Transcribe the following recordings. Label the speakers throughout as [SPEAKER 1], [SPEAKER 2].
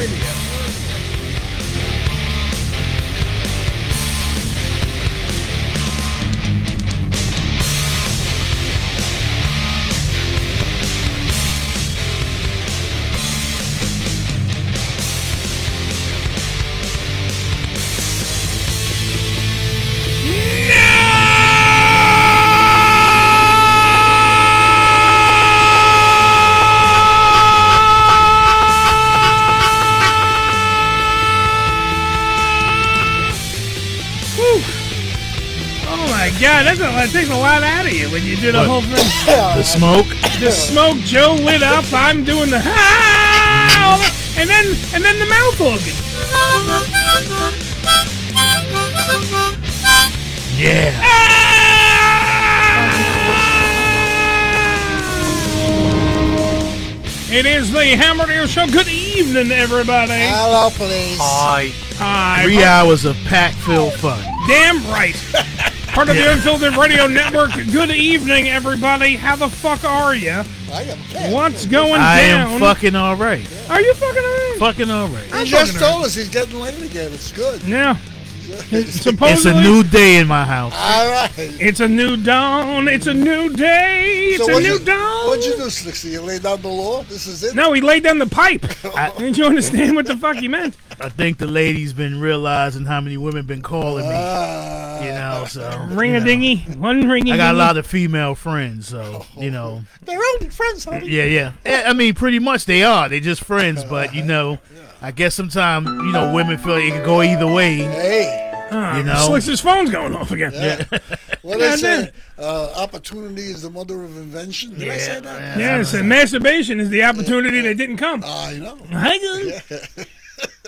[SPEAKER 1] Radio. Oh my God, that's a, that takes a lot out of you when you do the
[SPEAKER 2] What?
[SPEAKER 1] whole thing.
[SPEAKER 2] The smoke.
[SPEAKER 1] The smoke Joe lit up. I'm doing the ah, all that- and then and then the mouth organ.
[SPEAKER 2] Yeah.
[SPEAKER 1] It is the Hammer Air Show. Good evening, everybody.
[SPEAKER 3] Hello, police.
[SPEAKER 2] I.
[SPEAKER 1] Hi.
[SPEAKER 2] Three hours of pack filled fun.
[SPEAKER 1] Damn right. Part of the Unfiltered Radio Network. Good evening, everybody. How the fuck are you?
[SPEAKER 3] I am cat.
[SPEAKER 1] What's going
[SPEAKER 2] I
[SPEAKER 1] down?
[SPEAKER 2] am fucking all right.
[SPEAKER 1] Are you fucking all right?
[SPEAKER 2] Fucking all right.
[SPEAKER 3] He
[SPEAKER 1] I'm
[SPEAKER 3] just
[SPEAKER 1] fucking
[SPEAKER 3] told us he's getting late again. It's good.
[SPEAKER 1] Yeah. Supposedly,
[SPEAKER 2] It's a new day in my house.
[SPEAKER 3] All right.
[SPEAKER 1] It's a new dawn. It's a new day. It's
[SPEAKER 3] So
[SPEAKER 1] a
[SPEAKER 3] what'd
[SPEAKER 1] new
[SPEAKER 3] you-
[SPEAKER 1] dawn.
[SPEAKER 3] What'd you do, Slixy? You lay down the law? This is it?
[SPEAKER 1] No, he laid down the pipe.
[SPEAKER 2] I-
[SPEAKER 1] Didn't you understand what the fuck he meant?
[SPEAKER 2] I think the lady's been realizing how many women been calling me.
[SPEAKER 3] Ah.
[SPEAKER 2] You know, so
[SPEAKER 1] Uh, Ring
[SPEAKER 2] you
[SPEAKER 1] a
[SPEAKER 2] know.
[SPEAKER 1] dingy. One ring a
[SPEAKER 2] I got a lot of female friends, so you know.
[SPEAKER 3] They're only friends, honey.
[SPEAKER 2] Yeah, yeah. Eh, I mean, pretty much they are. They just friends, but you know, I guess sometimes you know women feel it could go either way.
[SPEAKER 3] Hey,
[SPEAKER 2] You know.
[SPEAKER 1] his phone's going off again.
[SPEAKER 3] Yeah. what
[SPEAKER 1] Yeah,
[SPEAKER 3] I
[SPEAKER 1] I
[SPEAKER 3] say? Uh, opportunity is the mother of invention. Did I say that?
[SPEAKER 1] Yes, and masturbation is the opportunity that didn't come.
[SPEAKER 3] I know.
[SPEAKER 1] I do.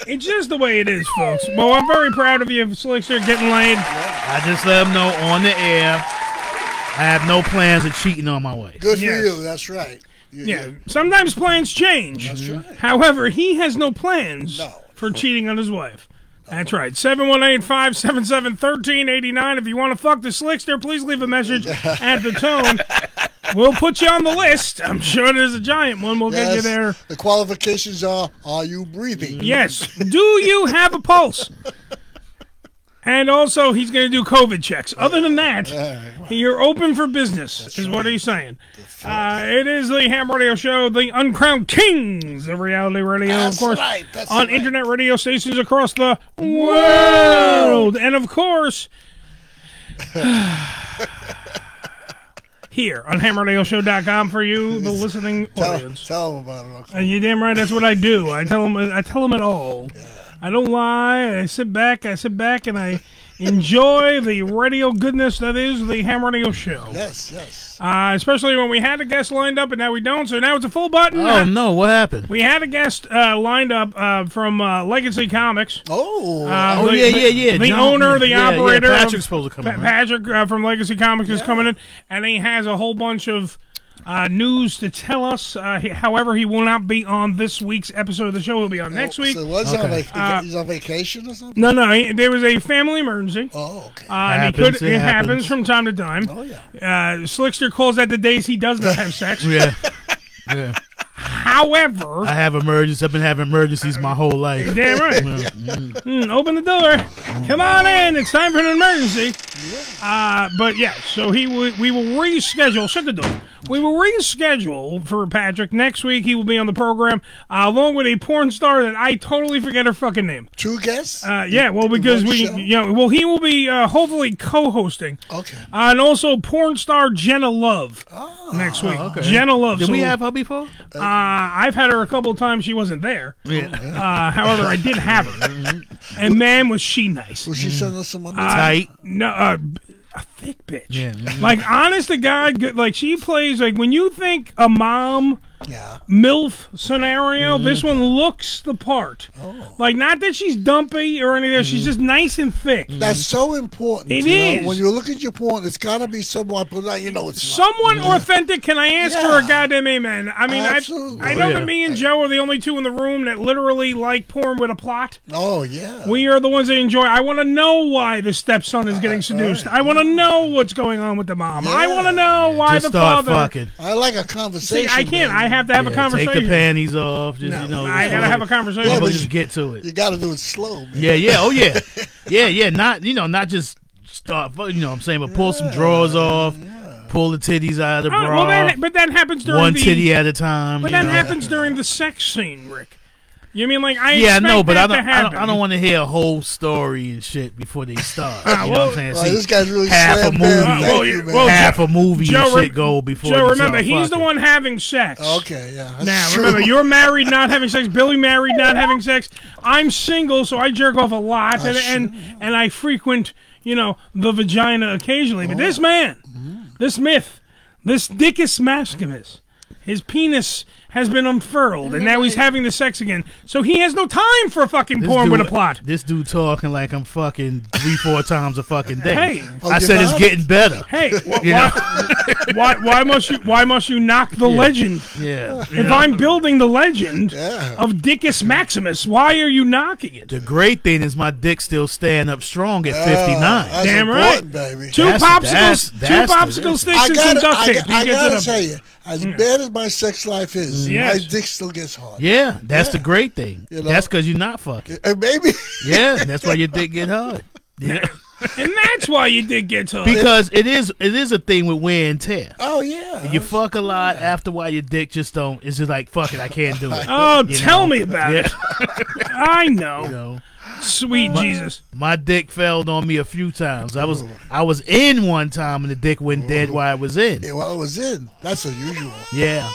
[SPEAKER 1] It's just the way it is, folks. Well, I'm very proud of you, Slickster, getting laid.
[SPEAKER 2] I just let them know on the air. I have no plans of cheating on my wife.
[SPEAKER 3] Good
[SPEAKER 1] Yes.
[SPEAKER 3] for you. That's right. You-
[SPEAKER 1] Yeah.
[SPEAKER 3] you-
[SPEAKER 1] Sometimes plans change. Mm-hmm.
[SPEAKER 3] That's right.
[SPEAKER 1] However, he has no plans
[SPEAKER 3] No.
[SPEAKER 1] for cheating on his wife. That's right. 718 577 1389. If you want to fuck the slickster, please leave a message at the tone. We'll put you on the list. I'm sure there's a giant one. We'll get you
[SPEAKER 3] Yes.
[SPEAKER 1] there.
[SPEAKER 3] The qualifications are: Are you breathing?
[SPEAKER 1] Yes. Do you have a pulse? And also, he's going to do COVID checks. Other than that, you're open for business, is what he's saying. Uh, it is the Ham Radio Show, the uncrowned kings of reality radio,
[SPEAKER 3] That's
[SPEAKER 1] of course,
[SPEAKER 3] right, that's
[SPEAKER 1] on
[SPEAKER 3] right.
[SPEAKER 1] internet radio stations across the world. And of course, here on hamradioshow.com for you, the listening
[SPEAKER 3] Tell,
[SPEAKER 1] audience.
[SPEAKER 3] tell them about it. Okay.
[SPEAKER 1] And you damn right, that's what I do. I tell them, I tell them it all. I don't lie. I sit back, I sit back, and I enjoy the radio goodness that is the Ham Radio Show.
[SPEAKER 3] Yes, yes.
[SPEAKER 1] Uh, especially when we had a guest lined up, and now we don't. So now it's a full button.
[SPEAKER 2] Oh no, what happened?
[SPEAKER 1] We had a guest uh, lined up uh, from uh, Legacy Comics.
[SPEAKER 3] Oh,
[SPEAKER 1] Uh,
[SPEAKER 2] Oh
[SPEAKER 1] the-
[SPEAKER 2] yeah, yeah, yeah.
[SPEAKER 1] The
[SPEAKER 2] John-
[SPEAKER 1] owner, the
[SPEAKER 2] yeah, yeah,
[SPEAKER 1] operator.
[SPEAKER 2] Patrick's
[SPEAKER 1] of-
[SPEAKER 2] supposed to come.
[SPEAKER 1] Pa-
[SPEAKER 2] in, right?
[SPEAKER 1] Patrick uh, from Legacy Comics is coming in, and he has a whole bunch of uh, news to tell us. Uh, he- however, he will not be on this week's episode of the show. He'll be on next week. Uh,
[SPEAKER 3] So what's on
[SPEAKER 2] Okay.
[SPEAKER 3] vac- he's on vacation or something?
[SPEAKER 1] No, no, he, there was a family emergency.
[SPEAKER 3] Oh, okay.
[SPEAKER 1] Uh, and he
[SPEAKER 2] Happens,
[SPEAKER 1] could,
[SPEAKER 2] it
[SPEAKER 1] it happens.
[SPEAKER 2] happens.
[SPEAKER 1] from time to time.
[SPEAKER 3] oh yeah.
[SPEAKER 1] Uh, Slickster calls that the days he does not have sex.
[SPEAKER 2] Yeah. Yeah.
[SPEAKER 1] However,
[SPEAKER 2] I have emergencies. I've been having emergencies my whole life.
[SPEAKER 1] Damn right. Mm, open the door. Come on in. It's time for an emergency. Uh, but yeah, so he w- we will reschedule. Shut the door. We will reschedule for Patrick next week. He will be on the program uh, along with a porn star that I totally forget her fucking name.
[SPEAKER 3] Two guests.
[SPEAKER 1] Uh, yeah, well, because we,
[SPEAKER 3] Michelle?
[SPEAKER 1] you know, well, he will be uh, hopefully co-hosting.
[SPEAKER 3] okay. Ah.
[SPEAKER 1] Uh, and also porn star Jenna Love next week.
[SPEAKER 3] Oh,
[SPEAKER 1] Jenna Love.
[SPEAKER 2] Did
[SPEAKER 1] so
[SPEAKER 2] we have her before?
[SPEAKER 1] Uh, I've had her a couple of times. She wasn't there.
[SPEAKER 2] Yeah.
[SPEAKER 1] Uh, however, I did have her, and man, was she nice.
[SPEAKER 3] Will she send us some money?
[SPEAKER 2] Tight.
[SPEAKER 1] No, uh, b- a thick bitch.
[SPEAKER 2] Yeah, mhm.
[SPEAKER 1] Like honest to God, good- like she plays like when you think a mom
[SPEAKER 3] yeah.
[SPEAKER 1] milf scenario, this one looks the part.
[SPEAKER 3] Oh.
[SPEAKER 1] Like not that she's dumpy or anything. She's just nice and thick.
[SPEAKER 3] That's so important.
[SPEAKER 1] It
[SPEAKER 3] you know?
[SPEAKER 1] is.
[SPEAKER 3] When you look at your porn, it's got to be someone, but now you know it's not.
[SPEAKER 1] Someone authentic, can I ask for a
[SPEAKER 3] Yeah.
[SPEAKER 1] goddamn amen? I mean, I,
[SPEAKER 3] Absolutely.
[SPEAKER 1] I know
[SPEAKER 2] Oh, Yeah.
[SPEAKER 1] that me and Joe are the only two in the room that literally like porn with a plot.
[SPEAKER 3] Oh, yeah.
[SPEAKER 1] We are the ones that enjoy. I want to know why the stepson is getting seduced. I want to know what's going on with the mom. I
[SPEAKER 3] Uh, Yeah.
[SPEAKER 1] want to know why
[SPEAKER 2] Just
[SPEAKER 1] the
[SPEAKER 2] start
[SPEAKER 1] father.
[SPEAKER 2] fucking.
[SPEAKER 3] I like a
[SPEAKER 1] See,
[SPEAKER 3] conversation.
[SPEAKER 1] I can't. I
[SPEAKER 3] man.
[SPEAKER 1] have to have a
[SPEAKER 2] Yeah,
[SPEAKER 1] conversation.
[SPEAKER 2] Take the panties off. Just, you know,
[SPEAKER 1] I
[SPEAKER 2] just
[SPEAKER 1] gotta
[SPEAKER 2] like-
[SPEAKER 1] have a conversation.
[SPEAKER 2] Well,
[SPEAKER 1] Well,
[SPEAKER 2] just get to it.
[SPEAKER 3] You got to do it slow, man.
[SPEAKER 2] Yeah, yeah, oh yeah, yeah, yeah. Not you know, not just start. fu- You know, what I'm saying, but pull some drawers off, pull the titties out of the
[SPEAKER 1] Oh,
[SPEAKER 2] bra,
[SPEAKER 1] well, that, but that happens during
[SPEAKER 2] one
[SPEAKER 1] the.
[SPEAKER 2] titty at a time.
[SPEAKER 1] but
[SPEAKER 2] you
[SPEAKER 1] that
[SPEAKER 2] know.
[SPEAKER 1] happens during the sex scene, Rick. You mean like I?
[SPEAKER 2] Yeah, I
[SPEAKER 1] expect
[SPEAKER 2] know, but I
[SPEAKER 1] that to
[SPEAKER 2] don't, I don't. I
[SPEAKER 1] happen.
[SPEAKER 2] don't want to hear a whole story and shit before they start. you know what I'm saying?
[SPEAKER 3] Wow,
[SPEAKER 2] See,
[SPEAKER 3] this guy's really
[SPEAKER 2] half a
[SPEAKER 3] slammed
[SPEAKER 2] movie.
[SPEAKER 3] down. Thank
[SPEAKER 1] Well,
[SPEAKER 3] you,
[SPEAKER 1] you-
[SPEAKER 3] man.
[SPEAKER 1] well,
[SPEAKER 2] half a movie
[SPEAKER 1] Joe,
[SPEAKER 2] and
[SPEAKER 1] re-
[SPEAKER 2] shit go before.
[SPEAKER 1] So
[SPEAKER 2] they
[SPEAKER 1] remember,
[SPEAKER 2] start
[SPEAKER 1] he's the
[SPEAKER 2] fucking.
[SPEAKER 1] one having sex.
[SPEAKER 3] okay, yeah. that's
[SPEAKER 1] Now,
[SPEAKER 3] true.
[SPEAKER 1] remember, you're married, not having sex. Billy married, not having sex. I'm single, so I jerk off a lot, and, and and I frequent, you know, the vagina occasionally. But
[SPEAKER 3] Oh.
[SPEAKER 1] this man,
[SPEAKER 3] Mm-hmm.
[SPEAKER 1] this myth, this dickus masculinus, his penis has been unfurled, and now he's having the sex again. So he has no time for a fucking
[SPEAKER 2] This
[SPEAKER 1] porn
[SPEAKER 2] dude-
[SPEAKER 1] with a plot.
[SPEAKER 2] This dude talking like I'm fucking three, four times a fucking day.
[SPEAKER 1] Hey.
[SPEAKER 3] Oh,
[SPEAKER 2] I
[SPEAKER 3] you're
[SPEAKER 2] said it's
[SPEAKER 3] not?
[SPEAKER 2] getting better.
[SPEAKER 1] Hey, wh-
[SPEAKER 2] You know?
[SPEAKER 1] why, why why must you why must you knock the legend?
[SPEAKER 2] Yeah.
[SPEAKER 1] If I'm building the legend
[SPEAKER 3] Yeah.
[SPEAKER 1] of Dickus Maximus, why are you knocking it?
[SPEAKER 2] The great thing is my dick still staying up strong at
[SPEAKER 3] Yeah,
[SPEAKER 2] 59.
[SPEAKER 3] Oh, that's
[SPEAKER 1] Damn
[SPEAKER 3] important, baby.
[SPEAKER 1] Two
[SPEAKER 2] That's-
[SPEAKER 1] popsicles,
[SPEAKER 2] that's- that's
[SPEAKER 1] two
[SPEAKER 2] the
[SPEAKER 1] popsicle
[SPEAKER 2] difference.
[SPEAKER 1] sticks,
[SPEAKER 3] I
[SPEAKER 1] and some
[SPEAKER 3] gotta,
[SPEAKER 1] duct
[SPEAKER 3] I,
[SPEAKER 1] tape.
[SPEAKER 3] I
[SPEAKER 1] You get
[SPEAKER 3] gotta
[SPEAKER 1] to
[SPEAKER 3] tell
[SPEAKER 1] the- Mm.
[SPEAKER 3] you, as bad as my sex life is,
[SPEAKER 1] Yes.
[SPEAKER 3] my dick still gets hard.
[SPEAKER 2] Yeah, that's the great thing.
[SPEAKER 3] You know?
[SPEAKER 2] That's because you're not fucking.
[SPEAKER 3] And maybe
[SPEAKER 2] Yeah, that's why your dick get hard. Yeah.
[SPEAKER 1] and that's why you did get to. it.
[SPEAKER 2] Because it is it is a thing with wear and tear.
[SPEAKER 3] oh yeah,
[SPEAKER 2] You fuck a lot after a while your dick just don't. It's just like fuck it, I can't do it.
[SPEAKER 1] Oh, tell
[SPEAKER 2] know.
[SPEAKER 1] me about
[SPEAKER 2] Yeah.
[SPEAKER 1] it. I know,
[SPEAKER 2] You know?
[SPEAKER 1] sweet Jesus.
[SPEAKER 2] My dick failed on me a few times. I was I was in one time and the dick went dead while I was in.
[SPEAKER 3] Yeah, well, it was in. That's unusual.
[SPEAKER 2] Yeah.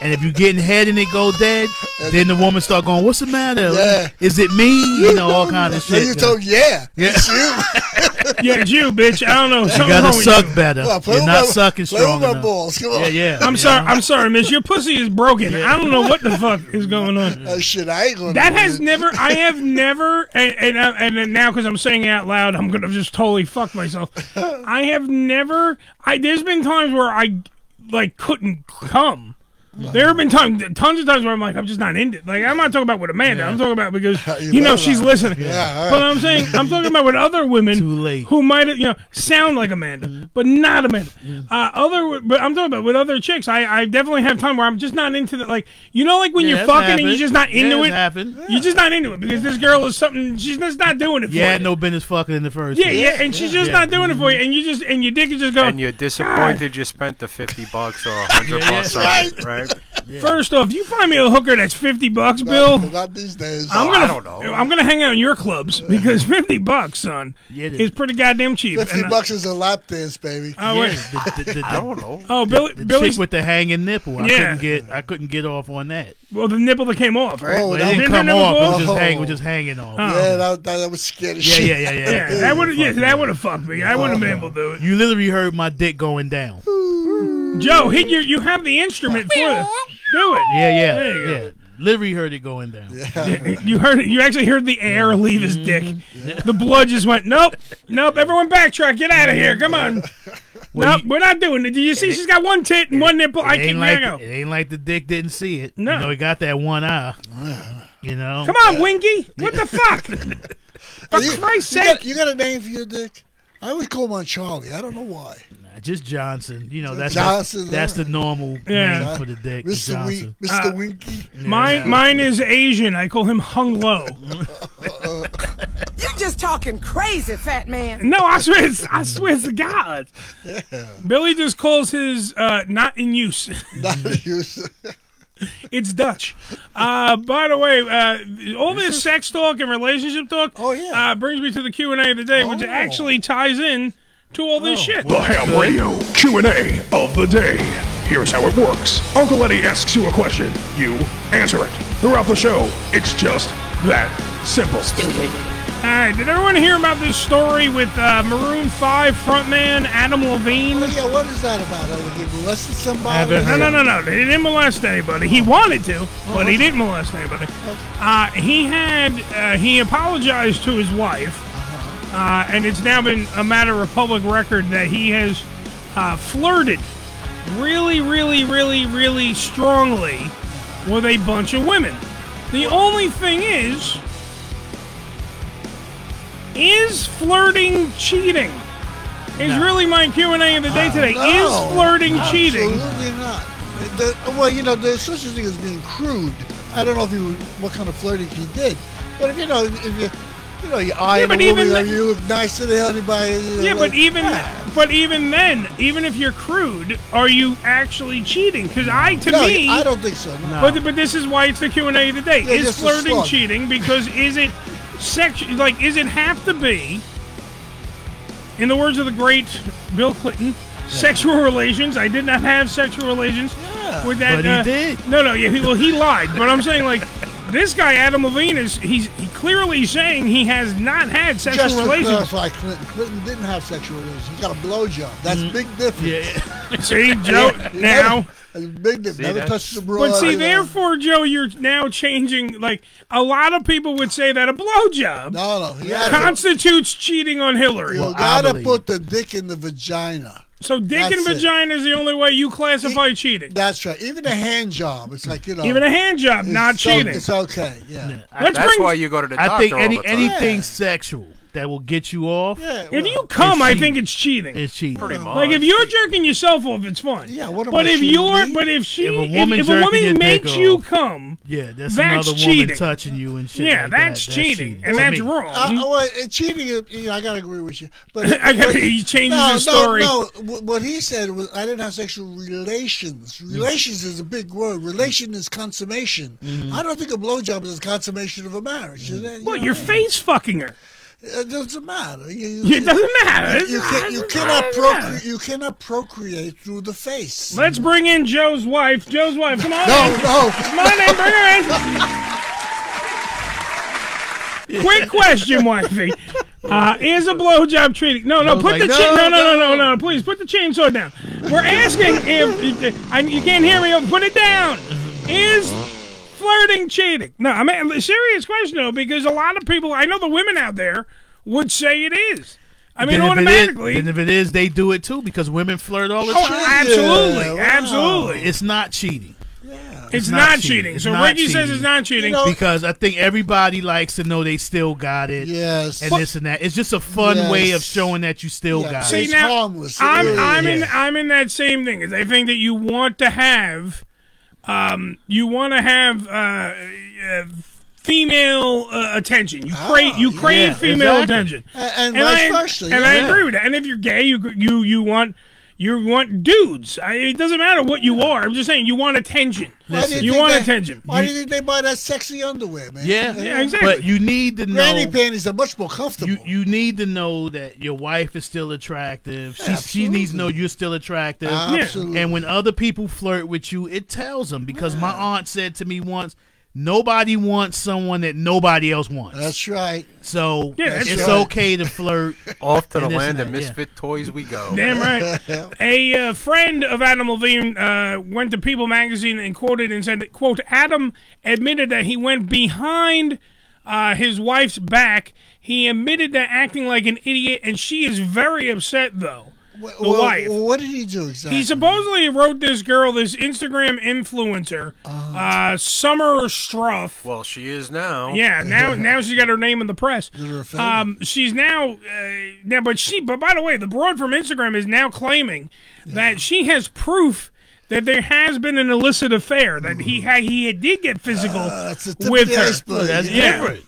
[SPEAKER 2] and if you getting head and it go dead, then the woman start going, "What's the matter?
[SPEAKER 3] Yeah.
[SPEAKER 2] Is it me?" You know, all kind of
[SPEAKER 3] So
[SPEAKER 2] shit.
[SPEAKER 3] you told yeah, it's you.
[SPEAKER 1] Yeah, it's you, bitch. I don't know.
[SPEAKER 2] you
[SPEAKER 1] Something
[SPEAKER 2] gotta
[SPEAKER 1] wrong with
[SPEAKER 2] suck
[SPEAKER 1] you.
[SPEAKER 2] better.
[SPEAKER 3] Well, play
[SPEAKER 2] You're
[SPEAKER 3] with
[SPEAKER 2] not
[SPEAKER 3] my-
[SPEAKER 2] sucking
[SPEAKER 3] play with
[SPEAKER 2] strong
[SPEAKER 3] my
[SPEAKER 2] enough.
[SPEAKER 3] balls. Come on.
[SPEAKER 2] Yeah, yeah.
[SPEAKER 1] I'm
[SPEAKER 2] yeah.
[SPEAKER 1] sorry. I'm sorry, Miss. Your pussy is broken. I don't know what the fuck is going on.
[SPEAKER 3] Uh, shit, I ain't gonna.
[SPEAKER 1] That
[SPEAKER 3] do
[SPEAKER 1] has
[SPEAKER 3] it.
[SPEAKER 1] never. I have never. And and, I- and then now because I'm saying it out loud, I'm gonna just totally fuck myself. I have never. I there's been times where I like couldn't come. There have been times, tons of times where I'm like, I'm just not into it. Like I'm not talking about with Amanda. I'm talking about because
[SPEAKER 3] You
[SPEAKER 1] you, know
[SPEAKER 3] love
[SPEAKER 1] she's
[SPEAKER 3] her.
[SPEAKER 1] listening.
[SPEAKER 3] Yeah, all right.
[SPEAKER 1] But I'm saying I'm talking about with other women
[SPEAKER 2] Too late.
[SPEAKER 1] who might you know sound like Amanda, but not Amanda.
[SPEAKER 2] Mm-hmm.
[SPEAKER 1] Uh, other, but I'm talking about with other chicks. I, I definitely have time where I'm just not into the like you know like when
[SPEAKER 2] Yeah,
[SPEAKER 1] you're
[SPEAKER 2] that's
[SPEAKER 1] fucking and
[SPEAKER 2] happened.
[SPEAKER 1] you're just not into
[SPEAKER 2] yeah,
[SPEAKER 1] it.
[SPEAKER 2] Happened.
[SPEAKER 1] You're just not into it because this girl is something she's just not doing it for
[SPEAKER 2] You had
[SPEAKER 1] you.
[SPEAKER 2] no business fucking in the first.
[SPEAKER 1] yeah,
[SPEAKER 2] place.
[SPEAKER 1] yeah, and she's just
[SPEAKER 2] Yeah.
[SPEAKER 1] not doing it for you, and you just and your dick is just going.
[SPEAKER 4] And you're disappointed you spent the 50 bucks or 100 bucks on it, right?
[SPEAKER 1] First off, you find me a hooker that's fifty bucks, Bill.
[SPEAKER 3] Not, not these days.
[SPEAKER 1] I'm
[SPEAKER 4] Oh,
[SPEAKER 1] gonna,
[SPEAKER 4] I don't know.
[SPEAKER 1] I'm gonna hang out in your clubs because fifty bucks, son,
[SPEAKER 2] Yeah, it is.
[SPEAKER 1] is pretty goddamn cheap.
[SPEAKER 3] Fifty
[SPEAKER 1] And, uh,
[SPEAKER 3] bucks is a lap dance, baby.
[SPEAKER 1] Oh,
[SPEAKER 2] Yeah,
[SPEAKER 1] wait.
[SPEAKER 2] the, the, the, the,
[SPEAKER 4] I don't know.
[SPEAKER 1] oh, Billy,
[SPEAKER 2] the
[SPEAKER 1] Billy's
[SPEAKER 2] chick with the hanging nipple. I
[SPEAKER 1] Yeah.
[SPEAKER 2] couldn't get. I couldn't get off on that.
[SPEAKER 1] well, the nipple that came off, right?
[SPEAKER 3] Oh,
[SPEAKER 2] But
[SPEAKER 3] that
[SPEAKER 2] it
[SPEAKER 1] Didn't
[SPEAKER 2] didn't
[SPEAKER 1] her
[SPEAKER 2] come
[SPEAKER 1] nipple
[SPEAKER 2] off. It
[SPEAKER 1] go
[SPEAKER 2] was
[SPEAKER 3] off?
[SPEAKER 2] just hanging. It was just hanging off.
[SPEAKER 1] Oh.
[SPEAKER 3] yeah, that, that, that was scary.
[SPEAKER 2] Yeah,
[SPEAKER 3] shit.
[SPEAKER 2] yeah, yeah, yeah.
[SPEAKER 1] yeah, that would yeah, that would have fucked me. I wouldn't have been able to do it.
[SPEAKER 2] You literally heard my dick going down.
[SPEAKER 1] Joe, hit your, you have the instrument for it. Do it.
[SPEAKER 2] Yeah, yeah,
[SPEAKER 1] There you
[SPEAKER 2] yeah. Literally heard it going down.
[SPEAKER 1] You heard it. You actually heard the air leave his dick. The blood just went. Nope, nope. Everyone backtrack. Get out of here. Come on.
[SPEAKER 2] Well,
[SPEAKER 1] nope, we're not doing it. Do you see? She's got one tit and one nipple. I
[SPEAKER 2] It ain't
[SPEAKER 1] can't
[SPEAKER 2] like
[SPEAKER 1] go.
[SPEAKER 2] it ain't like the dick didn't see it.
[SPEAKER 1] No.
[SPEAKER 2] you know, he got that one eye. You know,
[SPEAKER 1] Come on, Winky. What the fuck? For
[SPEAKER 3] You-
[SPEAKER 1] Christ's
[SPEAKER 3] you got,
[SPEAKER 1] sake.
[SPEAKER 3] you got a name for your dick? I always call mine Charlie. I don't know why.
[SPEAKER 2] Nah, just Johnson. You know, that's
[SPEAKER 3] Johnson, uh,
[SPEAKER 2] The, that's the
[SPEAKER 3] alright.
[SPEAKER 2] normal
[SPEAKER 1] Yeah.
[SPEAKER 2] name for the dick. is
[SPEAKER 3] Mr.
[SPEAKER 2] Johnson.
[SPEAKER 3] Wink, Mr. Winky.
[SPEAKER 1] Uh, Mine, mine is Asian. I call him Hung Low.
[SPEAKER 5] You just talking crazy, fat man.
[SPEAKER 1] No, I swear, it's, I swear to God. Billy just calls his uh, not in use.
[SPEAKER 3] Not used.
[SPEAKER 1] It's Dutch. Uh, by the way, uh, all this sex talk and relationship talk
[SPEAKER 3] Oh, yeah.
[SPEAKER 1] uh, brings me to the Q&A of the day, which
[SPEAKER 3] Oh.
[SPEAKER 1] actually ties in to all this shit.
[SPEAKER 6] The Ham Radio Q&A of the day. Here's how it works. Uncle Eddie asks you a question. You answer it. Throughout the show, it's just that simple.
[SPEAKER 1] All right, did everyone hear about this story with uh, Maroon 5 frontman Adam Levine?
[SPEAKER 3] Well, Oh, yeah, what is that about? Are they molesting somebody?
[SPEAKER 2] haven't
[SPEAKER 1] No, no, no, no. He didn't molest anybody. He wanted to, but
[SPEAKER 3] Uh-huh.
[SPEAKER 1] he didn't molest anybody. Uh, he had uh, he apologized to his wife,
[SPEAKER 3] Uh-huh.
[SPEAKER 1] uh, and it's now been a matter of public record that he has uh, flirted really, really, really, really strongly with a bunch of women. The only thing is, is flirting cheating? Is really my Q and A of the day today.
[SPEAKER 3] No,
[SPEAKER 1] is flirting cheating?
[SPEAKER 3] Absolutely not. The, well, you know, there's such a thing as being crude. I don't know if he was, what kind of flirting he did, but if you know, if you, you know, you eye
[SPEAKER 1] Yeah,
[SPEAKER 3] a
[SPEAKER 1] but
[SPEAKER 3] woman,
[SPEAKER 1] even
[SPEAKER 3] or
[SPEAKER 1] the-
[SPEAKER 3] you look nice to anybody. you know,
[SPEAKER 1] Yeah,
[SPEAKER 3] like-
[SPEAKER 1] but even but even then, even if you're crude, are you actually cheating? Because I, to
[SPEAKER 3] no,
[SPEAKER 1] me,
[SPEAKER 3] I don't think so. No.
[SPEAKER 1] But, but this is why it's the Q and A today.
[SPEAKER 3] Yeah,
[SPEAKER 1] is
[SPEAKER 3] just a
[SPEAKER 1] flirting
[SPEAKER 3] slug.
[SPEAKER 1] cheating? Because is it sex? Like, is it have to be? In the words of the great Bill Clinton, sexual relations. I did not have sexual relations with that.
[SPEAKER 2] But he
[SPEAKER 1] uh,
[SPEAKER 2] did.
[SPEAKER 1] No, no. Yeah. He, well, he lied. But I'm saying like. This guy Adam Levine is he's he clearly saying he has not had sexual
[SPEAKER 3] Just to
[SPEAKER 1] relations.
[SPEAKER 3] clarify, Clinton. Clinton didn't have sexual relations. He got a blowjob. That's big difference.
[SPEAKER 2] Yeah,
[SPEAKER 1] Mm. See, Joe, now
[SPEAKER 3] That's big difference. Never
[SPEAKER 4] that?
[SPEAKER 3] touched the broad.
[SPEAKER 1] But see,
[SPEAKER 3] you know.
[SPEAKER 1] therefore, Joe, you're now changing. Like a lot of people would say that a blowjob
[SPEAKER 3] No, no. He had to,
[SPEAKER 1] constitutes cheating on Hillary.
[SPEAKER 3] you
[SPEAKER 2] I
[SPEAKER 3] gotta
[SPEAKER 2] believe.
[SPEAKER 3] put the dick in the vagina.
[SPEAKER 1] so dick and
[SPEAKER 3] that's it.
[SPEAKER 1] vagina is the only way you classify cheating.
[SPEAKER 3] That's right. Even a hand job. It's like you know.
[SPEAKER 1] Even a hand job,
[SPEAKER 3] it's
[SPEAKER 1] not
[SPEAKER 3] so-
[SPEAKER 1] cheating.
[SPEAKER 3] It's okay. Yeah.
[SPEAKER 1] Let's
[SPEAKER 4] That's
[SPEAKER 1] bring.
[SPEAKER 4] why you go to the doctor
[SPEAKER 2] I think any
[SPEAKER 4] all the time.
[SPEAKER 2] anything sexual that will get you off
[SPEAKER 3] Yeah.
[SPEAKER 1] if
[SPEAKER 3] well,
[SPEAKER 1] you come, I
[SPEAKER 2] cheating.
[SPEAKER 1] think it's cheating.
[SPEAKER 2] is cheating.
[SPEAKER 4] Pretty much.
[SPEAKER 1] like if you're jerking yourself off, it's fine.
[SPEAKER 3] Yeah, what am
[SPEAKER 1] but
[SPEAKER 3] I
[SPEAKER 1] if
[SPEAKER 3] cheating
[SPEAKER 1] you're,
[SPEAKER 3] me?
[SPEAKER 1] but if she,
[SPEAKER 2] If a
[SPEAKER 1] if if
[SPEAKER 2] woman
[SPEAKER 1] a
[SPEAKER 2] jerking your
[SPEAKER 1] woman
[SPEAKER 2] dick
[SPEAKER 1] makes you
[SPEAKER 2] off.
[SPEAKER 1] come,
[SPEAKER 2] Yeah, that's,
[SPEAKER 1] That's
[SPEAKER 2] another
[SPEAKER 1] cheating.
[SPEAKER 2] woman touching you and shit.
[SPEAKER 1] yeah,
[SPEAKER 2] like that.
[SPEAKER 1] that's, cheating, and
[SPEAKER 2] To
[SPEAKER 1] that's
[SPEAKER 2] me.
[SPEAKER 1] wrong.
[SPEAKER 3] Uh, well, uh, cheating, uh, you know, I gotta agree with you. But
[SPEAKER 1] I gotta- he changes
[SPEAKER 3] no,
[SPEAKER 1] his story.
[SPEAKER 3] No, no. Wh- What he said was, I didn't have sexual relations.
[SPEAKER 1] Mm.
[SPEAKER 3] Relations is a big word. Relation is consummation. I don't think a blowjob is a consummation of a marriage. Is that- you
[SPEAKER 1] Mm-hmm. Well,
[SPEAKER 3] know,
[SPEAKER 1] you're face fucking her.
[SPEAKER 3] it doesn't matter. You, you-
[SPEAKER 1] It doesn't matter.
[SPEAKER 3] you can, you
[SPEAKER 1] It
[SPEAKER 3] cannot
[SPEAKER 1] doesn't matter.
[SPEAKER 3] procreate. You cannot procreate through the face.
[SPEAKER 1] Let's bring in Joe's wife. Joe's wife, come on.
[SPEAKER 3] No,
[SPEAKER 1] in.
[SPEAKER 3] no.
[SPEAKER 1] Come on in, bring her in. Quick question, wifey. Uh, is a blowjob treating? No, no.
[SPEAKER 2] was
[SPEAKER 1] Put
[SPEAKER 2] like,
[SPEAKER 1] the cha- no,
[SPEAKER 2] no,
[SPEAKER 1] no, no, no, no. Please put the chainsaw down. We're asking if I, you can't hear me. Put it down. Is flirting cheating? No, I mean a serious question though, because a lot of people, I know the women out there would say it is. I mean,
[SPEAKER 2] Then if it is-
[SPEAKER 1] automatically.
[SPEAKER 2] then if it is, they do it too because women flirt all the
[SPEAKER 1] Oh,
[SPEAKER 2] time.
[SPEAKER 1] absolutely,
[SPEAKER 3] wow.
[SPEAKER 1] absolutely.
[SPEAKER 2] It's not cheating
[SPEAKER 1] It's,
[SPEAKER 2] not
[SPEAKER 1] not,
[SPEAKER 2] cheating.
[SPEAKER 1] cheating.
[SPEAKER 2] It's
[SPEAKER 1] So
[SPEAKER 2] not
[SPEAKER 1] Ricky says
[SPEAKER 2] cheating.
[SPEAKER 1] it's not cheating.
[SPEAKER 3] You know-
[SPEAKER 2] because I think everybody likes to know they still got it.
[SPEAKER 3] Yes.
[SPEAKER 2] and this and that. It's just a fun way of
[SPEAKER 3] Yes.
[SPEAKER 2] showing that you still
[SPEAKER 3] Yeah.
[SPEAKER 2] got
[SPEAKER 3] See,
[SPEAKER 2] it.
[SPEAKER 3] it's harmless. It
[SPEAKER 1] I'm
[SPEAKER 3] really
[SPEAKER 1] I'm in
[SPEAKER 2] is.
[SPEAKER 1] I'm in that same thing. I think that you want to have, um, you want to have uh, uh, female uh, attention. You crave you crave
[SPEAKER 2] yeah,
[SPEAKER 1] female
[SPEAKER 2] exactly.
[SPEAKER 1] attention.
[SPEAKER 3] Ah, A- and
[SPEAKER 1] and
[SPEAKER 3] vice
[SPEAKER 1] I,
[SPEAKER 3] versa,
[SPEAKER 1] and I
[SPEAKER 3] yeah.
[SPEAKER 1] agree with that. And if you're gay, you you you want. You want dudes. I, it doesn't matter what you are. I'm just saying you want attention.
[SPEAKER 3] Why do
[SPEAKER 1] you
[SPEAKER 3] think
[SPEAKER 1] want
[SPEAKER 3] they-
[SPEAKER 1] attention.
[SPEAKER 3] Why do you think they buy that sexy underwear, man?
[SPEAKER 2] Yeah,
[SPEAKER 1] Yeah, exactly.
[SPEAKER 2] But you need to
[SPEAKER 3] Granny
[SPEAKER 2] know.
[SPEAKER 3] panties are much more comfortable.
[SPEAKER 2] You, you need to know that your wife is still attractive. She, she needs to know you're still attractive.
[SPEAKER 3] Absolutely.
[SPEAKER 2] And when other people flirt with you, it tells them because my aunt said to me once, nobody wants someone that nobody else wants.
[SPEAKER 3] That's right.
[SPEAKER 2] so
[SPEAKER 1] Yeah, that's
[SPEAKER 2] it's
[SPEAKER 1] right.
[SPEAKER 2] okay to flirt.
[SPEAKER 4] Off to the
[SPEAKER 2] And this
[SPEAKER 4] land
[SPEAKER 2] and
[SPEAKER 4] of
[SPEAKER 2] that, yeah.
[SPEAKER 4] misfit toys we go.
[SPEAKER 1] Damn right. A uh, friend of Adam Levine uh, went to People magazine and quoted and said, that, "quote Adam admitted that he went behind uh, his wife's back. He admitted to acting like an idiot, and she is very upset though.
[SPEAKER 3] Wh-
[SPEAKER 1] The
[SPEAKER 3] wh-
[SPEAKER 1] wife.
[SPEAKER 3] What did he do exactly?
[SPEAKER 1] He supposedly wrote this girl, this Instagram influencer, uh, Summer Struff,
[SPEAKER 4] Well, she is now.
[SPEAKER 1] yeah, now now she's got her name in the press.
[SPEAKER 3] her a favor?
[SPEAKER 1] Um, she's now uh, now, but she. But by the way, the broad from Instagram is now claiming that she has proof that there has been an illicit affair that he had he did get physical
[SPEAKER 3] Hmm. Ah, That's the tip
[SPEAKER 1] with
[SPEAKER 3] of the
[SPEAKER 1] her.
[SPEAKER 3] iceberg.
[SPEAKER 2] That's
[SPEAKER 3] yeah.
[SPEAKER 2] different.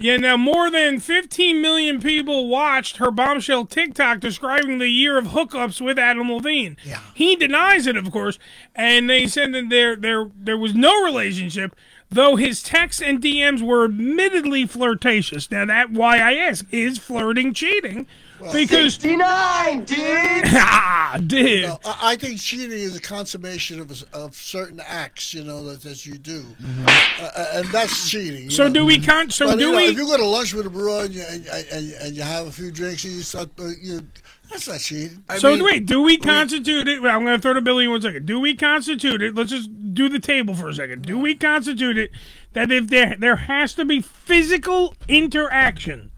[SPEAKER 1] Yeah, now more than 15 million people watched her bombshell TikTok describing the year of hookups with Adam Levine.
[SPEAKER 3] Yeah.
[SPEAKER 1] He denies it, of course, and they said that there there there was no relationship, though his texts and DMs were admittedly flirtatious. Now that why I ask is flirting cheating? because 69, dude. ah, dude.
[SPEAKER 3] I I think cheating is a consummation of, of certain acts, you know, that, that you do, Uh, uh, and that's cheating. you
[SPEAKER 1] Mm-hmm. So
[SPEAKER 3] know.
[SPEAKER 1] do we con- so
[SPEAKER 3] But, you
[SPEAKER 1] do
[SPEAKER 3] know,
[SPEAKER 1] we
[SPEAKER 3] If you go to lunch with a bro and you, and, and, and you have a few drinks and you start, uh, you, that's not cheating. I
[SPEAKER 1] So
[SPEAKER 3] mean,
[SPEAKER 1] wait, do we constitute it? well, I'm going to throw to Billy in one second. Do we constitute it? Let's just do the table for a second. Do we constitute it that if there there has to be physical interaction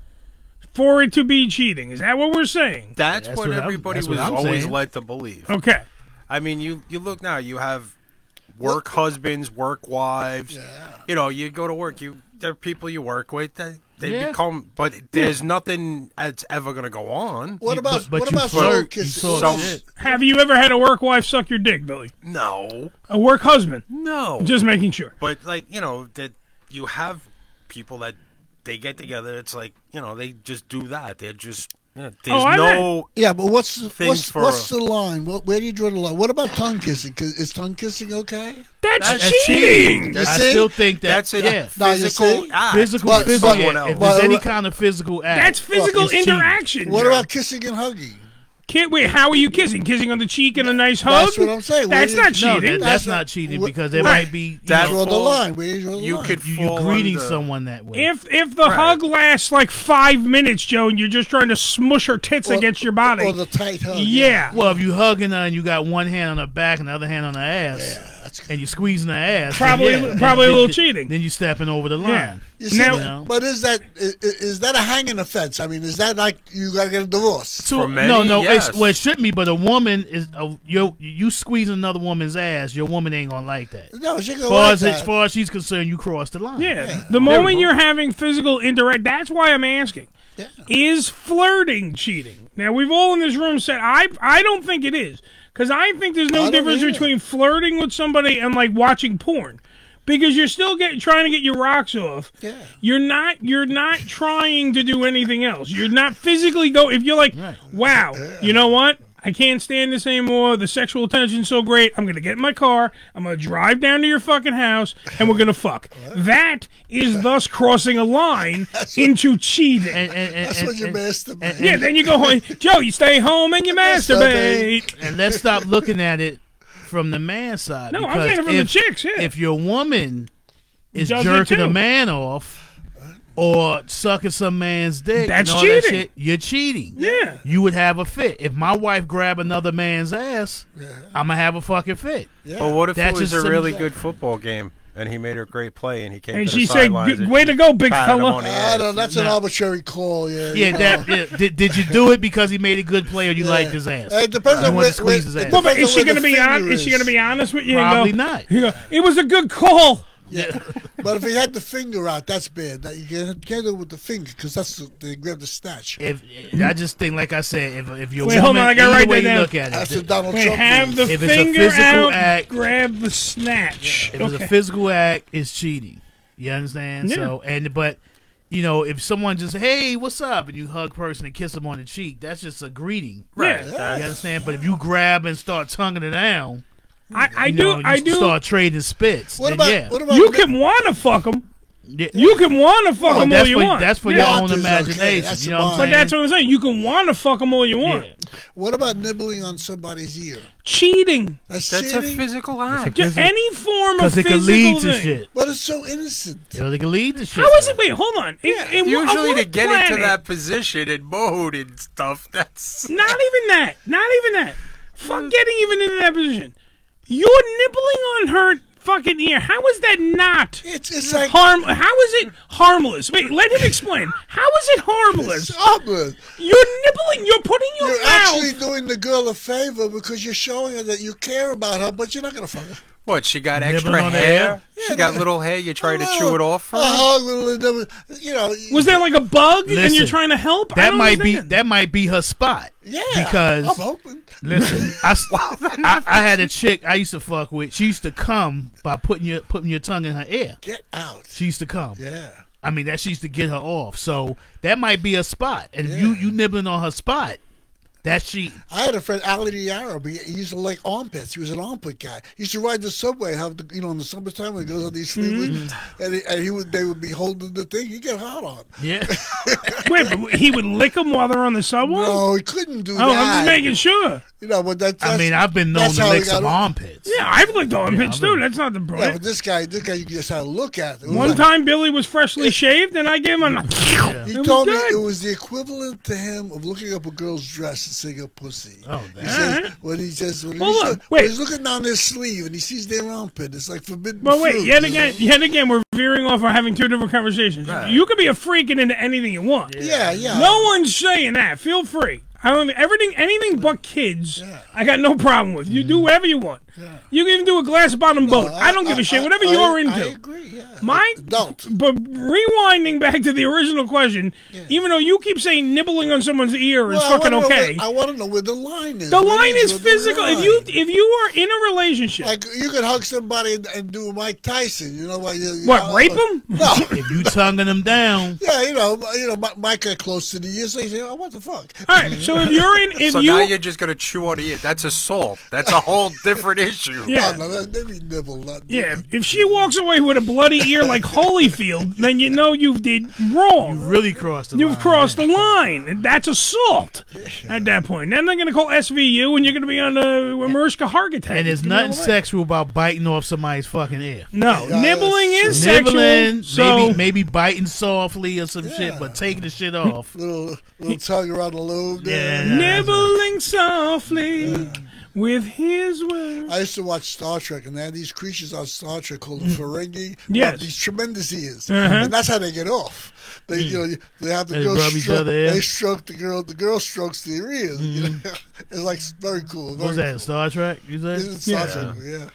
[SPEAKER 1] for it to be cheating? Is that what we're saying?
[SPEAKER 4] That's, what,
[SPEAKER 2] what I'm-
[SPEAKER 4] everybody
[SPEAKER 2] that's
[SPEAKER 4] was
[SPEAKER 2] what I'm
[SPEAKER 4] always
[SPEAKER 2] saying.
[SPEAKER 4] led to believe.
[SPEAKER 1] Okay.
[SPEAKER 4] I mean, you you look now. You have work husbands, work wives. You know, you go to work. You there are people you work with. That They
[SPEAKER 2] Yeah.
[SPEAKER 4] become, but there's nothing that's ever gonna go on.
[SPEAKER 3] What
[SPEAKER 2] You-
[SPEAKER 3] about
[SPEAKER 2] but- but
[SPEAKER 3] what
[SPEAKER 2] you
[SPEAKER 3] about
[SPEAKER 2] flirt,
[SPEAKER 3] slow
[SPEAKER 2] you
[SPEAKER 3] kisses?
[SPEAKER 2] saw
[SPEAKER 3] Well,
[SPEAKER 2] shit.
[SPEAKER 1] Have you ever had a work wife suck your dick, Billy?
[SPEAKER 4] No,
[SPEAKER 1] A work husband?
[SPEAKER 4] no.
[SPEAKER 1] Just making sure.
[SPEAKER 4] But like you know that you have people that they get together. It's like you know they just do that. They're just yeah, there's
[SPEAKER 1] Oh, I
[SPEAKER 4] no
[SPEAKER 3] Yeah, but what's the-
[SPEAKER 4] Thing
[SPEAKER 3] what's,
[SPEAKER 4] for
[SPEAKER 3] what's
[SPEAKER 4] a-
[SPEAKER 3] the line? What, where do you draw the line? What about tongue kissing? 'Cause Is tongue kissing okay?
[SPEAKER 1] That's,
[SPEAKER 2] That's cheating.
[SPEAKER 3] You
[SPEAKER 2] I
[SPEAKER 3] see?
[SPEAKER 2] still think that.
[SPEAKER 4] that's it.
[SPEAKER 2] Yeah.
[SPEAKER 3] Now you
[SPEAKER 4] Physical ah,
[SPEAKER 3] see?
[SPEAKER 4] act
[SPEAKER 2] Physical, Ah.
[SPEAKER 4] with
[SPEAKER 2] physical.
[SPEAKER 4] someone
[SPEAKER 2] yeah,
[SPEAKER 4] else.
[SPEAKER 2] if there's
[SPEAKER 3] But-
[SPEAKER 2] any kind of physical act,
[SPEAKER 1] That's physical
[SPEAKER 2] it's cheating.
[SPEAKER 1] interaction.
[SPEAKER 3] What
[SPEAKER 1] Joe.
[SPEAKER 3] about kissing and hugging?
[SPEAKER 1] Can't wait. How are you kissing? Kissing on the cheek and a nice hug.
[SPEAKER 3] That's what I'm saying. Where
[SPEAKER 1] That's
[SPEAKER 3] do you-
[SPEAKER 1] not
[SPEAKER 2] No,
[SPEAKER 1] cheating.
[SPEAKER 2] that- that's
[SPEAKER 3] That's
[SPEAKER 2] not
[SPEAKER 3] not-
[SPEAKER 2] cheating
[SPEAKER 3] what-
[SPEAKER 2] because there
[SPEAKER 1] Right.
[SPEAKER 2] might be you
[SPEAKER 4] That-
[SPEAKER 2] know,
[SPEAKER 3] Draw the
[SPEAKER 4] Well,
[SPEAKER 3] line. Where do you draw the
[SPEAKER 4] You
[SPEAKER 3] line?
[SPEAKER 4] could
[SPEAKER 2] you-
[SPEAKER 4] fall
[SPEAKER 2] you're greeting
[SPEAKER 4] under-
[SPEAKER 2] someone that way.
[SPEAKER 1] if if the hug lasts like five minutes, Joe, and you're just trying to smush her tits
[SPEAKER 3] Or-
[SPEAKER 1] against your body,
[SPEAKER 3] Or the tight hug.
[SPEAKER 1] yeah,
[SPEAKER 2] well, if you hugging her and you got one hand on her back and the other hand on her ass, and you squeezing her ass, then
[SPEAKER 1] Probably-
[SPEAKER 2] yeah,
[SPEAKER 1] probably a
[SPEAKER 2] then-
[SPEAKER 1] little
[SPEAKER 2] then-
[SPEAKER 1] cheating.
[SPEAKER 2] Then you stepping over the line.
[SPEAKER 1] yeah.
[SPEAKER 3] You see,
[SPEAKER 1] Now-
[SPEAKER 3] but-
[SPEAKER 2] know.
[SPEAKER 3] but is that is, is that a hanging offense? I mean, is that like you got to get a divorce?
[SPEAKER 2] To-
[SPEAKER 4] For many,
[SPEAKER 2] no, no,
[SPEAKER 4] yes.
[SPEAKER 2] it's, well, it shouldn't be. But a woman is a, you. You squeeze another woman's ass, your woman ain't gonna like that.
[SPEAKER 3] No, she can
[SPEAKER 2] far
[SPEAKER 3] like
[SPEAKER 2] as, as
[SPEAKER 3] that.
[SPEAKER 2] far as she's concerned, you crossed the line.
[SPEAKER 1] yeah. The moment you're having physical indirect, that's why I'm asking.
[SPEAKER 3] Yeah.
[SPEAKER 1] Is flirting cheating? Now we've all in this room said I I don't think it is because I think there's
[SPEAKER 3] I
[SPEAKER 1] no
[SPEAKER 3] don't
[SPEAKER 1] difference
[SPEAKER 3] either.
[SPEAKER 1] between flirting with somebody and like watching porn because you're still getting trying to get your rocks off.
[SPEAKER 3] Yeah.
[SPEAKER 1] You're not you're not trying to do anything else. You're not physically go if you're like, wow, you know what? I can't stand this anymore. The sexual tension's so great. I'm gonna get in my car. I'm gonna drive down to your fucking house, and we're gonna fuck. That is thus crossing a line into cheating.
[SPEAKER 2] And, and, and,
[SPEAKER 3] That's
[SPEAKER 2] and,
[SPEAKER 3] what you
[SPEAKER 2] and-
[SPEAKER 3] masturbate.
[SPEAKER 1] Yeah, then you go home. Joe, you stay home and you masturbate.
[SPEAKER 2] and let's stop looking at it from the man's side.
[SPEAKER 1] No, I'm
[SPEAKER 2] because
[SPEAKER 1] saying it from the
[SPEAKER 2] if-
[SPEAKER 1] chicks, yeah.
[SPEAKER 2] If your woman is
[SPEAKER 1] Does it
[SPEAKER 2] jerking a
[SPEAKER 1] too.
[SPEAKER 2] man off or sucking some man's dick, and
[SPEAKER 1] That's
[SPEAKER 2] all that
[SPEAKER 1] cheating.
[SPEAKER 2] shit, you're cheating.
[SPEAKER 1] Yeah.
[SPEAKER 2] You would have a fit. If my wife grab another man's ass, I'm gonna have a fucking fit.
[SPEAKER 4] But what if
[SPEAKER 2] That
[SPEAKER 4] it was
[SPEAKER 2] just
[SPEAKER 4] a
[SPEAKER 2] seems
[SPEAKER 4] really
[SPEAKER 2] like-
[SPEAKER 4] good football game and he made a great play and he came
[SPEAKER 1] And
[SPEAKER 4] to
[SPEAKER 1] she
[SPEAKER 4] the
[SPEAKER 1] said,
[SPEAKER 4] sidelines
[SPEAKER 1] "Good-
[SPEAKER 4] and
[SPEAKER 1] way to go, big
[SPEAKER 4] patted him
[SPEAKER 1] fella."
[SPEAKER 4] on the
[SPEAKER 3] I
[SPEAKER 4] ass?
[SPEAKER 3] don't. That's an
[SPEAKER 2] No.
[SPEAKER 3] arbitrary call. Yeah.
[SPEAKER 2] Yeah, that yeah, did, did you do it because he made a good play or you liked his ass?
[SPEAKER 3] It depends
[SPEAKER 2] You
[SPEAKER 3] on
[SPEAKER 2] wanted
[SPEAKER 3] where,
[SPEAKER 2] to squeeze
[SPEAKER 3] where-
[SPEAKER 2] his ass.
[SPEAKER 3] it
[SPEAKER 1] Well, but
[SPEAKER 3] depends
[SPEAKER 1] is
[SPEAKER 3] on
[SPEAKER 1] she
[SPEAKER 3] where
[SPEAKER 1] gonna
[SPEAKER 3] the
[SPEAKER 1] be on?
[SPEAKER 3] finger
[SPEAKER 1] Is she gonna be honest with you? and
[SPEAKER 2] Probably
[SPEAKER 1] go,
[SPEAKER 2] not.
[SPEAKER 1] you go, it was a good call.
[SPEAKER 3] But if he had the finger out, that's bad. That you can't, can't do it with the finger because that's the, they grab the snatch.
[SPEAKER 2] If I just think, like I said, if if your
[SPEAKER 1] Wait,
[SPEAKER 2] woman,
[SPEAKER 1] hold on, I gotta
[SPEAKER 2] either
[SPEAKER 1] write
[SPEAKER 2] way
[SPEAKER 1] that
[SPEAKER 2] you
[SPEAKER 1] down.
[SPEAKER 2] look at it,
[SPEAKER 3] That's
[SPEAKER 2] th-
[SPEAKER 3] the Donald
[SPEAKER 1] Wait,
[SPEAKER 3] Trump.
[SPEAKER 1] have
[SPEAKER 3] move.
[SPEAKER 1] the
[SPEAKER 2] If it's a
[SPEAKER 1] finger
[SPEAKER 2] physical
[SPEAKER 1] out,
[SPEAKER 2] act-
[SPEAKER 1] grab the snatch.
[SPEAKER 2] If it's
[SPEAKER 1] Okay.
[SPEAKER 2] a physical act, it's cheating. You understand? So and but you know, if someone just hey, what's up, and you hug person and kiss them on the cheek, that's just a greeting.
[SPEAKER 1] Yeah.
[SPEAKER 2] You understand? But if you grab and start tonguing it down,
[SPEAKER 1] I, I
[SPEAKER 2] you
[SPEAKER 1] do.
[SPEAKER 2] know, you
[SPEAKER 1] I do.
[SPEAKER 2] start trading spits.
[SPEAKER 3] What
[SPEAKER 2] then
[SPEAKER 3] about
[SPEAKER 2] yeah.
[SPEAKER 3] what about
[SPEAKER 1] you
[SPEAKER 3] the-
[SPEAKER 1] can want to fuck them.
[SPEAKER 2] Yeah.
[SPEAKER 1] You can want to fuck
[SPEAKER 2] Well,
[SPEAKER 1] them all
[SPEAKER 2] that's
[SPEAKER 1] you
[SPEAKER 2] for,
[SPEAKER 1] want.
[SPEAKER 2] That's for
[SPEAKER 1] Yeah.
[SPEAKER 2] your own
[SPEAKER 3] That's okay.
[SPEAKER 2] imagination.
[SPEAKER 3] That's
[SPEAKER 2] you know what I'm
[SPEAKER 3] fine.
[SPEAKER 1] But
[SPEAKER 2] saying?
[SPEAKER 1] that's what I'm saying. You can want to fuck them all you want.
[SPEAKER 2] Yeah.
[SPEAKER 3] What about nibbling on somebody's ear?
[SPEAKER 1] Cheating,
[SPEAKER 3] That's,
[SPEAKER 4] That's a
[SPEAKER 3] cheating,
[SPEAKER 4] physical act.
[SPEAKER 1] just
[SPEAKER 2] Physical-
[SPEAKER 1] any form of
[SPEAKER 2] Because it
[SPEAKER 1] physical
[SPEAKER 2] can lead to
[SPEAKER 1] thing.
[SPEAKER 2] shit.
[SPEAKER 3] but it's so innocent.
[SPEAKER 2] You know, It can lead to shit.
[SPEAKER 1] How is it? Wait, hold on. In- in wha- on
[SPEAKER 4] Usually, to
[SPEAKER 1] what
[SPEAKER 4] get into
[SPEAKER 1] planet?
[SPEAKER 4] that position and mode and stuff, that's
[SPEAKER 1] Not even that. Not even that. Fuck getting even into that position. You're nibbling on her fucking ear. How is that not
[SPEAKER 3] It's it's like
[SPEAKER 1] harm? How is it harmless? Wait, let him explain. How is it harmless?
[SPEAKER 3] it's harmless.
[SPEAKER 1] You're nibbling. You're putting your
[SPEAKER 3] You're
[SPEAKER 1] mouth.
[SPEAKER 3] actually doing the girl a favor because you're showing her that you care about her, but you're not gonna fuck her.
[SPEAKER 4] what she got
[SPEAKER 2] Nibbling
[SPEAKER 4] extra
[SPEAKER 2] on the
[SPEAKER 4] hair.
[SPEAKER 2] hair?
[SPEAKER 4] She got little hair. You try to chew it off for
[SPEAKER 3] A
[SPEAKER 4] her.
[SPEAKER 3] hug, Oh, uh-huh, little nibble- you know.
[SPEAKER 1] was there like a bug and you're
[SPEAKER 2] Listen,
[SPEAKER 1] trying to help? I
[SPEAKER 2] That
[SPEAKER 1] don't
[SPEAKER 2] might
[SPEAKER 1] understand.
[SPEAKER 2] be that might be her spot.
[SPEAKER 3] Yeah,
[SPEAKER 2] Because
[SPEAKER 3] I'm open.
[SPEAKER 2] Listen, I, s- I- I had a chick I used to fuck with. She used to come by putting your putting your tongue in her ear.
[SPEAKER 3] Get out.
[SPEAKER 2] She used to come.
[SPEAKER 3] Yeah.
[SPEAKER 2] I mean, that she used to get her off. So that might be a spot, and if you you nibbling on her spot. That she
[SPEAKER 3] I had a friend, Ali Diarra. He he used to like armpits. He was an armpit guy. He used to ride the subway. Have the, you know, in the summertime when he goes on these
[SPEAKER 1] Mm-hmm.
[SPEAKER 3] sleeves, and, he, and he would they would be holding the thing. He would get hot on.
[SPEAKER 2] yeah.
[SPEAKER 1] Wait, but he would lick them while they're on the subway.
[SPEAKER 3] No, he couldn't do
[SPEAKER 1] oh,
[SPEAKER 3] that.
[SPEAKER 1] I'm just making sure.
[SPEAKER 3] you know, but that,
[SPEAKER 2] I
[SPEAKER 3] that's-
[SPEAKER 2] mean, I've been known
[SPEAKER 3] that's
[SPEAKER 2] to
[SPEAKER 3] how
[SPEAKER 2] lick
[SPEAKER 3] he got
[SPEAKER 2] some
[SPEAKER 3] it.
[SPEAKER 2] armpits.
[SPEAKER 1] Yeah, I've licked on bitch too. That's not the
[SPEAKER 3] Yeah,
[SPEAKER 1] problem.
[SPEAKER 3] but this guy, this guy, you just had to look at. It was
[SPEAKER 1] One
[SPEAKER 3] like-
[SPEAKER 1] time Billy was freshly shaved and I gave him a.
[SPEAKER 3] He
[SPEAKER 1] It was
[SPEAKER 3] told
[SPEAKER 1] good.
[SPEAKER 3] me it was the equivalent to him of looking up a girl's dress and seeing a pussy.
[SPEAKER 2] Oh,
[SPEAKER 3] He
[SPEAKER 2] that.
[SPEAKER 3] says,
[SPEAKER 1] Alright.
[SPEAKER 3] when he says, when,
[SPEAKER 1] Well,
[SPEAKER 3] he's,
[SPEAKER 1] look,
[SPEAKER 3] when
[SPEAKER 1] wait.
[SPEAKER 3] he's looking down his sleeve and he sees their armpit, it's like forbidden.
[SPEAKER 1] But wait,
[SPEAKER 3] fruit,
[SPEAKER 1] yet
[SPEAKER 3] you
[SPEAKER 1] again,
[SPEAKER 3] know?
[SPEAKER 1] yet again, we're veering off. We're having two different conversations. You can be a freak and into anything you want.
[SPEAKER 3] Yeah, yeah.
[SPEAKER 1] No one's saying that.
[SPEAKER 3] Mm-hmm.
[SPEAKER 1] Feel free. I don't everything, anything but kids. I got no problem with. You do whatever you want. You can even do a glass bottom boat. I, don't give a shit. Whatever you're into.
[SPEAKER 3] I agree. Yeah.
[SPEAKER 1] Mine don't. But rewinding back to the original question, even though you keep saying nibbling on someone's ear is
[SPEAKER 3] Well, I
[SPEAKER 1] fucking
[SPEAKER 3] wanna know
[SPEAKER 1] okay.
[SPEAKER 3] where- I want to know where the line is.
[SPEAKER 1] the
[SPEAKER 3] What
[SPEAKER 1] line is
[SPEAKER 3] with
[SPEAKER 1] physical. If
[SPEAKER 3] line?
[SPEAKER 1] you if you are in a relationship,
[SPEAKER 3] like you could hug somebody and, and do Mike Tyson, you know why you, you
[SPEAKER 1] What,
[SPEAKER 3] know,
[SPEAKER 1] rape
[SPEAKER 3] like-
[SPEAKER 1] him?
[SPEAKER 3] No.
[SPEAKER 2] If you tonguing them down,
[SPEAKER 3] Yeah, you know, you know, Mi- Mike got close to the years. So he said, "Oh, what the fuck?"
[SPEAKER 1] all right. So if you're in, if
[SPEAKER 4] so
[SPEAKER 1] you
[SPEAKER 4] now you're just gonna chew on it. That's assault. That's a whole different issue.
[SPEAKER 1] yeah.
[SPEAKER 3] No, no, they be nibble. Not,
[SPEAKER 1] Yeah, if she walks away with a bloody ear like Holyfield, then you know you did wrong.
[SPEAKER 2] really crossed the
[SPEAKER 1] You've
[SPEAKER 2] line.
[SPEAKER 1] crossed the line, and that's assault at that point. Then they're going to call SVU, and you're going to be on a Mariska Hargitay.
[SPEAKER 2] And there's
[SPEAKER 1] You know
[SPEAKER 2] nothing
[SPEAKER 1] what?
[SPEAKER 2] sexual about biting off somebody's fucking ear.
[SPEAKER 1] No,
[SPEAKER 3] Yeah,
[SPEAKER 1] nibbling
[SPEAKER 3] that's
[SPEAKER 1] is
[SPEAKER 2] Nibbling,
[SPEAKER 1] sexual. So
[SPEAKER 2] maybe maybe biting softly or some shit, but taking the shit off.
[SPEAKER 3] little little tongue around the lobe. there.
[SPEAKER 2] Yeah.
[SPEAKER 1] nibbling softly with his words.
[SPEAKER 3] I used to watch Star Trek, and they had these creatures on Star Trek called the Ferengi. who
[SPEAKER 1] Mm. Yes. Uh-huh.
[SPEAKER 3] have these tremendous ears, and that's how they get off.
[SPEAKER 1] Mm.
[SPEAKER 3] They, you know, they have the
[SPEAKER 2] They
[SPEAKER 3] girl
[SPEAKER 2] rub each
[SPEAKER 3] stroke.
[SPEAKER 2] other, yeah.
[SPEAKER 3] They stroke the girl. The girl strokes their ears. You
[SPEAKER 1] Mm.
[SPEAKER 3] know? it's like very cool.
[SPEAKER 2] What was
[SPEAKER 3] very
[SPEAKER 2] that Star Trek? You
[SPEAKER 3] cool.
[SPEAKER 2] said
[SPEAKER 3] It's Star Trek, yeah.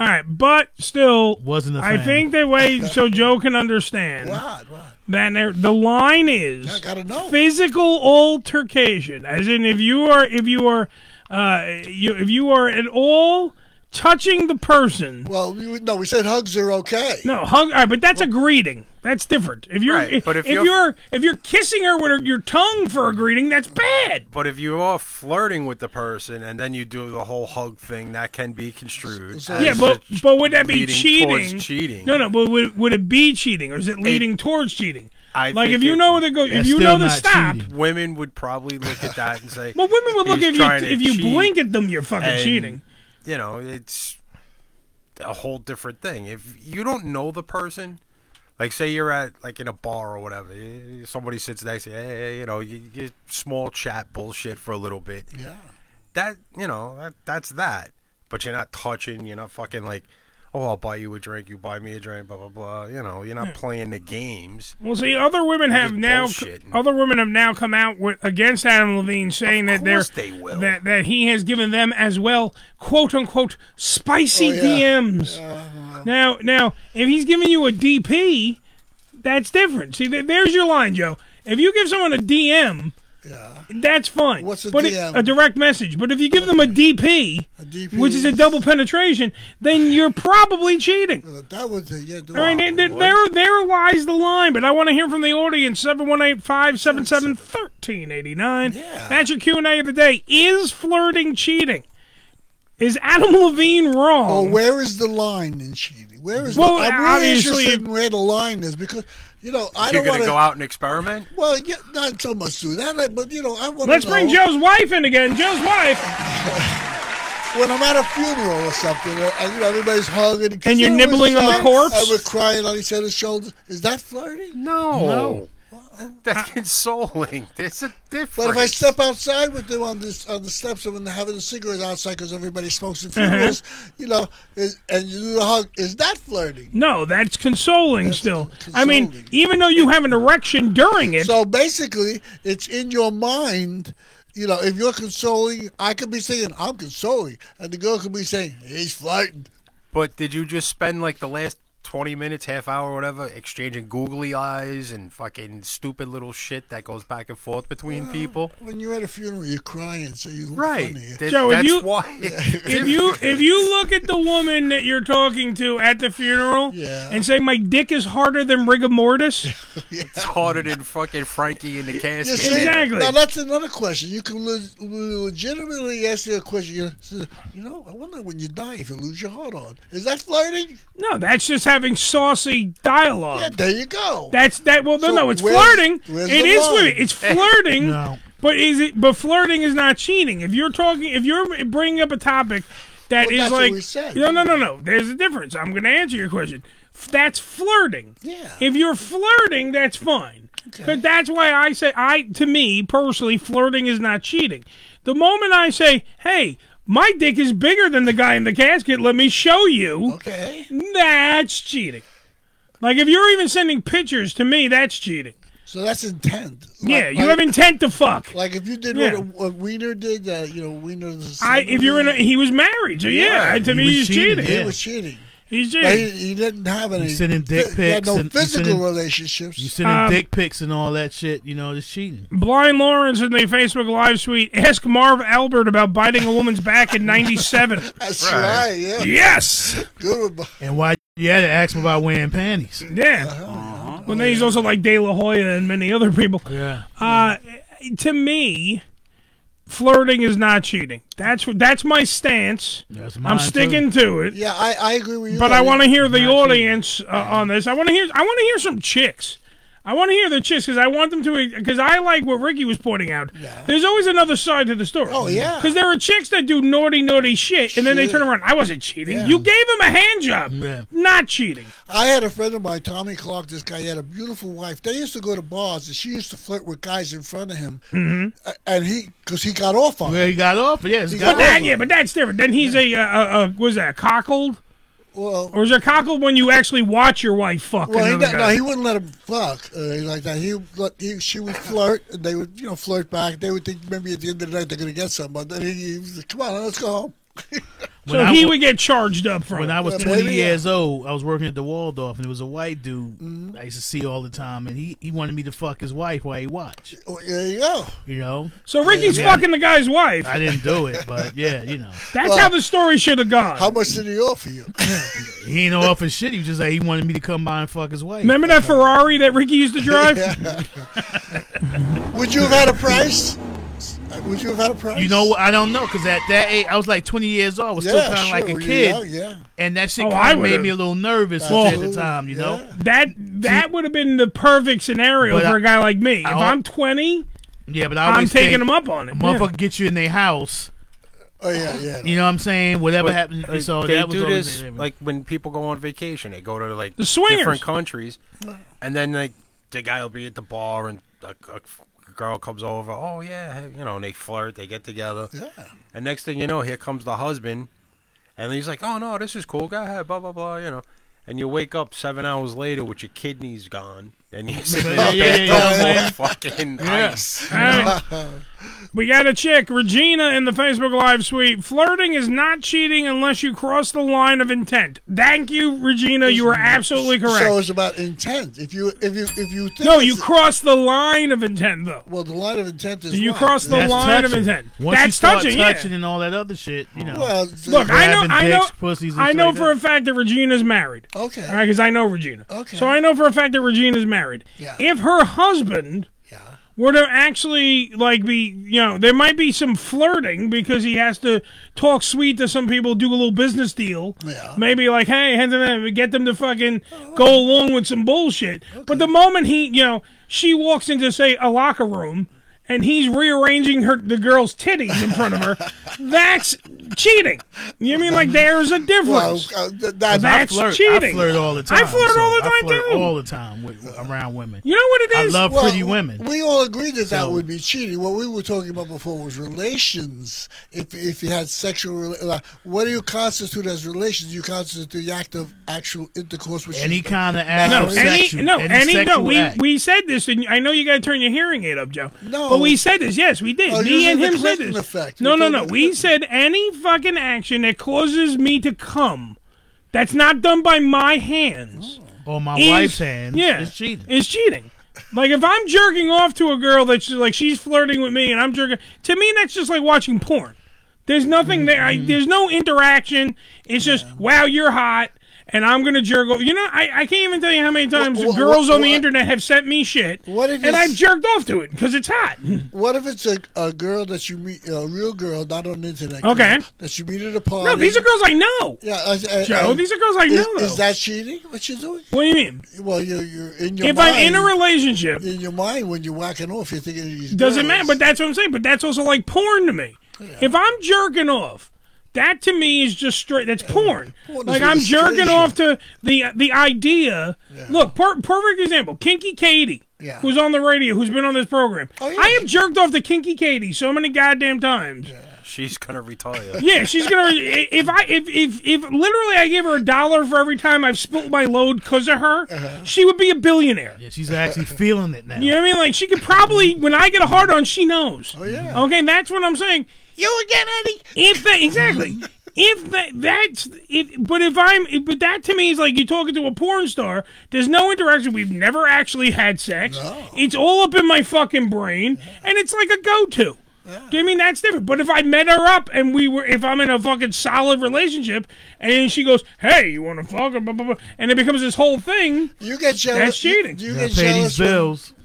[SPEAKER 1] All right, but still,
[SPEAKER 2] wasn't a
[SPEAKER 1] I
[SPEAKER 2] fan.
[SPEAKER 1] think that way so Joe can understand
[SPEAKER 3] Right, right.
[SPEAKER 1] that there, the line is.
[SPEAKER 3] I gotta know.
[SPEAKER 1] physical altercation as in if you are if you are uh you if you are at all touching the person
[SPEAKER 3] Well, you, no, we said hugs are okay.
[SPEAKER 1] no hug all right but that's a greeting that's different if you're
[SPEAKER 4] Right, but
[SPEAKER 1] if,
[SPEAKER 4] if
[SPEAKER 1] you're,
[SPEAKER 4] you're-
[SPEAKER 1] if you're kissing her with her, your tongue for a greeting that's bad
[SPEAKER 4] But if you are flirting with the person and then you do the whole hug thing, that can be construed.
[SPEAKER 3] So-
[SPEAKER 4] as
[SPEAKER 1] yeah but
[SPEAKER 4] a
[SPEAKER 1] but would that be
[SPEAKER 4] leading towards
[SPEAKER 1] cheating
[SPEAKER 4] Cheating.
[SPEAKER 1] no no but would, would it be cheating or is it leading towards cheating
[SPEAKER 4] I
[SPEAKER 1] like
[SPEAKER 4] think
[SPEAKER 1] if you
[SPEAKER 4] it-
[SPEAKER 1] know the go if
[SPEAKER 2] That's
[SPEAKER 1] you
[SPEAKER 2] still
[SPEAKER 1] know the
[SPEAKER 2] not
[SPEAKER 1] stop
[SPEAKER 2] cheating.
[SPEAKER 4] women would probably look at that and say,
[SPEAKER 1] well women would look
[SPEAKER 4] He's
[SPEAKER 1] if you
[SPEAKER 4] trying to
[SPEAKER 1] if you
[SPEAKER 4] cheat
[SPEAKER 1] blink at them you're fucking
[SPEAKER 4] and-
[SPEAKER 1] cheating
[SPEAKER 4] you know, it's a whole different thing. If you don't know the person, like say you're at like in a bar or whatever, eh, somebody sits next to you, hey, you know, you get small chat bullshit for a little bit.
[SPEAKER 3] Yeah.
[SPEAKER 4] That you know, that, that's that. But you're not touching. You're not fucking like, oh, I'll buy you a drink. You buy me a drink. Blah blah blah. You know, you're not playing the games.
[SPEAKER 1] Well, see, other women have
[SPEAKER 4] Just
[SPEAKER 1] now
[SPEAKER 4] bullshit.
[SPEAKER 1] other women have now come out with, against Adam Levine, saying that they're
[SPEAKER 4] course they will.
[SPEAKER 1] that that he has given them as well quote unquote spicy
[SPEAKER 3] yeah.
[SPEAKER 1] DMs. now, now, if he's giving you a DP, that's different. See, th- there's your line, Joe. If you give someone a DM, that's fine.
[SPEAKER 3] What's a
[SPEAKER 1] but it-
[SPEAKER 3] DM?
[SPEAKER 1] a direct message. But if you give them a DP,
[SPEAKER 3] DP
[SPEAKER 1] which is a double penetration, then you're probably cheating.
[SPEAKER 3] That was a, yeah.
[SPEAKER 1] All right, there, there, there lies the line, but I want to hear from the audience. 718-577-1389.
[SPEAKER 3] Yeah.
[SPEAKER 1] That's your Q&A of the day. Is flirting cheating? Is Adam Levine
[SPEAKER 3] Well,
[SPEAKER 1] wrong?
[SPEAKER 3] where is the line in cheating? Where is
[SPEAKER 1] Well,
[SPEAKER 3] the, I'm really
[SPEAKER 1] obviously-
[SPEAKER 3] interested in where the line is because you know I
[SPEAKER 4] You're
[SPEAKER 3] don't
[SPEAKER 4] gonna
[SPEAKER 3] want to.
[SPEAKER 4] go out and experiment.
[SPEAKER 3] Well, yeah, not so much through that, like, but you know I want.
[SPEAKER 1] Let's
[SPEAKER 3] know,
[SPEAKER 1] bring Joe's wife in again. Joe's wife.
[SPEAKER 3] when I'm at a funeral or something, and, and, you know everybody's hugging and,
[SPEAKER 1] And you're
[SPEAKER 3] kissing,
[SPEAKER 1] nibbling on the
[SPEAKER 3] I was-
[SPEAKER 1] corpse?
[SPEAKER 3] I would crying on each other's shoulders. Is that flirting?
[SPEAKER 4] No. That's consoling. There's a difference.
[SPEAKER 3] But if I step outside with them on this on the steps and having a cigarette outside because everybody smokes at
[SPEAKER 1] Uh-huh.
[SPEAKER 3] funerals, you know, is, and you do the hug, is that flirting?
[SPEAKER 1] No, that's consoling still. I mean,
[SPEAKER 3] consoling.
[SPEAKER 1] even though you have an erection during it,
[SPEAKER 3] So basically, it's in your mind. You know, if you're consoling, I could be saying I'm consoling, and the girl could be saying he's flirting.
[SPEAKER 4] But did you just spend like the last 20 minutes, half hour, whatever, exchanging googly eyes and fucking stupid little shit that goes back and forth between people?
[SPEAKER 3] When you're at a funeral, you're crying, so you look
[SPEAKER 4] Right.
[SPEAKER 3] funny.
[SPEAKER 4] That-
[SPEAKER 1] Joe, if
[SPEAKER 4] that's
[SPEAKER 1] you-
[SPEAKER 4] why.
[SPEAKER 1] if you if you look at the woman that you're talking to at the funeral
[SPEAKER 3] Yeah.
[SPEAKER 1] and say my dick is harder than rigor mortis,
[SPEAKER 4] it's harder than fucking Frankie in the
[SPEAKER 3] You
[SPEAKER 4] casket.
[SPEAKER 3] see?
[SPEAKER 1] Exactly.
[SPEAKER 3] Now that's another question. You can le- legitimately ask you a question. You know, you know, I wonder when you die if you lose your heart on. Is that flirting?
[SPEAKER 1] no, that's just having saucy dialogue.
[SPEAKER 3] Yeah, there you go.
[SPEAKER 1] That's that. Well, no,
[SPEAKER 3] So
[SPEAKER 1] no, it's
[SPEAKER 3] where's-
[SPEAKER 1] flirting.
[SPEAKER 3] where's
[SPEAKER 1] it
[SPEAKER 3] the
[SPEAKER 1] is
[SPEAKER 3] line?
[SPEAKER 1] flirting. It's flirting.
[SPEAKER 2] No.
[SPEAKER 1] But is it? But flirting is not cheating. If you're talking, if you're bringing up a topic that
[SPEAKER 3] Well,
[SPEAKER 1] is
[SPEAKER 3] that's what
[SPEAKER 1] like,
[SPEAKER 3] we said.
[SPEAKER 1] no, no, no, no. There's a difference. I'm going to answer your question. F- That's flirting.
[SPEAKER 3] Yeah.
[SPEAKER 1] If you're flirting, that's fine. But that's why I say I to me personally, flirting is not cheating. The moment I say, "Hey, my dick is bigger than the guy in the casket. Let me show you."
[SPEAKER 3] okay.
[SPEAKER 1] That's cheating. Like if you're even sending pictures to me, that's cheating.
[SPEAKER 3] So that's intent.
[SPEAKER 1] yeah, you have intent to fuck.
[SPEAKER 3] Like if you did
[SPEAKER 1] Yeah.
[SPEAKER 3] what, a, what Wiener did, uh, you know, Wiener's.
[SPEAKER 1] I if you're in a he was married, so yeah, to me he's cheating.
[SPEAKER 3] He was cheating.
[SPEAKER 1] He's
[SPEAKER 3] But
[SPEAKER 1] cheating.
[SPEAKER 3] He, he didn't have any.
[SPEAKER 2] You sending dick
[SPEAKER 3] He had
[SPEAKER 2] pics
[SPEAKER 3] no
[SPEAKER 2] and- you
[SPEAKER 3] physical
[SPEAKER 2] sending-
[SPEAKER 3] relationships.
[SPEAKER 2] You sending
[SPEAKER 1] Um,
[SPEAKER 2] dick pics and all that shit, you know, it's cheating.
[SPEAKER 1] Blind Lawrence in the Facebook live suite. Ask Marv Albert about biting a woman's back in '97.
[SPEAKER 3] That's right.
[SPEAKER 4] Right.
[SPEAKER 3] yeah.
[SPEAKER 1] yes.
[SPEAKER 3] Good one.
[SPEAKER 2] And why you had to ask him about wearing panties.
[SPEAKER 1] Yeah.
[SPEAKER 3] Uh-huh.
[SPEAKER 1] Well, then he's also like De La Hoya and many other people.
[SPEAKER 2] Yeah.
[SPEAKER 1] Uh, to me, flirting is not cheating. That's what that's my stance.
[SPEAKER 2] That's
[SPEAKER 1] I'm
[SPEAKER 2] mine, too.
[SPEAKER 1] sticking to it.
[SPEAKER 3] Yeah, I, I agree with you.
[SPEAKER 1] But I
[SPEAKER 3] Larry.
[SPEAKER 1] want to hear the audience uh, on this. I want to hear. I want to hear some chicks. I want to hear the chicks because I want them to. Because I like what Ricky was pointing out. There's always another side to the story.
[SPEAKER 3] Oh, yeah.
[SPEAKER 1] Because there are chicks that do naughty, naughty shit, and then they turn around. I wasn't cheating. You gave him a hand job.
[SPEAKER 2] Yeah.
[SPEAKER 1] Not cheating.
[SPEAKER 3] I had a friend of mine, Tommy Clark. This guy he had a beautiful wife. They used to go to bars, and she used to flirt with guys in front of him. Mm-hmm. And he, because he got off on
[SPEAKER 2] Well,
[SPEAKER 3] it.
[SPEAKER 2] he got off. Yeah, it's
[SPEAKER 1] But
[SPEAKER 2] got
[SPEAKER 1] that,
[SPEAKER 2] off.
[SPEAKER 1] yeah, but that's different. Then he's a, uh, uh, uh, was that cockled
[SPEAKER 3] Well,
[SPEAKER 1] or is it cockled when you actually watch your wife fuck
[SPEAKER 3] well, he,
[SPEAKER 1] another
[SPEAKER 3] got,
[SPEAKER 1] guy?
[SPEAKER 3] no, he wouldn't let him fuck uh, like that. He, let, he, she would flirt, and they would, you know, flirt back. They would think maybe at the end of the night they're gonna get something. But then he, he was like, "Come on, let's go home."
[SPEAKER 1] so
[SPEAKER 2] I
[SPEAKER 1] he
[SPEAKER 2] wa-
[SPEAKER 1] would get charged up for
[SPEAKER 2] When
[SPEAKER 1] it.
[SPEAKER 2] I was
[SPEAKER 3] Yeah,
[SPEAKER 2] 20
[SPEAKER 3] maybe, yeah.
[SPEAKER 2] years old, I was working at the Waldorf, and it was a white dude
[SPEAKER 3] Mm-hmm.
[SPEAKER 2] I used to see all the time, and he, he wanted me to fuck his wife while he watched.
[SPEAKER 3] Well, there you go.
[SPEAKER 2] You know,
[SPEAKER 1] so Ricky's fucking the guy's wife.
[SPEAKER 2] I didn't do it, but yeah, you know,
[SPEAKER 1] That's
[SPEAKER 3] Well,
[SPEAKER 1] how the story should have gone.
[SPEAKER 3] How much did he offer you?
[SPEAKER 2] he ain't off his shit. He was just like he wanted me to come by and fuck his wife.
[SPEAKER 1] Remember that Ferrari that Ricky used to drive?
[SPEAKER 3] would you have had a price? Uh, Would you have had a price?
[SPEAKER 2] You know what? I don't know because at that age, I was like 20 years old. I was
[SPEAKER 3] Yeah,
[SPEAKER 2] still kind of
[SPEAKER 3] sure.
[SPEAKER 2] like a
[SPEAKER 3] Were you
[SPEAKER 2] kid,
[SPEAKER 3] young? Yeah.
[SPEAKER 2] and that shit
[SPEAKER 1] Oh, I
[SPEAKER 2] kind of made
[SPEAKER 1] would've-
[SPEAKER 2] me a little nervous at the
[SPEAKER 3] Absolutely.
[SPEAKER 2] time. You know,
[SPEAKER 1] That that would have been the perfect scenario
[SPEAKER 2] But
[SPEAKER 1] for
[SPEAKER 2] I-
[SPEAKER 1] a guy like me. If
[SPEAKER 2] I'll-
[SPEAKER 1] I'm 20,
[SPEAKER 2] yeah, but I
[SPEAKER 1] I'm
[SPEAKER 2] always
[SPEAKER 1] taking
[SPEAKER 2] think,
[SPEAKER 1] him up on it.
[SPEAKER 2] Motherfucker, get you in their house.
[SPEAKER 3] Oh yeah, yeah.
[SPEAKER 2] You know what I'm saying? Whatever happened.
[SPEAKER 4] Like,
[SPEAKER 2] so
[SPEAKER 4] they
[SPEAKER 2] that was
[SPEAKER 4] do
[SPEAKER 2] always-
[SPEAKER 4] this like when people go on vacation, they go to like
[SPEAKER 1] The swingers.
[SPEAKER 4] different countries, and then like the guy will be at the bar and a, a girl comes over. Oh yeah, hey," you know, and they flirt, they get together,
[SPEAKER 3] Yeah.
[SPEAKER 4] and next thing you know, here comes the husband, and he's like, "Oh no, this is cool, go ahead, blah blah blah," you know, and you wake up seven hours later with your kidneys gone, and you're sitting
[SPEAKER 2] Yeah,
[SPEAKER 4] up
[SPEAKER 2] yeah,
[SPEAKER 4] there
[SPEAKER 2] yeah, yeah,
[SPEAKER 4] full of
[SPEAKER 2] man.
[SPEAKER 4] fucking ice.
[SPEAKER 1] All right. we got a chick, Regina, in the Facebook Live suite. Flirting is not cheating unless you cross the line of intent. Thank you, Regina. You are absolutely
[SPEAKER 3] So
[SPEAKER 1] correct.
[SPEAKER 3] it's about intent. If you if you if you think
[SPEAKER 1] No, you
[SPEAKER 3] it's-
[SPEAKER 1] cross the line of intent, though.
[SPEAKER 3] well the line of intent is
[SPEAKER 1] You
[SPEAKER 3] what?
[SPEAKER 1] cross the
[SPEAKER 2] That's
[SPEAKER 1] line
[SPEAKER 2] touching.
[SPEAKER 1] of intent.
[SPEAKER 2] Once you
[SPEAKER 1] That's
[SPEAKER 2] start
[SPEAKER 1] touching. yeah.
[SPEAKER 2] touching and all that other shit, you know.
[SPEAKER 3] Well, it's-
[SPEAKER 1] Look, I know,
[SPEAKER 2] Grabbing
[SPEAKER 1] I know,
[SPEAKER 2] dicks, pussies, and
[SPEAKER 1] I
[SPEAKER 2] shit
[SPEAKER 1] know
[SPEAKER 2] like
[SPEAKER 1] for a fact that Regina's married.
[SPEAKER 3] Okay.
[SPEAKER 1] All right, because I know Regina.
[SPEAKER 3] Okay.
[SPEAKER 1] So I know for a fact that Regina's married.
[SPEAKER 3] Yeah.
[SPEAKER 1] If her husband
[SPEAKER 3] Yeah.
[SPEAKER 1] were to actually like be, you know, there might be some flirting because he has to talk sweet to some people, do a little business deal.
[SPEAKER 3] Yeah.
[SPEAKER 1] Maybe like, hey, hand them that, get them to fucking go along with some bullshit. But the moment he, you know, she walks into say a locker room. And he's rearranging her the girl's titties in front of her. That's cheating. You mean like there's a difference?
[SPEAKER 3] Well, uh, th- that,
[SPEAKER 1] That's
[SPEAKER 2] I flirt, I
[SPEAKER 1] cheating.
[SPEAKER 2] flirt all the time.
[SPEAKER 1] I flirt
[SPEAKER 2] so
[SPEAKER 1] all the time,
[SPEAKER 2] I flirt
[SPEAKER 1] too.
[SPEAKER 2] all the time with,
[SPEAKER 3] Uh,
[SPEAKER 2] around women.
[SPEAKER 1] you know what it
[SPEAKER 2] I
[SPEAKER 1] is?
[SPEAKER 2] love
[SPEAKER 3] well,
[SPEAKER 2] pretty women.
[SPEAKER 3] We all agreed that that
[SPEAKER 2] So-
[SPEAKER 3] would be cheating. What we were talking about before was relations. If if you had sexual, rela- uh, what do you constitute as relations? You constitute the act of actual intercourse with
[SPEAKER 2] Any
[SPEAKER 3] you.
[SPEAKER 2] kind of act.
[SPEAKER 1] No,
[SPEAKER 2] of
[SPEAKER 1] any,
[SPEAKER 2] sexual-
[SPEAKER 1] no,
[SPEAKER 2] any,
[SPEAKER 1] any, no.
[SPEAKER 2] sexual
[SPEAKER 1] We
[SPEAKER 2] act.
[SPEAKER 1] we said this, and I know you got to turn your hearing aid up, Joe.
[SPEAKER 3] No.
[SPEAKER 1] but we said this. Yes, we did.
[SPEAKER 3] Oh,
[SPEAKER 1] Me
[SPEAKER 3] using
[SPEAKER 1] and
[SPEAKER 3] the
[SPEAKER 1] him said
[SPEAKER 3] Clinton
[SPEAKER 1] this.
[SPEAKER 3] effect.
[SPEAKER 1] No,
[SPEAKER 3] You're
[SPEAKER 1] no,
[SPEAKER 3] talking
[SPEAKER 1] no.
[SPEAKER 3] about
[SPEAKER 1] We
[SPEAKER 3] Clinton.
[SPEAKER 1] said any fucking action that causes me to come, that's not done by my hands.
[SPEAKER 2] on my
[SPEAKER 1] is-
[SPEAKER 2] wife's hands.
[SPEAKER 1] yeah,
[SPEAKER 2] is cheating.
[SPEAKER 1] Is cheating. Like if I'm jerking off to a girl that's just, like she's flirting with me and I'm jerking. To me, that's just like watching porn. There's nothing there. I, there's no interaction. It's just wow, you're hot, and I'm gonna jerk off. You know, I, I can't even tell you how many times
[SPEAKER 3] wha-
[SPEAKER 1] girls
[SPEAKER 3] wha-
[SPEAKER 1] on the
[SPEAKER 3] wha-
[SPEAKER 1] internet have sent me shit,
[SPEAKER 3] What if
[SPEAKER 1] and
[SPEAKER 3] it's-
[SPEAKER 1] I've jerked off to it because it's hot.
[SPEAKER 3] What if it's a, a girl that you meet, a real girl, not on the internet?
[SPEAKER 1] Okay.
[SPEAKER 3] girl, that you meet at a party.
[SPEAKER 1] No, these are girls I know.
[SPEAKER 3] Yeah, I, I,
[SPEAKER 1] Joe,
[SPEAKER 3] I-
[SPEAKER 1] these are girls I
[SPEAKER 3] is,
[SPEAKER 1] know.
[SPEAKER 3] Is
[SPEAKER 1] though.
[SPEAKER 3] that cheating? What you doing?
[SPEAKER 1] what do you mean?
[SPEAKER 3] Well, you're, you're in your
[SPEAKER 1] If
[SPEAKER 3] mind.
[SPEAKER 1] I'm in a relationship,
[SPEAKER 3] in your mind when you're whacking off, you're thinking of these
[SPEAKER 1] Doesn't
[SPEAKER 3] girls.
[SPEAKER 1] matter, but that's what I'm saying. But that's also like porn to me. If I'm jerking off, that to me is just straight. That's porn.
[SPEAKER 3] Porn is
[SPEAKER 1] like
[SPEAKER 3] where
[SPEAKER 1] I'm
[SPEAKER 3] the
[SPEAKER 1] jerking
[SPEAKER 3] station-
[SPEAKER 1] off to the the idea. Look, per, perfect example. Kinky Katie,
[SPEAKER 3] Yeah.
[SPEAKER 1] who's on the radio, who's been on this program.
[SPEAKER 3] Oh, yeah.
[SPEAKER 1] I have jerked off to Kinky Katie so many goddamn times
[SPEAKER 4] She's gonna retire.
[SPEAKER 1] Yeah, she's gonna. If I if if if literally I gave her a dollar for every time I've spilt my load because of her, she would be a billionaire.
[SPEAKER 7] Uh-huh. Yeah, she's actually feeling it now.
[SPEAKER 1] You know what I mean? Like she could probably, when I get a hard on, she knows. Oh yeah. Okay, and that's what I'm saying. You again, Eddie? If that exactly. If that that's it, but if I'm but that to me is like you talking to a porn star. There's no interaction. We've never actually had sex. It's all up in my fucking brain, and it's like a go-to. Do you mean that's different? But if I met her up and we were, if I'm in a fucking solid relationship, and she goes, "Hey, you want to fuck?" Blah, blah, blah, and it becomes this whole thing.
[SPEAKER 3] You get jealous.
[SPEAKER 1] That's cheating.
[SPEAKER 3] You, you get jealous. when-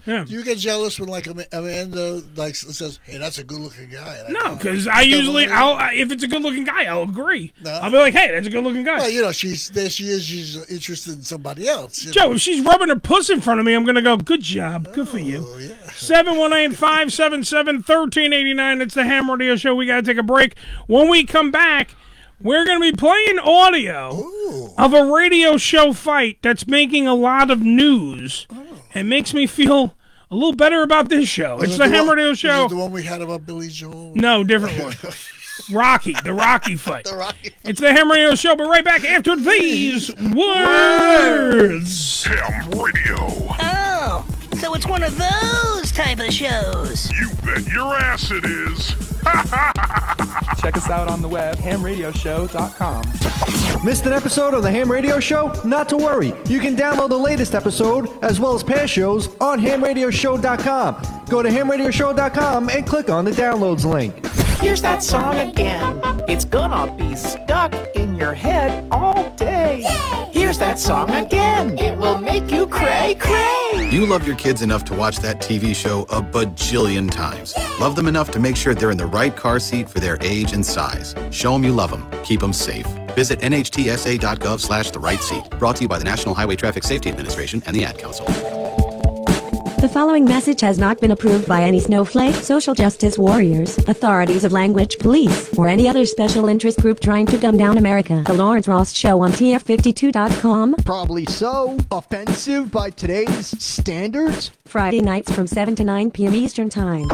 [SPEAKER 1] Yeah.
[SPEAKER 3] You get jealous when like Am- Amanda like s- says, "Hey, that's a good-looking guy." and I-
[SPEAKER 1] No, because I usually, I'll, I- if it's a good looking guy, I'll agree. I'll be like, hey, that's a good looking guy.
[SPEAKER 3] Well, you know, she's there. She is. She's interested in somebody else. you
[SPEAKER 1] Joe, if she's rubbing her puss in front of me, I'm going to go, good job. Good for
[SPEAKER 3] Oh,
[SPEAKER 1] you. 718 577 1389. It's the Ham Radio Show. We got to take a break. When we come back, we're going to be playing audio of a radio show fight that's making a lot of news and makes me feel a little better about this show.
[SPEAKER 3] know.
[SPEAKER 1] It's the
[SPEAKER 3] one-
[SPEAKER 1] Ham Radio
[SPEAKER 3] Oh. is it
[SPEAKER 1] Show.
[SPEAKER 3] The one we had about Billy Joel.
[SPEAKER 1] No, different one. Rocky, the Rocky fight. the Rocky. It's the Ham Radio Show. But right back after these words.
[SPEAKER 8] Ham Radio.
[SPEAKER 9] Oh, so it's one of those type of shows.
[SPEAKER 8] You bet your ass it is.
[SPEAKER 10] Check us out on the web, hamradioshow.com.
[SPEAKER 11] Missed an episode of the Ham Radio Show? Not to worry. You can download the latest episode, as well as past shows, on hamradioshow.com. Go to hamradioshow.com and click on the downloads link.
[SPEAKER 10] Here's that song again. It's gonna be stuck in your head all day. Here's that song again. It will make you cray cray.
[SPEAKER 12] You love your kids enough to watch that TV show a bajillion times. Love them enough to make sure they're in the right car seat for their age and size. Show them you love them. Keep them safe. Visit nhtsa.gov slash the right seat. Brought to you by the National Highway Traffic Safety Administration and the Ad Council.
[SPEAKER 13] The following message has not been approved by any snowflake, social justice warriors, authorities of language police, or any other special interest group trying to dumb down America. The Lawrence Ross Show on TF52.com.
[SPEAKER 11] Probably so. Offensive by today's standards?
[SPEAKER 13] Friday nights from 7 to 9 p.m. Eastern Time.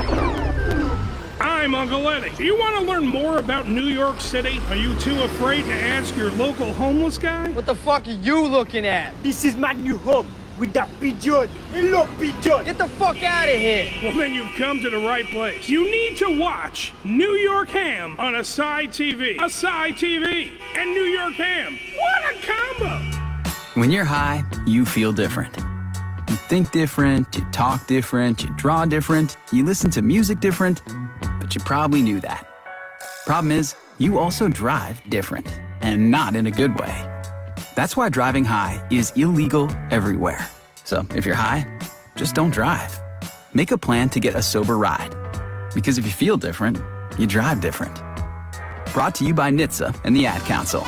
[SPEAKER 1] I'm Uncle Eddie. Do you want to learn more about New York City? Are you too afraid to ask your local homeless guy? What the fuck are you looking at? This is my new home with that pigeon. Hey, look, pigeon. Get the fuck out of here. Well, then you've come to the right place. You need to watch New York Ham on Asai TV. Asai TV and New York Ham. What a combo!
[SPEAKER 14] When you're high, you feel different. You think different, you talk different, you draw different, you listen to music different, but you probably knew that. Problem is, you also drive different, and not in a good way. That's why driving high is illegal everywhere. So if you're high, just don't drive. Make a plan to get a sober ride. Because if you feel different, you drive different. Brought to you by NHTSA and the Ad Council.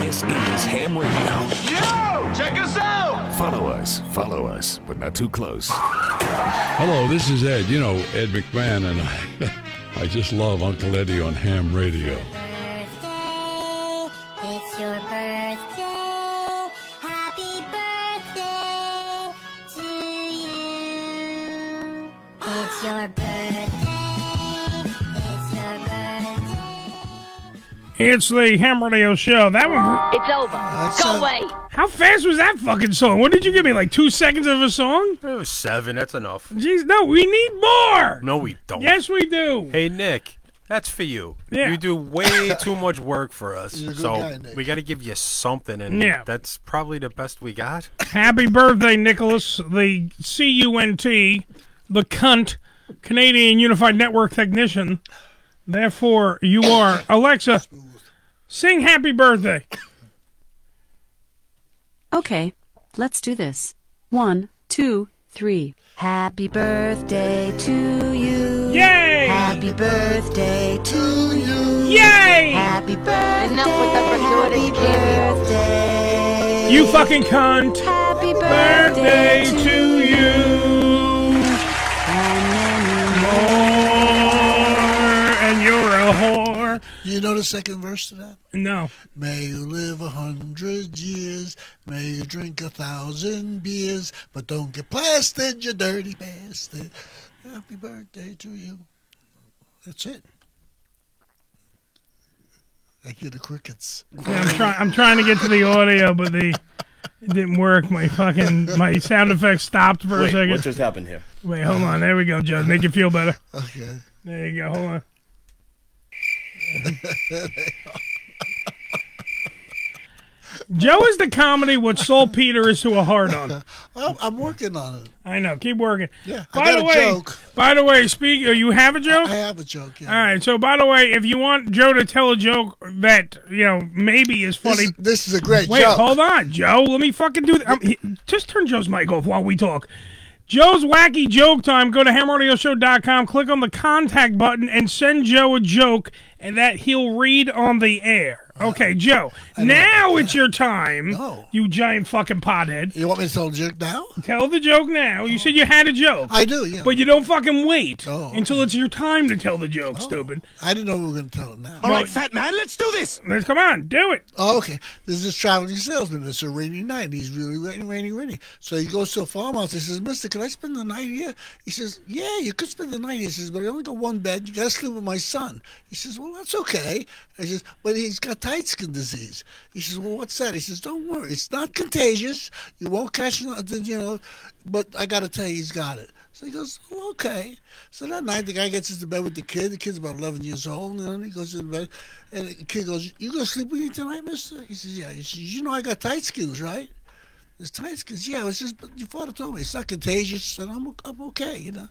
[SPEAKER 15] This is Ham Radio. Yo! Check us out! Follow us, follow us, but not too close.
[SPEAKER 16] Hello, this is Ed. You know, Ed McMahon, and I, I just love Uncle Eddie on ham radio.
[SPEAKER 17] It's your birthday. Happy birthday to you. It's your birthday. It's your birthday.
[SPEAKER 1] It's the Ham Radio Show. That one.
[SPEAKER 17] It's over. Go away.
[SPEAKER 1] How fast was that fucking song? What did you give me? Like two seconds of a song?
[SPEAKER 4] Oh, Seven, that's enough.
[SPEAKER 1] Jeez, no, we need more.
[SPEAKER 4] No, we don't.
[SPEAKER 1] Yes, we do.
[SPEAKER 4] Hey, Nick, that's for you.
[SPEAKER 1] Yeah.
[SPEAKER 4] You do way too much work for us.
[SPEAKER 1] You're a good
[SPEAKER 4] so
[SPEAKER 1] guy, Nick.
[SPEAKER 4] we got to give you something, and
[SPEAKER 1] Yeah.
[SPEAKER 4] that's probably the best we got.
[SPEAKER 1] Happy birthday, Nicholas, the C U N T, the cunt, Canadian Unified Network technician. Therefore, you are. Alexa, sing happy birthday.
[SPEAKER 18] Okay, let's do this. One, two, three. Happy birthday to you.
[SPEAKER 1] Yay!
[SPEAKER 18] Happy birthday to you.
[SPEAKER 1] Yay!
[SPEAKER 18] Happy birthday. happy birthday.
[SPEAKER 1] You fucking cunt.
[SPEAKER 18] Happy
[SPEAKER 1] birthday to you. More, and you're a whore.
[SPEAKER 3] You know the second verse to that?
[SPEAKER 1] No.
[SPEAKER 3] May you live a hundred years. May you drink a thousand beers. But don't get blasted, you dirty bastard. Happy birthday to you. That's it. I hear the crickets.
[SPEAKER 1] Yeah, I'm trying. I'm trying to get to the audio, but the it didn't work. My fucking my sound effects stopped for a
[SPEAKER 19] Wait,
[SPEAKER 1] second.
[SPEAKER 19] what just happened here?
[SPEAKER 1] Wait, hold on. There we go, Joe. Make you feel better.
[SPEAKER 3] Okay.
[SPEAKER 1] There you go. Hold on. Joe is the comedy what saltpeter is to a hard on.
[SPEAKER 3] I'm, I'm working on it.
[SPEAKER 1] I know. Keep working. Yeah.
[SPEAKER 3] I
[SPEAKER 1] By
[SPEAKER 3] got
[SPEAKER 1] the
[SPEAKER 3] a
[SPEAKER 1] way,
[SPEAKER 3] joke.
[SPEAKER 1] by the way, speak. uh, You have a joke?
[SPEAKER 3] I have a joke. Yeah.
[SPEAKER 1] All right. So, by the way, if you want Joe to tell a joke that you know maybe is funny,
[SPEAKER 3] This, this is a great
[SPEAKER 1] Wait,
[SPEAKER 3] joke.
[SPEAKER 1] hold on, Joe. Let me fucking do that. Just turn Joe's mic off while we talk. Joe's wacky joke time. Go to hamradioshow.com, click on the contact button, and send Joe a joke, and that he'll read on the air.
[SPEAKER 3] Uh,
[SPEAKER 1] Okay, Joe. Now it's your time. You giant fucking pothead.
[SPEAKER 3] You want me to tell a joke now?
[SPEAKER 1] Tell the joke now. You said you had a joke.
[SPEAKER 3] I do, yeah. Oh,
[SPEAKER 1] But you don't fucking wait until it's your time to tell the joke, stupid.
[SPEAKER 3] I didn't know we were going to tell it now.
[SPEAKER 1] All right,
[SPEAKER 3] fat man, let's do this.
[SPEAKER 1] Let's come on, do it.
[SPEAKER 3] Oh, okay. There's this traveling salesman. It's a rainy night. and He's really rainy, rainy, rainy. So he goes to a farmhouse. He says, "Mister, can I spend the night here?" He says, "Yeah, you could spend the night." He says, "But I only got one bed. You got to sleep with my son." He says, "Well, that's okay." I says, "But he's got tight skin disease." He says, "Well, what's that?" He says, "Don't worry. It's not contagious. You won't catch nothing, you know. But I got to tell you, he's got it." So he goes, "Oh, okay. So that night, the guy gets into bed with the kid. The kid's about 11 years old. And then he goes to bed. And the kid goes, You going to sleep with me tonight, mister? He says, Yeah. He says, You know, I got tight skills, right? It's tight skills. Yeah. It's just, but your father told me it's not contagious. And I'm, I'm okay, you know.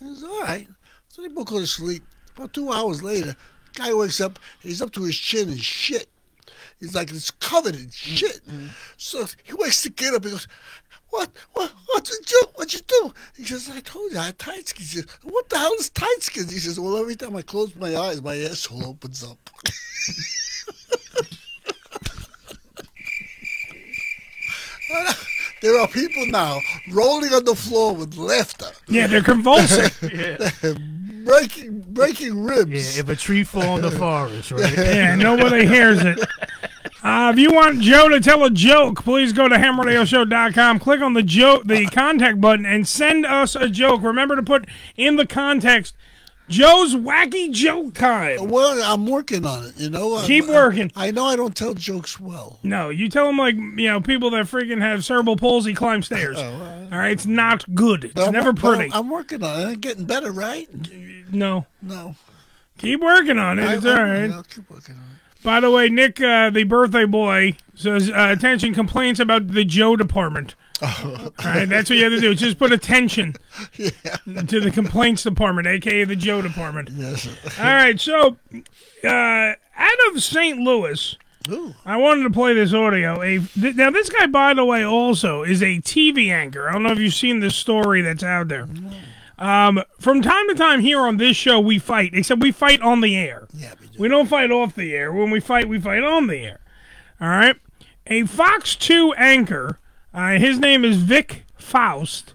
[SPEAKER 3] And he's all right. So they both go to sleep. About two hours later, guy wakes up. He's up to his chin in shit. He's like, It's covered in shit. So he wakes the kid up. He goes, what, what, what you do? What you do? He says, I told you I had tight skins. He says, what the hell is tight skins? He says, well, every time I close my eyes, my asshole opens up. there are people now rolling on the floor with laughter.
[SPEAKER 1] Yeah, they're convulsing.
[SPEAKER 3] breaking, breaking ribs.
[SPEAKER 2] Yeah, if a tree fall in the forest, right?
[SPEAKER 1] Yeah, nobody hears it. Uh, if you want Joe to tell a joke, please go to hamradioshow.com, click on the joke, the contact button, and send us a joke. Remember to put in the context Joe's wacky joke time.
[SPEAKER 3] Well, I'm working on it. You know,
[SPEAKER 1] keep
[SPEAKER 3] I'm-
[SPEAKER 1] working.
[SPEAKER 3] I know I don't tell jokes well.
[SPEAKER 1] No, you tell them like you know people that freaking have cerebral palsy climb stairs. All right, it's not good. It's
[SPEAKER 3] I'm-
[SPEAKER 1] never
[SPEAKER 3] Oh, but I'm-
[SPEAKER 1] pretty.
[SPEAKER 3] I'm, working on it. I'm getting better, right?
[SPEAKER 1] No,
[SPEAKER 3] No.
[SPEAKER 1] keep working on it. It's all right.
[SPEAKER 3] I'll keep working on it.
[SPEAKER 1] By the way, Nick, uh, the birthday boy, says uh, attention complaints about the Joe department. All right, that's what you have to do. Just put attention to the complaints department, aka the Joe department.
[SPEAKER 3] Yes.
[SPEAKER 1] All right, so uh, out of St. Louis, I wanted to play this audio. A th- now this guy, by the way, also is a TV anchor. I don't know if you've seen this story that's out there. Um, from time to time here on this show, we fight. Except we fight on the air. Yeah, we, do. we don't fight off the air. When we fight, we fight on the air. All right. A Fox 2 anchor, uh, his name is Vic Faust.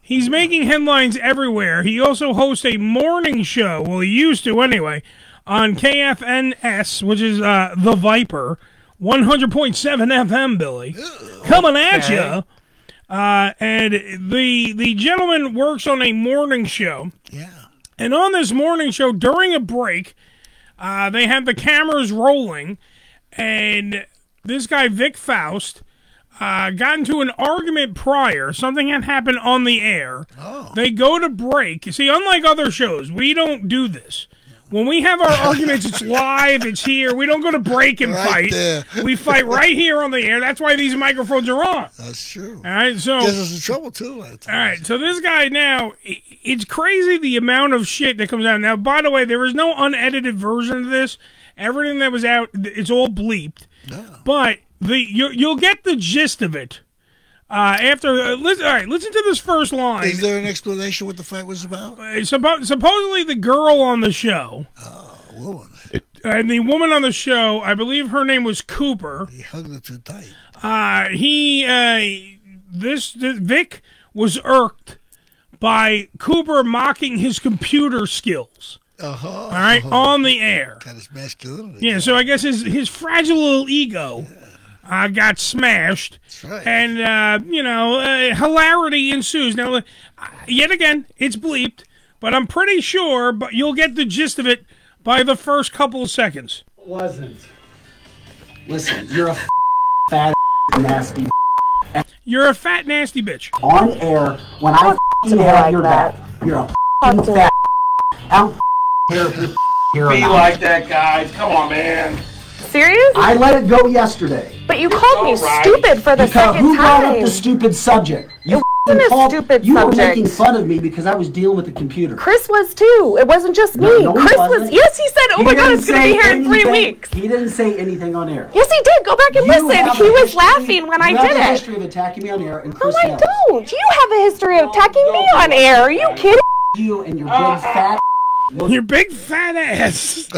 [SPEAKER 1] He's making headlines everywhere. He also hosts a morning show. Well, he used to anyway, on KFNS, which is uh, The Viper, 100.7 FM, Billy. Coming at
[SPEAKER 11] okay.
[SPEAKER 1] you. Uh, and the the gentleman works on a morning show. Yeah. And on this morning show, during a break, uh, they have the cameras rolling, and this guy Vic Faust uh, got into an argument prior. Something had happened on the air. Oh. They go to break. You see, unlike other shows, we don't do this. When we have our arguments, it's live, it's here. We don't go to break and fight.
[SPEAKER 3] Right there.
[SPEAKER 1] We fight right here on the air. That's why these microphones are on.
[SPEAKER 3] That's true.
[SPEAKER 1] All right, so
[SPEAKER 3] Gets us in trouble too. I think.
[SPEAKER 1] all right, so this guy now, i- it's crazy the amount of shit that comes out. Now, by the way, there is no unedited version of this. Everything that was out, th- it's all bleeped. But the you, you'll get the gist of it. Uh, after, uh, listen, all right, listen to this first line.
[SPEAKER 3] Is there an explanation what the fight was about?
[SPEAKER 1] Uh, suppo- supposedly, the girl on the show. uh, And the woman on the show, I believe her name was Cooper.
[SPEAKER 3] He hugged her too tight.
[SPEAKER 1] Uh, he, uh, this, this, Vic was irked by Cooper mocking his computer skills.
[SPEAKER 3] Uh-huh.
[SPEAKER 1] All right, on the air.
[SPEAKER 3] Got his masculinity.
[SPEAKER 1] Yeah, so I guess his his fragile little ego uh, got smashed,
[SPEAKER 3] right.
[SPEAKER 1] and uh, you know uh, hilarity ensues. Now, uh, yet again, it's bleeped, but I'm pretty sure. But you'll get the gist of it by the first couple of seconds.
[SPEAKER 19] Wasn't. Listen, you're a fat nasty
[SPEAKER 1] You're a fat nasty bitch.
[SPEAKER 19] on air when I
[SPEAKER 1] you
[SPEAKER 19] air
[SPEAKER 1] like
[SPEAKER 19] your
[SPEAKER 1] that.
[SPEAKER 19] back. You're a fat. I don't care if you here or
[SPEAKER 20] Be
[SPEAKER 19] not.
[SPEAKER 20] like that, guys. Come on, man.
[SPEAKER 19] Serious? I let it go yesterday.
[SPEAKER 17] But you called me
[SPEAKER 19] Right.
[SPEAKER 17] stupid for the
[SPEAKER 19] because
[SPEAKER 17] second
[SPEAKER 19] who brought up
[SPEAKER 17] time.
[SPEAKER 19] the stupid subject? You
[SPEAKER 17] wasn't
[SPEAKER 19] f***ing
[SPEAKER 17] a
[SPEAKER 19] called-
[SPEAKER 17] stupid
[SPEAKER 19] You were
[SPEAKER 17] subject.
[SPEAKER 19] making fun of me because I was dealing with the computer.
[SPEAKER 17] Chris was too. It wasn't just
[SPEAKER 19] No,
[SPEAKER 17] me.
[SPEAKER 19] no, he
[SPEAKER 17] Chris was.
[SPEAKER 19] wasn't.
[SPEAKER 17] Yes, he said, "Oh
[SPEAKER 19] He
[SPEAKER 17] my God,
[SPEAKER 19] didn't
[SPEAKER 17] it's going to
[SPEAKER 19] say
[SPEAKER 17] be here in three
[SPEAKER 19] anything-
[SPEAKER 17] weeks."
[SPEAKER 19] He didn't say anything on air.
[SPEAKER 17] Yes, he did. Go back and
[SPEAKER 19] You
[SPEAKER 17] listen.
[SPEAKER 19] have
[SPEAKER 17] He
[SPEAKER 19] a
[SPEAKER 17] was
[SPEAKER 19] history-
[SPEAKER 17] laughing when I
[SPEAKER 19] you have
[SPEAKER 17] did
[SPEAKER 19] a
[SPEAKER 17] it. Oh
[SPEAKER 19] history of attacking me on air, and
[SPEAKER 17] No,
[SPEAKER 19] Chris
[SPEAKER 17] I
[SPEAKER 19] has.
[SPEAKER 17] don't. You have a history of attacking me on air. Are you kidding?
[SPEAKER 19] You and your
[SPEAKER 20] Ah.
[SPEAKER 19] big fat.
[SPEAKER 1] Your big fat ass.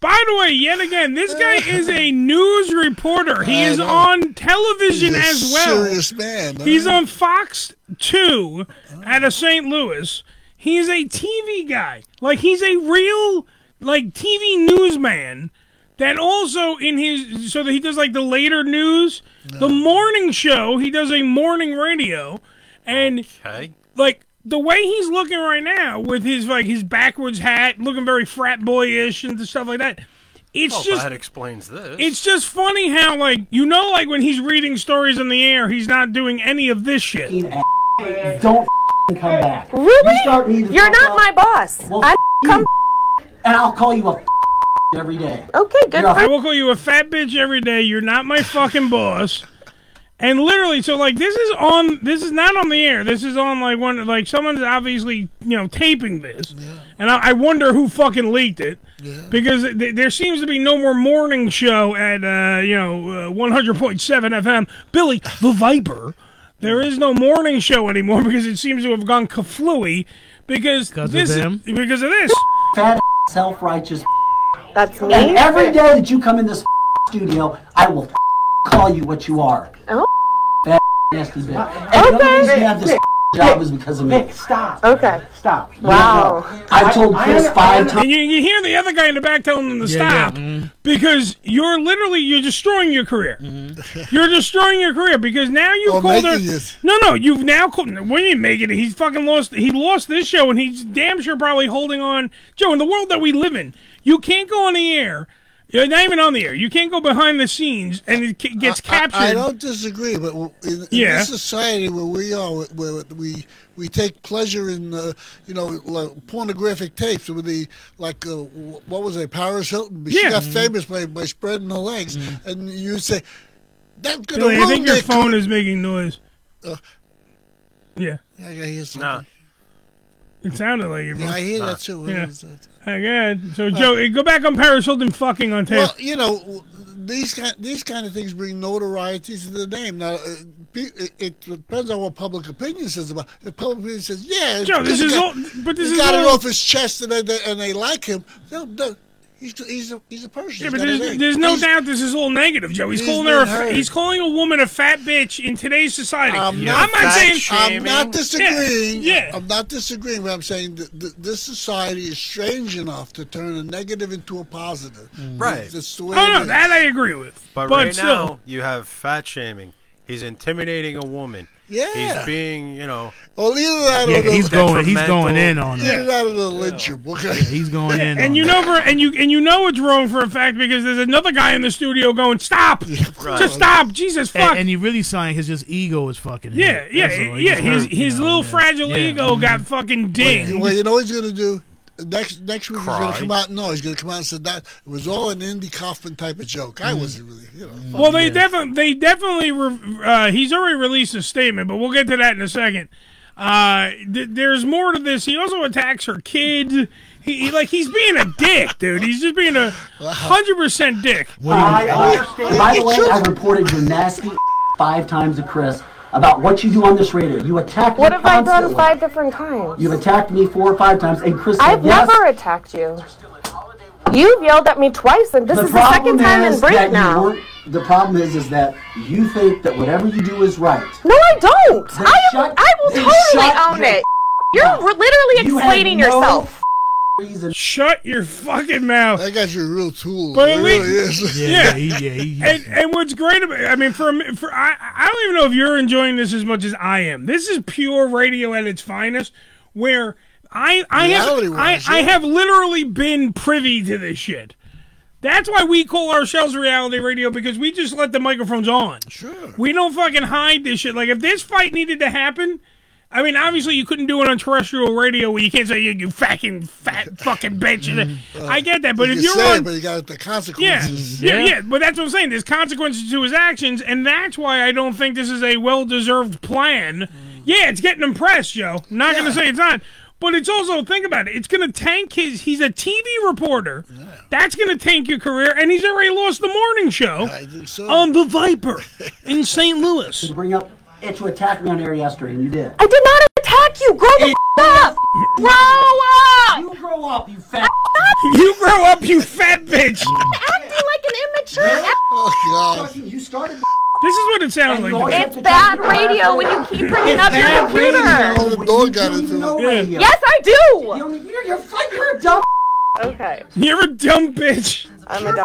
[SPEAKER 1] By the way, yet again, this guy is a news reporter. He is on television
[SPEAKER 3] He's a
[SPEAKER 1] as well.
[SPEAKER 3] serious man, huh?
[SPEAKER 1] He's on Fox 2 out of St. Louis. He's a TV guy. Like he's a real like TV newsman that also in his so that he does like the later news, the morning show, he does a morning radio and like the way he's looking right now with his like his backwards hat, looking very frat boyish and stuff like that. It's
[SPEAKER 4] well,
[SPEAKER 1] just
[SPEAKER 4] that explains this.
[SPEAKER 1] it's just funny how like you know like when he's reading stories on the air, he's not doing any of this shit.
[SPEAKER 19] Don't f***ing come back.
[SPEAKER 17] Really?
[SPEAKER 19] You start me to
[SPEAKER 17] You're
[SPEAKER 19] talk
[SPEAKER 17] not
[SPEAKER 19] about-
[SPEAKER 17] my boss. I come.
[SPEAKER 19] And I'll call you a f- every day.
[SPEAKER 17] Okay, good.
[SPEAKER 1] I will call you a fat bitch every day. You're not my fucking boss. And literally, so like this is on this is not on the air. This is on like one like someone's obviously you know taping this, and I, I wonder who fucking leaked it because th- there seems to be no more morning show at uh, you know uh, 100.7 FM. Billy the Viper. There is no morning show anymore because it seems to have gone kaflooey because
[SPEAKER 2] of
[SPEAKER 1] this
[SPEAKER 2] them?
[SPEAKER 1] because of this.
[SPEAKER 19] Fat self-righteous.
[SPEAKER 17] That's
[SPEAKER 1] me?
[SPEAKER 19] And every day that you come in this studio, I will call you what you are.
[SPEAKER 17] Oh.
[SPEAKER 19] Fat nasty bitch. And the only reason you have this job is because of me.
[SPEAKER 17] Stop. Okay.
[SPEAKER 19] Stop.
[SPEAKER 17] Wow.
[SPEAKER 19] I told Chris five times.
[SPEAKER 1] And you, you hear the other guy in the back telling them to
[SPEAKER 19] Yeah, yeah,
[SPEAKER 1] stop
[SPEAKER 3] Mm-hmm.
[SPEAKER 1] because you're literally you're destroying your career.
[SPEAKER 3] Mm-hmm.
[SPEAKER 1] You're destroying your career because now you
[SPEAKER 3] Or
[SPEAKER 1] called her.
[SPEAKER 3] making it.
[SPEAKER 1] No, no, you've now called. When you make it, he's fucking lost. He lost this show, and he's damn sure probably holding on. Joe, in the world that we live in, you can't go on the air. You're not even on the air. You can't go behind the scenes, and it ca- gets captured.
[SPEAKER 3] I, I don't disagree, but in, in
[SPEAKER 1] Yeah.
[SPEAKER 3] this society where we are, where we we take pleasure in, uh, you know, like pornographic tapes with the like, uh, wh- what was it, Paris Hilton? She
[SPEAKER 1] Yeah.
[SPEAKER 3] got
[SPEAKER 1] Mhm.
[SPEAKER 3] famous by, by spreading her legs, and you say that's gonna
[SPEAKER 1] Billy, I
[SPEAKER 3] ruin
[SPEAKER 1] think your
[SPEAKER 3] their
[SPEAKER 1] phone is making noise.
[SPEAKER 3] Uh,
[SPEAKER 1] Yeah.
[SPEAKER 3] Yeah, yeah, here's
[SPEAKER 4] Nah.
[SPEAKER 1] It sounded like it.
[SPEAKER 3] Yeah, I hear that
[SPEAKER 1] Yeah.
[SPEAKER 3] too. uh,
[SPEAKER 1] Yeah.
[SPEAKER 3] It's- it's-
[SPEAKER 1] Oh, God. So, Joe, go back on Paris Hilton fucking on tape.
[SPEAKER 3] Well, you know, w- these kind these kind of things bring notoriety to the name. Now, uh, pe- it, it depends on what public opinion says about. If public opinion says, "Yeah,
[SPEAKER 1] Joe, this
[SPEAKER 3] he
[SPEAKER 1] is
[SPEAKER 3] got,
[SPEAKER 1] all- but this
[SPEAKER 3] he
[SPEAKER 1] is
[SPEAKER 3] got it
[SPEAKER 1] all-
[SPEAKER 3] off his chest, and they- they, and they like him." No, no, he's he's a he's a person.
[SPEAKER 1] Yeah,
[SPEAKER 3] He's
[SPEAKER 1] but
[SPEAKER 3] got a
[SPEAKER 1] there's,
[SPEAKER 3] name.
[SPEAKER 1] there's no
[SPEAKER 3] He's-
[SPEAKER 1] doubt this is all negative, Joe. He's
[SPEAKER 3] He's
[SPEAKER 1] calling her a
[SPEAKER 3] been
[SPEAKER 1] fa-
[SPEAKER 3] hurt.
[SPEAKER 1] he's calling a woman a fat bitch in today's society. I'm not
[SPEAKER 3] not fat
[SPEAKER 1] saying
[SPEAKER 3] I'm not disagreeing.
[SPEAKER 1] Yeah, yeah.
[SPEAKER 3] I'm not disagreeing, but I'm saying that th- this society is strange enough to turn a negative into a positive.
[SPEAKER 4] Mm. Right.
[SPEAKER 3] That's the
[SPEAKER 1] Oh
[SPEAKER 3] way it
[SPEAKER 1] no,
[SPEAKER 3] is.
[SPEAKER 1] that I agree with.
[SPEAKER 4] But,
[SPEAKER 1] But,
[SPEAKER 4] right
[SPEAKER 1] still,
[SPEAKER 4] now, you have fat shaming. He's intimidating a woman.
[SPEAKER 3] Yeah.
[SPEAKER 4] He's being, you know.
[SPEAKER 3] Well, either that
[SPEAKER 2] Yeah,
[SPEAKER 3] or the,
[SPEAKER 2] he's going- he's going in on
[SPEAKER 3] either that or the lynching. Okay.
[SPEAKER 2] He's going in.
[SPEAKER 1] and you know for and you and you know it's wrong for a fact because there's another guy in the studio going, "Stop, just stop, Jesus fuck."
[SPEAKER 2] And, and he really signed his just ego is fucking. him.
[SPEAKER 1] yeah, yeah,
[SPEAKER 2] That's all. He
[SPEAKER 1] yeah.
[SPEAKER 2] just
[SPEAKER 1] His
[SPEAKER 2] hurt,
[SPEAKER 1] his
[SPEAKER 2] you know,
[SPEAKER 1] little
[SPEAKER 2] yeah.
[SPEAKER 1] fragile
[SPEAKER 2] Yeah.
[SPEAKER 1] ego got fucking dinged.
[SPEAKER 3] Well, you know what he's gonna do? Next next week he's
[SPEAKER 1] Cry.
[SPEAKER 3] gonna come out. No, he's gonna come out and say that it was all an Indy Kaufman type of joke.
[SPEAKER 1] Mm.
[SPEAKER 3] I wasn't really, you know. fuck
[SPEAKER 1] Well, they
[SPEAKER 3] yeah.
[SPEAKER 1] definitely they definitely re- uh, he's already released a statement, but we'll get to that in a second. Uh, th- there's more to this. He also attacks her kid. He, he like he's being a dick, dude. He's just being a hundred percent dick.
[SPEAKER 19] I understand. By the way, I reported your nasty five times to Chris about what you do on this radio. You attack
[SPEAKER 17] What
[SPEAKER 19] me
[SPEAKER 17] have I done
[SPEAKER 19] constantly.
[SPEAKER 17] five different times?
[SPEAKER 19] You've attacked me four or five times, and Chris said
[SPEAKER 17] I've
[SPEAKER 19] yes.
[SPEAKER 17] never attacked you. You've yelled at me twice, and this
[SPEAKER 19] the
[SPEAKER 17] is the
[SPEAKER 19] problem
[SPEAKER 17] second time
[SPEAKER 19] is
[SPEAKER 17] in break
[SPEAKER 19] that You
[SPEAKER 17] now.
[SPEAKER 19] weren't- the problem is, is that you think that whatever you do is right.
[SPEAKER 17] No, I don't.
[SPEAKER 19] Then
[SPEAKER 17] I,
[SPEAKER 19] shut-
[SPEAKER 17] I will
[SPEAKER 19] then
[SPEAKER 17] totally
[SPEAKER 19] shut
[SPEAKER 17] own
[SPEAKER 19] your
[SPEAKER 17] it. You're re- literally
[SPEAKER 19] You have
[SPEAKER 17] explaining
[SPEAKER 19] no
[SPEAKER 17] yourself.
[SPEAKER 1] Shut your fucking mouth. That
[SPEAKER 3] guy's a real tool.
[SPEAKER 1] But
[SPEAKER 3] He
[SPEAKER 1] at
[SPEAKER 3] really
[SPEAKER 1] least,
[SPEAKER 3] is.
[SPEAKER 1] yeah,
[SPEAKER 3] Yeah, yeah, he- yeah, he-
[SPEAKER 1] and, and what's great about, I mean, for, a- for I, I don't even know if you're enjoying this as much as I am. This is pure radio at its finest, where I, I have, I,
[SPEAKER 3] Reality-wise,
[SPEAKER 1] I
[SPEAKER 3] yeah.
[SPEAKER 1] have literally been privy to this shit. That's why we call ourselves reality radio because we just let the microphones on. Sure. We don't fucking hide this shit. Like if this fight needed to happen, I mean, obviously you couldn't do it on terrestrial radio where you can't say you, you fucking fat fucking bitch. I get that, but
[SPEAKER 3] Mm, you
[SPEAKER 1] if
[SPEAKER 3] can
[SPEAKER 1] you're
[SPEAKER 3] say it,
[SPEAKER 1] on,
[SPEAKER 3] but you got the
[SPEAKER 1] yeah,
[SPEAKER 3] consequences.
[SPEAKER 1] yeah, yeah. But that's what I'm saying. There's consequences to his actions, and that's why I don't think this is a well-deserved plan.
[SPEAKER 3] Mm.
[SPEAKER 1] Yeah, it's getting him pressed, Joe. Not gonna say it's not, but it's also think about it. It's gonna tank his. He's a TV reporter. That's gonna tank your career, and he's already lost the morning show on the Viper in St. Louis.
[SPEAKER 19] You bring up it you attacked me on air yesterday, and you did.
[SPEAKER 17] I did not attack you. Grow the f- up. Grow up.
[SPEAKER 19] You grow up, you fat.
[SPEAKER 1] You grow up, you fat bitch.
[SPEAKER 17] Acting like an immature.
[SPEAKER 3] Oh,
[SPEAKER 19] You started.
[SPEAKER 1] This is what it sounds
[SPEAKER 19] you always
[SPEAKER 1] like.
[SPEAKER 19] It's have to bad talk about radio
[SPEAKER 17] when you keep
[SPEAKER 19] bringing It's up your bad computer. radio.
[SPEAKER 3] The dog got into
[SPEAKER 19] No radio.
[SPEAKER 17] Yes, I do.
[SPEAKER 19] You're, you're, fuck- you're a dumb.
[SPEAKER 17] Okay.
[SPEAKER 1] You're a dumb bitch.
[SPEAKER 17] I'm
[SPEAKER 19] a dumb.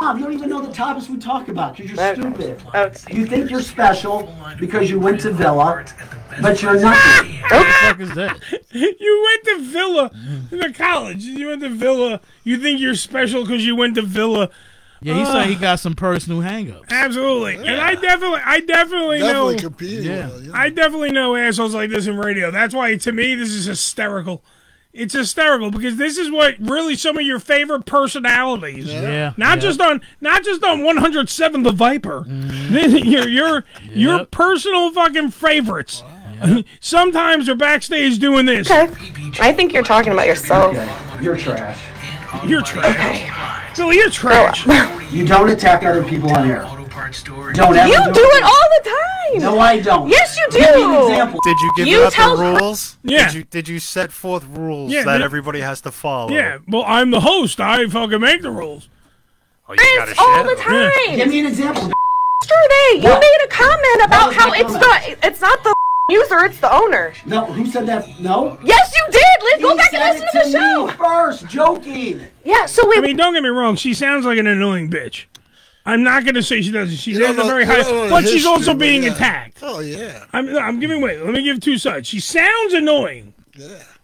[SPEAKER 19] Mom, you don't even know the topics we talk about. You're just stupid.
[SPEAKER 17] Okay.
[SPEAKER 19] You think you're special because you went to Villa, but you're nothing.
[SPEAKER 2] What the fuck is that?
[SPEAKER 1] you went to Villa, the college. You went to Villa. You think you're special because you went to Villa.
[SPEAKER 2] Yeah, he said he
[SPEAKER 1] Uh.
[SPEAKER 2] got some personal hangups.
[SPEAKER 1] Absolutely, and I definitely, I definitely,
[SPEAKER 2] Definitely
[SPEAKER 1] know.
[SPEAKER 2] competing Yeah. with
[SPEAKER 1] I definitely know assholes like this in radio. That's why, to me, this is hysterical. It's hysterical because this is what really some of your favorite personalities.
[SPEAKER 2] Yeah.
[SPEAKER 1] Not
[SPEAKER 2] Yeah.
[SPEAKER 1] just on, not just on 107 The Viper. your your your personal fucking favorites. Sometimes they're backstage doing this.
[SPEAKER 17] Okay. I think you're talking about yourself.
[SPEAKER 19] You're trash.
[SPEAKER 1] You're trash. Billy, you're trash.
[SPEAKER 19] You don't attack other people on air. Don't ever
[SPEAKER 17] You do it all the time.
[SPEAKER 19] No, I don't.
[SPEAKER 17] Yes, you do.
[SPEAKER 19] Give me an example.
[SPEAKER 4] Did you give
[SPEAKER 17] You
[SPEAKER 4] out
[SPEAKER 17] tell-
[SPEAKER 4] the rules?
[SPEAKER 1] Yeah.
[SPEAKER 4] Did you, did you set forth rules
[SPEAKER 1] Yeah,
[SPEAKER 4] that
[SPEAKER 1] the-
[SPEAKER 4] everybody has to follow?
[SPEAKER 1] Yeah, well, I'm the host. I fucking make the rules.
[SPEAKER 4] Oh, you got a
[SPEAKER 17] all
[SPEAKER 4] shit.
[SPEAKER 17] the time.
[SPEAKER 19] Give me an example.
[SPEAKER 17] Sure, they. You
[SPEAKER 19] What?
[SPEAKER 17] made a comment about
[SPEAKER 19] was
[SPEAKER 17] how
[SPEAKER 19] my
[SPEAKER 17] it's
[SPEAKER 19] comment?
[SPEAKER 17] the it's not the user, it's the owner.
[SPEAKER 19] No, who said that? No.
[SPEAKER 17] Yes, you did. Let's go
[SPEAKER 19] He
[SPEAKER 17] back and
[SPEAKER 19] said
[SPEAKER 17] listen
[SPEAKER 19] it
[SPEAKER 17] to
[SPEAKER 19] to
[SPEAKER 17] the show.
[SPEAKER 19] me First, joking.
[SPEAKER 17] Yeah. So we.
[SPEAKER 1] I mean, don't get me wrong. She sounds like an annoying bitch. I'm not gonna say she doesn't. She has a very high, but she's also being attacked.
[SPEAKER 3] Oh yeah.
[SPEAKER 1] I'm, I'm giving way. Let me give two sides. She sounds annoying.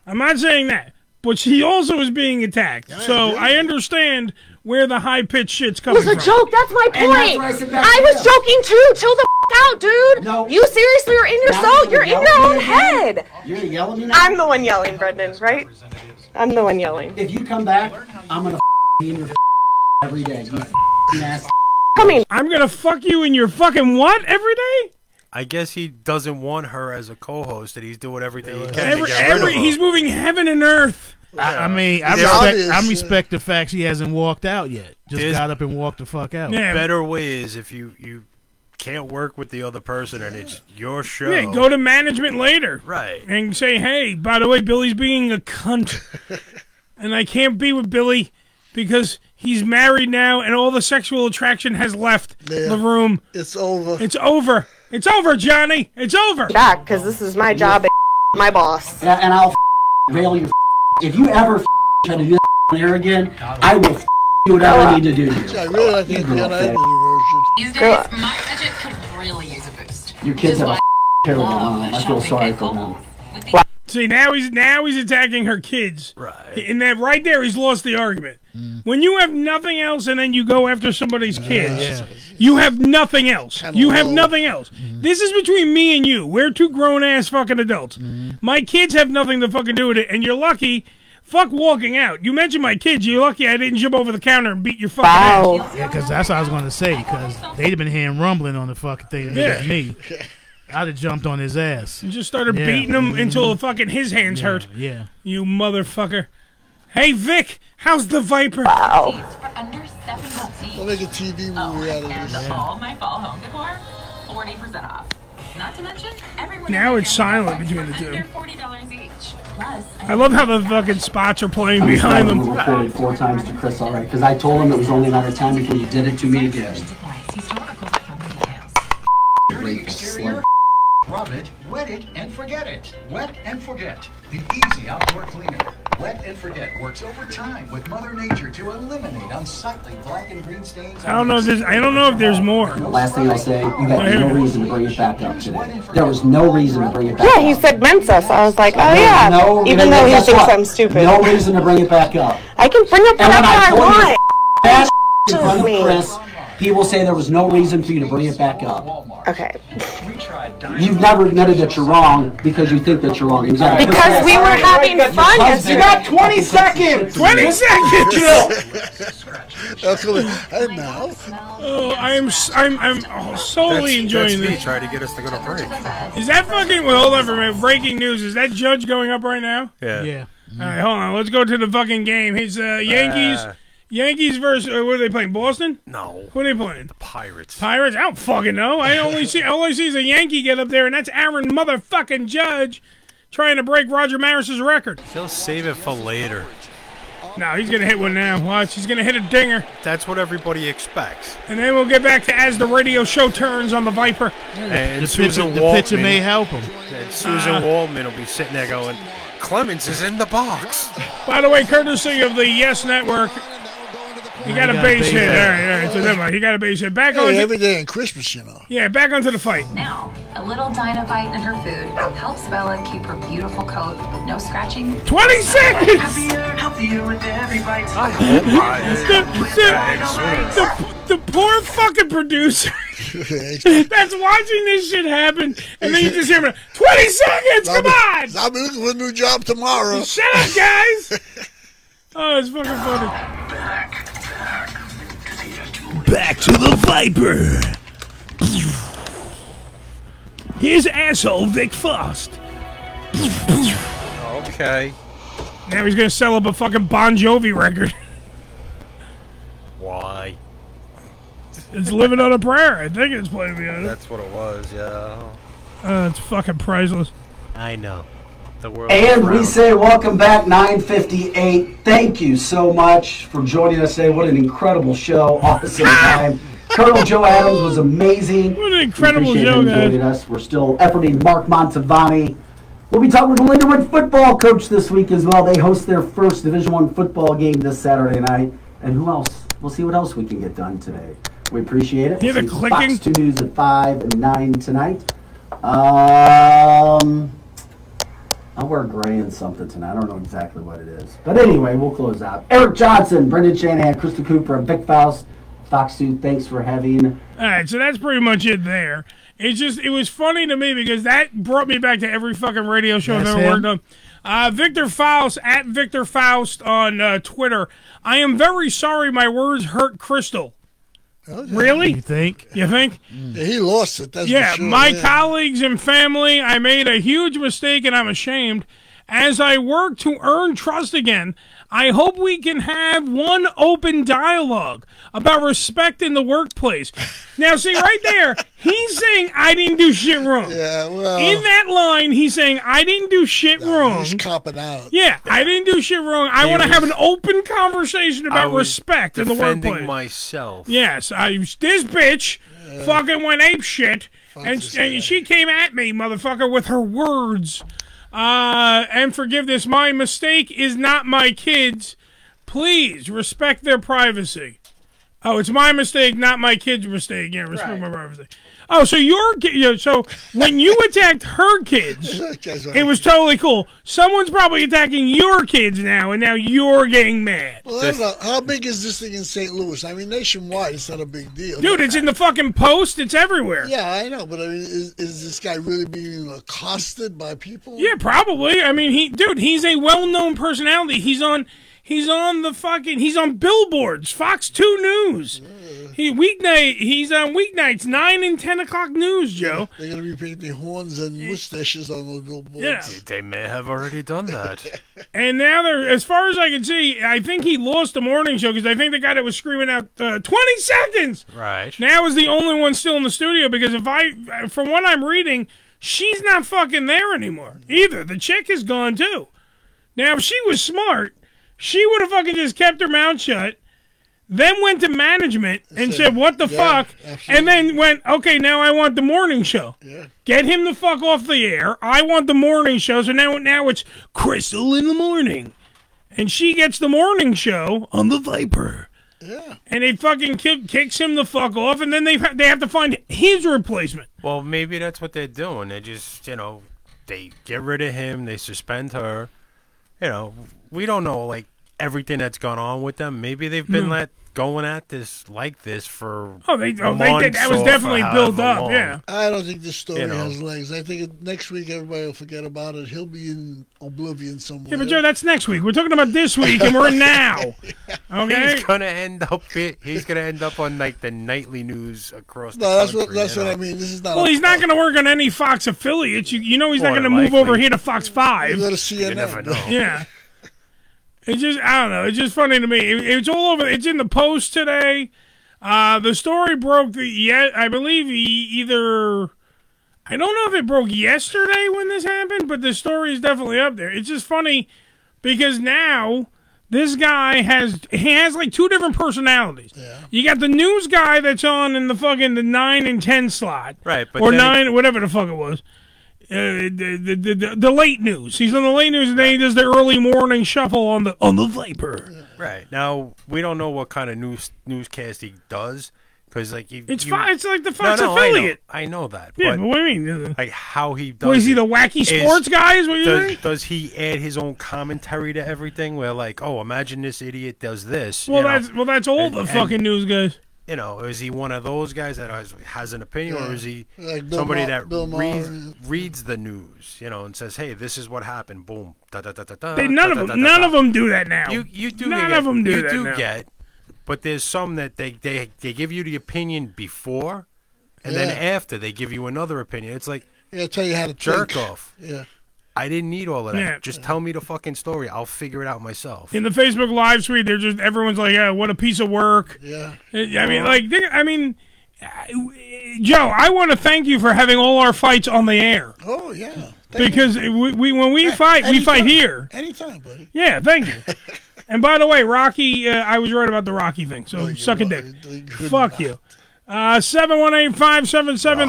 [SPEAKER 1] I'm not saying that, but she also is being attacked. so I understand where the high pitched shit's
[SPEAKER 17] It
[SPEAKER 1] coming
[SPEAKER 17] was
[SPEAKER 1] from.
[SPEAKER 17] a joke. That's my
[SPEAKER 19] And that's
[SPEAKER 17] point.
[SPEAKER 19] what I said back
[SPEAKER 17] I
[SPEAKER 19] to
[SPEAKER 17] was
[SPEAKER 19] you.
[SPEAKER 17] joking too. Chill the f- out, dude.
[SPEAKER 19] No.
[SPEAKER 17] You seriously are in your
[SPEAKER 19] Now
[SPEAKER 17] soul. You're
[SPEAKER 19] you're
[SPEAKER 17] in your
[SPEAKER 19] yelling
[SPEAKER 17] own
[SPEAKER 19] at me.
[SPEAKER 17] head.
[SPEAKER 19] You're gonna yell at me now.
[SPEAKER 17] I'm the one yelling, Brendan. Right? I'm the one yelling.
[SPEAKER 19] If you come back, I'm gonna be in your every day. You ass.
[SPEAKER 17] Coming.
[SPEAKER 1] I'm gonna fuck you in your fucking what every day?
[SPEAKER 4] I guess he doesn't want her as a co-host, and he's doing everything he can
[SPEAKER 1] Every,
[SPEAKER 4] to get rid of Uh-uh.
[SPEAKER 1] every,
[SPEAKER 4] her.
[SPEAKER 1] he's moving heaven and earth.
[SPEAKER 2] I, I mean, I
[SPEAKER 4] It's
[SPEAKER 2] respect,
[SPEAKER 4] obvious,
[SPEAKER 2] I
[SPEAKER 4] yeah.
[SPEAKER 2] respect the fact she hasn't walked out yet. Just
[SPEAKER 4] There's-
[SPEAKER 2] got up and walked the fuck out.
[SPEAKER 4] Better ways if you you can't work with the other person, and it's your show.
[SPEAKER 1] Yeah, go to management later.
[SPEAKER 4] Right.
[SPEAKER 1] And say, hey, by the way, Billy's being a cunt. and I can't be with Billy because he's married now and all the sexual attraction has left the room.
[SPEAKER 3] It's over.
[SPEAKER 1] It's over. It's over, Johnny. It's over.
[SPEAKER 17] Back, because this is my job. and My boss.
[SPEAKER 19] Yeah, and I'll rail you. If you ever try to do that on air again, I will do whatever I need to do to you.
[SPEAKER 3] Yeah, I really like the
[SPEAKER 19] You girl,
[SPEAKER 3] Indiana
[SPEAKER 19] okay?
[SPEAKER 3] Jones
[SPEAKER 8] These days,
[SPEAKER 19] Girl.
[SPEAKER 8] my budget could really use a boost.
[SPEAKER 19] Your kids have a terrible mom. I feel sorry for them.
[SPEAKER 1] See now he's now he's attacking her kids. Right. And that right there he's lost the argument. When you have nothing else and then you go after somebody's kids, you have nothing else. you have nothing else. This is between me and you. We're two grown ass fucking adults. My kids have nothing to fucking do with it, and you're lucky. Fuck walking out. You mentioned my kids. You're lucky I didn't jump over the counter and beat your fucking ass.
[SPEAKER 2] Yeah, because that's what I was going to say. Because they'd have been hearing rumbling on the fucking thing. if it was
[SPEAKER 1] Yeah.
[SPEAKER 2] me. I'd have jumped on his ass.
[SPEAKER 1] You just started
[SPEAKER 2] Yeah. Mm-hmm.
[SPEAKER 1] beating him until fucking his hands hurt.
[SPEAKER 2] Yeah.
[SPEAKER 1] You motherfucker. Hey Vic, how's the Viper?
[SPEAKER 17] Wow.
[SPEAKER 3] version. We'll make a TV movie out of this.
[SPEAKER 8] All my fall home decor 40% off. Not to mention, everyone
[SPEAKER 1] Now it's silent between the two.
[SPEAKER 8] $40 each. Plus,
[SPEAKER 1] I love how the fucking spots are playing behind
[SPEAKER 19] We
[SPEAKER 1] them.
[SPEAKER 19] reported four times to Chris already because I told him it was only a matter of time before you did it to me again. Great slut.
[SPEAKER 21] Rub it, wet it, and forget it. Wet and forget. The easy outdoor cleaner. Wet and forget works over time with Mother Nature to eliminate unsightly black and green stains.
[SPEAKER 1] I don't know if there's. I don't know if there's more.
[SPEAKER 19] Last thing I'll say, you got no reason to bring it back up today. There was no reason to bring it back.
[SPEAKER 22] Yeah, he said Mensa, so I was like, oh
[SPEAKER 19] There was
[SPEAKER 22] yeah.
[SPEAKER 19] no-
[SPEAKER 22] Even though he
[SPEAKER 19] guess
[SPEAKER 22] thinks
[SPEAKER 19] what?
[SPEAKER 22] I'm stupid.
[SPEAKER 19] No reason to bring it back up.
[SPEAKER 22] I can bring
[SPEAKER 19] And
[SPEAKER 22] up
[SPEAKER 19] when
[SPEAKER 22] whatever
[SPEAKER 19] I
[SPEAKER 22] I
[SPEAKER 19] told you
[SPEAKER 22] want.
[SPEAKER 19] Ask in
[SPEAKER 22] Excuse
[SPEAKER 19] front of
[SPEAKER 22] me.
[SPEAKER 19] Chris, he will say there was no reason for you to bring it back up.
[SPEAKER 22] Okay.
[SPEAKER 19] You've never admitted that you're wrong because you think that you're wrong. You gotta-
[SPEAKER 22] Because we were having fun yesterday.
[SPEAKER 19] You got 20 seconds.
[SPEAKER 1] 20 seconds.
[SPEAKER 3] And now,
[SPEAKER 1] Oh, I'm s- I'm I'm oh, solely enjoying
[SPEAKER 4] that's me
[SPEAKER 1] this.
[SPEAKER 4] trying to get us to go to break.
[SPEAKER 1] Is that fucking? Well, hold on for a minute. Breaking news. Is that judge going up right now?
[SPEAKER 4] Yeah.
[SPEAKER 2] Yeah.
[SPEAKER 1] All right, hold on. Let's go to the fucking game. He's uh, Yankees.
[SPEAKER 4] Uh.
[SPEAKER 1] Yankees versus uh, what are they playing? Boston?
[SPEAKER 4] No.
[SPEAKER 1] Who are they playing? The
[SPEAKER 4] Pirates.
[SPEAKER 1] Pirates? I don't fucking know. I only see all I see is a Yankee get up there, and that's Aaron motherfucking Judge trying to break Roger Maris's record.
[SPEAKER 4] He'll save it for later.
[SPEAKER 1] No, he's gonna hit one now. Watch, he's gonna hit a dinger.
[SPEAKER 4] That's what everybody expects.
[SPEAKER 1] And then we'll get back to as the radio show turns on the Viper.
[SPEAKER 4] And
[SPEAKER 2] The pitcher-
[SPEAKER 4] Susan
[SPEAKER 2] the
[SPEAKER 4] Waltman,
[SPEAKER 2] pitcher may help him.
[SPEAKER 4] And Susan
[SPEAKER 1] Ah.
[SPEAKER 4] Waldman will be sitting there going, "Clemens is in the box."
[SPEAKER 1] By the way, courtesy of the Yes Network, he got a base hit. All right, all right. So never mind. He got a base hit. Back on.
[SPEAKER 3] hey, every day in Christmas, you know.
[SPEAKER 1] Yeah, back onto the fight.
[SPEAKER 8] Now, a little dynamite in her food helps Bella keep her beautiful coat with no scratching.
[SPEAKER 1] 20 seconds! The, the, the poor fucking producer that's watching this shit happen, and then you just hear him, 20 seconds,
[SPEAKER 3] I'll
[SPEAKER 1] come
[SPEAKER 3] be-
[SPEAKER 1] on!
[SPEAKER 3] I'll be looking for a new job tomorrow.
[SPEAKER 1] Shut up, guys! Oh, it's fucking funny.
[SPEAKER 23] Back to the Viper.
[SPEAKER 1] Here's asshole Vic Frost.
[SPEAKER 4] Okay.
[SPEAKER 1] Now he's gonna sell up a fucking Bon Jovi record.
[SPEAKER 4] Why?
[SPEAKER 1] It's Living on a Prayer. I think it's playing me on it.
[SPEAKER 4] That's what it was. Yeah.
[SPEAKER 1] Uh, it's fucking priceless.
[SPEAKER 4] I know. The world.
[SPEAKER 19] And we say welcome back, 958. Thank you so much for joining us today. What an incredible show. Awesome time. Colonel Joe Adams was amazing.
[SPEAKER 1] What an incredible
[SPEAKER 19] we appreciate
[SPEAKER 1] show,
[SPEAKER 19] him
[SPEAKER 1] guys.
[SPEAKER 19] joining us. We're still efforting Mark Montavani. We'll be talking with the Lindenwood football coach this week as well. They host their first Division One football game this Saturday night. And who else? We'll see what else we can get done today. We appreciate it.
[SPEAKER 1] Hear the
[SPEAKER 19] See
[SPEAKER 1] clicking?
[SPEAKER 19] Fox 2 News at 5 and 9 tonight. Um, I'll wear gray and something tonight. I don't know exactly what it is. But anyway, we'll close out. Eric Johnson, Brendan Shanahan, Krista Cooper, and Vic Faust. Fox 2, thanks for having.
[SPEAKER 1] All right, so that's pretty much it there. It's just it was funny to me because that brought me back to every fucking radio show
[SPEAKER 2] That's
[SPEAKER 1] I've ever
[SPEAKER 2] him.
[SPEAKER 1] worked on. Uh, Victor Faust at Victor Faust on uh, Twitter. I am very sorry my words hurt Crystal. Really? You
[SPEAKER 2] think?
[SPEAKER 1] You think?
[SPEAKER 3] Yeah, he lost it. That's
[SPEAKER 1] yeah,
[SPEAKER 3] for sure,
[SPEAKER 1] my
[SPEAKER 3] yeah.
[SPEAKER 1] colleagues and family, I made a huge mistake and I'm ashamed. As I work to earn trust again, I hope we can have one open dialogue about respect in the workplace. Now, see, right there, he's saying, I didn't do shit wrong. Yeah,
[SPEAKER 3] well-
[SPEAKER 1] In that line, he's saying, I didn't do shit wrong.
[SPEAKER 3] He's copping out.
[SPEAKER 1] Yeah, I didn't do shit wrong. I
[SPEAKER 4] He
[SPEAKER 1] want to have
[SPEAKER 4] was-
[SPEAKER 1] an open conversation
[SPEAKER 4] I
[SPEAKER 1] about
[SPEAKER 4] was
[SPEAKER 1] respect in the
[SPEAKER 4] defending
[SPEAKER 1] workplace.
[SPEAKER 4] myself.
[SPEAKER 1] Yes, I this bitch fucking went ape shit, and, and she came at me, motherfucker, with her words. Uh, and forgive this, my mistake is not my kids. Please respect their privacy. Oh, it's my mistake, not my kid's mistake. Yeah, respect my privacy. Oh, so your ki- you know, so when you attacked her kids,
[SPEAKER 3] That's right.
[SPEAKER 1] it was totally cool. Someone's probably attacking your kids now, and now you're getting mad.
[SPEAKER 3] Well, I don't know. How big is this thing in St. Louis? I mean, nationwide, it's not a big deal.
[SPEAKER 1] Dude, it's in the fucking post. It's everywhere.
[SPEAKER 3] Yeah, I know, but I mean, is, is this guy really being accosted by people?
[SPEAKER 1] Yeah, probably. I mean, he, dude, he's a well-known personality. He's on. He's on the fucking. He's on billboards. Fox Two News. He weeknight. He's on weeknights, nine and ten o'clock news. Joe.
[SPEAKER 3] They're going to be painting horns and mustaches on those billboards.
[SPEAKER 1] Yeah.
[SPEAKER 4] They may have already done that.
[SPEAKER 1] And now they're, as far as I can see, I think he lost the morning show because I think the guy that was screaming out uh, twenty seconds
[SPEAKER 4] right.
[SPEAKER 1] now is the only one still in the studio because if I, from what I'm reading, she's not fucking there anymore either. The chick is gone too. Now, if she was smart, she would have fucking just kept her mouth shut, then went to management and said, "What the
[SPEAKER 3] yeah,
[SPEAKER 1] fuck," and then went, "Okay, now I want the morning show."
[SPEAKER 3] Yeah.
[SPEAKER 1] Get him the fuck off the air. I want the morning show. So now, now it's Crystal in the morning, and she gets the morning show on the Viper.
[SPEAKER 3] Yeah.
[SPEAKER 1] And they fucking kick, kicks him the fuck off, and then they they have to find his replacement.
[SPEAKER 4] Well, maybe that's what they're doing. They just, you know, they get rid of him, they suspend her. You know, we don't know like everything that's gone on with them. Maybe they've been
[SPEAKER 1] No.
[SPEAKER 4] let going at this like this for
[SPEAKER 1] Hmm. Oh, they- oh, they did-
[SPEAKER 4] months
[SPEAKER 1] that was
[SPEAKER 4] or
[SPEAKER 1] definitely
[SPEAKER 4] for
[SPEAKER 1] built
[SPEAKER 4] however
[SPEAKER 1] up,
[SPEAKER 4] long.
[SPEAKER 1] yeah.
[SPEAKER 3] I don't think this story
[SPEAKER 4] You know.
[SPEAKER 3] has legs. I think it- next week everybody will forget about it. He'll be in oblivion somewhere.
[SPEAKER 1] Yeah, but Joe, that's next week. We're talking about this week, and we're in now. Okay.
[SPEAKER 4] He's gonna end up. He's gonna end up on like the nightly news across.
[SPEAKER 3] No,
[SPEAKER 4] the
[SPEAKER 3] that's what
[SPEAKER 4] country,
[SPEAKER 3] that's
[SPEAKER 4] you
[SPEAKER 3] what
[SPEAKER 4] know.
[SPEAKER 3] I mean. This is not.
[SPEAKER 1] Well,
[SPEAKER 3] a-
[SPEAKER 1] he's not going to work on any Fox affiliates. You, you know he's not
[SPEAKER 4] More
[SPEAKER 1] going to move
[SPEAKER 4] likely.
[SPEAKER 1] over here to Fox Five.
[SPEAKER 3] You go to CNN.
[SPEAKER 4] never know.
[SPEAKER 1] Yeah. It's just I don't know. It's just funny to me. It- it's all over. It's in the Post today. Uh, the story broke. The, yeah, I believe e- either. I don't know if it broke yesterday when this happened, but the story is definitely up there. It's just funny because now this guy has he has like two different personalities. You got the news guy that's on in the fucking the nine and ten slot,
[SPEAKER 4] Right, but
[SPEAKER 1] or
[SPEAKER 4] then-
[SPEAKER 1] nine, whatever the fuck it was. Uh, the, the, the, the, the late news. He's on the late news, and then he does the early morning shuffle on the on the Viper.
[SPEAKER 4] Right now, we don't know what kind of news newscast he does because like you,
[SPEAKER 1] It's
[SPEAKER 4] you,
[SPEAKER 1] fi- it's like the Fox
[SPEAKER 4] no, no,
[SPEAKER 1] affiliate.
[SPEAKER 4] I know, I know that.
[SPEAKER 1] Yeah,
[SPEAKER 4] but
[SPEAKER 1] but what do you mean?
[SPEAKER 4] like how he does.
[SPEAKER 1] What is he,
[SPEAKER 4] it
[SPEAKER 1] the wacky
[SPEAKER 4] is-
[SPEAKER 1] sports guy, is what you're
[SPEAKER 4] does,
[SPEAKER 1] saying?
[SPEAKER 4] does he add his own commentary to everything? Where like, oh, imagine this idiot does this.
[SPEAKER 1] Well,
[SPEAKER 4] you know?
[SPEAKER 1] that's well, that's all
[SPEAKER 4] And-
[SPEAKER 1] the
[SPEAKER 4] and-
[SPEAKER 1] fucking news guys.
[SPEAKER 4] you know, is he one of those guys that has, has an opinion,
[SPEAKER 3] Yeah.
[SPEAKER 4] or is he
[SPEAKER 3] Like Bill
[SPEAKER 4] somebody
[SPEAKER 3] Maher-
[SPEAKER 4] that
[SPEAKER 3] Bill Maher,
[SPEAKER 4] reads, reads the news, you know, and says, "Hey, this is what happened." Boom. Da, da, da, da, da,
[SPEAKER 1] They, none
[SPEAKER 4] da,
[SPEAKER 1] of
[SPEAKER 4] da,
[SPEAKER 1] them,
[SPEAKER 4] da,
[SPEAKER 1] none
[SPEAKER 4] da.
[SPEAKER 1] of them do that now.
[SPEAKER 4] You you do
[SPEAKER 1] None
[SPEAKER 4] get,
[SPEAKER 1] of them do
[SPEAKER 4] you
[SPEAKER 1] that
[SPEAKER 4] do
[SPEAKER 1] now.
[SPEAKER 4] get, but there's some that they they they give you the opinion before, and
[SPEAKER 3] Yeah.
[SPEAKER 4] then after they give you another opinion. It's like
[SPEAKER 3] Yeah, tell you how to
[SPEAKER 4] jerk
[SPEAKER 3] think.
[SPEAKER 4] off.
[SPEAKER 3] Yeah.
[SPEAKER 4] I didn't need all of that.
[SPEAKER 1] Yeah.
[SPEAKER 4] Just tell me the fucking story. I'll figure it out myself.
[SPEAKER 1] In the Facebook live suite, they're just everyone's like, "Yeah, what a piece of work." Uh,
[SPEAKER 3] Yeah.
[SPEAKER 1] I mean, like, they, I mean, I- Joe, I want to thank you for having all our fights on the air
[SPEAKER 3] Oh yeah.
[SPEAKER 1] because we, we when we fight, we fight
[SPEAKER 3] Anytime.
[SPEAKER 1] here.
[SPEAKER 3] Anytime, buddy.
[SPEAKER 1] Yeah, thank you. and by the way, Rocky, uh, I was right about the Rocky thing, so suck a dick. Fuck you. Uh,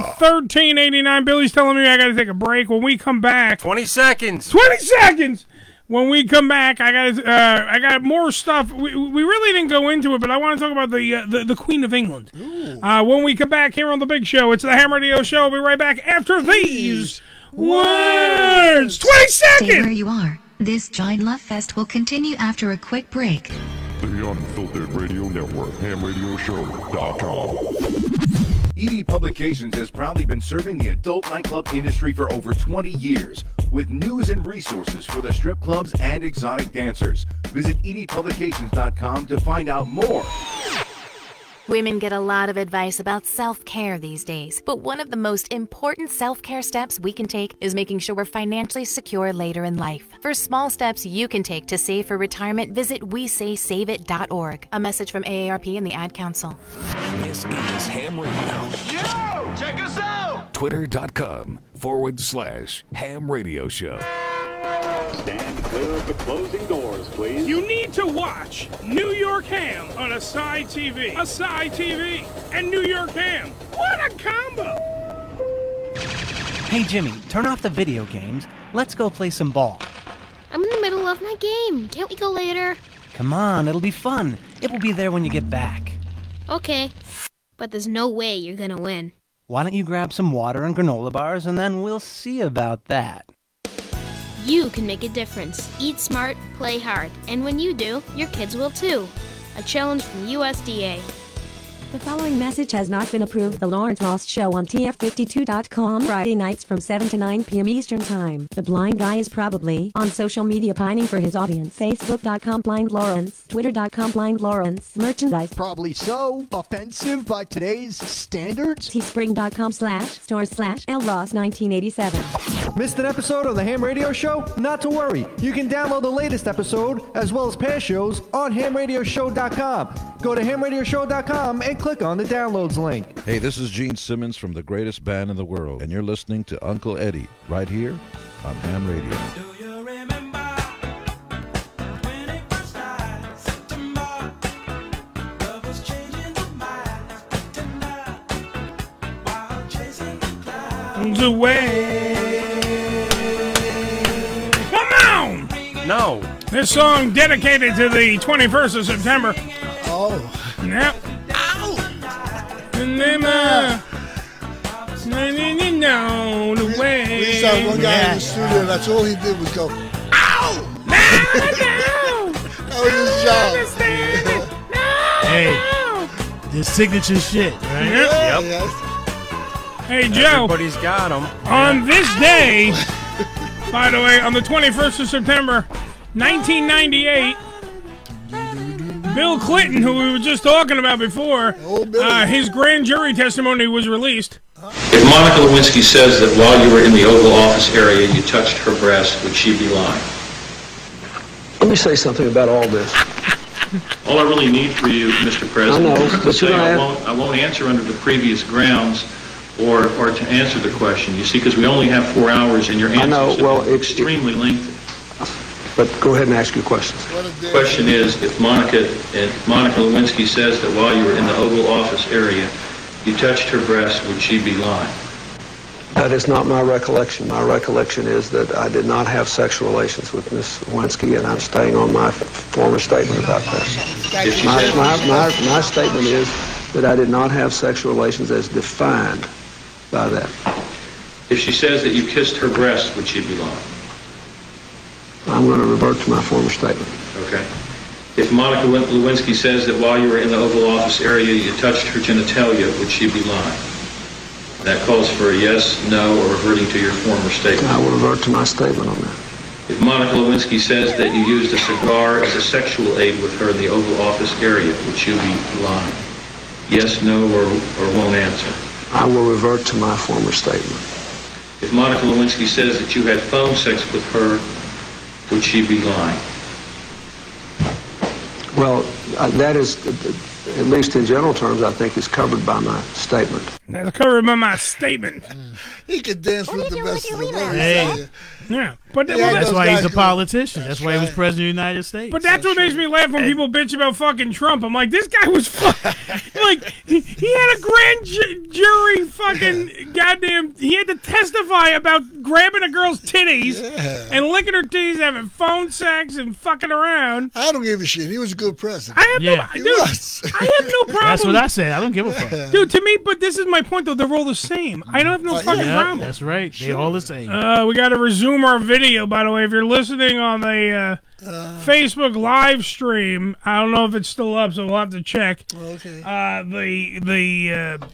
[SPEAKER 1] 718-577-1389. Billy's telling me I got to take a break. When we come back,
[SPEAKER 4] 20 seconds.
[SPEAKER 1] 20 seconds. When we come back, I got uh, I got more stuff. We, we really didn't go into it, but I want to talk about the uh, the, the Queen of England. Uh, when we come back here on the Big Show, it's the Hammer Radio Show. We'll be right back after these words. 20
[SPEAKER 5] Stay
[SPEAKER 1] seconds.
[SPEAKER 5] where you are. This giant love fest will continue after a quick break.
[SPEAKER 6] The Unfiltered Radio Network, hamradioshow.com.
[SPEAKER 24] ED E Publications has proudly been serving the adult nightclub industry for over 20 years with news and resources for the strip clubs and exotic dancers. Visit E edpublications.com to find out more.
[SPEAKER 25] Women get a lot of advice about self care these days, but one of the most important self care steps we can take is making sure we're financially secure later in life. For small steps you can take to save for retirement, visit WeSaySaveIt.org. A message from AARP and the Ad Council.
[SPEAKER 26] This is Ham Radio.
[SPEAKER 21] Yo! Check us out!
[SPEAKER 26] Twitter.com forward slash Ham Radio Show.
[SPEAKER 27] Stand clear of the closing doors, please.
[SPEAKER 1] You need to watch New York Ham on a side TV, a side TV, and New York Ham. What a combo!
[SPEAKER 28] Hey Jimmy, turn off the video games. Let's go play some ball.
[SPEAKER 16] I'm in the middle of my game. Can't we go later?
[SPEAKER 28] Come on, it'll be fun. It will be there when you get back.
[SPEAKER 16] Okay. But there's no way you're gonna win.
[SPEAKER 28] Why don't you grab some water and granola bars and then we'll see about that.
[SPEAKER 16] You can make a difference. Eat smart, play hard, and when you do, your kids will too. A challenge from USDA.
[SPEAKER 13] The following message has not been approved. The Lawrence Ross Show on TF52.com Friday nights from 7 to 9 p.m. Eastern Time. The blind guy is probably on social media pining for his audience. Facebook.com blind Lawrence, Twitter.com blind Lawrence, merchandise. Probably so. Offensive by today's standards. Teespring.com slash store slash LRoss 1987.
[SPEAKER 29] Missed an episode of the Ham Radio Show? Not to worry. You can download the latest episode, as well as past shows, on hamradioshow.com. Go to hamradioshow.com and click on the downloads link.
[SPEAKER 17] Hey, this is Gene Simmons from the greatest band in the world, and you're listening to Uncle Eddie right here on Ham Radio.
[SPEAKER 1] The Come on!
[SPEAKER 4] No.
[SPEAKER 1] This song dedicated to the 21st of September. Oh. Yep. And then, uh, no, no, no, no, the way.
[SPEAKER 3] We saw one guy in the studio. That's all he did was go, "Ow!" Oh, that was his job. Oh.
[SPEAKER 2] Hey, this signature shit, right?
[SPEAKER 1] Yep. Hey, Joe.
[SPEAKER 4] Everybody's got them.
[SPEAKER 1] On this day, by the way, on the 21st of September, 1998, Bill Clinton, who we were just talking about before,
[SPEAKER 3] Oh,
[SPEAKER 1] uh, his grand jury testimony was released.
[SPEAKER 30] If Monica Lewinsky says that while you were in the Oval Office area, you touched her breast, would she be lying?
[SPEAKER 31] Let me say something about all this.
[SPEAKER 30] All I really need for you, Mr. President,
[SPEAKER 31] I know,
[SPEAKER 30] is to
[SPEAKER 31] but
[SPEAKER 30] say
[SPEAKER 31] you know,
[SPEAKER 30] I
[SPEAKER 31] I-
[SPEAKER 30] won't, I won't answer under the previous grounds or, or to answer the question, you see, because we only have four hours and your
[SPEAKER 31] I know,
[SPEAKER 30] answers
[SPEAKER 31] well,
[SPEAKER 30] are extremely lengthy.
[SPEAKER 31] But go ahead and ask your question.
[SPEAKER 30] The question is, if Monica, if Monica Lewinsky says that while you were in the Oval Office area, you touched her breast, would she be lying?
[SPEAKER 31] That is not my recollection. My recollection is that I did not have sexual relations with Miss Winsky, and I'm staying on my f- former statement about that.
[SPEAKER 30] If she
[SPEAKER 31] My,
[SPEAKER 30] said-
[SPEAKER 31] my, my, my statement is that I did not have sexual relations as defined by that.
[SPEAKER 30] If she says that you kissed her breast, would she be lying?
[SPEAKER 31] I'm going to revert to my former statement.
[SPEAKER 30] Okay. If Monica Lew- Lewinsky says that while you were in the Oval Office area, you touched her genitalia, would she be lying? That calls for a yes, no, or reverting to your former statement.
[SPEAKER 31] I will revert to my statement on that.
[SPEAKER 30] If Monica Lewinsky says that you used a cigar as a sexual aid with her in the Oval Office area, would you be lying? Yes, no, or, or won't answer.
[SPEAKER 31] I will revert to my former statement.
[SPEAKER 30] If Monica Lewinsky says that you had phone sex with her, would she be lying?
[SPEAKER 31] Well, uh, that is, at least in general terms, I think is covered by my statement.
[SPEAKER 1] That's covered by my statement.
[SPEAKER 3] He could dance with the best of the world.
[SPEAKER 2] Hey.
[SPEAKER 1] Yeah. But
[SPEAKER 2] Yeah, that's why he's a
[SPEAKER 1] politician.
[SPEAKER 2] politician. That's, why he was president of the United States.
[SPEAKER 1] But that's what makes me laugh when people bitch about fucking Trump. I'm like, this guy was fu- like, he, he had a grand ju- jury fucking goddamn. He had to testify about grabbing a girl's titties and licking her titties, having phone sex, and fucking around.
[SPEAKER 3] I don't give a shit. He was a good president.
[SPEAKER 1] I have
[SPEAKER 2] Yeah.
[SPEAKER 1] no, dude, I have no problem.
[SPEAKER 2] That's what I said. I don't give a fuck.
[SPEAKER 1] Dude, to me, but this is my point though. They're all the same. I don't have
[SPEAKER 3] Uh,
[SPEAKER 1] no fucking
[SPEAKER 2] Yeah,
[SPEAKER 1] problem.
[SPEAKER 2] That's right. They all the same.
[SPEAKER 1] Uh, we got to resume our video, by the way. If you're listening on the uh, Facebook live stream, I don't know if it's still up, so we'll have to check.
[SPEAKER 3] Okay.
[SPEAKER 1] Uh, the the uh,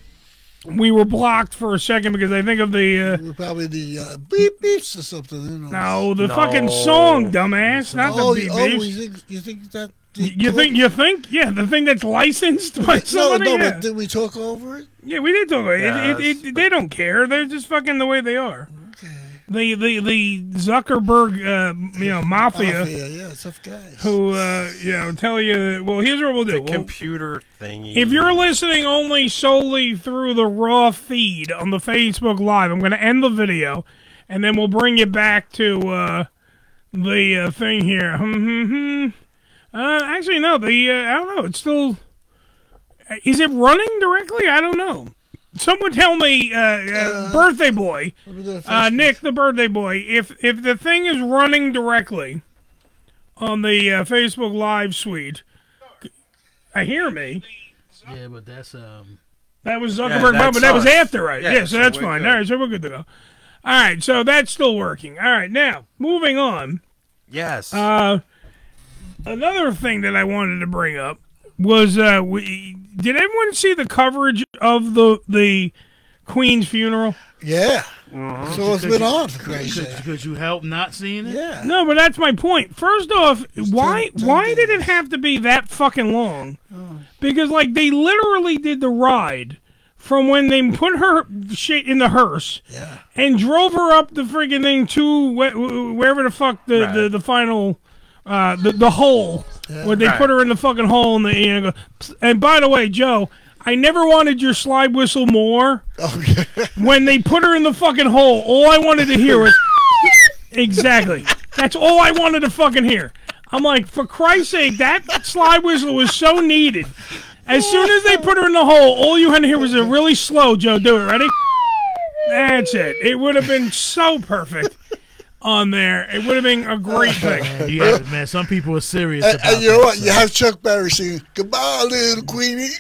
[SPEAKER 1] we were blocked for a second because I think of the uh,
[SPEAKER 3] Probably the uh, beep beeps or something. You know.
[SPEAKER 1] no the fucking song, dumbass, not
[SPEAKER 3] oh,
[SPEAKER 1] the
[SPEAKER 3] you-
[SPEAKER 1] beep
[SPEAKER 3] oh,
[SPEAKER 1] beeps.
[SPEAKER 3] you think you think that?
[SPEAKER 1] You think you think yeah the thing that's licensed by
[SPEAKER 3] no,
[SPEAKER 1] somebody
[SPEAKER 3] no,
[SPEAKER 1] yeah.
[SPEAKER 3] but did we talk over it?
[SPEAKER 1] Yeah, we did talk about it.
[SPEAKER 3] Yeah,
[SPEAKER 1] it, it, it. They don't care. They're just fucking the way they are. The the the Zuckerberg uh, you know mafia,
[SPEAKER 3] Mafia, yeah, tough guy.
[SPEAKER 1] who uh, you know tell you that, well here's what we'll do. We'll-
[SPEAKER 4] Computer thingy.
[SPEAKER 1] if you're listening only solely through the raw feed on the Facebook Live, I'm going to end the video, and then we'll bring you back to uh, the uh, thing here. Hmm, hmm, hmm. uh, actually, no. The uh, I don't know. It's still. uh, Is it running directly? I don't know. Someone tell me, uh, uh, birthday boy, uh, Nick, the birthday boy. If if the thing is running directly on the uh, Facebook Live suite, I hear me.
[SPEAKER 2] Yeah, but that's um.
[SPEAKER 1] That was
[SPEAKER 2] Yeah,
[SPEAKER 1] Zuckerberg,
[SPEAKER 2] that's
[SPEAKER 1] but that was
[SPEAKER 2] ours.
[SPEAKER 1] after, right? Yeah,
[SPEAKER 2] Yeah,
[SPEAKER 1] so
[SPEAKER 2] so
[SPEAKER 1] that's
[SPEAKER 2] we're
[SPEAKER 1] fine.
[SPEAKER 2] good.
[SPEAKER 1] All right, so we're good to go. All right, so that's still working. All right, now moving on.
[SPEAKER 4] Yes.
[SPEAKER 1] Uh, another thing that I wanted to bring up was uh, we, did everyone see the coverage of the the Queen's funeral?
[SPEAKER 3] Yeah. So it's
[SPEAKER 2] Could
[SPEAKER 3] been
[SPEAKER 2] you-
[SPEAKER 3] on for
[SPEAKER 2] could-
[SPEAKER 3] Christ's
[SPEAKER 2] could-
[SPEAKER 3] sake.
[SPEAKER 2] Could you help not seeing it?
[SPEAKER 3] Yeah.
[SPEAKER 1] No, but that's my point. First off, why why did it have to be that fucking long? Because like they literally did the ride from when they put her shit in the hearse and drove her up the friggin' thing to wh- wh- wherever the fuck the the, the final uh, the the hole where they
[SPEAKER 2] Right.
[SPEAKER 1] put her in the fucking hole and the you know, go- and by the way, Joe. I never wanted your slide whistle more. when they put her in the fucking hole, all I wanted to hear was Exactly. That's all I wanted to fucking hear. I'm like, for Christ's sake, that slide whistle was so needed. As soon as they put her in the hole, all you had to hear was a really slow Joe. Do it, ready? That's it. It would have been so perfect on there. It would have been a great thing.
[SPEAKER 2] You have it, man. Some people are
[SPEAKER 1] Uh,
[SPEAKER 2] serious
[SPEAKER 3] And,
[SPEAKER 2] about
[SPEAKER 3] and you know
[SPEAKER 2] that
[SPEAKER 3] what? You
[SPEAKER 2] stuff.
[SPEAKER 3] have Chuck Berry singing, Goodbye, little Queenie.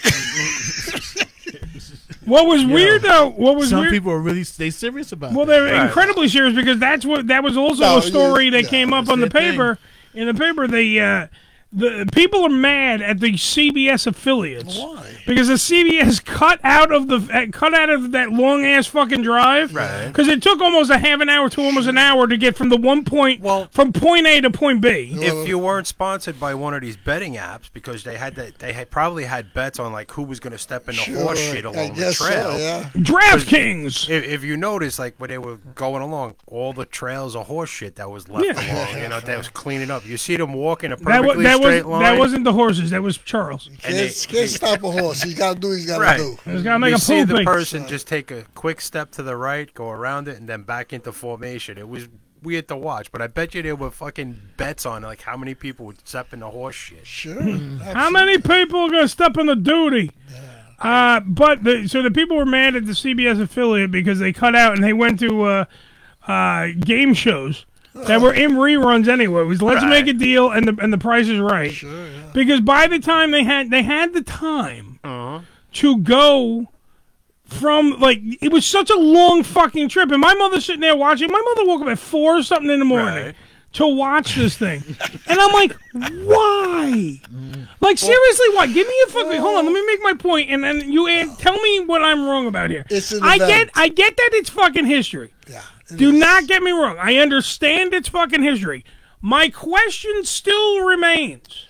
[SPEAKER 1] What was weird though? What was
[SPEAKER 2] Some
[SPEAKER 1] weird?
[SPEAKER 2] people are really they serious about.
[SPEAKER 1] Well,
[SPEAKER 2] that.
[SPEAKER 1] they're incredibly serious because that's what that was also
[SPEAKER 2] No,
[SPEAKER 1] a story
[SPEAKER 2] you-
[SPEAKER 1] that
[SPEAKER 2] no,
[SPEAKER 1] came up
[SPEAKER 2] it's
[SPEAKER 1] on the
[SPEAKER 2] their thing.
[SPEAKER 1] paper. In the paper, they uh, the people are mad at the CBS affiliates. Why? Because the CBS cut out of the uh, cut out of that long ass fucking drive. Right. Because it took almost a half an hour to almost an hour to get from the one point well, from point A to point B.
[SPEAKER 4] If you weren't sponsored by one of these betting apps, because they had that, they had probably had bets on like who was going to step into
[SPEAKER 3] Sure,
[SPEAKER 4] horse shit
[SPEAKER 3] I
[SPEAKER 4] along the
[SPEAKER 3] guess so,
[SPEAKER 4] trail.
[SPEAKER 3] yeah.
[SPEAKER 1] DraftKings.
[SPEAKER 4] If, if you notice, like when they were going along, all the trails of horse shit that was left
[SPEAKER 1] Yeah.
[SPEAKER 4] along, you know, that was cleaning up. You see them walking a
[SPEAKER 1] that was
[SPEAKER 4] perfectly
[SPEAKER 1] that was
[SPEAKER 4] straight line.
[SPEAKER 1] that wasn't the horses. That was Charles.
[SPEAKER 4] And
[SPEAKER 3] Can't, can't stop a horse. He's got to do what he's got to
[SPEAKER 4] Right.
[SPEAKER 3] do.
[SPEAKER 1] He's gotta make
[SPEAKER 4] you
[SPEAKER 1] a
[SPEAKER 4] see the
[SPEAKER 1] pooping.
[SPEAKER 4] person just take a quick step to the right, go around it, and then back into formation. It was weird to watch, but I bet you there were fucking bets on like how many people would step into horse shit.
[SPEAKER 3] Sure.
[SPEAKER 1] Hmm. How many people are going to step on the duty? Uh, but the, so the people were mad at the CBS affiliate because they cut out and they went to uh, uh, game shows that were in reruns anyway. It was let's make a deal and the and the price is right. Because by the time they had they had the time to go from like it was such a long fucking trip, and my mother sitting there watching. My mother woke up at four or something in the morning to watch this thing, and I'm like, why? Like seriously, why? Give me a fucking hold on. Let me make my point, and then you add, tell me what I'm wrong about here.
[SPEAKER 3] It's an
[SPEAKER 1] I get,
[SPEAKER 3] event.
[SPEAKER 1] I get that it's fucking history. Yeah. Do not get me wrong. I understand it's fucking history. My question still remains.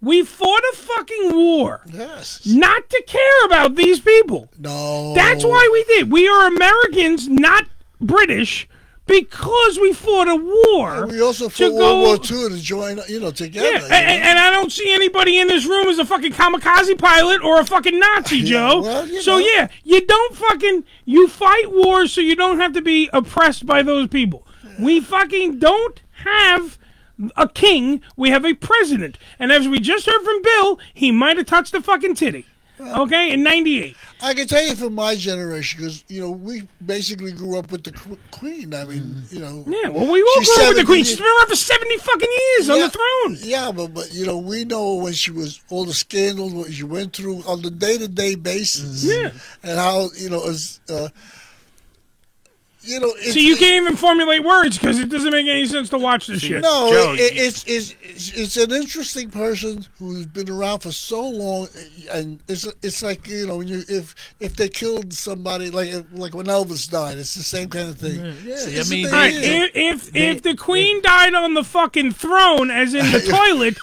[SPEAKER 1] We fought a fucking war.
[SPEAKER 3] Yes.
[SPEAKER 1] Not to care about these people.
[SPEAKER 3] No.
[SPEAKER 1] That's why we did. We are Americans, not British, because we fought a war.
[SPEAKER 3] We also
[SPEAKER 1] to
[SPEAKER 3] fought World
[SPEAKER 1] go-
[SPEAKER 3] War II to join, you know, together.
[SPEAKER 1] yeah,
[SPEAKER 3] you
[SPEAKER 1] and, and I don't see anybody in this room as a fucking kamikaze pilot or a fucking Nazi, Joe.
[SPEAKER 3] well, you
[SPEAKER 1] so
[SPEAKER 3] know.
[SPEAKER 1] yeah, you don't fucking you fight wars so you don't have to be oppressed by those people. We fucking don't have a king. We have a president, and as we just heard from Bill, he might have touched a fucking titty. Okay, in '98.
[SPEAKER 3] I can tell you from my generation, because you know we basically grew up with the qu- Queen. I mean,
[SPEAKER 2] Mm-hmm.
[SPEAKER 3] you know.
[SPEAKER 1] Yeah, well, we all
[SPEAKER 3] she's
[SPEAKER 1] grew up with the
[SPEAKER 3] 70
[SPEAKER 1] queen.
[SPEAKER 3] years-
[SPEAKER 1] She's been around for seventy fucking years on the throne.
[SPEAKER 3] Yeah, but but you know we know when she was all the scandals what she went through on the day to day basis.
[SPEAKER 1] Yeah.
[SPEAKER 3] and how you know is uh, you know. It's,
[SPEAKER 1] So you can't even formulate words because it doesn't make any sense to watch this shit.
[SPEAKER 3] No, it, it, it's, it's it's it's an interesting person who's been around for so long, and it's it's like you know when you if if they killed somebody like like when Elvis died, it's the same kind of thing. Yeah,
[SPEAKER 2] I mean-
[SPEAKER 1] All right, if if, if the queen died on the fucking throne, as in the toilet,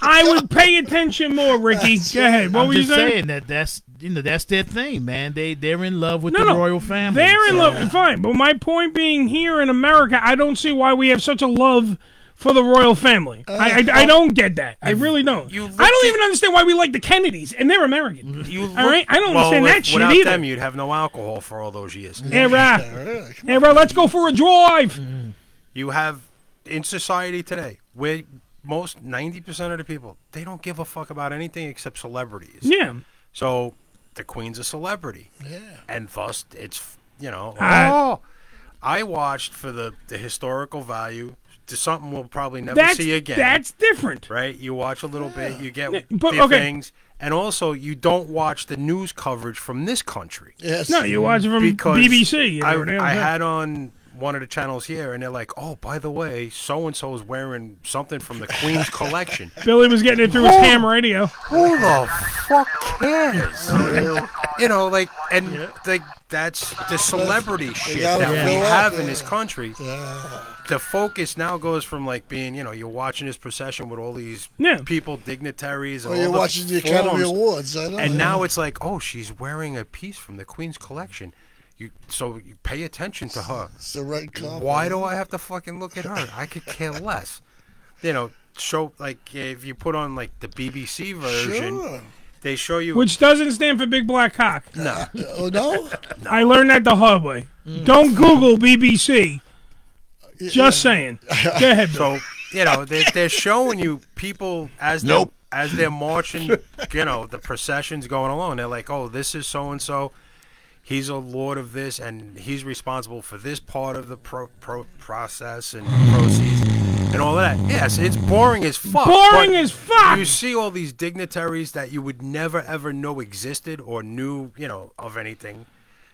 [SPEAKER 1] I would pay attention more, Ricky. Go ahead. What
[SPEAKER 2] I'm
[SPEAKER 1] were you
[SPEAKER 2] just
[SPEAKER 1] saying?
[SPEAKER 2] saying that that's you know that's their thing, man. They they're in love with
[SPEAKER 1] No,
[SPEAKER 2] the
[SPEAKER 1] no.
[SPEAKER 2] royal family.
[SPEAKER 1] They're in
[SPEAKER 2] so-
[SPEAKER 1] love. Fine. But my point being, here in America, I don't see why we have such a love for the royal family. I, I, I don't get that. I really don't. I don't even understand why we like the Kennedys, and they're American. all right? I don't
[SPEAKER 4] Well,
[SPEAKER 1] understand
[SPEAKER 4] if-
[SPEAKER 1] that shit
[SPEAKER 4] without
[SPEAKER 1] either.
[SPEAKER 4] them, you'd have no alcohol for all those years.
[SPEAKER 1] Yeah, right. Yeah, right, let's go for a drive.
[SPEAKER 4] You have in society today where most ninety percent of the people they don't give a fuck about anything except celebrities.
[SPEAKER 1] Yeah.
[SPEAKER 4] So the queen's a celebrity. Yeah. And thus it's you know
[SPEAKER 1] I-
[SPEAKER 4] oh I watched for the, the historical value to something we'll probably never
[SPEAKER 1] That's-
[SPEAKER 4] see again.
[SPEAKER 1] that's different.
[SPEAKER 4] Right? You watch a little bit, you get
[SPEAKER 1] but-
[SPEAKER 4] the
[SPEAKER 1] okay.
[SPEAKER 4] things and also you don't watch the news coverage from this country.
[SPEAKER 3] Yes.
[SPEAKER 1] No, you watch it from
[SPEAKER 4] Because
[SPEAKER 1] BBC. you know,
[SPEAKER 4] I,
[SPEAKER 1] whatever.
[SPEAKER 4] I had on one of the channels here, and they're like, "Oh, by the way, so and so is wearing something from the Queen's collection."
[SPEAKER 1] Billy was getting it through his
[SPEAKER 4] Who-
[SPEAKER 1] ham radio.
[SPEAKER 4] Who the fuck cares? you know, like, and like that's the celebrity shit
[SPEAKER 3] gotta
[SPEAKER 4] that we
[SPEAKER 3] fill up,
[SPEAKER 4] have in
[SPEAKER 3] yeah.
[SPEAKER 4] this country. The focus now goes from like being, you know, you're watching this procession with all these people, dignitaries, and
[SPEAKER 3] Or
[SPEAKER 4] all
[SPEAKER 3] you're
[SPEAKER 4] the
[SPEAKER 3] watching the
[SPEAKER 4] forms.
[SPEAKER 3] Academy Awards, I know,
[SPEAKER 4] and
[SPEAKER 3] yeah.
[SPEAKER 4] now it's like, oh, she's wearing a piece from the Queen's collection. You so you pay attention to her. It's
[SPEAKER 3] the right compliment.
[SPEAKER 4] Why do I have to fucking look at her? I could care less. You know, show like if you put on like the BBC version,
[SPEAKER 1] Sure.
[SPEAKER 4] they show you
[SPEAKER 1] Which doesn't stand for big black cock.
[SPEAKER 4] no.
[SPEAKER 3] Oh no!
[SPEAKER 1] I learned that the hard way. Don't Google BBC. Just saying. Go ahead, Bill.
[SPEAKER 4] So you know they, they're showing you people as they're-
[SPEAKER 1] Nope.
[SPEAKER 4] as they're marching. You know the processions going along. They're like, oh, this is so and so. He's a lord of this, and he's responsible for this part of the pro, pro process and proceeds and all that. Yes, it's boring as fuck.
[SPEAKER 1] Boring
[SPEAKER 4] but
[SPEAKER 1] as fuck!
[SPEAKER 4] You see all these dignitaries that you would never ever know existed or knew, you know, of anything.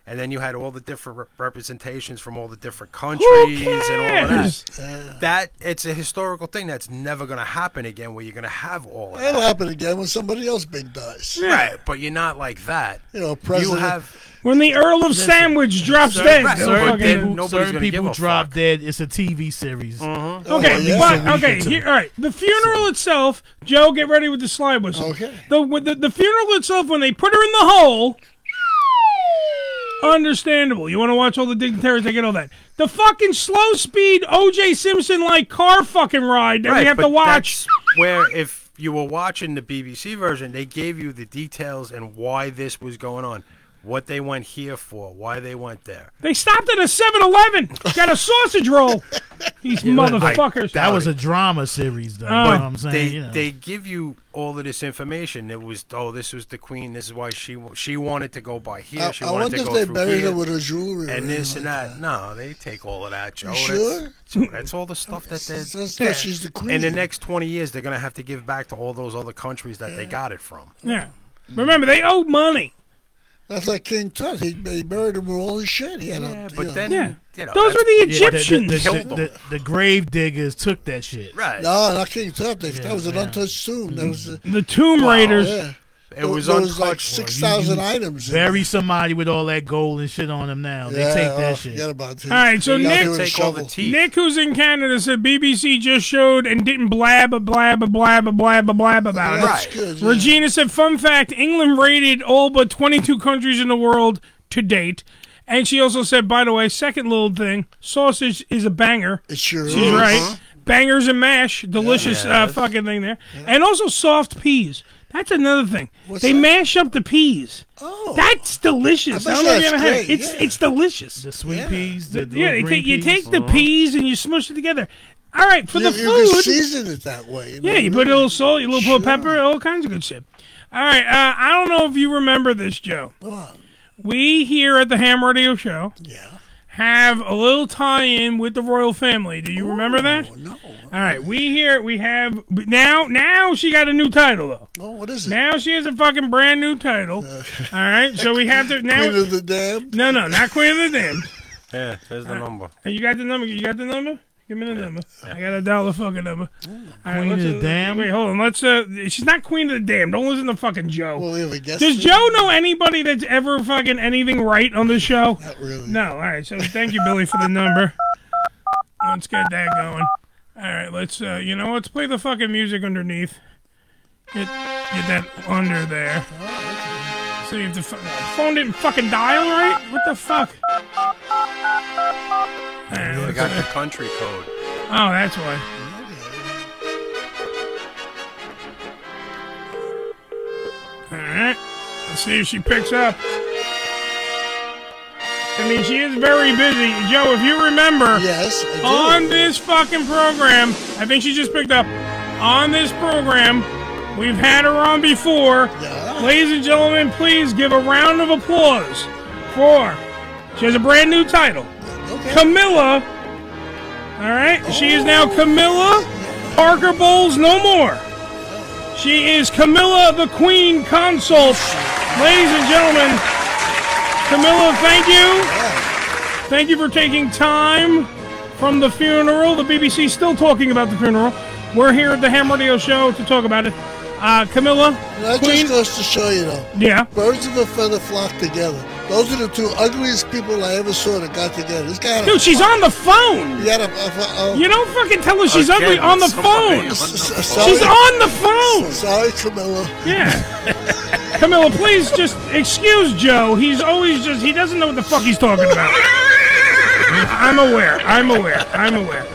[SPEAKER 4] And then you had all the different rep- representations from all the different countries and all of
[SPEAKER 1] cares?
[SPEAKER 4] that that it's a historical thing that's never going to happen again where you're going to have all of that
[SPEAKER 3] That'll happen again when somebody else big dies.
[SPEAKER 4] right but you're not like that
[SPEAKER 3] You know, president.
[SPEAKER 4] have-
[SPEAKER 1] When the Earl of Sandwich drops
[SPEAKER 2] Certain-
[SPEAKER 1] dead.
[SPEAKER 2] right,
[SPEAKER 1] they're
[SPEAKER 2] certain
[SPEAKER 1] fucking-
[SPEAKER 2] people, certain people drop dead. It's a TV series.
[SPEAKER 1] Oh, Okay,
[SPEAKER 2] At least a
[SPEAKER 1] but,
[SPEAKER 2] week
[SPEAKER 1] okay.
[SPEAKER 2] or two.
[SPEAKER 1] Here, all right. The funeral itself, Joe, get ready with the slide whistle. Okay. The, with the the funeral itself, when they put her in the hole, understandable. You want to watch all the dignitaries. I get all that. The fucking slow speed O.J. Simpson like car fucking ride that we
[SPEAKER 4] Right,
[SPEAKER 1] have to
[SPEAKER 4] but
[SPEAKER 1] watch.
[SPEAKER 4] that's where if you were watching the bbc version they gave you the details and why this was going on what they went here for why they went there
[SPEAKER 1] They stopped at a 7-Eleven. Got a sausage roll. These motherfuckers.
[SPEAKER 2] that was a drama series, though.
[SPEAKER 1] Oh.
[SPEAKER 2] you know what I'm saying?
[SPEAKER 4] they
[SPEAKER 2] You know.
[SPEAKER 4] they give you all of this information. It was oh, this was the queen. This is why she wa- she wanted to go by here.
[SPEAKER 3] I,
[SPEAKER 4] she
[SPEAKER 3] I
[SPEAKER 4] wanted
[SPEAKER 3] wonder
[SPEAKER 4] to
[SPEAKER 3] if
[SPEAKER 4] go
[SPEAKER 3] they
[SPEAKER 4] through
[SPEAKER 3] buried
[SPEAKER 4] here.
[SPEAKER 3] her with her jewelry.
[SPEAKER 4] and
[SPEAKER 3] or
[SPEAKER 4] this
[SPEAKER 3] anything
[SPEAKER 4] and that.
[SPEAKER 3] like
[SPEAKER 4] No, they take all of that, Joe.
[SPEAKER 3] sure?
[SPEAKER 4] That's, that's all the stuff that they.
[SPEAKER 3] That's- that's- she's the queen.
[SPEAKER 4] In the next twenty years, they're gonna have to give back to all those other countries that they got it from.
[SPEAKER 1] Yeah. Remember, they owed money.
[SPEAKER 3] That's like King Tut. He, he buried him with all his shit. He had yeah,
[SPEAKER 4] but then, you know,
[SPEAKER 1] Those were the
[SPEAKER 2] Yeah,
[SPEAKER 1] Egyptians.
[SPEAKER 2] The, the, the, the- the grave diggers took that shit.
[SPEAKER 4] Right.
[SPEAKER 3] No, not King Tut. They, that was an untouched tomb. That was a,
[SPEAKER 1] The Tomb
[SPEAKER 3] Wow.
[SPEAKER 1] Raiders.
[SPEAKER 3] Yeah.
[SPEAKER 4] It was
[SPEAKER 3] there was like
[SPEAKER 4] untouched.
[SPEAKER 3] six
[SPEAKER 2] You- you
[SPEAKER 3] thousand items. in
[SPEAKER 2] Bury somebody with all that gold and shit on them now.
[SPEAKER 3] Yeah,
[SPEAKER 2] they take that
[SPEAKER 3] oh,
[SPEAKER 2] shit.
[SPEAKER 3] forget about
[SPEAKER 1] All right, so Nick,
[SPEAKER 4] teeth.
[SPEAKER 1] Nick, who's in Canada, said BBC just showed and didn't blab a blab a blab a blab a blab about it.
[SPEAKER 4] That's Right. good, yeah.
[SPEAKER 1] Regina said, "Fun fact: England raided all but 22 countries in the world to date." And she also said, "By the way, second little thing: sausage is a banger." It
[SPEAKER 3] sure
[SPEAKER 1] She's
[SPEAKER 3] is.
[SPEAKER 4] Uh-huh.
[SPEAKER 1] right. Bangers and mash, delicious uh, fucking thing there, and also soft peas. That's another thing. they mash up the peas. Oh, that's delicious.
[SPEAKER 2] I
[SPEAKER 1] I,
[SPEAKER 2] bet
[SPEAKER 1] don't know if you
[SPEAKER 2] that's
[SPEAKER 1] ever had it.
[SPEAKER 2] great,
[SPEAKER 1] It's
[SPEAKER 2] yeah.
[SPEAKER 1] it's delicious.
[SPEAKER 2] The sweet peas. The, the
[SPEAKER 1] Yeah,
[SPEAKER 2] little
[SPEAKER 1] you
[SPEAKER 2] green
[SPEAKER 1] take, you
[SPEAKER 2] peas.
[SPEAKER 1] take
[SPEAKER 2] Uh-huh.
[SPEAKER 1] the peas and you smush it together. All right, for
[SPEAKER 3] You-
[SPEAKER 1] the
[SPEAKER 3] you can
[SPEAKER 1] food.
[SPEAKER 3] season it that way.
[SPEAKER 1] yeah, you put a little salt, you little bit of pepper, all kinds of good shit. All right, uh, I don't know if you remember this, Joe. We here at the Ham Radio Show have a little tie-in with the royal family. Do you remember that? No. All right, we here we have but now now she got a new title though.
[SPEAKER 3] Oh, what is it? Uh,
[SPEAKER 1] Now she has a fucking brand new title. All right, so we have to now.
[SPEAKER 3] Queen of the Damned.
[SPEAKER 1] No, no, not Queen of the Damned.
[SPEAKER 4] Yeah, there's
[SPEAKER 2] Uh,
[SPEAKER 4] the number.
[SPEAKER 1] Hey, you got the number? You got the number? Give me the number. I got a dollar fucking number. All
[SPEAKER 2] Queen
[SPEAKER 1] let's,
[SPEAKER 2] of the
[SPEAKER 1] uh,
[SPEAKER 2] Dam?
[SPEAKER 1] Wait, hold on. Let's. Uh, she's not queen of the dam. Don't listen to fucking Joe.
[SPEAKER 3] Well, we have a guest
[SPEAKER 1] Does
[SPEAKER 3] today.
[SPEAKER 1] Joe know anybody that's ever fucking anything right on the show? Not
[SPEAKER 3] really.
[SPEAKER 1] No. All right. So thank you, Billy, for the number. Let's get that going. All right. Let's. Uh, you know, let's play the fucking music underneath. Get, get that under there.
[SPEAKER 3] Oh,
[SPEAKER 1] So you have to. Fu- phone didn't fucking dial right. What the fuck?
[SPEAKER 4] I got the country code.
[SPEAKER 1] Oh, that's why. Alright. Let's see if she picks up. I mean, she is very busy. Joe, if you remember,
[SPEAKER 3] yes,
[SPEAKER 32] do.
[SPEAKER 1] on this fucking program, I think she just picked up. On this program, we've had her on before. Ladies and gentlemen, please give a round of applause for. She has a brand new title, Camilla. All right, she is now Camilla Parker Bowles no more. She is Camilla the Queen Consort. Ladies and gentlemen, Camilla, thank you Thank you for taking time from the funeral. The BBC still talking about the funeral. We're here at the Ham Radio Show to talk about it. Uh, Camilla,
[SPEAKER 3] That just goes to show you, though.
[SPEAKER 1] Yeah.
[SPEAKER 3] Birds of a feather flock together. Those are the two ugliest people I ever saw that got together. This guy. had a
[SPEAKER 1] dude, she's
[SPEAKER 3] fuck-
[SPEAKER 1] on the phone.
[SPEAKER 3] He had a, a- a-
[SPEAKER 1] You don't fucking tell her she's ugly on the phone.
[SPEAKER 3] Sorry.
[SPEAKER 1] She's on the phone.
[SPEAKER 3] Sorry, Camilla.
[SPEAKER 1] Yeah. Camilla, please just excuse Joe. He's always just, he doesn't know what the fuck he's talking about. I'm aware. I'm aware. I'm aware.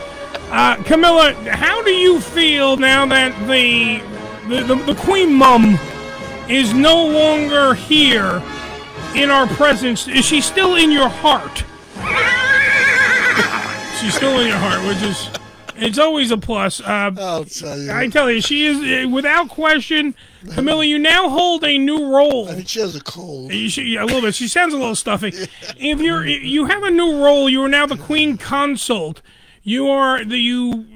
[SPEAKER 1] Uh, Camilla, how do you feel now that the the, the, the Queen Mum is no longer here in our presence? Is she still in your heart? She's still in your heart, which is it's always a plus. Uh, I tell you, she is uh, without question, Camilla. You now hold a new role. I think
[SPEAKER 3] she has a cold.
[SPEAKER 1] a little bit. She sounds a little stuffy. If you're you have a new role, you are now the queen consort. You are the you.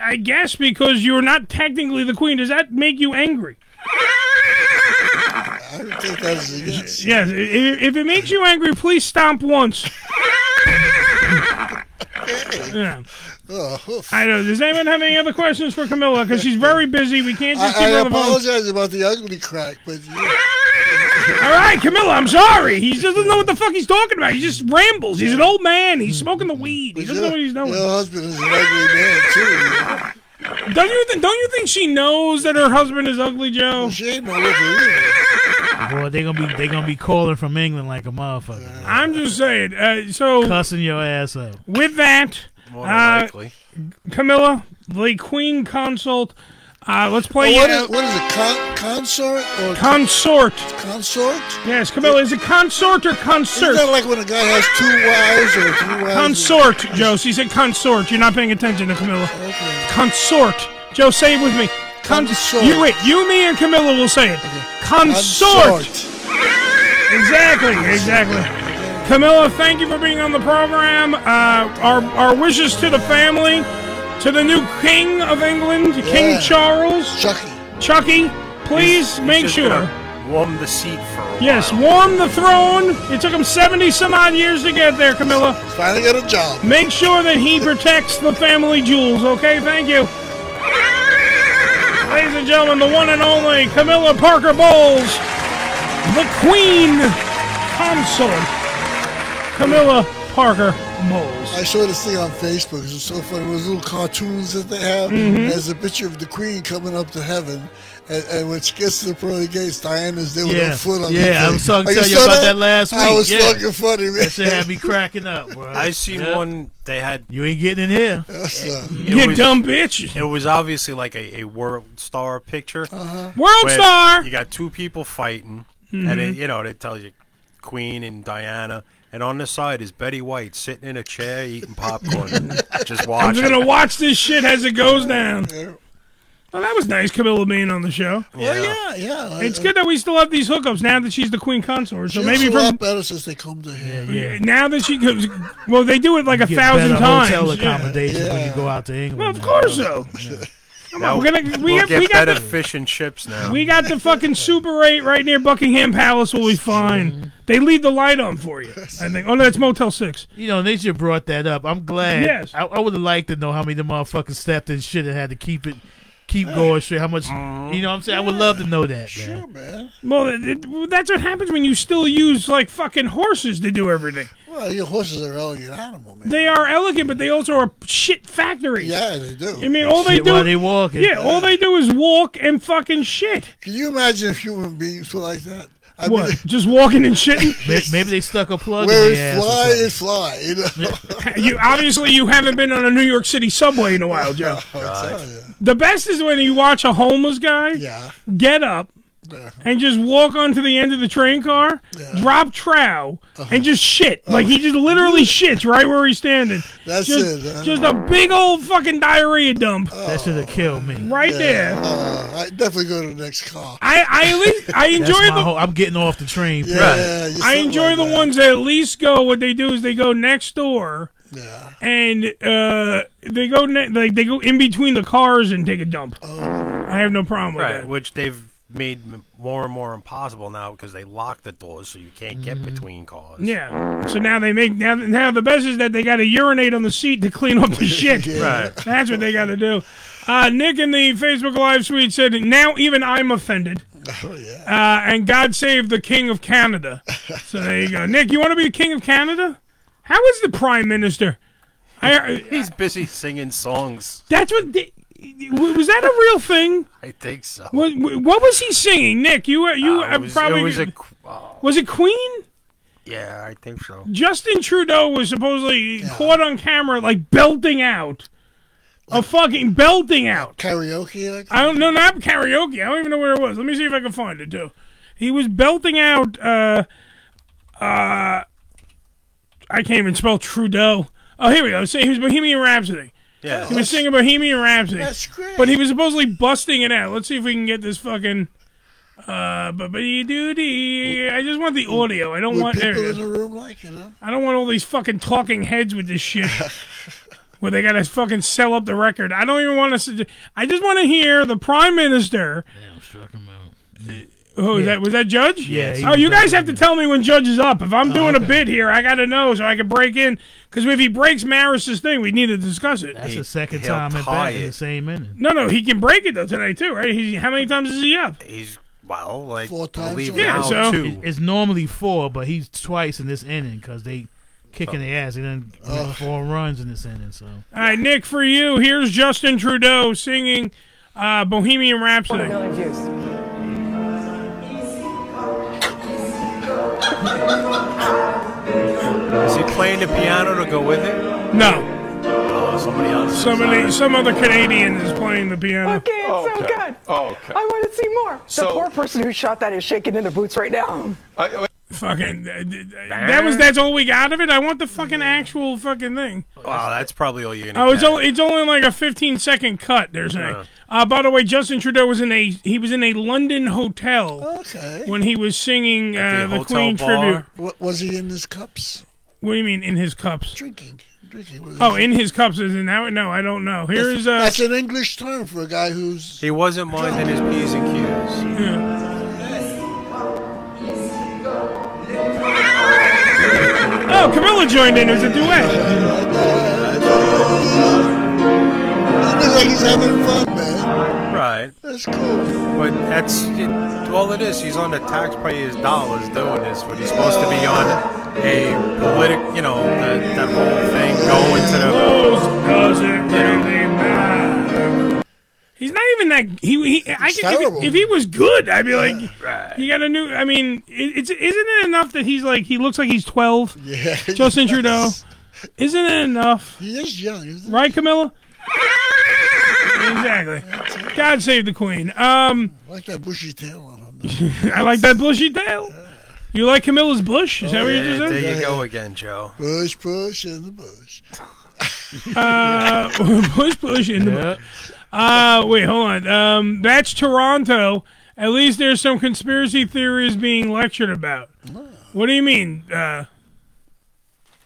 [SPEAKER 1] I guess because you're not technically the queen. Does that make you angry?
[SPEAKER 3] I don't think that's a yes.
[SPEAKER 1] Yes. i- i- If it makes you angry, please stomp once. Yeah.
[SPEAKER 3] Oh,
[SPEAKER 1] I don't. Does anyone have any other questions for Camilla? Because she's very busy. We can't just keep
[SPEAKER 3] I, I
[SPEAKER 1] her on the phone.
[SPEAKER 3] apologize about the ugly crack, but yeah.
[SPEAKER 1] All right, Camilla, I'm sorry. He just doesn't know what the fuck he's talking about. He just rambles. He's an old man. He's smoking the weed. He doesn't know what he's doing.
[SPEAKER 3] Your husband is an ugly man too.
[SPEAKER 1] Don't you think? Don't you think she knows that her husband is ugly, Joe?
[SPEAKER 3] She ain't no ugly.
[SPEAKER 2] Boy, they gonna be they gonna be calling from England like a motherfucker,
[SPEAKER 1] I'm just saying. Uh, so
[SPEAKER 2] cussing your ass out.
[SPEAKER 1] with that,
[SPEAKER 2] More than
[SPEAKER 1] uh,
[SPEAKER 2] likely.
[SPEAKER 1] Camilla, the queen consort. Uh, let's play.
[SPEAKER 3] Oh, what
[SPEAKER 1] you-
[SPEAKER 3] is- what is it? Con- consort or
[SPEAKER 1] consort?
[SPEAKER 3] Consort?
[SPEAKER 1] Yes, Camilla. Is it consort or concert?
[SPEAKER 3] Isn't that like when a guy has two wives or three wives?
[SPEAKER 1] Consort, Joe. She said consort. You're not paying attention to Camilla. Consort. Joe, say it with me. consort. You wait. You, me, and Camilla will say it. Consort. Exactly. Exactly. Camilla, thank you for being on the program. Uh, our our wishes to the family, to the new King of England, King Charles,
[SPEAKER 3] Chucky.
[SPEAKER 1] Chucky, please
[SPEAKER 4] He's- he's
[SPEAKER 1] make
[SPEAKER 4] just
[SPEAKER 1] sure.
[SPEAKER 4] gonna Warm the seat for a
[SPEAKER 1] Yes, warm the throne. It took him 70 some odd years to get there, Camilla.
[SPEAKER 3] Finally got a job.
[SPEAKER 1] Make sure that he protects the family jewels, okay? Thank you. Ladies and gentlemen, the one and only Camilla Parker Bowles, the Queen Consort. Camilla Parker Moles.
[SPEAKER 3] I saw this thing on Facebook. It was so funny. It was little cartoons that they have.
[SPEAKER 1] Mhm.
[SPEAKER 3] There's a picture of the Queen coming up to heaven. And, and when she gets to the pearly gates, Diana's there with
[SPEAKER 2] Yeah.
[SPEAKER 3] her foot on the
[SPEAKER 2] Yeah, I
[SPEAKER 3] thing.
[SPEAKER 2] was talking-
[SPEAKER 3] Oh,
[SPEAKER 2] telling you
[SPEAKER 3] saw
[SPEAKER 2] about that last
[SPEAKER 3] I
[SPEAKER 2] week,
[SPEAKER 3] was
[SPEAKER 2] yeah.
[SPEAKER 3] fucking funny, man.
[SPEAKER 2] That shit had me cracking up, bro.
[SPEAKER 4] I seen
[SPEAKER 2] Yeah.
[SPEAKER 4] one. They had
[SPEAKER 2] You ain't getting in here.
[SPEAKER 3] uh,
[SPEAKER 4] It
[SPEAKER 1] You
[SPEAKER 4] was-
[SPEAKER 1] dumb bitch.
[SPEAKER 4] It was obviously like a, a world star picture. Uh-huh.
[SPEAKER 1] World star!
[SPEAKER 4] You got two people fighting,
[SPEAKER 1] Mhm.
[SPEAKER 4] and it, you know it tells you Queen and Diana, and on the side is Betty White sitting in a chair eating popcorn, just watching.
[SPEAKER 1] I'm just gonna watch this shit as it goes down. Well, that was nice, Camilla being on the show.
[SPEAKER 3] Well, yeah, yeah.
[SPEAKER 1] It's good that we still have these hookups now that she's the queen consort. So
[SPEAKER 3] She
[SPEAKER 1] maybe
[SPEAKER 3] looks a lot
[SPEAKER 1] from
[SPEAKER 3] better since they come to here.
[SPEAKER 1] now that she goes, well, they do it like a
[SPEAKER 2] Get
[SPEAKER 1] thousand
[SPEAKER 2] better
[SPEAKER 1] times.
[SPEAKER 2] Hotel
[SPEAKER 1] Yeah.
[SPEAKER 2] accommodations when you go out to England.
[SPEAKER 1] Well, of course so. Come on,
[SPEAKER 4] Now,
[SPEAKER 1] we're gonna we
[SPEAKER 4] we'll
[SPEAKER 1] have,
[SPEAKER 4] get
[SPEAKER 1] we got
[SPEAKER 4] better
[SPEAKER 1] the,
[SPEAKER 4] fish and chips now.
[SPEAKER 1] we got the fucking Super Eight right near Buckingham Palace. We'll be fine. They leave the light on for you. I think. Oh no, that's Motel Six.
[SPEAKER 2] You know, they should brought that up. I'm glad.
[SPEAKER 1] Yes.
[SPEAKER 2] I, I would have liked to know how many of the motherfuckers stepped in shit and had to keep it, keep going straight. How much,
[SPEAKER 4] Uh-huh.
[SPEAKER 2] you know what I'm saying? I would love to know that. Sure, man.
[SPEAKER 1] Well, it- it- that's what happens when you still use like fucking horses to do everything.
[SPEAKER 3] Well, your horses are elegant animals.
[SPEAKER 1] They are elegant, but they also are shit factories.
[SPEAKER 3] Yeah, they do.
[SPEAKER 1] I mean, all they
[SPEAKER 2] Shit
[SPEAKER 1] do
[SPEAKER 2] while they walking.
[SPEAKER 1] Yeah, all they do is walk and fucking shit.
[SPEAKER 3] Can you imagine if human beings were like that? I
[SPEAKER 1] what?
[SPEAKER 3] mean,
[SPEAKER 1] just walking and shitting?
[SPEAKER 2] Maybe, maybe they stuck a plug
[SPEAKER 3] where
[SPEAKER 2] in
[SPEAKER 3] it
[SPEAKER 2] their ass or
[SPEAKER 3] fly,
[SPEAKER 2] something.
[SPEAKER 3] it fly. You know?
[SPEAKER 1] you obviously you haven't been on a New York City subway in a while, Joe.
[SPEAKER 3] Oh,
[SPEAKER 1] The best is when you watch a homeless guy get up and just walk onto the end of the train car, drop trow,
[SPEAKER 3] Uh-huh.
[SPEAKER 1] and just shit. Like he just literally shits right where he's standing.
[SPEAKER 3] That's
[SPEAKER 1] just,
[SPEAKER 3] it, huh? Uh,
[SPEAKER 1] Just a big old fucking diarrhea dump
[SPEAKER 2] That should have killed me.
[SPEAKER 1] right
[SPEAKER 3] Yeah.
[SPEAKER 1] there.
[SPEAKER 3] Uh, I definitely go to the next car.
[SPEAKER 1] I, I at least I
[SPEAKER 2] That's
[SPEAKER 1] enjoy
[SPEAKER 2] my
[SPEAKER 1] the
[SPEAKER 2] whole- I'm getting off the train.
[SPEAKER 3] Yeah,
[SPEAKER 2] bro.
[SPEAKER 3] yeah, you
[SPEAKER 1] I
[SPEAKER 3] sound
[SPEAKER 1] enjoy
[SPEAKER 3] like
[SPEAKER 1] the ones that at least go. What they do is they go next door, and uh, they
[SPEAKER 3] Oh.
[SPEAKER 1] go ne- like they go in between the cars and take a dump. I have no problem with
[SPEAKER 2] Oh
[SPEAKER 4] right,
[SPEAKER 1] that.
[SPEAKER 4] which they've made m- more and more impossible now because they lock the doors so you can't get between cars.
[SPEAKER 1] Mm-hmm. Yeah. So now they make now now the best is that they got to urinate on the seat to clean up the shit.
[SPEAKER 4] Right.
[SPEAKER 1] That's what they got to do. Uh, Nick in the Facebook Live suite said, "Now even I'm offended."
[SPEAKER 3] Oh, yeah.
[SPEAKER 1] Uh, and God save the King of Canada. So there you go, Nick. You want to be King of Canada? How is the Prime Minister? I,
[SPEAKER 4] He's busy singing songs.
[SPEAKER 1] that's what. They, was that a real thing?
[SPEAKER 4] I think so.
[SPEAKER 1] What, what was he singing, Nick? You you
[SPEAKER 4] Uh,
[SPEAKER 1] uh,
[SPEAKER 4] it was,
[SPEAKER 1] probably
[SPEAKER 4] it was a,
[SPEAKER 1] was it Queen?
[SPEAKER 4] yeah, I think so.
[SPEAKER 1] Justin Trudeau was supposedly caught on camera like belting out. A fucking belting out.
[SPEAKER 3] Karaoke? Like?
[SPEAKER 1] I don't know, not karaoke. I don't even know where it was. Let me see if I can find it too. He was belting out uh uh I can't even spell Trudeau. Oh here we go. See he was Bohemian Rhapsody.
[SPEAKER 4] Yeah.
[SPEAKER 1] He was singing Bohemian Rhapsody.
[SPEAKER 4] That's great.
[SPEAKER 1] But he was supposedly busting it out. Let's see if we can get this fucking uh but but you do the I just want the audio. I don't
[SPEAKER 3] Were
[SPEAKER 1] want there it
[SPEAKER 3] people
[SPEAKER 1] is.
[SPEAKER 3] in the room like you know.
[SPEAKER 1] I don't want all these fucking talking heads with this shit. Where they gotta fucking sell up the record. I don't even want to. I just want to hear the prime minister. Oh, is that was that Judge?
[SPEAKER 2] Yeah, he
[SPEAKER 1] Oh,
[SPEAKER 2] was Oh,
[SPEAKER 1] you guys have to tell me when Judge is up. If I'm doing a bit here, I gotta know so I can break in. Because if he breaks Maris's thing, we need to discuss it.
[SPEAKER 2] That's the second time at bat in the same inning.
[SPEAKER 1] No, no, he can break it though tonight too, right? He, how many times is he up?
[SPEAKER 4] He's well, like
[SPEAKER 3] Four
[SPEAKER 4] I believe
[SPEAKER 1] Yeah,
[SPEAKER 4] now
[SPEAKER 1] so-
[SPEAKER 4] two.
[SPEAKER 2] It's normally four, but he's twice in this inning because they kicking the ass and then four runs in this inning. So
[SPEAKER 1] All right, Nick, for you, here's Justin Trudeau singing uh, Bohemian Rhapsody.
[SPEAKER 4] Is he playing the piano to go with it?
[SPEAKER 1] No,
[SPEAKER 4] Oh, somebody else.
[SPEAKER 1] somebody, some other Canadian is playing the piano.
[SPEAKER 32] Okay, it's so good. I want to see more. the poor person who shot that is shaking in their boots right now.
[SPEAKER 1] Fucking uh, that was that's all we got of it. I want the fucking actual fucking thing.
[SPEAKER 4] Wow, that's probably all you're gonna. Uh-huh.
[SPEAKER 1] Oh, it's
[SPEAKER 4] get.
[SPEAKER 1] only it's only like a 15 second cut. They're
[SPEAKER 3] Uh-huh.
[SPEAKER 1] saying.
[SPEAKER 4] Yeah.
[SPEAKER 1] Uh, by the way, Justin Trudeau was in a he was in a London hotel when he was singing
[SPEAKER 3] At
[SPEAKER 1] uh,
[SPEAKER 3] the
[SPEAKER 1] the,
[SPEAKER 3] hotel
[SPEAKER 1] Queen
[SPEAKER 3] bar?
[SPEAKER 1] tribute.
[SPEAKER 3] What, was he in his cups?
[SPEAKER 1] What do you mean in his cups?
[SPEAKER 3] Drinking. Drinking. Was
[SPEAKER 1] Oh, in his cups is in that? No, I don't know. Here
[SPEAKER 3] that's,
[SPEAKER 1] is uh,
[SPEAKER 3] that's an English term for a guy who's.
[SPEAKER 4] He wasn't minding his p's and q's.
[SPEAKER 1] oh Camilla joined in. It was a duet.
[SPEAKER 3] Looks like he's having fun, man.
[SPEAKER 4] Right.
[SPEAKER 3] That's cool.
[SPEAKER 4] But that's it, all it is. He's on the taxpayers' dollars doing this. But he's supposed to be on a politic, you know, that, that whole thing going to the.
[SPEAKER 1] He's not even that. He, he I could, if,
[SPEAKER 3] terrible.
[SPEAKER 1] he- if he was good, I'd be like, you got a new. I mean, it, it's isn't it enough that he's like he looks like he's twelve?
[SPEAKER 3] Yeah.
[SPEAKER 1] Justin Trudeau, isn't it enough?
[SPEAKER 3] He is young, isn't
[SPEAKER 1] Right, Camilla? exactly. God save the queen. Um,
[SPEAKER 3] he? Like that bushy tail on him.
[SPEAKER 1] I like that bushy tail. You like Camilla's bush? Is that what you
[SPEAKER 4] Oh, Yeah,
[SPEAKER 1] just said?
[SPEAKER 4] there you go again, Joe.
[SPEAKER 3] Push, push in the bush.
[SPEAKER 1] uh, push, push in the Uh, wait, hold on. Um, that's Toronto. At least there's some conspiracy theories being lectured about. What do you mean? Uh,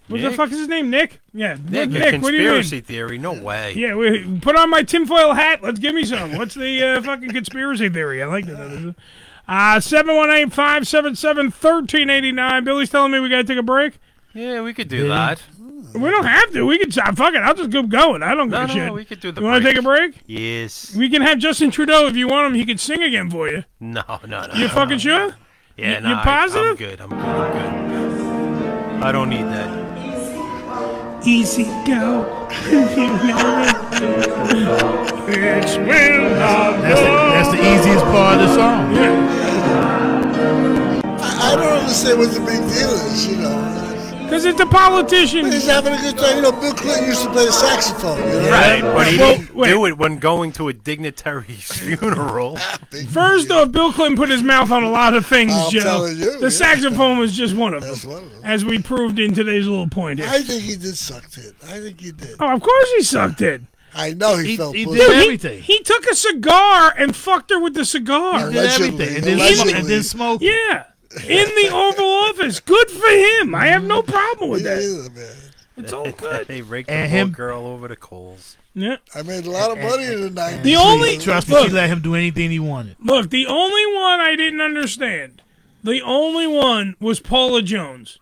[SPEAKER 1] what the
[SPEAKER 4] Nick?
[SPEAKER 1] fuck is his name? Nick? Yeah,
[SPEAKER 4] Nick,
[SPEAKER 1] Nick.
[SPEAKER 4] a
[SPEAKER 1] Nick what do you mean?
[SPEAKER 4] conspiracy theory? No way.
[SPEAKER 1] Yeah, we, put on my tinfoil hat. Let's give me some. What's the uh, fucking conspiracy theory? I like that. Uh, 718 577 1389. Billy's telling me we got to take a break.
[SPEAKER 4] Yeah, we could do that.
[SPEAKER 1] We don't have to. We can stop. Fuck it. I'll just keep going. I don't give
[SPEAKER 4] No,
[SPEAKER 1] a
[SPEAKER 4] no,
[SPEAKER 1] shit.
[SPEAKER 4] we could do the
[SPEAKER 1] You want to
[SPEAKER 4] break.
[SPEAKER 1] take a break?
[SPEAKER 4] Yes.
[SPEAKER 1] We can have Justin Trudeau if you want him. He could sing again for you.
[SPEAKER 4] No, no, no.
[SPEAKER 1] You
[SPEAKER 4] no.
[SPEAKER 1] fucking sure?
[SPEAKER 4] Yeah,
[SPEAKER 1] you-
[SPEAKER 4] no.
[SPEAKER 1] you're
[SPEAKER 4] I,
[SPEAKER 1] positive?
[SPEAKER 4] am good. I'm good. I'm good. I don't need that.
[SPEAKER 1] Easy go. it's will
[SPEAKER 2] that's the, that's the easiest part of the song.
[SPEAKER 3] I, I don't understand what the big deal is, you know.
[SPEAKER 1] Because it's a politician.
[SPEAKER 3] He's having a good time. You know, Bill Clinton used to play the saxophone. You know?
[SPEAKER 4] Right, but he
[SPEAKER 1] Well,
[SPEAKER 4] didn't do it when going to a dignitary's funeral.
[SPEAKER 1] First off, Bill Clinton put his mouth on a lot of things,
[SPEAKER 3] I'm
[SPEAKER 1] Joe.
[SPEAKER 3] telling you,
[SPEAKER 1] the
[SPEAKER 3] yeah.
[SPEAKER 1] saxophone was just one of them,
[SPEAKER 3] That's one of them.
[SPEAKER 1] as we proved in today's little point. here.
[SPEAKER 3] I think he did suck it. I think he did.
[SPEAKER 1] Oh, of course he sucked it.
[SPEAKER 3] I know he, felt
[SPEAKER 2] he
[SPEAKER 3] bullied.
[SPEAKER 2] did
[SPEAKER 1] he-
[SPEAKER 2] everything.
[SPEAKER 1] He, took a cigar and fucked her with the cigar.
[SPEAKER 2] He did everything, and then, sm- and then smoke.
[SPEAKER 1] Yeah. In the Oval Office. Good for him. I have no problem with that.
[SPEAKER 4] It's all good. they raked the
[SPEAKER 2] And
[SPEAKER 4] poor
[SPEAKER 2] him-
[SPEAKER 4] girl over the coals.
[SPEAKER 1] Yeah.
[SPEAKER 3] I made a lot of money in the night.
[SPEAKER 1] The only
[SPEAKER 2] trust me,
[SPEAKER 1] look,
[SPEAKER 2] she let him do anything he wanted.
[SPEAKER 1] Look, the only one I didn't understand, the only one was Paula Jones.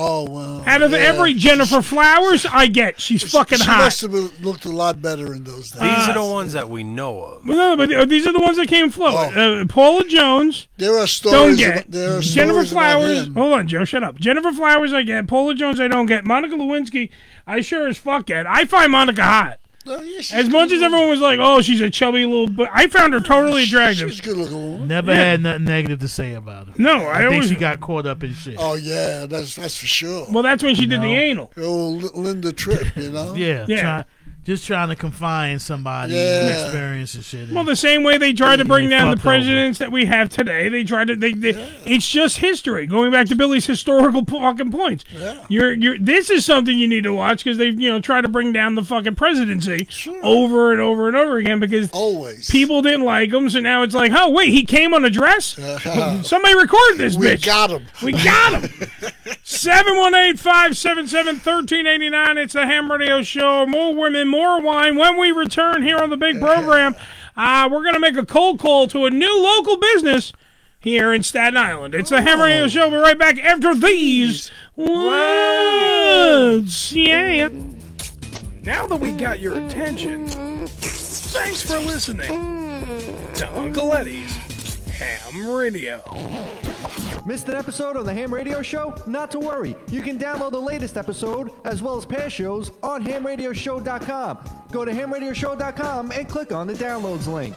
[SPEAKER 3] Oh well.
[SPEAKER 1] Out of
[SPEAKER 3] yeah.
[SPEAKER 1] every Jennifer Flowers, I get she's fucking
[SPEAKER 3] she
[SPEAKER 1] hot.
[SPEAKER 3] must have looked a lot better in those days.
[SPEAKER 4] These are the ones that we know of.
[SPEAKER 1] Well, no, but uh, these are the ones that came float. Uh, Paula Jones.
[SPEAKER 3] Oh. There are
[SPEAKER 1] Don't
[SPEAKER 3] stories
[SPEAKER 1] get.
[SPEAKER 3] about- there are
[SPEAKER 1] Jennifer
[SPEAKER 3] stories about
[SPEAKER 1] Flowers.
[SPEAKER 3] him.
[SPEAKER 1] Hold on, Joe. Shut up. Jennifer Flowers, I get. Paula Jones, I don't get. Monica Lewinsky, I sure as fuck get. I find Monica hot.
[SPEAKER 3] Oh, yeah, she's
[SPEAKER 1] As much as everyone was like, "Oh, she's a chubby little," but I found her totally attractive.
[SPEAKER 3] good looking woman.
[SPEAKER 2] Never
[SPEAKER 1] Yeah.
[SPEAKER 2] had nothing negative to say about him.
[SPEAKER 1] No,
[SPEAKER 2] I,
[SPEAKER 1] I
[SPEAKER 2] think
[SPEAKER 1] always-
[SPEAKER 2] she got caught up in shit.
[SPEAKER 3] Oh yeah, that's that's for sure.
[SPEAKER 1] Well, that's when she did the
[SPEAKER 2] No.
[SPEAKER 1] anal.
[SPEAKER 3] Oh, Linda Tripp, you
[SPEAKER 18] Uh-huh.
[SPEAKER 3] know.
[SPEAKER 2] Yeah,
[SPEAKER 1] Yeah.
[SPEAKER 2] try- just trying to confine somebody's
[SPEAKER 1] Yeah.
[SPEAKER 2] experience and shit.
[SPEAKER 1] Well, the same way they tried to
[SPEAKER 2] They
[SPEAKER 1] bring down the
[SPEAKER 2] fucked over.
[SPEAKER 1] presidents that we have today, they tried to. They, they it's just history. Going back to Billy's historical po- fucking points. You're, you're. This is something you need to watch because they've you know tried to bring down the fucking presidency over and over and over again because
[SPEAKER 3] always
[SPEAKER 1] people didn't like him. So now it's like, oh wait, he came on a dress. Somebody record this.
[SPEAKER 3] We
[SPEAKER 1] bitch.
[SPEAKER 3] got him.
[SPEAKER 1] We got him. 718-577-1389. It's the Ham Radio Show. More women, more wine. When we return here on the big program, uh, we're going to make a cold call to a new local business here in Staten Island. It's the Ham Radio Show. We'll be right back after Oh. these words. Yeah. Now that we got your attention, thanks for listening to Uncle Eddie's Ham Radio.
[SPEAKER 33] Missed an episode of the Ham Radio Show? Not to worry. You can download the latest episode as well as past shows on hamradioshow.com. Go to hamradioshow.com and click on the downloads link.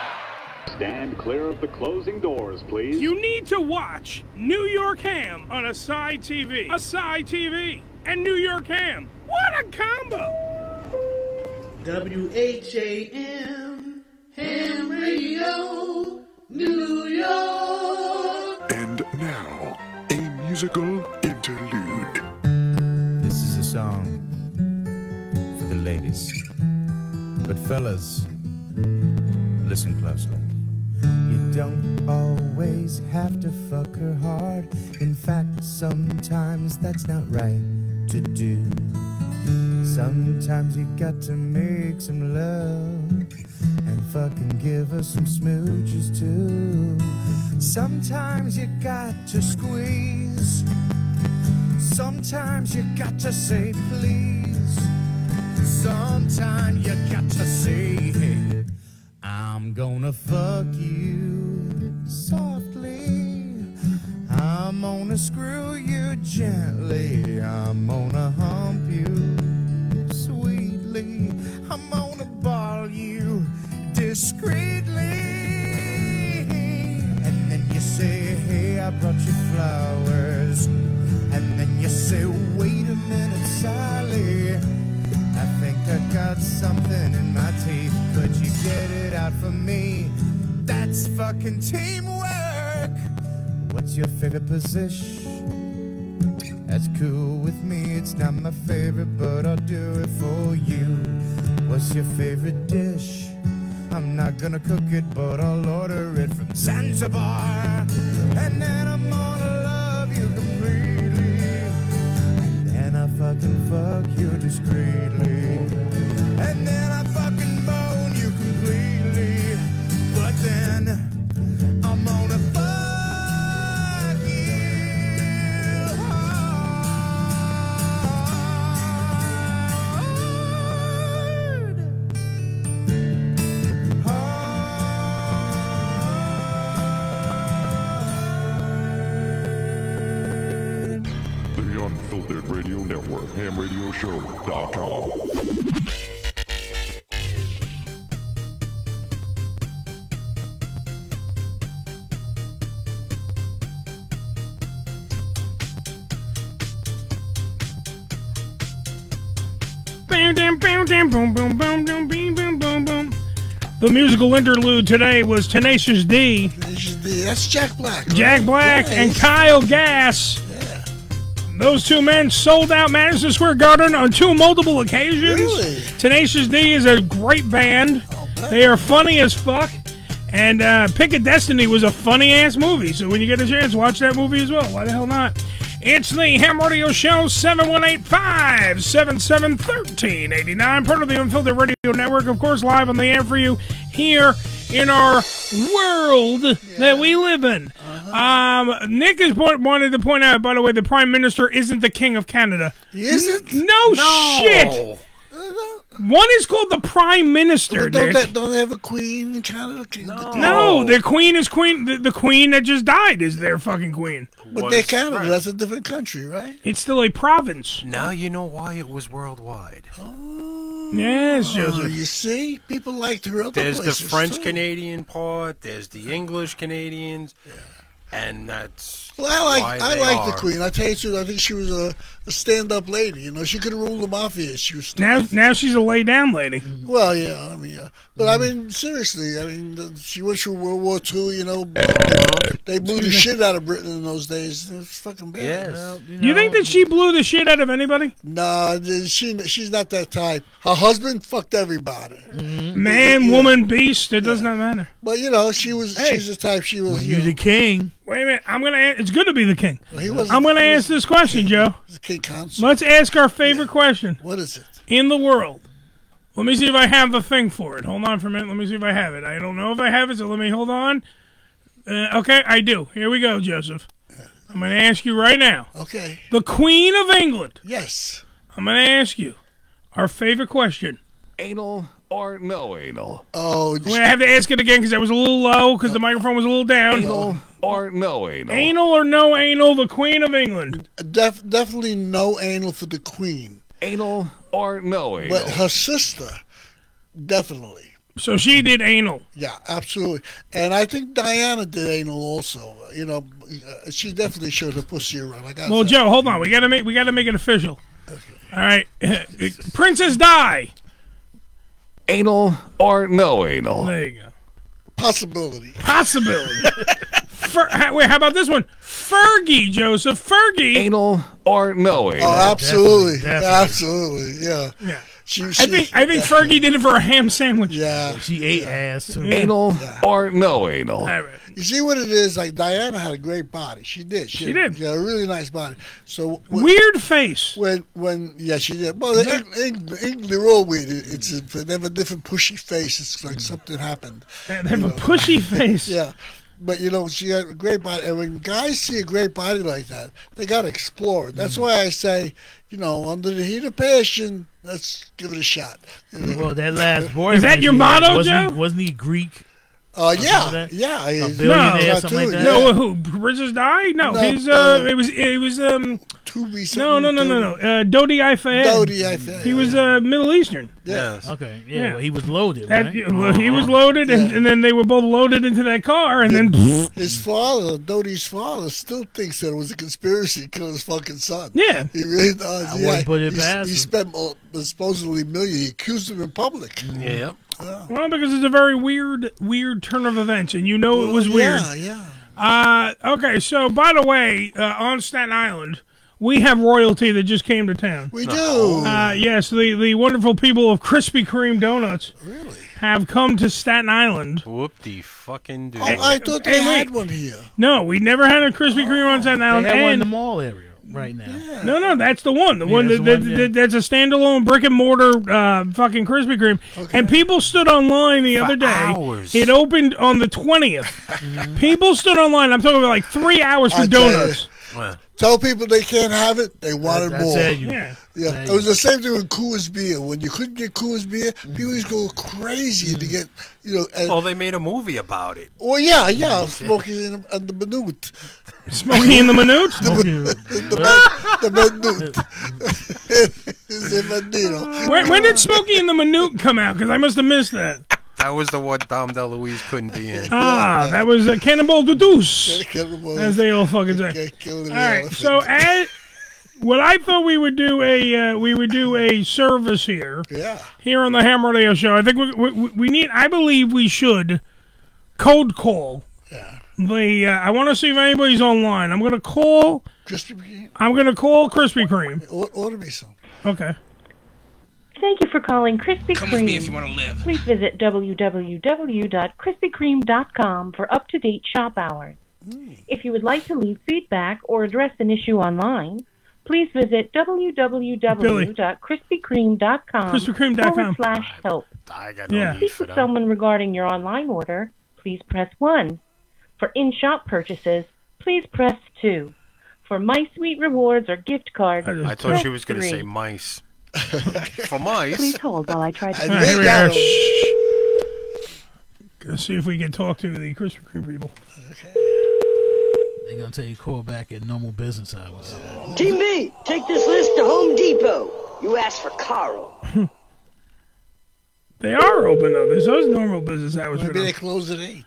[SPEAKER 27] Stand clear of the closing doors, please.
[SPEAKER 1] You need to watch New York Ham on Asai TV. Asai TV and New York Ham. What a combo!
[SPEAKER 18] W H A M Ham Radio New York.
[SPEAKER 20] And now, a musical interlude.
[SPEAKER 17] This is a song for the ladies. But fellas, listen closely.
[SPEAKER 8] You don't always have to fuck her hard. In fact, sometimes that's not right to do. Sometimes you got to make some love and fucking give her some smooches too. Sometimes you got to squeeze. Sometimes you got to say please. Sometimes you got to say hey. I'm gonna fuck you softly. I'm gonna screw you gently. I'm gonna hump you sweetly. I'm gonna ball you discreetly. And then you say, Hey, I brought you flowers. And then you say, Wait a minute, Sally. I think I got something in my teeth. Could you get it out for me? That's fucking teamwork. What's your favorite position? That's cool with me. It's not my favorite, but I'll do it for you. What's your favorite dish? I'm not gonna cook it, but I'll order it from Zanzibar. And then I'm gonna love you completely. And I fucking fuck you discreetly. And then I fucking bone you completely. But then I'm gonna fuck you hard.
[SPEAKER 6] The Unfiltered Radio Network, hamradioshow.com.
[SPEAKER 1] Bam, Boom, dam, boom, dam, boom, boom, boom, boom, boom, boom, boom, boom. The musical interlude today was Tenacious D. Tenacious D. That's Jack Black. Jack Black and Kyle Gass. Those two men sold out Madison Square Garden on two multiple occasions. Tenacious D is a great band. They are funny as fuck. And uh, Pick of Destiny was a funny ass movie. So when you get a chance, watch that movie as well. Why the hell not? It's the Ham Radio Show, 7185 77 1389, part of the Unfiltered Radio Network. Of course, live on the air for you here in our world that we live in.
[SPEAKER 3] Uh-huh.
[SPEAKER 1] Um, Nick has point, wanted to point out, by the way, the Prime Minister isn't the King of Canada.
[SPEAKER 3] He isn't? Uh-huh.
[SPEAKER 1] No, shit! One is called the Prime Minister.
[SPEAKER 3] But don't,
[SPEAKER 1] Nick.
[SPEAKER 3] that, don't they have a queen in Canada? No.
[SPEAKER 1] No, the queen is queen. The, the queen that just died is their fucking queen.
[SPEAKER 3] But they're Canada. That's a different country, right?
[SPEAKER 1] It's still a province.
[SPEAKER 4] Now you know why it was worldwide.
[SPEAKER 1] Yes,
[SPEAKER 3] Oh,
[SPEAKER 1] Joseph.
[SPEAKER 3] you see, people like to other
[SPEAKER 4] There's the
[SPEAKER 3] places,
[SPEAKER 4] French
[SPEAKER 3] too.
[SPEAKER 4] Canadian part. There's the English Canadians, and that's
[SPEAKER 3] Well, I
[SPEAKER 4] why
[SPEAKER 3] like I
[SPEAKER 4] they
[SPEAKER 3] like
[SPEAKER 4] are.
[SPEAKER 3] the Queen. I tell you the truth, I think she was a, a stand-up lady. You know, she could have ruled the mafia. She was.
[SPEAKER 1] Now, now she's a lay down lady. Mm.
[SPEAKER 3] Well, yeah, I mean, yeah. but I mean, seriously, I mean, the- she went through World War Two. You know, they blew the shit out of Britain in those days. It's fucking bad.
[SPEAKER 4] Yes.
[SPEAKER 1] You think that she blew the shit out of anybody?
[SPEAKER 3] Nah, th- she she's not that type. Her husband fucked everybody.
[SPEAKER 1] Mm-hmm. Man, woman, beast, it does not matter.
[SPEAKER 3] But you know, she was she's the type. She was.
[SPEAKER 1] You're the
[SPEAKER 2] king.
[SPEAKER 1] Wait a minute. I'm gonna. a- It's good to be the king.
[SPEAKER 3] wasn't-
[SPEAKER 1] I'm gonna ask this question, Joe.
[SPEAKER 3] King consort.
[SPEAKER 1] Let's ask our favorite question.
[SPEAKER 3] What is it?
[SPEAKER 1] In the world. Let me see if I have the thing for it. Hold on for a minute. Let me see if I have it. I don't know if I have it, so let me hold on. Uh, okay, I do. Here we go, Joseph. I'm going to ask you right now.
[SPEAKER 3] Okay.
[SPEAKER 1] The Queen of England.
[SPEAKER 3] Yes.
[SPEAKER 1] I'm going to ask you our favorite question.
[SPEAKER 5] Anal or no anal?
[SPEAKER 3] Oh,
[SPEAKER 1] Wait, I have to ask it again because I was a little low because the microphone was a little down.
[SPEAKER 3] Oh.
[SPEAKER 1] Anal.
[SPEAKER 5] Or no anal?
[SPEAKER 1] or no anal, the Queen of England.
[SPEAKER 3] Def, definitely no anal for the Queen.
[SPEAKER 5] Anal or no anal?
[SPEAKER 3] But her sister, definitely.
[SPEAKER 1] So she did anal.
[SPEAKER 3] Yeah, absolutely. And I think Diana did anal also. You know, uh, she definitely showed her pussy around. I got
[SPEAKER 1] Well, Joe, hold on. We gotta make we gotta make it official. All right, Princess Di.
[SPEAKER 5] Anal or no anal?
[SPEAKER 1] There you go.
[SPEAKER 3] Possibility.
[SPEAKER 1] Possibility. Fer- ha- wait, how about this one? Fergie, Joseph. Fergie.
[SPEAKER 5] Anal or no anal?
[SPEAKER 3] Oh, absolutely, absolutely, yeah.
[SPEAKER 1] Yeah.
[SPEAKER 3] She,
[SPEAKER 1] I think I think Fergie did it for a ham sandwich.
[SPEAKER 3] Yeah.
[SPEAKER 2] She ate ass. Too.
[SPEAKER 5] Anal or no anal?
[SPEAKER 3] You see what it is? Like Diana had a great body. She did. She,
[SPEAKER 1] She
[SPEAKER 3] did. She had a really nice body. So
[SPEAKER 1] weird face.
[SPEAKER 3] When when yeah, she did. Well, the Eng- Eng- Eng- they're all weird. It- It's a, they have a different pushy face. It's like something happened.
[SPEAKER 1] Hmm. They have a pushy face.
[SPEAKER 3] yeah. But you know, she had a great body, and when guys see a great body like that, they gotta explore it.
[SPEAKER 1] Hmm.
[SPEAKER 3] That's why I say, you know, under the heat of passion, let's give it a shot.
[SPEAKER 2] Well, that last boy. wasn't, He, wasn't he Greek?
[SPEAKER 3] Uh,
[SPEAKER 2] Something like
[SPEAKER 3] yeah,
[SPEAKER 2] that?
[SPEAKER 3] yeah.
[SPEAKER 2] A
[SPEAKER 3] he's-
[SPEAKER 2] billionaire,
[SPEAKER 3] uh,
[SPEAKER 2] something like
[SPEAKER 3] too,
[SPEAKER 2] that?
[SPEAKER 1] No, who? Princess Di? No,
[SPEAKER 3] No,
[SPEAKER 1] he's uh,
[SPEAKER 3] uh,
[SPEAKER 1] it was it was um.
[SPEAKER 3] Two
[SPEAKER 1] No, no, no, no, no. Uh, Dodi Ifad.
[SPEAKER 3] Dodi Ifad,
[SPEAKER 1] He was uh, Middle Eastern.
[SPEAKER 4] Yes.
[SPEAKER 2] Okay. Yeah. Well, he was loaded.
[SPEAKER 1] That-
[SPEAKER 2] right?
[SPEAKER 1] well, he was loaded, and, and then they were both loaded into that car, and then
[SPEAKER 3] His father, Dodie's father, still thinks that it was a conspiracy to kill his fucking son.
[SPEAKER 1] Yeah.
[SPEAKER 3] He really does.
[SPEAKER 2] I
[SPEAKER 3] yeah.
[SPEAKER 2] wouldn't put it
[SPEAKER 3] he,
[SPEAKER 2] past
[SPEAKER 3] He
[SPEAKER 2] him.
[SPEAKER 3] spent uh, supposedly million. He accused him in public.
[SPEAKER 4] Yeah.
[SPEAKER 1] Well, because it's a very weird, weird turn of events, and you know it was weird.
[SPEAKER 3] Yeah, yeah.
[SPEAKER 1] Uh, okay, so by the way, uh, on Staten Island, we have royalty that just came to town.
[SPEAKER 3] We do.
[SPEAKER 1] Uh, yes, the, the wonderful people of Krispy Kreme Donuts really? have come to Staten Island.
[SPEAKER 4] Whoop the fucking dude.
[SPEAKER 1] Oh, I
[SPEAKER 3] thought
[SPEAKER 1] they had
[SPEAKER 3] one here.
[SPEAKER 1] No, we never had a Krispy Kreme on Staten
[SPEAKER 2] They
[SPEAKER 1] Island.
[SPEAKER 2] had one in
[SPEAKER 1] and-
[SPEAKER 2] the mall area right now.
[SPEAKER 1] No, no, that's the one. The
[SPEAKER 2] Yeah,
[SPEAKER 1] one,
[SPEAKER 2] that's
[SPEAKER 1] that,
[SPEAKER 2] the one,
[SPEAKER 1] that-
[SPEAKER 2] yeah.
[SPEAKER 1] that- that's a standalone brick and mortar uh, fucking Krispy Kreme. And people stood online the other day.
[SPEAKER 4] hours.
[SPEAKER 1] It opened on the 20th. people stood online. I'm talking about like three hours for
[SPEAKER 3] I tell you.
[SPEAKER 1] donuts.
[SPEAKER 3] Tell people they can't have it. They wanted
[SPEAKER 1] that's
[SPEAKER 3] more.
[SPEAKER 1] it, you- Yeah.
[SPEAKER 3] Yeah. It was the same thing with Coors beer. When you couldn't get Coors beer, people used to go crazy to get, you know. And,
[SPEAKER 4] Well, they made a movie about it.
[SPEAKER 3] Uh, well, yeah, yeah. Smoking in the, in the minute.
[SPEAKER 1] Smoking in the minute?
[SPEAKER 3] the minute. the minute.
[SPEAKER 1] When, when did Smokey and the Minute come out? Because I must have missed that.
[SPEAKER 4] That was the one Dom DeLuise couldn't be in.
[SPEAKER 1] Ah, that was a Cannonball de Deuce, as they all fucking say.
[SPEAKER 3] All
[SPEAKER 1] right, so as, What I thought we would do a uh, we would do a service here.
[SPEAKER 3] Yeah.
[SPEAKER 1] Here on the Ham Radio Show, I think we, we, we need. I believe we should cold call. Yeah. The uh, I want to see if anybody's online. I'm going to call. I'm going to call Krispy Kreme.
[SPEAKER 3] Or- Order me some.
[SPEAKER 1] Okay.
[SPEAKER 24] Thank you for calling Krispy
[SPEAKER 1] Come
[SPEAKER 24] Kreme.
[SPEAKER 1] with me if you wanna live.
[SPEAKER 24] Please visit www.krispykreme.com for up-to-date shop hours. If you would like to leave feedback or address an issue online, please visit www.krispykreme.com
[SPEAKER 1] KrispyKreme.com.
[SPEAKER 24] forward slash help.
[SPEAKER 4] I got
[SPEAKER 1] Yeah.
[SPEAKER 24] To speak with someone regarding your online order, please press 1. For in-shop purchases, please press 2. For My Sweet Rewards or gift cards,
[SPEAKER 4] I thought she was going to say mice. For mice.
[SPEAKER 24] Please hold while I try to...
[SPEAKER 1] All right, here we are. Gonna see if we can talk to the Krispy Kreme people.
[SPEAKER 2] They're gonna tell you call back at normal business hours.
[SPEAKER 26] Team B, take this list to Home Depot. You asked for Carl.
[SPEAKER 1] They are open though. There's those normal business hours.
[SPEAKER 3] Maybe
[SPEAKER 1] for
[SPEAKER 3] they
[SPEAKER 1] them.
[SPEAKER 3] close at eight.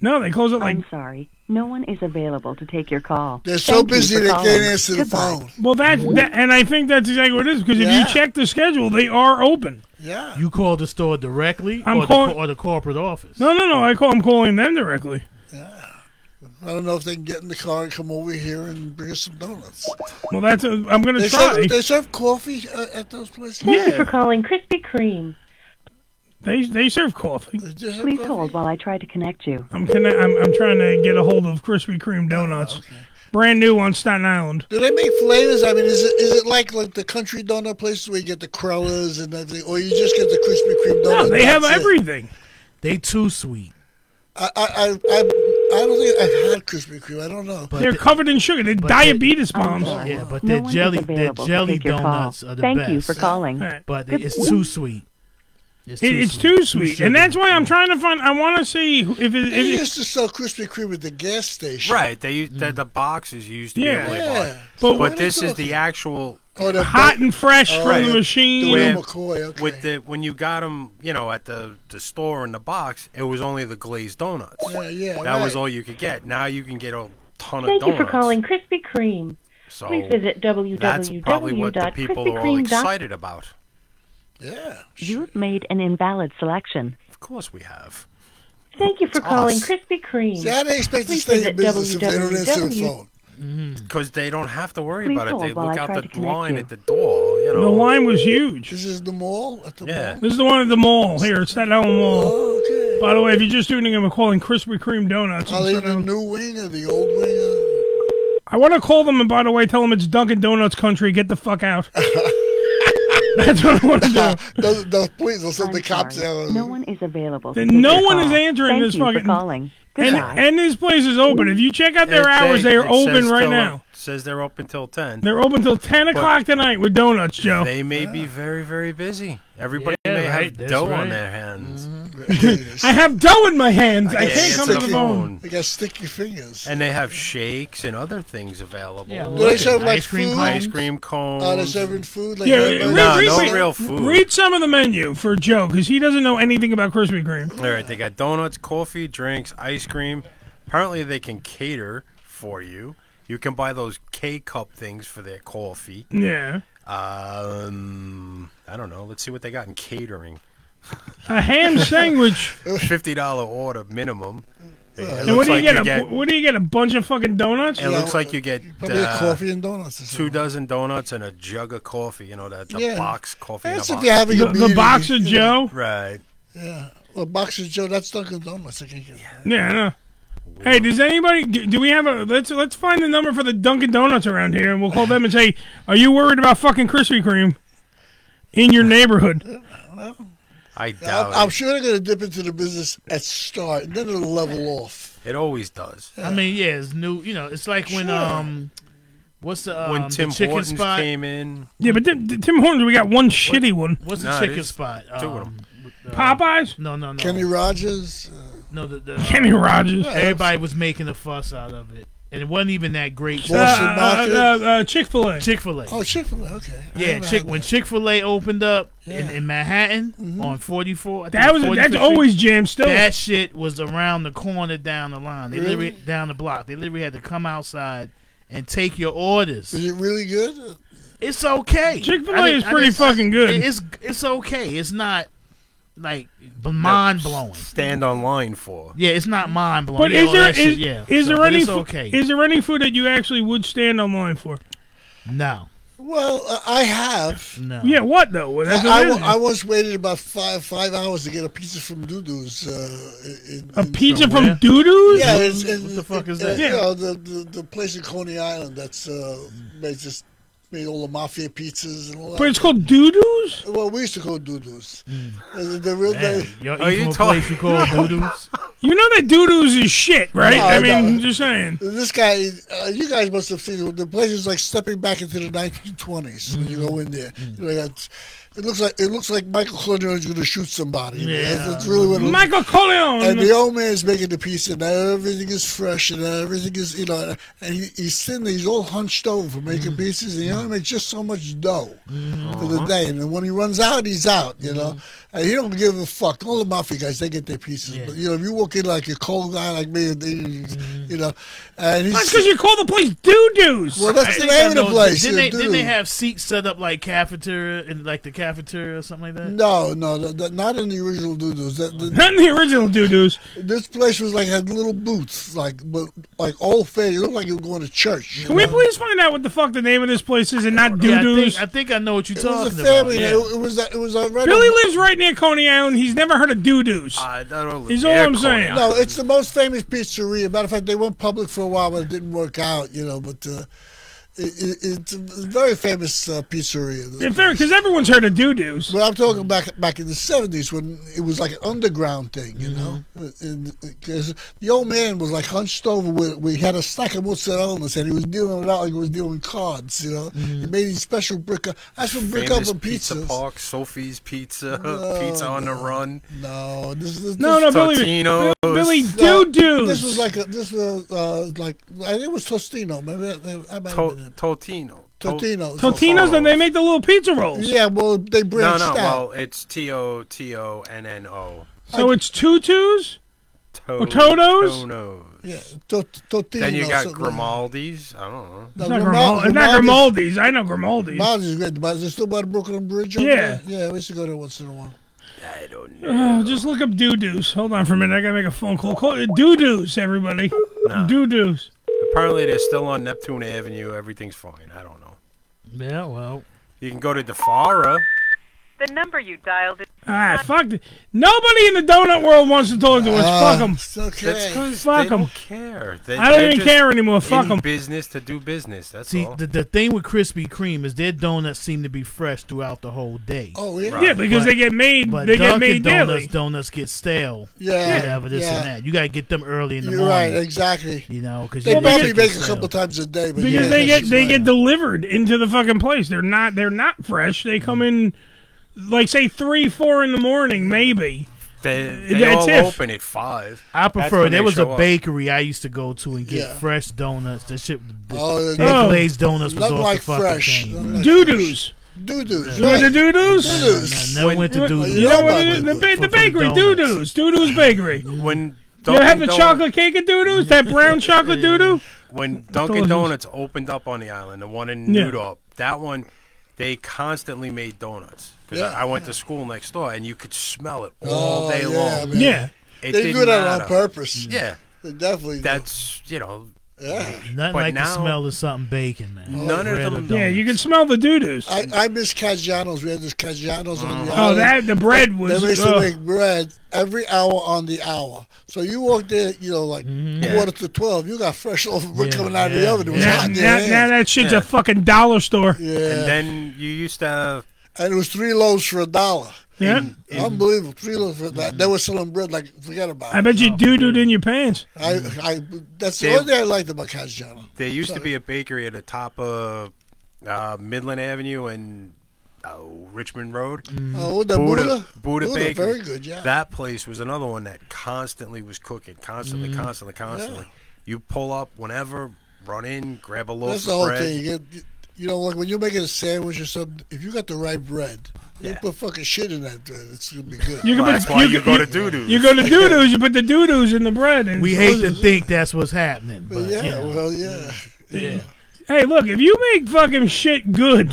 [SPEAKER 1] No, they close it like.
[SPEAKER 24] I'm sorry. No one is available to take your call.
[SPEAKER 3] They're so
[SPEAKER 24] Thank you
[SPEAKER 3] busy
[SPEAKER 24] for
[SPEAKER 3] they
[SPEAKER 24] calling.
[SPEAKER 3] can't answer the
[SPEAKER 24] Goodbye.
[SPEAKER 3] phone.
[SPEAKER 1] Well, that's that, and I think that's exactly what it is because if
[SPEAKER 2] Yeah.
[SPEAKER 1] you check the schedule, they are open.
[SPEAKER 3] Yeah.
[SPEAKER 2] You call the store directly
[SPEAKER 1] I'm
[SPEAKER 2] or,
[SPEAKER 1] calling-
[SPEAKER 2] the, co- or the corporate office.
[SPEAKER 1] No, no, no. I call. I'm calling them directly.
[SPEAKER 3] I don't know if they can get in the car and come over here and bring us some donuts.
[SPEAKER 1] Well, that's. A, I'm gonna
[SPEAKER 3] they
[SPEAKER 1] try.
[SPEAKER 3] Serve, they serve coffee uh, at those places.
[SPEAKER 24] Thank you for calling Krispy Kreme.
[SPEAKER 1] They they serve coffee.
[SPEAKER 24] Please hold while I try to connect you.
[SPEAKER 1] I'm connect, I'm I'm trying to get a hold of Krispy Kreme donuts, brand new on Staten Island.
[SPEAKER 3] Do they make flavors? I mean, is it is it like like the country donut places where you get the Krellas and everything, or you just get the Krispy Kreme donuts? That's it.
[SPEAKER 2] They too sweet.
[SPEAKER 3] I I I, I I don't think I've had Krispy Kreme. I don't know.
[SPEAKER 1] They're covered in sugar. They're diabetes bombs.
[SPEAKER 2] Yeah, but their jelly, their jelly donuts are the best. But they- it's too sweet. It's
[SPEAKER 1] It-
[SPEAKER 2] too
[SPEAKER 1] it's
[SPEAKER 2] sweet.
[SPEAKER 1] too
[SPEAKER 2] Too
[SPEAKER 1] sweet,
[SPEAKER 2] sugar.
[SPEAKER 1] and that's why I'm trying to find. I want to see if it, if
[SPEAKER 3] They
[SPEAKER 1] it-
[SPEAKER 3] used to sell Krispy Kreme at the gas station.
[SPEAKER 4] Right. They use the, the box is used to
[SPEAKER 1] Yeah.
[SPEAKER 4] be able to
[SPEAKER 1] Yeah.
[SPEAKER 4] buy.
[SPEAKER 1] But-
[SPEAKER 4] But, this is the actual
[SPEAKER 3] Oh, the
[SPEAKER 1] hot and fresh
[SPEAKER 3] Oh,
[SPEAKER 1] from
[SPEAKER 4] Right.
[SPEAKER 1] the machine.
[SPEAKER 4] Where-
[SPEAKER 3] McCoy,
[SPEAKER 4] With the when you got them, you know, at the the store in the box, it was only the glazed donuts.
[SPEAKER 24] Yeah, yeah,
[SPEAKER 4] That was
[SPEAKER 24] right.
[SPEAKER 4] all you could get. Now you can get a ton
[SPEAKER 24] Thank
[SPEAKER 4] of
[SPEAKER 24] you
[SPEAKER 4] donuts.
[SPEAKER 24] for calling Krispy Kreme.
[SPEAKER 4] So
[SPEAKER 24] Please visit
[SPEAKER 4] That's probably what the people are all
[SPEAKER 24] www.krispykreme.com.
[SPEAKER 4] excited about. Yeah.
[SPEAKER 24] You've made an invalid selection.
[SPEAKER 4] Of course we have.
[SPEAKER 24] Thank you for
[SPEAKER 4] It's
[SPEAKER 24] calling
[SPEAKER 4] us.
[SPEAKER 24] Krispy Kreme.
[SPEAKER 4] See, how they expect to
[SPEAKER 24] Please
[SPEAKER 4] stay
[SPEAKER 24] visit
[SPEAKER 4] in business if they don't answer the
[SPEAKER 24] www.
[SPEAKER 4] phone? Because Mm-hmm. they don't have to worry
[SPEAKER 24] Please
[SPEAKER 4] about it.
[SPEAKER 24] hold
[SPEAKER 4] They
[SPEAKER 24] while
[SPEAKER 4] look
[SPEAKER 24] I
[SPEAKER 4] out
[SPEAKER 24] try to
[SPEAKER 4] the
[SPEAKER 24] connect
[SPEAKER 4] line
[SPEAKER 24] you.
[SPEAKER 4] at the door. You know.
[SPEAKER 1] The line was huge.
[SPEAKER 3] This is the mall at the
[SPEAKER 4] Yeah.
[SPEAKER 1] This is the one at the mall here, at Staten Island Mall.
[SPEAKER 3] Oh,
[SPEAKER 1] By the way, if you're just tuning in, we're calling Krispy Kreme donuts. in
[SPEAKER 3] Are they
[SPEAKER 1] Staten
[SPEAKER 3] the
[SPEAKER 1] Island.
[SPEAKER 3] new wing or the old wing?
[SPEAKER 1] I want to call them, and by the way, tell them it's Dunkin' Donuts country. Get the fuck out. That's what I want to do.
[SPEAKER 3] No, no, please, they'll send the cops out.
[SPEAKER 24] No one is available. to
[SPEAKER 1] Then
[SPEAKER 24] take
[SPEAKER 1] no
[SPEAKER 24] your
[SPEAKER 1] one
[SPEAKER 24] call.
[SPEAKER 1] is answering
[SPEAKER 24] Thank
[SPEAKER 1] this
[SPEAKER 24] you for
[SPEAKER 1] fucking-
[SPEAKER 24] calling.
[SPEAKER 1] And,
[SPEAKER 24] Goodbye.
[SPEAKER 1] and this place is open. If you check out their
[SPEAKER 4] It
[SPEAKER 1] hours,
[SPEAKER 4] say-
[SPEAKER 1] they are
[SPEAKER 4] it
[SPEAKER 1] open
[SPEAKER 4] says
[SPEAKER 1] right
[SPEAKER 4] till-
[SPEAKER 1] now.
[SPEAKER 4] Says they're open till ten.
[SPEAKER 1] They're open till 10
[SPEAKER 4] But-
[SPEAKER 1] o'clock tonight with donuts, Joe.
[SPEAKER 4] They may be very, very busy. Everybody
[SPEAKER 1] Yeah,
[SPEAKER 4] may
[SPEAKER 1] right,
[SPEAKER 4] have
[SPEAKER 1] that's
[SPEAKER 4] dough
[SPEAKER 1] right.
[SPEAKER 4] on their hands.
[SPEAKER 3] Mm-hmm.
[SPEAKER 1] I have dough in my hands. I
[SPEAKER 4] Yeah,
[SPEAKER 1] can't
[SPEAKER 4] it's
[SPEAKER 1] come to
[SPEAKER 4] a
[SPEAKER 1] the phone.
[SPEAKER 3] They got sticky fingers.
[SPEAKER 4] And they have shakes and other things available.
[SPEAKER 3] Yeah, Do they serve, like, Ice cream food?
[SPEAKER 4] Ice cream cones.
[SPEAKER 3] Are they serving food? Like
[SPEAKER 1] Yeah,
[SPEAKER 3] everybody-
[SPEAKER 1] read,
[SPEAKER 4] No,
[SPEAKER 1] read-
[SPEAKER 4] no
[SPEAKER 1] read-
[SPEAKER 4] real food.
[SPEAKER 1] read some of the menu for Joe because he doesn't know anything about Krispy Kreme.
[SPEAKER 4] All right, they got donuts, coffee, drinks, ice cream. Apparently, they can cater for you. You can buy those K cup things for their coffee.
[SPEAKER 1] Yeah.
[SPEAKER 4] Um, I don't know. Let's see what they got in catering.
[SPEAKER 1] A ham sandwich.
[SPEAKER 4] Fifty dollar order minimum. It
[SPEAKER 1] and
[SPEAKER 4] looks
[SPEAKER 1] what do you
[SPEAKER 4] like
[SPEAKER 1] get, a, What do you get? A bunch of fucking donuts?
[SPEAKER 4] It looks like you get
[SPEAKER 3] Probably a
[SPEAKER 4] uh,
[SPEAKER 3] coffee and donuts. or
[SPEAKER 4] two dozen donuts and a jug of coffee. You know that the
[SPEAKER 3] Yeah.
[SPEAKER 4] box coffee.
[SPEAKER 3] That's
[SPEAKER 4] in
[SPEAKER 3] if
[SPEAKER 4] a box.
[SPEAKER 3] you're having a The- the meeting. box of Joe?
[SPEAKER 4] Right.
[SPEAKER 3] something. Yeah. Well, Boxer Joe, that's Dunkin' Donuts. I can't get
[SPEAKER 1] Yeah, I know. Hey, does anybody? Do do we have a? Let's let's find the number for the Dunkin' Donuts around here, and we'll call them and say, "Are you worried about fucking Krispy Kreme in your neighborhood?"
[SPEAKER 4] I
[SPEAKER 3] I'm,
[SPEAKER 4] doubt
[SPEAKER 3] I'm
[SPEAKER 4] it.
[SPEAKER 3] sure they're going to dip into the business at start, and then it'll level off.
[SPEAKER 4] It always does.
[SPEAKER 2] I mean, yeah, it's new. You know, it's like when
[SPEAKER 3] Sure.
[SPEAKER 2] um, what's the um,
[SPEAKER 4] when Tim
[SPEAKER 2] the chicken
[SPEAKER 4] Hortons
[SPEAKER 2] spot?
[SPEAKER 4] came in,
[SPEAKER 1] Yeah, but Tim, Tim Hortons, we got one shitty one.
[SPEAKER 2] What's the
[SPEAKER 4] Nah,
[SPEAKER 2] chicken
[SPEAKER 4] there's
[SPEAKER 2] spot?
[SPEAKER 4] two of
[SPEAKER 2] um, with, uh,
[SPEAKER 1] Popeyes?
[SPEAKER 2] No, no, no.
[SPEAKER 3] Kenny Rogers.
[SPEAKER 2] No, the, the
[SPEAKER 1] Kenny Rogers.
[SPEAKER 2] Everybody was making a fuss out of it, and it wasn't even that great.
[SPEAKER 1] Uh, uh, uh, uh, Chick Fil A.
[SPEAKER 2] Chick Fil A.
[SPEAKER 3] Oh, Chick Fil A. Okay. I
[SPEAKER 2] Yeah,
[SPEAKER 3] never
[SPEAKER 2] Chick
[SPEAKER 3] had
[SPEAKER 2] when Chick Fil A opened up in, in Manhattan
[SPEAKER 3] Mm-hmm.
[SPEAKER 2] on forty four.
[SPEAKER 1] That was- that's always jammed still.
[SPEAKER 2] That shit was around the corner down the line. They
[SPEAKER 1] Really?
[SPEAKER 2] literally down the block. They literally had to come outside and take your orders. Is
[SPEAKER 3] it really good?
[SPEAKER 2] It's okay.
[SPEAKER 1] Chick Fil A is pretty fucking good.
[SPEAKER 2] It's it's okay. It's not like mind blowing.
[SPEAKER 4] Stand online for.
[SPEAKER 2] Yeah, it's not mind blowing.
[SPEAKER 1] But is there is,
[SPEAKER 2] yeah.
[SPEAKER 1] is
[SPEAKER 2] so,
[SPEAKER 1] there
[SPEAKER 2] but
[SPEAKER 1] any
[SPEAKER 2] it's
[SPEAKER 1] fo-
[SPEAKER 2] okay?
[SPEAKER 1] is there any food that you actually would stand online for?
[SPEAKER 2] No.
[SPEAKER 3] Well, uh, I have.
[SPEAKER 2] No.
[SPEAKER 1] Yeah, what though? Well, that's
[SPEAKER 3] I,
[SPEAKER 1] what
[SPEAKER 3] I,
[SPEAKER 1] it
[SPEAKER 3] wa-
[SPEAKER 1] is.
[SPEAKER 3] I once waited about five five hours to get a pizza from Doodoo's. Uh, in,
[SPEAKER 1] a pizza from Doodoo's?
[SPEAKER 3] Yeah, it's, in,
[SPEAKER 1] what the fuck is
[SPEAKER 3] in-
[SPEAKER 1] that?
[SPEAKER 3] You
[SPEAKER 1] Yeah.
[SPEAKER 3] know, the, the the place in Coney Island that's uh, made just made all the mafia pizzas and all that.
[SPEAKER 1] But it's called Doodoo's?
[SPEAKER 3] Well, we used to call it Doodoo's. Uh, the real
[SPEAKER 2] Man,
[SPEAKER 3] they-
[SPEAKER 2] you're Are eating you from a place you call
[SPEAKER 3] No.
[SPEAKER 2] Doodoo's?
[SPEAKER 1] You know that Doodoo's is shit, right?
[SPEAKER 3] No,
[SPEAKER 1] I
[SPEAKER 3] no.
[SPEAKER 1] mean, just saying.
[SPEAKER 3] This guy, uh, you guys must have seen it. The place is like stepping back into the 1920s when you go in there.
[SPEAKER 1] Mm-hmm.
[SPEAKER 3] You know, that's, it looks like it looks like Michael Corleone is going to shoot somebody. You know, That's, that's really what it
[SPEAKER 1] Michael Corleone.
[SPEAKER 3] And the old man's making the pizza, and everything is fresh, and everything is you know, and he, he's sitting, there, he's all hunched over for making
[SPEAKER 1] Mm.
[SPEAKER 3] pizzas, and he only makes just so much dough for
[SPEAKER 1] Uh-huh.
[SPEAKER 3] the day. And then when he runs out, he's out. You know,
[SPEAKER 1] Mm-hmm.
[SPEAKER 3] and he don't give a fuck. All the mafia guys, they get their pizzas, but you know, if you walk in like a cold guy like me, and they, you know, and
[SPEAKER 1] Mm-hmm.
[SPEAKER 3] he's
[SPEAKER 1] That's because you call the place Doodoo's.
[SPEAKER 3] Well, that's the
[SPEAKER 2] They
[SPEAKER 3] name of
[SPEAKER 2] got
[SPEAKER 3] the
[SPEAKER 2] those-
[SPEAKER 3] place.
[SPEAKER 2] Didn't
[SPEAKER 3] yeah,
[SPEAKER 2] they, didn't they
[SPEAKER 3] dude.
[SPEAKER 2] have seats set up like cafeteria in like the cafeteria or something like that?
[SPEAKER 3] No, no, th- th- not in the original Doodoo's. That- that-
[SPEAKER 1] Not in the original Doodoo's.
[SPEAKER 3] This place was like had little booths, like but like old faded. It looked like you were going to church. you
[SPEAKER 1] Can we
[SPEAKER 3] know?
[SPEAKER 1] please find out what the fuck the name of this place is and not
[SPEAKER 2] Yeah, I
[SPEAKER 1] Doodoo's?
[SPEAKER 2] think, I think I know what you're
[SPEAKER 3] It
[SPEAKER 2] talking
[SPEAKER 3] was a family.
[SPEAKER 2] about.
[SPEAKER 3] name.
[SPEAKER 2] yeah.
[SPEAKER 3] It was it was a right
[SPEAKER 1] Billy
[SPEAKER 3] on- Ah,
[SPEAKER 1] lives right near Coney Island. He's never heard of Doodoo's.
[SPEAKER 4] I don't
[SPEAKER 1] He's all I'm saying.
[SPEAKER 3] No, it's the most famous pizzeria. Matter of fact, they went public for a while, but it didn't work out. You know, but uh, it, it, it's a very famous uh, pizzeria.
[SPEAKER 1] because everyone's heard of doo-doos.
[SPEAKER 3] But I'm talking back back in the '70s when it was like an underground thing, you
[SPEAKER 1] Mm-hmm.
[SPEAKER 3] know, Uh, because the old man was like hunched over. With, we had a stack of what's illness, and he was dealing it out like he was dealing cards. You know,
[SPEAKER 1] Mm-hmm.
[SPEAKER 3] he made these special brick. uh, That's what brick
[SPEAKER 4] Famous
[SPEAKER 3] oven
[SPEAKER 4] pizza
[SPEAKER 3] pizzas.
[SPEAKER 4] park, Sophie's Pizza,
[SPEAKER 3] No,
[SPEAKER 4] Pizza on the
[SPEAKER 3] no,
[SPEAKER 4] Run.
[SPEAKER 3] No, this is
[SPEAKER 1] No, no, Billy-
[SPEAKER 4] Totino's. Billy
[SPEAKER 3] No,
[SPEAKER 4] Doo-Doos.
[SPEAKER 3] This was like a, this was uh, like I think it was Tostino. Maybe I, I might have been
[SPEAKER 4] To- Totino.
[SPEAKER 3] Totino's.
[SPEAKER 1] Totino's, and they make the little pizza rolls.
[SPEAKER 3] Yeah, well, they
[SPEAKER 4] No,
[SPEAKER 3] branched
[SPEAKER 4] no.
[SPEAKER 3] out.
[SPEAKER 4] Well, it's T O T O N N O.
[SPEAKER 1] So it's Tutus? Or Toto's?
[SPEAKER 4] Toto's.
[SPEAKER 3] Yeah, to- Totino.
[SPEAKER 4] Then you got
[SPEAKER 3] something like-
[SPEAKER 4] Grimaldi's. I don't know.
[SPEAKER 1] It's not Grimaldi. It's not Grimaldi's. I know Grimaldi's.
[SPEAKER 3] Grimaldi's great. But is it still by the Brooklyn Bridge? over
[SPEAKER 1] Yeah.
[SPEAKER 3] there? Yeah, we used to go there once in a while.
[SPEAKER 4] I don't
[SPEAKER 1] Oh, just look up doo-doos. Hold on for a minute. I gotta make a phone call. Call it doo-doos, everybody.
[SPEAKER 4] Nah.
[SPEAKER 1] Doo-doos.
[SPEAKER 4] Apparently, they're still on Neptune Avenue. Everything's fine. I don't know.
[SPEAKER 2] Yeah, well.
[SPEAKER 4] You can go to Defara.
[SPEAKER 19] The number you dialed is
[SPEAKER 1] Ah, fuck. th- Nobody in the donut world wants to talk to us.
[SPEAKER 4] Ah,
[SPEAKER 1] fuck 'em.
[SPEAKER 4] it's okay. That's 'cause
[SPEAKER 1] Fuck
[SPEAKER 4] they
[SPEAKER 1] 'em.
[SPEAKER 4] don't care. They-
[SPEAKER 1] I don't
[SPEAKER 4] they're
[SPEAKER 1] even
[SPEAKER 4] just
[SPEAKER 1] care anymore. Fuck
[SPEAKER 4] in
[SPEAKER 1] 'em.
[SPEAKER 4] Business to do business. That's
[SPEAKER 2] See,
[SPEAKER 4] all.
[SPEAKER 2] the, the thing with Krispy Kreme is their donuts seem to be fresh throughout the whole day.
[SPEAKER 3] Oh,
[SPEAKER 1] yeah. Yeah, because they get made-
[SPEAKER 2] But
[SPEAKER 1] they get
[SPEAKER 2] Dunkin'
[SPEAKER 1] made
[SPEAKER 2] donuts,
[SPEAKER 1] daily.
[SPEAKER 2] Donuts get stale.
[SPEAKER 3] Yeah,
[SPEAKER 2] whatever this
[SPEAKER 3] yeah.
[SPEAKER 2] and that. You gotta get them early in the
[SPEAKER 3] You're
[SPEAKER 2] morning.
[SPEAKER 3] right, exactly.
[SPEAKER 2] You know, because
[SPEAKER 3] They probably make a couple times a day, but
[SPEAKER 1] Because
[SPEAKER 3] yeah,
[SPEAKER 1] they
[SPEAKER 3] that's
[SPEAKER 1] get they get delivered into the fucking place. They're not they're not fresh. They come in like say three, four in the morning, maybe.
[SPEAKER 4] They,
[SPEAKER 1] Uh,
[SPEAKER 4] they
[SPEAKER 1] that's
[SPEAKER 4] all
[SPEAKER 1] if.
[SPEAKER 4] open at five.
[SPEAKER 2] I
[SPEAKER 4] That's
[SPEAKER 2] prefer
[SPEAKER 4] when
[SPEAKER 2] there
[SPEAKER 4] they
[SPEAKER 2] was a
[SPEAKER 4] show up.
[SPEAKER 2] bakery I used to go to and get
[SPEAKER 4] Yeah.
[SPEAKER 2] fresh donuts. That shit, the,
[SPEAKER 3] Oh,
[SPEAKER 2] their
[SPEAKER 1] no.
[SPEAKER 2] glazed donuts was
[SPEAKER 1] Not
[SPEAKER 2] off
[SPEAKER 1] like
[SPEAKER 2] the fucking
[SPEAKER 1] fresh.
[SPEAKER 2] thing.
[SPEAKER 1] Doo-doos.
[SPEAKER 3] Doo-doos.
[SPEAKER 1] You know the
[SPEAKER 3] right.
[SPEAKER 1] doo-doos?
[SPEAKER 2] I never went to doo-doos.
[SPEAKER 1] You know what it is? The, ba- the bakery, doo-doos. Doo-doos bakery.
[SPEAKER 4] When
[SPEAKER 1] you have
[SPEAKER 4] Dunkin'
[SPEAKER 1] the
[SPEAKER 4] Donuts-
[SPEAKER 1] chocolate cake at doo-doos? That brown chocolate doo-doo?
[SPEAKER 4] When
[SPEAKER 1] those-
[SPEAKER 4] Dunkin' Donuts opened up on the island, the one in
[SPEAKER 1] Yeah.
[SPEAKER 4] New Newdorp, that one, they constantly made donuts. Because
[SPEAKER 1] Yeah.
[SPEAKER 4] I went to school next door, and you could smell it all
[SPEAKER 3] Oh,
[SPEAKER 4] day
[SPEAKER 3] yeah,
[SPEAKER 4] long.
[SPEAKER 3] man. Yeah.
[SPEAKER 4] It
[SPEAKER 3] They
[SPEAKER 4] didn't
[SPEAKER 3] do that on
[SPEAKER 4] matter.
[SPEAKER 3] purpose.
[SPEAKER 4] Yeah.
[SPEAKER 3] They definitely.
[SPEAKER 4] That's, you know.
[SPEAKER 3] Yeah.
[SPEAKER 2] Nothing
[SPEAKER 4] but
[SPEAKER 2] like
[SPEAKER 4] now,
[SPEAKER 2] the smell of something baking, man.
[SPEAKER 4] None of
[SPEAKER 2] Bread
[SPEAKER 4] them-
[SPEAKER 1] Yeah,
[SPEAKER 2] or Oh, donuts.
[SPEAKER 1] you can smell the doo-doos.
[SPEAKER 3] I, I miss Caggiano's. We had this Caggiano's on the
[SPEAKER 1] Oh,
[SPEAKER 3] island.
[SPEAKER 1] that- the bread was- uh,
[SPEAKER 3] They used to
[SPEAKER 1] ugh.
[SPEAKER 3] make bread every hour on the hour. So you walked in, you know, like
[SPEAKER 4] Mm-hmm.
[SPEAKER 3] quarter to twelve. You got fresh loaf of bread coming out of the oven. It was
[SPEAKER 1] Now,
[SPEAKER 3] hot in your
[SPEAKER 1] now,
[SPEAKER 3] hand.
[SPEAKER 1] now that shit's
[SPEAKER 4] Yeah.
[SPEAKER 1] a fucking dollar store.
[SPEAKER 4] And then you used to have.
[SPEAKER 3] and it was three loaves for a dollar.
[SPEAKER 1] Yeah.
[SPEAKER 3] Unbelievable. Three loaves for
[SPEAKER 4] Mm-hmm.
[SPEAKER 3] that. They were selling bread like forget about
[SPEAKER 1] I
[SPEAKER 3] it.
[SPEAKER 1] bet you doo-dooed in your pants.
[SPEAKER 3] I, I that's
[SPEAKER 4] Mm-hmm.
[SPEAKER 3] the
[SPEAKER 4] They-
[SPEAKER 3] only thing I liked about Caggiano.
[SPEAKER 4] There used to be a bakery at the top of uh, Midland Avenue and oh, Richmond Road.
[SPEAKER 3] Oh, what, the Buddha?
[SPEAKER 4] Buddha
[SPEAKER 3] Buddha,
[SPEAKER 4] Bakery.
[SPEAKER 3] very good, yeah.
[SPEAKER 4] That place was another one that constantly was cooking, constantly,
[SPEAKER 3] Mhm.
[SPEAKER 4] constantly, constantly. You pull up whenever, run in, grab a loaf
[SPEAKER 3] That's
[SPEAKER 4] of
[SPEAKER 3] the whole
[SPEAKER 4] bread.
[SPEAKER 3] thing. You, get, you know, like when you're making a sandwich or something, if you got the right bread, you put fucking shit in that bread. It's gonna be good.
[SPEAKER 1] You can put-
[SPEAKER 4] to doo-doos.
[SPEAKER 1] You go to doo-doos, you put the doo-doos in the bread. And
[SPEAKER 2] We hate to think that's what's happening.
[SPEAKER 3] But yeah, well, yeah.
[SPEAKER 2] Yeah.
[SPEAKER 1] Hey, look, if you make fucking shit good,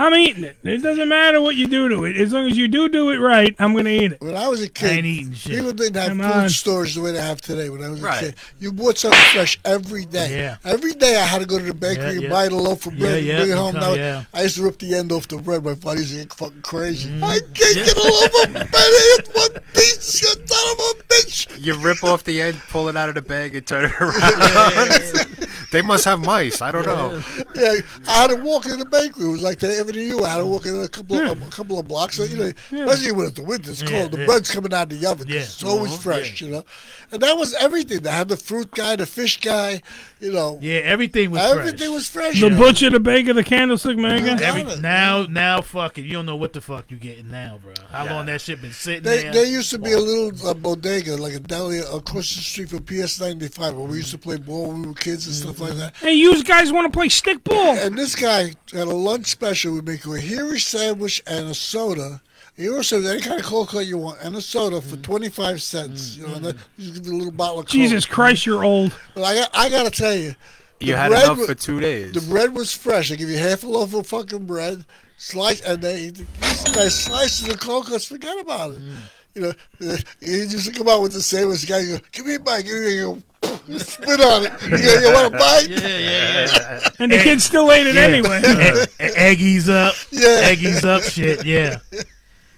[SPEAKER 1] I'm eating it. It doesn't matter what you do to it. As long as you do do it right, I'm going to eat it.
[SPEAKER 3] When I was a kid, people didn't have
[SPEAKER 1] Come
[SPEAKER 3] food
[SPEAKER 1] on.
[SPEAKER 3] stores the way they have today. When I was
[SPEAKER 1] Right.
[SPEAKER 3] a kid, you bought something fresh every day.
[SPEAKER 1] Yeah.
[SPEAKER 3] Every day I had to go to the bakery
[SPEAKER 1] Yeah,
[SPEAKER 3] and
[SPEAKER 1] yeah.
[SPEAKER 3] buy the loaf of bread
[SPEAKER 1] Yeah,
[SPEAKER 3] and bring
[SPEAKER 1] yeah,
[SPEAKER 3] it home.
[SPEAKER 1] okay,
[SPEAKER 3] Now,
[SPEAKER 1] yeah. Mm.
[SPEAKER 3] I used to rip the end off the bread. My father used to get fucking crazy. I can't get a loaf of bread. I ate one piece. You son of a bitch.
[SPEAKER 4] You rip off the end, pull it out of the bag, and turn it around. they must have mice. I don't know.
[SPEAKER 3] Yeah, I had to walk in the bakery. It was like that every you. I had to walk in a couple of a couple of blocks. You know, especially when it's the winter, it's cold.
[SPEAKER 4] Yeah,
[SPEAKER 3] the
[SPEAKER 4] yeah.
[SPEAKER 3] bread's coming out of the oven.
[SPEAKER 4] Yeah.
[SPEAKER 3] It's always
[SPEAKER 2] Uh-huh.
[SPEAKER 4] Mhm.
[SPEAKER 3] fresh, you know. And that was everything. They had the fruit guy, the fish guy. You know.
[SPEAKER 2] Yeah, everything was
[SPEAKER 3] everything
[SPEAKER 2] fresh.
[SPEAKER 3] was fresh.
[SPEAKER 1] The butcher, the baker, the candlestick maker.
[SPEAKER 2] Every, now, now, fucking, you don't know what the fuck you getting now, bro. How long that shit been sitting
[SPEAKER 3] They,
[SPEAKER 2] there?
[SPEAKER 3] there used to be a little uh, bodega, like a deli across the street from PS 95, where we used to play ball when we were kids
[SPEAKER 2] Mm-hmm.
[SPEAKER 3] and stuff like that.
[SPEAKER 1] Hey, you guys want to play stickball?
[SPEAKER 3] And this guy had a lunch special. We make you a hairy sandwich and a soda. You also any kind of cold cut you want and a soda
[SPEAKER 1] Mm-hmm.
[SPEAKER 3] for twenty five cents. You know, and then you give you a little bottle of Coke.
[SPEAKER 1] Jesus Christ, you're old.
[SPEAKER 3] But I got, I gotta tell you,
[SPEAKER 4] You
[SPEAKER 3] the
[SPEAKER 4] had
[SPEAKER 3] bread
[SPEAKER 4] enough
[SPEAKER 3] wa-
[SPEAKER 4] for two days.
[SPEAKER 3] The bread was fresh. They give you half a loaf of fucking bread, slice, and they this guy slices the cold cuts. Forget about
[SPEAKER 1] Mm.
[SPEAKER 3] it. You know, uh, he just come out with the sandwich. The guy go, give me a bite. Give me a you spit on it. You, go, you want a bite?
[SPEAKER 2] Yeah, yeah, yeah.
[SPEAKER 1] And the kid still ate it anyway.
[SPEAKER 2] E- e- Eggies up.
[SPEAKER 1] Yeah.
[SPEAKER 2] Eggies up shit, yeah.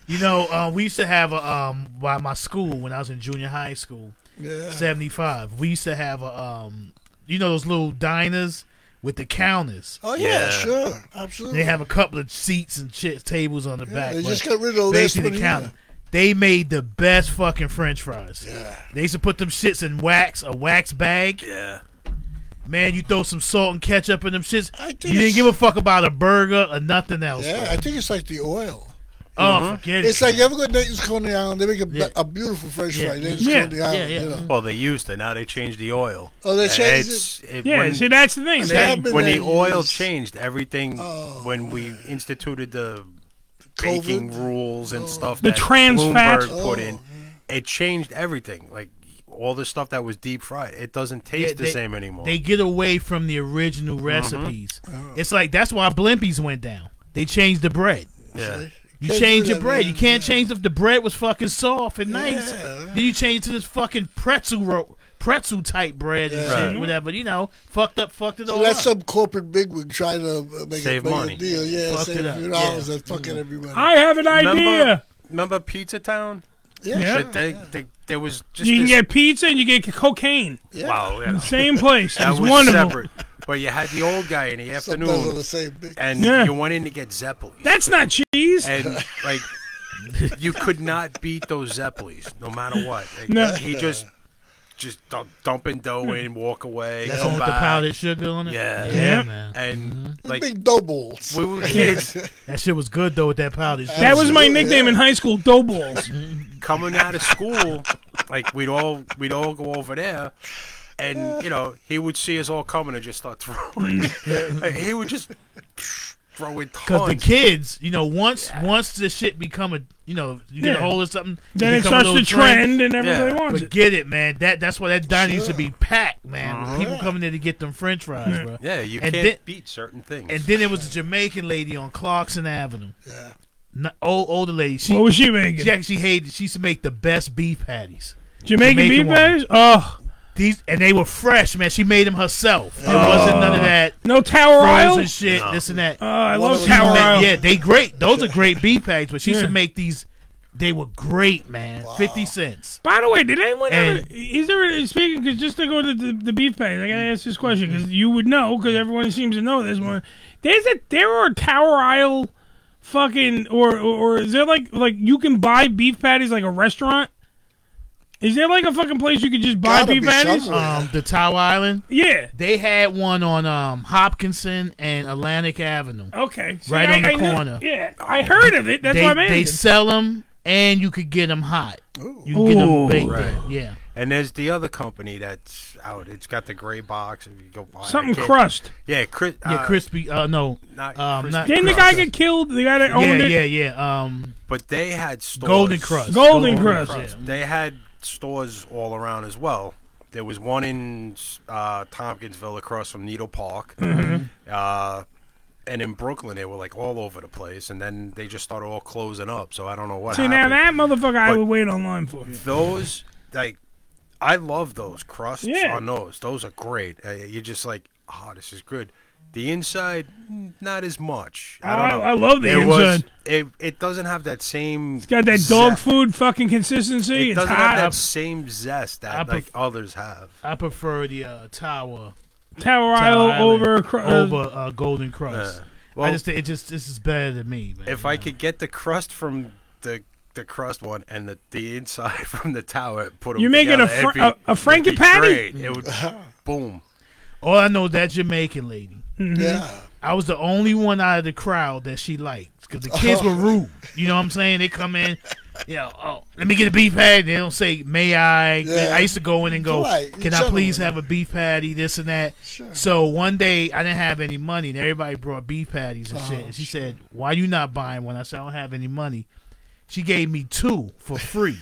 [SPEAKER 2] You know, uh, we used to have a um by my school when I was in junior high school.
[SPEAKER 3] Yeah.
[SPEAKER 2] Seventy five. We used to have a um you know those little diners with the counters.
[SPEAKER 3] Oh yeah, sure, absolutely.
[SPEAKER 2] They have a couple of seats and shit tables on the back.
[SPEAKER 3] they
[SPEAKER 2] but
[SPEAKER 3] just got rid of the last
[SPEAKER 2] basically
[SPEAKER 3] one,
[SPEAKER 2] the
[SPEAKER 3] yeah.
[SPEAKER 2] counter. They made the best fucking French fries. Yeah. They used to put them shits in wax, a wax bag. Yeah. Man, you throw some salt and ketchup in them shits. You didn't
[SPEAKER 3] it's-
[SPEAKER 2] give a fuck about a burger or nothing else.
[SPEAKER 3] Yeah, I think it's like the oil.
[SPEAKER 2] Oh, Mhm. forget it.
[SPEAKER 3] It's like you ever go to Nathan's Coney Island, they make a, be- a beautiful French fry. Nathan's Coney Island, you
[SPEAKER 1] Mm-hmm.
[SPEAKER 3] know.
[SPEAKER 4] Well, they used to. Now they changed the oil.
[SPEAKER 3] Oh, they
[SPEAKER 4] And
[SPEAKER 3] changed
[SPEAKER 4] it's-
[SPEAKER 3] it? Yeah, see, that's the thing. They haven't
[SPEAKER 4] when the
[SPEAKER 3] been
[SPEAKER 4] oil
[SPEAKER 3] used.
[SPEAKER 4] changed, everything
[SPEAKER 3] Oh.
[SPEAKER 4] when we instituted the baking rules
[SPEAKER 3] Oh.
[SPEAKER 4] and stuff,
[SPEAKER 1] The
[SPEAKER 4] that
[SPEAKER 1] trans fat.
[SPEAKER 4] Bloomberg put
[SPEAKER 1] Oh.
[SPEAKER 4] in, it changed everything. Like all the stuff that was deep fried, it doesn't
[SPEAKER 2] Yeah,
[SPEAKER 4] taste the
[SPEAKER 2] they-
[SPEAKER 4] same anymore. Mm-hmm.
[SPEAKER 2] They get away from the original recipes.
[SPEAKER 3] Oh.
[SPEAKER 2] It's like that's why Blimpies went down. They changed the bread.
[SPEAKER 4] Yeah.
[SPEAKER 2] You
[SPEAKER 4] Can't
[SPEAKER 2] change
[SPEAKER 4] do
[SPEAKER 2] your
[SPEAKER 4] that,
[SPEAKER 2] bread.
[SPEAKER 4] man.
[SPEAKER 2] You can't change if the bread was fucking soft and nice.
[SPEAKER 4] Yeah.
[SPEAKER 2] Then you change to this fucking pretzel ro- pretzel type bread and
[SPEAKER 4] Yeah.
[SPEAKER 2] shit,
[SPEAKER 4] Right.
[SPEAKER 2] whatever. You know, fucked up, fucked it
[SPEAKER 3] So
[SPEAKER 2] all
[SPEAKER 3] that's
[SPEAKER 2] up.
[SPEAKER 3] some corporate bigwig trying to uh, make,
[SPEAKER 4] Save
[SPEAKER 3] a, make
[SPEAKER 4] money.
[SPEAKER 3] a deal. Yeah,
[SPEAKER 4] Fuck
[SPEAKER 3] save
[SPEAKER 4] it
[SPEAKER 3] a
[SPEAKER 4] up.
[SPEAKER 3] few dollars
[SPEAKER 4] Yeah.
[SPEAKER 3] and fucking everybody.
[SPEAKER 1] I have an idea.
[SPEAKER 4] Remember, remember Pizza Town?
[SPEAKER 3] Yeah.
[SPEAKER 1] Yeah.
[SPEAKER 4] Shit, they, they, there was just
[SPEAKER 1] you can
[SPEAKER 4] this-
[SPEAKER 1] get pizza and you get cocaine.
[SPEAKER 4] Wow, yeah.
[SPEAKER 1] Same place.
[SPEAKER 4] That
[SPEAKER 1] It's
[SPEAKER 4] was
[SPEAKER 1] wonderful.
[SPEAKER 4] separate. But you had the old guy in the afternoon,
[SPEAKER 3] Sometimes they're the same bitch.
[SPEAKER 4] and
[SPEAKER 1] Yeah.
[SPEAKER 4] you went in to get Zeppelin.
[SPEAKER 1] That's not cheese.
[SPEAKER 4] and like you could not beat those Zeppelis, no matter what. Like,
[SPEAKER 1] No.
[SPEAKER 4] he just just dump, dumping dough in, walk away.
[SPEAKER 2] That's
[SPEAKER 4] come
[SPEAKER 2] all with the
[SPEAKER 4] back.
[SPEAKER 2] powdered sugar on it?
[SPEAKER 4] Yeah,
[SPEAKER 2] Yeah, Yeah. man.
[SPEAKER 4] And like
[SPEAKER 3] big dough balls.
[SPEAKER 4] we were kids
[SPEAKER 2] that shit was good though with that powdered sugar.
[SPEAKER 1] That was my nickname in high school, dough balls.
[SPEAKER 4] coming out of school. Like we'd all we'd all go over there. And you know he would see us all coming and just start throwing. Like, he would just throw in
[SPEAKER 2] Because the
[SPEAKER 4] tons.
[SPEAKER 2] kids, you know, once once this shit become a, you know, you get
[SPEAKER 1] Yeah.
[SPEAKER 2] a hold of something,
[SPEAKER 1] Then it
[SPEAKER 2] become a
[SPEAKER 1] starts
[SPEAKER 2] little
[SPEAKER 1] to trend and everybody wants
[SPEAKER 2] but
[SPEAKER 1] it.
[SPEAKER 2] Get it, man. That that's why that diner used to be packed, man. with
[SPEAKER 1] Uh-huh.
[SPEAKER 4] Mhm.
[SPEAKER 2] People coming there to get them French fries, bro.
[SPEAKER 4] Yeah, you
[SPEAKER 2] and
[SPEAKER 4] can't
[SPEAKER 2] then-
[SPEAKER 4] beat certain things.
[SPEAKER 2] And then there was a Jamaican lady on Clarkson Avenue. Yeah. old older lady. She,
[SPEAKER 1] What was she making?
[SPEAKER 2] She actually hated. She used to make the best beef patties.
[SPEAKER 1] Jamaican beef
[SPEAKER 2] woman.
[SPEAKER 1] patties? Oh.
[SPEAKER 2] These and they were fresh, man. She made them herself. It wasn't none of that.
[SPEAKER 1] No Tower
[SPEAKER 2] frozen
[SPEAKER 1] Isle?
[SPEAKER 2] shit,
[SPEAKER 1] No.
[SPEAKER 2] this and that.
[SPEAKER 1] Oh, I love
[SPEAKER 2] She
[SPEAKER 1] Tower
[SPEAKER 2] made-
[SPEAKER 1] Isle.
[SPEAKER 2] Yeah, they great. Those are great beef patties, but she used
[SPEAKER 1] Yeah.
[SPEAKER 2] to make these. They were great, man. Fifty cents.
[SPEAKER 1] By the way, did anyone ever?
[SPEAKER 2] And-
[SPEAKER 1] Is there speaking? Because just to go to the, the beef patty, I gotta ask this question because you would know because everyone seems to know this one. There's a there are Tower Isle, fucking or or is there like like you can buy beef patties like a restaurant? Is there like a fucking place you could just buy beef patties?
[SPEAKER 2] Um, the Tower Island.
[SPEAKER 1] Yeah,
[SPEAKER 2] they had one on um Hopkinson and Atlantic Avenue.
[SPEAKER 1] Okay, See,
[SPEAKER 2] right
[SPEAKER 1] I-
[SPEAKER 2] on the
[SPEAKER 1] I knew-
[SPEAKER 2] corner.
[SPEAKER 1] yeah, I heard of it. That's
[SPEAKER 2] they,
[SPEAKER 1] what I mean.
[SPEAKER 2] They sell them, and you could get them hot. You can get them baked. Yeah.
[SPEAKER 4] And there's the other company that's out. It's got the gray box. And you go buy I
[SPEAKER 1] Something
[SPEAKER 4] can't-
[SPEAKER 1] crust.
[SPEAKER 4] Yeah, cri-
[SPEAKER 2] Oh, yeah,
[SPEAKER 4] uh,
[SPEAKER 2] crispy. Uh, no,
[SPEAKER 4] not
[SPEAKER 2] um, not
[SPEAKER 1] Didn't the guy get killed? The guy that owned
[SPEAKER 2] yeah,
[SPEAKER 1] it.
[SPEAKER 2] yeah, yeah. Um,
[SPEAKER 4] But they had stores.
[SPEAKER 2] Golden Crust.
[SPEAKER 1] Golden Crust,
[SPEAKER 4] They had stores all around as well. There was one in uh, Tompkinsville across from Needle Park.
[SPEAKER 1] Mhm.
[SPEAKER 4] Uh, and in Brooklyn, they were like all over the place. And then they just started all closing up. So I don't know what
[SPEAKER 1] See, now
[SPEAKER 4] happened.
[SPEAKER 1] that motherfucker I
[SPEAKER 4] But
[SPEAKER 1] would wait online for.
[SPEAKER 4] Those, like, I love those crusts
[SPEAKER 1] Yeah.
[SPEAKER 4] on those. Those are great. Uh, you're just like, oh, this is good. The inside, mm, not as much. I don't
[SPEAKER 1] I-
[SPEAKER 4] know.
[SPEAKER 1] I love the
[SPEAKER 4] It was-
[SPEAKER 1] inside.
[SPEAKER 4] it, it doesn't have that same.
[SPEAKER 1] It's got that dog food fucking consistency.
[SPEAKER 4] It
[SPEAKER 1] it's
[SPEAKER 4] doesn't
[SPEAKER 1] hot.
[SPEAKER 4] have that same zest that
[SPEAKER 2] I pref-
[SPEAKER 4] like others have.
[SPEAKER 2] I prefer the uh, tower.
[SPEAKER 1] Tower
[SPEAKER 4] Isle over
[SPEAKER 2] Cru-
[SPEAKER 4] Cru-
[SPEAKER 2] over uh, Golden Crust.
[SPEAKER 4] Uh, well-
[SPEAKER 2] I just it just this is better than me. Man.
[SPEAKER 4] If I could get the crust from the the crust one and the, the inside from the tower, put them
[SPEAKER 1] You make it a fr- a- a Frankie patty?
[SPEAKER 4] It would boom.
[SPEAKER 2] All I know is that Jamaican lady.
[SPEAKER 1] Mhm. Yeah.
[SPEAKER 2] I was the only one out of the crowd that she liked because the kids were rude. You know what I'm saying? They come in, yeah. Oh, let me get a beef patty. They don't say, "May I?"
[SPEAKER 3] Yeah.
[SPEAKER 2] I used to go in and go,
[SPEAKER 3] Right,
[SPEAKER 2] "Can I
[SPEAKER 3] gentlemen.
[SPEAKER 2] please have a beef patty?" This and that. So one day I didn't have any money, and everybody brought beef patties and shit.
[SPEAKER 3] Oh,
[SPEAKER 2] And she said, "Why you not buying one?" I said, "I don't have any money." She gave me two for free.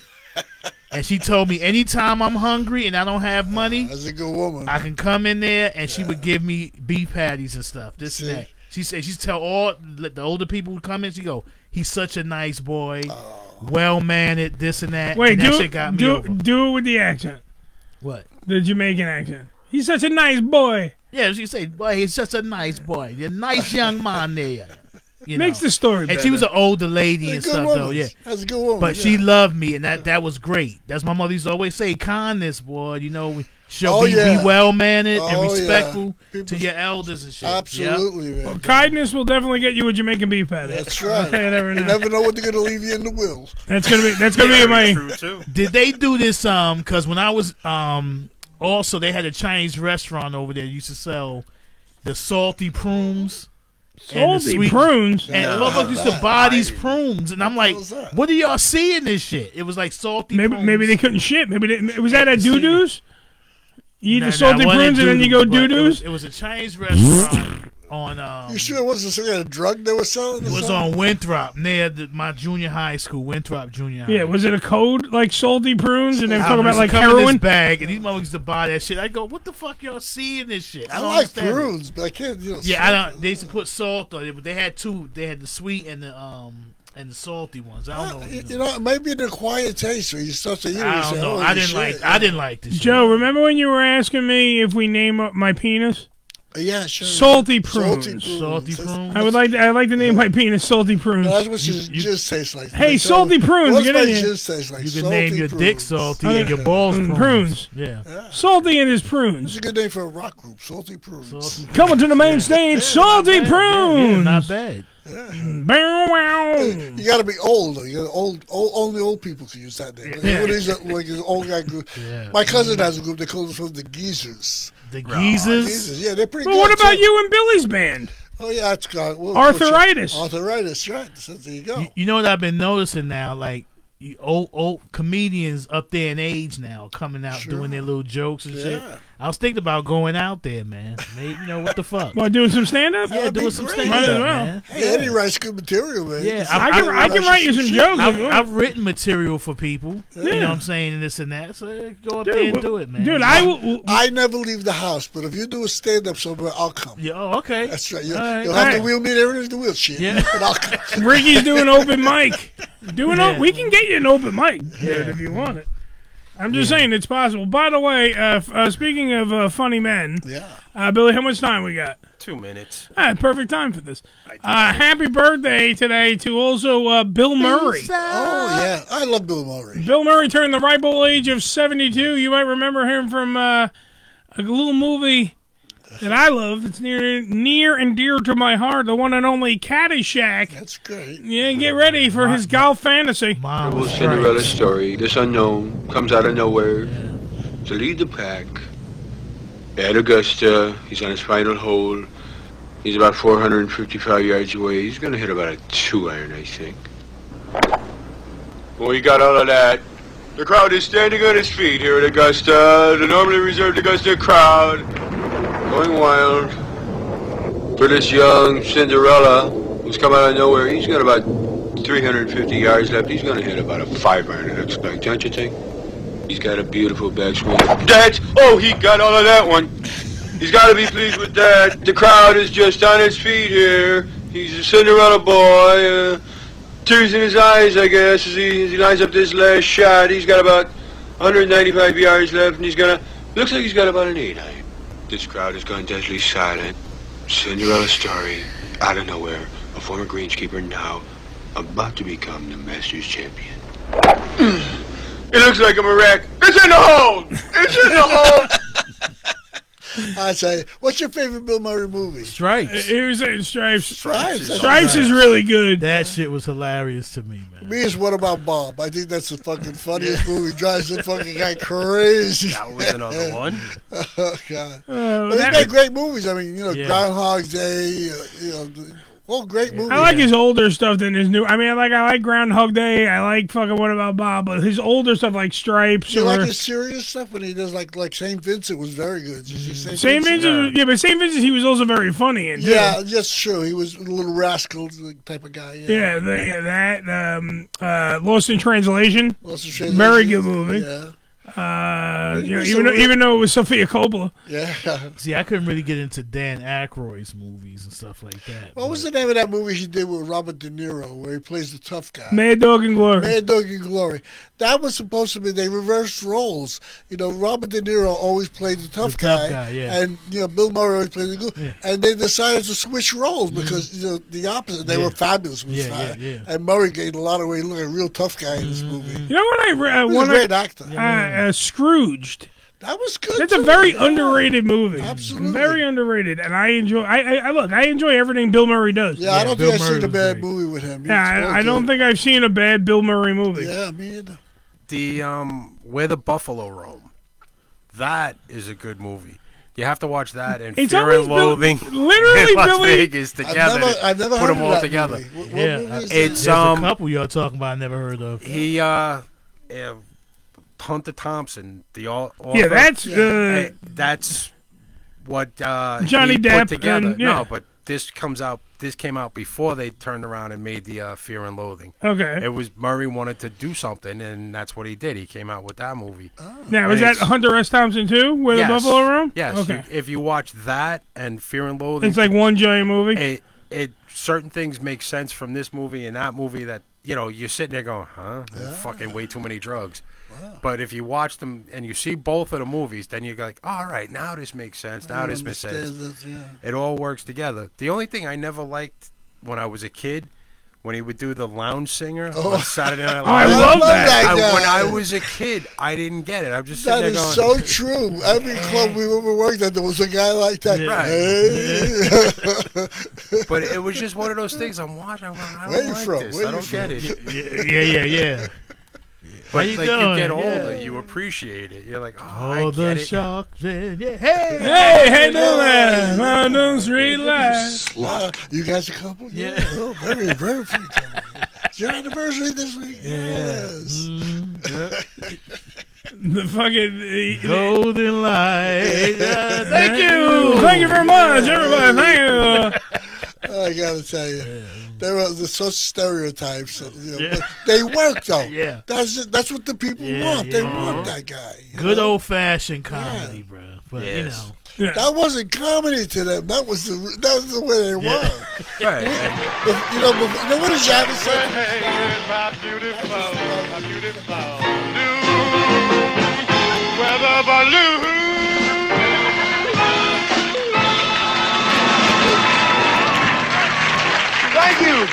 [SPEAKER 2] And she told me anytime I'm hungry and I don't have money,
[SPEAKER 3] that's a good woman.
[SPEAKER 2] I can come in there and she would give me beef patties and stuff. This
[SPEAKER 3] See?
[SPEAKER 2] and that. She said she tell all let the older people who come in. She go, he's such a nice boy,
[SPEAKER 3] Oh,
[SPEAKER 2] well mannered. This and that.
[SPEAKER 1] Wait,
[SPEAKER 2] and
[SPEAKER 1] do
[SPEAKER 2] that
[SPEAKER 1] it-
[SPEAKER 2] shit got me
[SPEAKER 1] do
[SPEAKER 2] over.
[SPEAKER 1] do it with the accent.
[SPEAKER 2] What?
[SPEAKER 1] The Jamaican accent. He's such a nice boy.
[SPEAKER 2] Yeah, she said, boy, he's such a nice boy. You're a nice young man there. You
[SPEAKER 1] Makes
[SPEAKER 2] know.
[SPEAKER 1] the story.
[SPEAKER 2] And she was an
[SPEAKER 1] better.
[SPEAKER 2] older lady
[SPEAKER 1] They're
[SPEAKER 2] and
[SPEAKER 1] good
[SPEAKER 2] stuff though.
[SPEAKER 1] women.
[SPEAKER 2] Yeah,
[SPEAKER 3] That's a good woman.
[SPEAKER 2] but
[SPEAKER 3] yeah.
[SPEAKER 2] she loved me, and that that was great. That's my mother used to always say, kindness, boy. You know, we- show
[SPEAKER 3] Oh,
[SPEAKER 2] be,
[SPEAKER 3] yeah.
[SPEAKER 2] be well mannered
[SPEAKER 3] Oh,
[SPEAKER 2] and
[SPEAKER 3] yeah.
[SPEAKER 2] respectful to your elders and shit.
[SPEAKER 3] Absolutely, man.
[SPEAKER 1] Well, kindness will definitely get you a Jamaican beef patty.
[SPEAKER 3] That's
[SPEAKER 1] I'll
[SPEAKER 3] right.
[SPEAKER 1] tell you that right
[SPEAKER 3] you
[SPEAKER 1] now.
[SPEAKER 3] never know what they're gonna leave you in the will.
[SPEAKER 1] That's gonna be that's gonna be my
[SPEAKER 2] Did they do this? Um, because when I was um, also they had a Chinese restaurant over there that used to sell the salty prunes. and the
[SPEAKER 1] Salty prunes?
[SPEAKER 2] and
[SPEAKER 1] Yeah.
[SPEAKER 2] motherfuckers used to buy these prunes, and I'm like, "What are y'all seeing this shit?" It was like salty.
[SPEAKER 1] maybe maybe they couldn't shit. Maybe they, was that at doo doos? You eat
[SPEAKER 2] Nah,
[SPEAKER 1] the
[SPEAKER 2] nah,
[SPEAKER 1] salty
[SPEAKER 2] it wasn't
[SPEAKER 1] prunes and then you go
[SPEAKER 2] doo-doo, but
[SPEAKER 1] doo
[SPEAKER 2] it was-
[SPEAKER 1] doos.
[SPEAKER 2] It was a Chinese restaurant on. Um,
[SPEAKER 3] You sure it wasn't some kind of drug they were selling?
[SPEAKER 2] it was on Winthrop near the, my junior high school, Winthrop Junior. High.
[SPEAKER 1] Yeah, was it a code like salty prunes and they were
[SPEAKER 2] I
[SPEAKER 1] talking about
[SPEAKER 2] used to
[SPEAKER 1] like
[SPEAKER 2] come in this
[SPEAKER 1] heroin?
[SPEAKER 2] bag, and these motherfuckers used to buy that shit. I go, "What the fuck y'all seeing this shit?"
[SPEAKER 3] I
[SPEAKER 2] don't
[SPEAKER 3] like
[SPEAKER 2] understand it.
[SPEAKER 3] prunes, but I can't. You know,
[SPEAKER 2] Yeah, I don't. They used to put salt on it, but they had two. They had the sweet and the um and the salty ones. I don't know.
[SPEAKER 3] Uh, You know, it might be an acquired taste, or you start to eat it.
[SPEAKER 2] I
[SPEAKER 3] you
[SPEAKER 2] don't
[SPEAKER 3] say,
[SPEAKER 2] know.
[SPEAKER 3] "Holy
[SPEAKER 2] I didn't
[SPEAKER 3] shit."
[SPEAKER 2] like. I didn't like this.
[SPEAKER 1] Joe, remember when you were asking me if we name up my penis?
[SPEAKER 3] Uh, Yeah, sure.
[SPEAKER 1] Salty prunes.
[SPEAKER 3] Salty prunes.
[SPEAKER 2] Salty prunes.
[SPEAKER 1] I would like to, I like to name my penis salty prunes.
[SPEAKER 3] No, that's what your jizz tastes like.
[SPEAKER 1] Hey,
[SPEAKER 3] That's
[SPEAKER 1] salty
[SPEAKER 3] all-
[SPEAKER 1] prunes,
[SPEAKER 3] What's
[SPEAKER 1] get
[SPEAKER 3] my
[SPEAKER 1] in here.
[SPEAKER 3] jizz taste like?
[SPEAKER 2] You can
[SPEAKER 3] Salty
[SPEAKER 2] name your
[SPEAKER 3] prunes.
[SPEAKER 2] dick salty and your balls
[SPEAKER 1] Mm,
[SPEAKER 2] prunes.
[SPEAKER 1] prunes.
[SPEAKER 2] Yeah.
[SPEAKER 1] Salty and his prunes.
[SPEAKER 3] It's a good name for a rock group, Salty Prunes.
[SPEAKER 1] Coming to the main stage, salty prunes.
[SPEAKER 2] Mm. not bad.
[SPEAKER 1] Bow wow.
[SPEAKER 3] You got to be old. Though. You gotta old, old. Only old people can use that name. Like,
[SPEAKER 2] Yeah.
[SPEAKER 3] What is it? Like an old guy group.
[SPEAKER 2] Yeah.
[SPEAKER 3] My cousin has a group. They call themselves the Geezers.
[SPEAKER 2] The Geezers?
[SPEAKER 3] Yeah, they're pretty.
[SPEAKER 1] Well,
[SPEAKER 3] good
[SPEAKER 1] what about
[SPEAKER 3] too.
[SPEAKER 1] you and Billy's band?
[SPEAKER 3] Oh yeah, that's got well,
[SPEAKER 1] Arthritis.
[SPEAKER 3] Arthritis, right? So there you go.
[SPEAKER 2] You, you know what I've been noticing now, like. You old old comedians up there in age now coming out doing their little jokes and shit.
[SPEAKER 3] Yeah.
[SPEAKER 2] I was thinking about going out there, man. Maybe you know what the fuck.
[SPEAKER 1] Well, doing some stand up?
[SPEAKER 2] Yeah, doing some stand
[SPEAKER 1] Might
[SPEAKER 2] up,
[SPEAKER 1] as well.
[SPEAKER 2] man.
[SPEAKER 3] Hey, Eddie writes good material, man.
[SPEAKER 2] Yeah,
[SPEAKER 3] He's-
[SPEAKER 1] I can- I can write you some jokes if
[SPEAKER 2] I've,
[SPEAKER 1] you want.
[SPEAKER 2] I've written material for people. You
[SPEAKER 1] Yeah.
[SPEAKER 2] know what I'm saying, and this and that. So eh, go up
[SPEAKER 1] Dude,
[SPEAKER 2] there and
[SPEAKER 1] wh-
[SPEAKER 2] do it, man.
[SPEAKER 1] dude, I will-
[SPEAKER 3] I never leave the house, but if you do a stand up somewhere, I'll come.
[SPEAKER 2] Yeah, oh, okay.
[SPEAKER 3] That's right. You'll,
[SPEAKER 2] All right.
[SPEAKER 3] you'll have
[SPEAKER 1] All
[SPEAKER 3] to
[SPEAKER 1] right.
[SPEAKER 3] wheel me there in the wheelchair.
[SPEAKER 2] Yeah.
[SPEAKER 3] But I'll come.
[SPEAKER 1] Ricky's doing open mic. Doing
[SPEAKER 2] Yeah.
[SPEAKER 1] o- we can get you an open mic, dude,
[SPEAKER 2] Yeah.
[SPEAKER 1] if you want it. I'm just saying it's possible. By the way, uh, f- uh, speaking of uh, funny men,
[SPEAKER 3] yeah.
[SPEAKER 1] uh, Billy, how much time we got?
[SPEAKER 4] Two minutes.
[SPEAKER 1] Ah, perfect time for this. Uh, happy birthday today to also uh, Bill Murray.
[SPEAKER 3] Oh yeah, I love Bill Murray.
[SPEAKER 1] Bill Murray turned the ripe old age of 72. You might remember him from uh, a little movie that I love. It's near near and dear to my heart. The one and only Caddyshack.
[SPEAKER 3] That's great.
[SPEAKER 1] Yeah, get ready for his golf fantasy.
[SPEAKER 34] Little Cinderella story, this unknown, comes out of nowhere to lead the pack. At Augusta, he's on his final hole. He's about 455 yards away. He's going to hit about a two iron, I think. Well, he got all of that. The crowd is standing on its feet here at Augusta. The normally reserved Augusta crowd going wild for this young Cinderella who's come out of nowhere. He's got about 350 yards left. He's going to hit about a five iron, it looks like, don't you think? He's got a beautiful backswing. That's oh, he got all of that one. He's got to be pleased with that. The crowd is just on its feet here. He's a Cinderella boy. Uh, tears in his eyes, I guess, as he, as he lines up this last shot. He's got about 195 yards left, and he's gonna. Looks like he's got about an eight. I- This crowd has gone deadly silent. Cinderella story, out of nowhere. A former greenskeeper now about to become the Masters champion. It looks like a wreck. It's in the hole. It's in the hole.
[SPEAKER 3] I say, what's your favorite Bill Murray movie?
[SPEAKER 2] Stripes.
[SPEAKER 1] He was in Uh, Stripes. Stripes.
[SPEAKER 3] Stripes.
[SPEAKER 1] Stripes is really good.
[SPEAKER 2] That shit was hilarious to me, man.
[SPEAKER 3] Me is what about Bob? I think that's the fucking funniest movie. Drives the fucking guy crazy.
[SPEAKER 4] That was another one.
[SPEAKER 3] oh god!
[SPEAKER 1] Uh,
[SPEAKER 3] but he's
[SPEAKER 1] that-
[SPEAKER 3] made great movies. I mean, you know,
[SPEAKER 1] Yeah.
[SPEAKER 3] Groundhog Day. Uh, you know, the- all great movies.
[SPEAKER 1] I like his older stuff than his new. I mean, I like I like Groundhog Day. I like fucking What About Bob, but his older stuff like Stripes
[SPEAKER 3] You
[SPEAKER 1] or
[SPEAKER 3] like his serious stuff when he does like like Saint Vincent was very good. Did you see Saint
[SPEAKER 1] Saint Vincent. Yeah, but Saint Vincent, he was also very funny in. too.
[SPEAKER 3] Yeah, that's true. He was a little rascal type of guy. Yeah,
[SPEAKER 1] Yeah, the, yeah that um, uh, Lost in Translation.
[SPEAKER 3] Lost in Translation,
[SPEAKER 1] Very good movie.
[SPEAKER 3] yeah.
[SPEAKER 1] Uh, you know,
[SPEAKER 2] It's
[SPEAKER 1] even
[SPEAKER 2] a
[SPEAKER 1] though,
[SPEAKER 2] real-
[SPEAKER 1] even though it was Sophia Coppola.
[SPEAKER 3] Yeah.
[SPEAKER 2] See, I couldn't really get into Dan Aykroyd's movies and stuff like that.
[SPEAKER 3] What was the name of that movie he did with Robert De Niro where he plays the tough guy?
[SPEAKER 1] Mad Dog and Glory.
[SPEAKER 3] Mad Dog and Glory. That was supposed to be they reversed roles. You know, Robert De Niro always played the tough
[SPEAKER 2] The
[SPEAKER 3] guy,
[SPEAKER 2] tough guy, yeah.
[SPEAKER 3] and you know Bill Murray always played the good. And they decided to switch roles because you know the opposite. They
[SPEAKER 1] Mm-hmm. Yeah.
[SPEAKER 3] were fabulous. With
[SPEAKER 1] Yeah,
[SPEAKER 3] fire.
[SPEAKER 1] yeah, Mm-hmm. yeah.
[SPEAKER 3] And Murray gained a lot of weight. Look, a real tough guy in this movie.
[SPEAKER 1] You know what I read?
[SPEAKER 3] He was a great actor.
[SPEAKER 1] Uh, uh, Scrooged.
[SPEAKER 3] That was good.
[SPEAKER 1] That's a very underrated movie. Absolutely, very underrated. And I enjoy. I, I, I look. I enjoy everything Bill Murray does.
[SPEAKER 3] Yeah, I don't think I've seen a bad movie with him. He
[SPEAKER 1] Yeah,
[SPEAKER 3] was all
[SPEAKER 1] I, I don't
[SPEAKER 3] good.
[SPEAKER 1] think I've seen a bad Bill Murray movie.
[SPEAKER 3] Yeah, man.
[SPEAKER 4] The um, Where the Buffalo Roam. That is a good movie. You have to watch that and
[SPEAKER 1] It's
[SPEAKER 4] Fear
[SPEAKER 1] always
[SPEAKER 4] and
[SPEAKER 1] Bill-
[SPEAKER 4] Loathing.
[SPEAKER 1] literally,
[SPEAKER 4] in Las
[SPEAKER 1] Billy-
[SPEAKER 4] Vegas
[SPEAKER 1] I've
[SPEAKER 4] together.
[SPEAKER 1] never- I've never
[SPEAKER 4] put
[SPEAKER 1] heard
[SPEAKER 4] them
[SPEAKER 1] of
[SPEAKER 4] all
[SPEAKER 1] that
[SPEAKER 4] together.
[SPEAKER 1] movie. What-
[SPEAKER 2] yeah, I-
[SPEAKER 4] it's
[SPEAKER 2] there's
[SPEAKER 4] um,
[SPEAKER 2] a couple y'all talking about I never heard of.
[SPEAKER 4] He uh, uh Hunter Thompson, the all
[SPEAKER 2] Yeah, that's, Yeah. uh,
[SPEAKER 4] that's what uh
[SPEAKER 1] Johnny
[SPEAKER 4] he
[SPEAKER 1] Depp
[SPEAKER 4] put together.
[SPEAKER 1] and- yeah.
[SPEAKER 4] No, but this comes out this came out before they turned around and made the uh, Fear and Loathing.
[SPEAKER 1] Okay.
[SPEAKER 4] It was Murray wanted to do something and that's what he did. He came out with that movie.
[SPEAKER 1] Now is
[SPEAKER 4] And
[SPEAKER 1] that
[SPEAKER 4] it's-
[SPEAKER 1] Hunter S. Thompson too? Where
[SPEAKER 4] Yes.
[SPEAKER 1] the Buffalo Room?
[SPEAKER 4] Yes. you-
[SPEAKER 1] Okay.
[SPEAKER 4] if you watch that and Fear and Loathing,
[SPEAKER 1] It's like one giant movie.
[SPEAKER 4] It, it certain things make sense from this movie and that movie that you know you're sitting there going, huh? Fucking way too many drugs. But if you watch them and you see both of the movies, then you're like, all right, now this makes sense. Now
[SPEAKER 3] I
[SPEAKER 4] this makes sense.
[SPEAKER 3] understand this, yeah.
[SPEAKER 4] It all works together. The only thing I never liked when I was a kid. When he would do the lounge singer on Saturday Night Live,
[SPEAKER 3] I love Oh. I love that. that
[SPEAKER 4] I- when
[SPEAKER 3] guy.
[SPEAKER 4] I was a kid, I didn't get it. I'm just sitting
[SPEAKER 3] That
[SPEAKER 4] there
[SPEAKER 3] is
[SPEAKER 4] going,
[SPEAKER 3] so true. Every club we ever worked at, there was a guy like that. Hey.
[SPEAKER 4] but it was just one of those things I'm watching. I'm going, I don't
[SPEAKER 3] Where you
[SPEAKER 4] like
[SPEAKER 3] from?
[SPEAKER 4] this.
[SPEAKER 3] Where
[SPEAKER 4] I
[SPEAKER 3] you
[SPEAKER 4] don't
[SPEAKER 3] from?
[SPEAKER 4] get it.
[SPEAKER 2] Yeah, yeah, yeah. How
[SPEAKER 4] But
[SPEAKER 2] you
[SPEAKER 4] like
[SPEAKER 2] doing?
[SPEAKER 4] you get
[SPEAKER 2] Yeah.
[SPEAKER 4] older, you appreciate it. You're like, oh,
[SPEAKER 2] All
[SPEAKER 4] I get
[SPEAKER 2] the
[SPEAKER 4] it.
[SPEAKER 2] sharks and yeah, hey,
[SPEAKER 1] Hey, hey, no man, on those street lights.
[SPEAKER 3] Wow, you guys a couple? Yeah. Oh, very, very few times. It's your anniversary this week? Yes.
[SPEAKER 1] Mm-hmm. The fucking the,
[SPEAKER 2] golden light. Yeah, thank you,
[SPEAKER 1] Thank you very much, everybody. Thank you.
[SPEAKER 3] I gotta tell you, there are there's such stereotypes. that, You know, but They work though.
[SPEAKER 2] Yeah.
[SPEAKER 3] That's it- that's what the people want. They
[SPEAKER 2] yeah.
[SPEAKER 3] want that guy.
[SPEAKER 2] Good old fashioned comedy, bro. But
[SPEAKER 3] Yes.
[SPEAKER 2] you know,
[SPEAKER 3] That wasn't comedy to them. That was the that was the way they were.
[SPEAKER 4] Right.
[SPEAKER 3] But, you know, but, you know what did Javis say?
[SPEAKER 13] My beautiful, my beautiful blue weather
[SPEAKER 21] Thank you.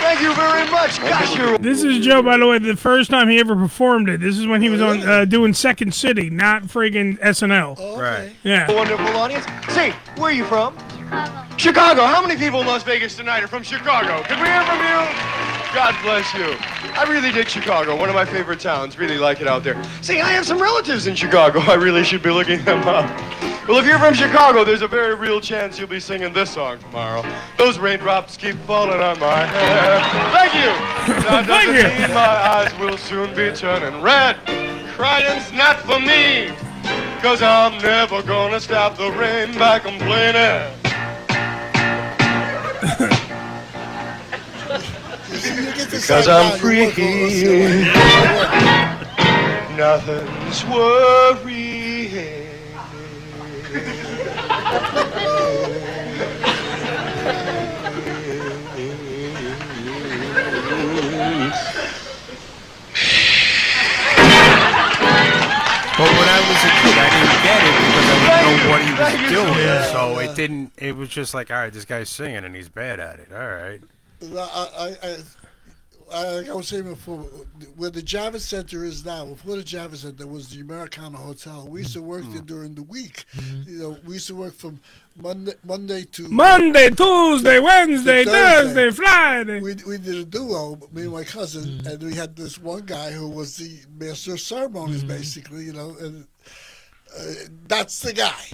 [SPEAKER 21] Thank you very much. Gosh, you're
[SPEAKER 1] This is Joe, by the way. The first time he ever performed it. This is when he was on uh, doing Second City, not friggin' SNL.
[SPEAKER 4] Right.
[SPEAKER 1] Yeah.
[SPEAKER 21] a wonderful audience. See, where are you from? Chicago. Chicago. How many people in Las Vegas tonight are from Chicago? Can we hear from you? God bless you. I really dig Chicago, one of my favorite towns. Really like it out there. See, I have some relatives in Chicago. I really should be looking them up. Well, if you're from Chicago, there's a very real chance you'll be singing this song tomorrow. Those raindrops keep falling on my head. Thank you. Now, does
[SPEAKER 1] Thank
[SPEAKER 21] it
[SPEAKER 1] you.
[SPEAKER 21] mean my eyes will soon be turning red? Crying's not for me. Cause I'm never gonna stop the rain by complaining.
[SPEAKER 3] You see, you get this
[SPEAKER 21] Because
[SPEAKER 3] like,
[SPEAKER 21] I'm
[SPEAKER 3] wow, you work all this, you work, you work.
[SPEAKER 21] nothing's worrying.
[SPEAKER 4] But when I was a kid, I didn't get it because I didn't know what he
[SPEAKER 21] Thank you.
[SPEAKER 4] was doing.
[SPEAKER 21] Yeah.
[SPEAKER 4] So it didn't. It was just like, all right, this guy's singing and he's bad at it. All right.
[SPEAKER 3] I, I, I, I, like I was saying before, where the Javits Center is now, before the Javits Center was the Americana Hotel. We used to work there during the week. You know, we used to work from Monday, Monday to
[SPEAKER 1] Monday, Tuesday, Wednesday,
[SPEAKER 3] to
[SPEAKER 1] Thursday, Friday.
[SPEAKER 3] We, we did a duo, me and my cousin, and we had this one guy who was the master of ceremonies, basically. You know, and uh, that's the guy.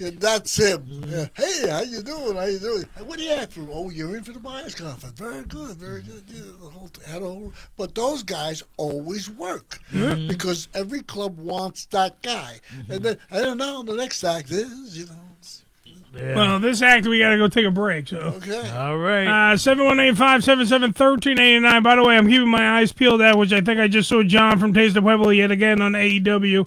[SPEAKER 3] Yeah, that's him. Yeah. Hey, how you doing? How you doing? "Hey, What do you have for? Oh, you're in for the buyers conference. Very good, very good. Yeah, the whole th- had a whole- but those guys always work because every club wants that guy. And then I don't know the next act is you know. it's-
[SPEAKER 1] Well, this act, we got to go take a break. So.
[SPEAKER 3] Okay.
[SPEAKER 35] All right.
[SPEAKER 1] Uh, 718-577-1389. By the way, I'm keeping my eyes peeled out, which I think I just saw John from Taste of Pueblo yet again on AEW.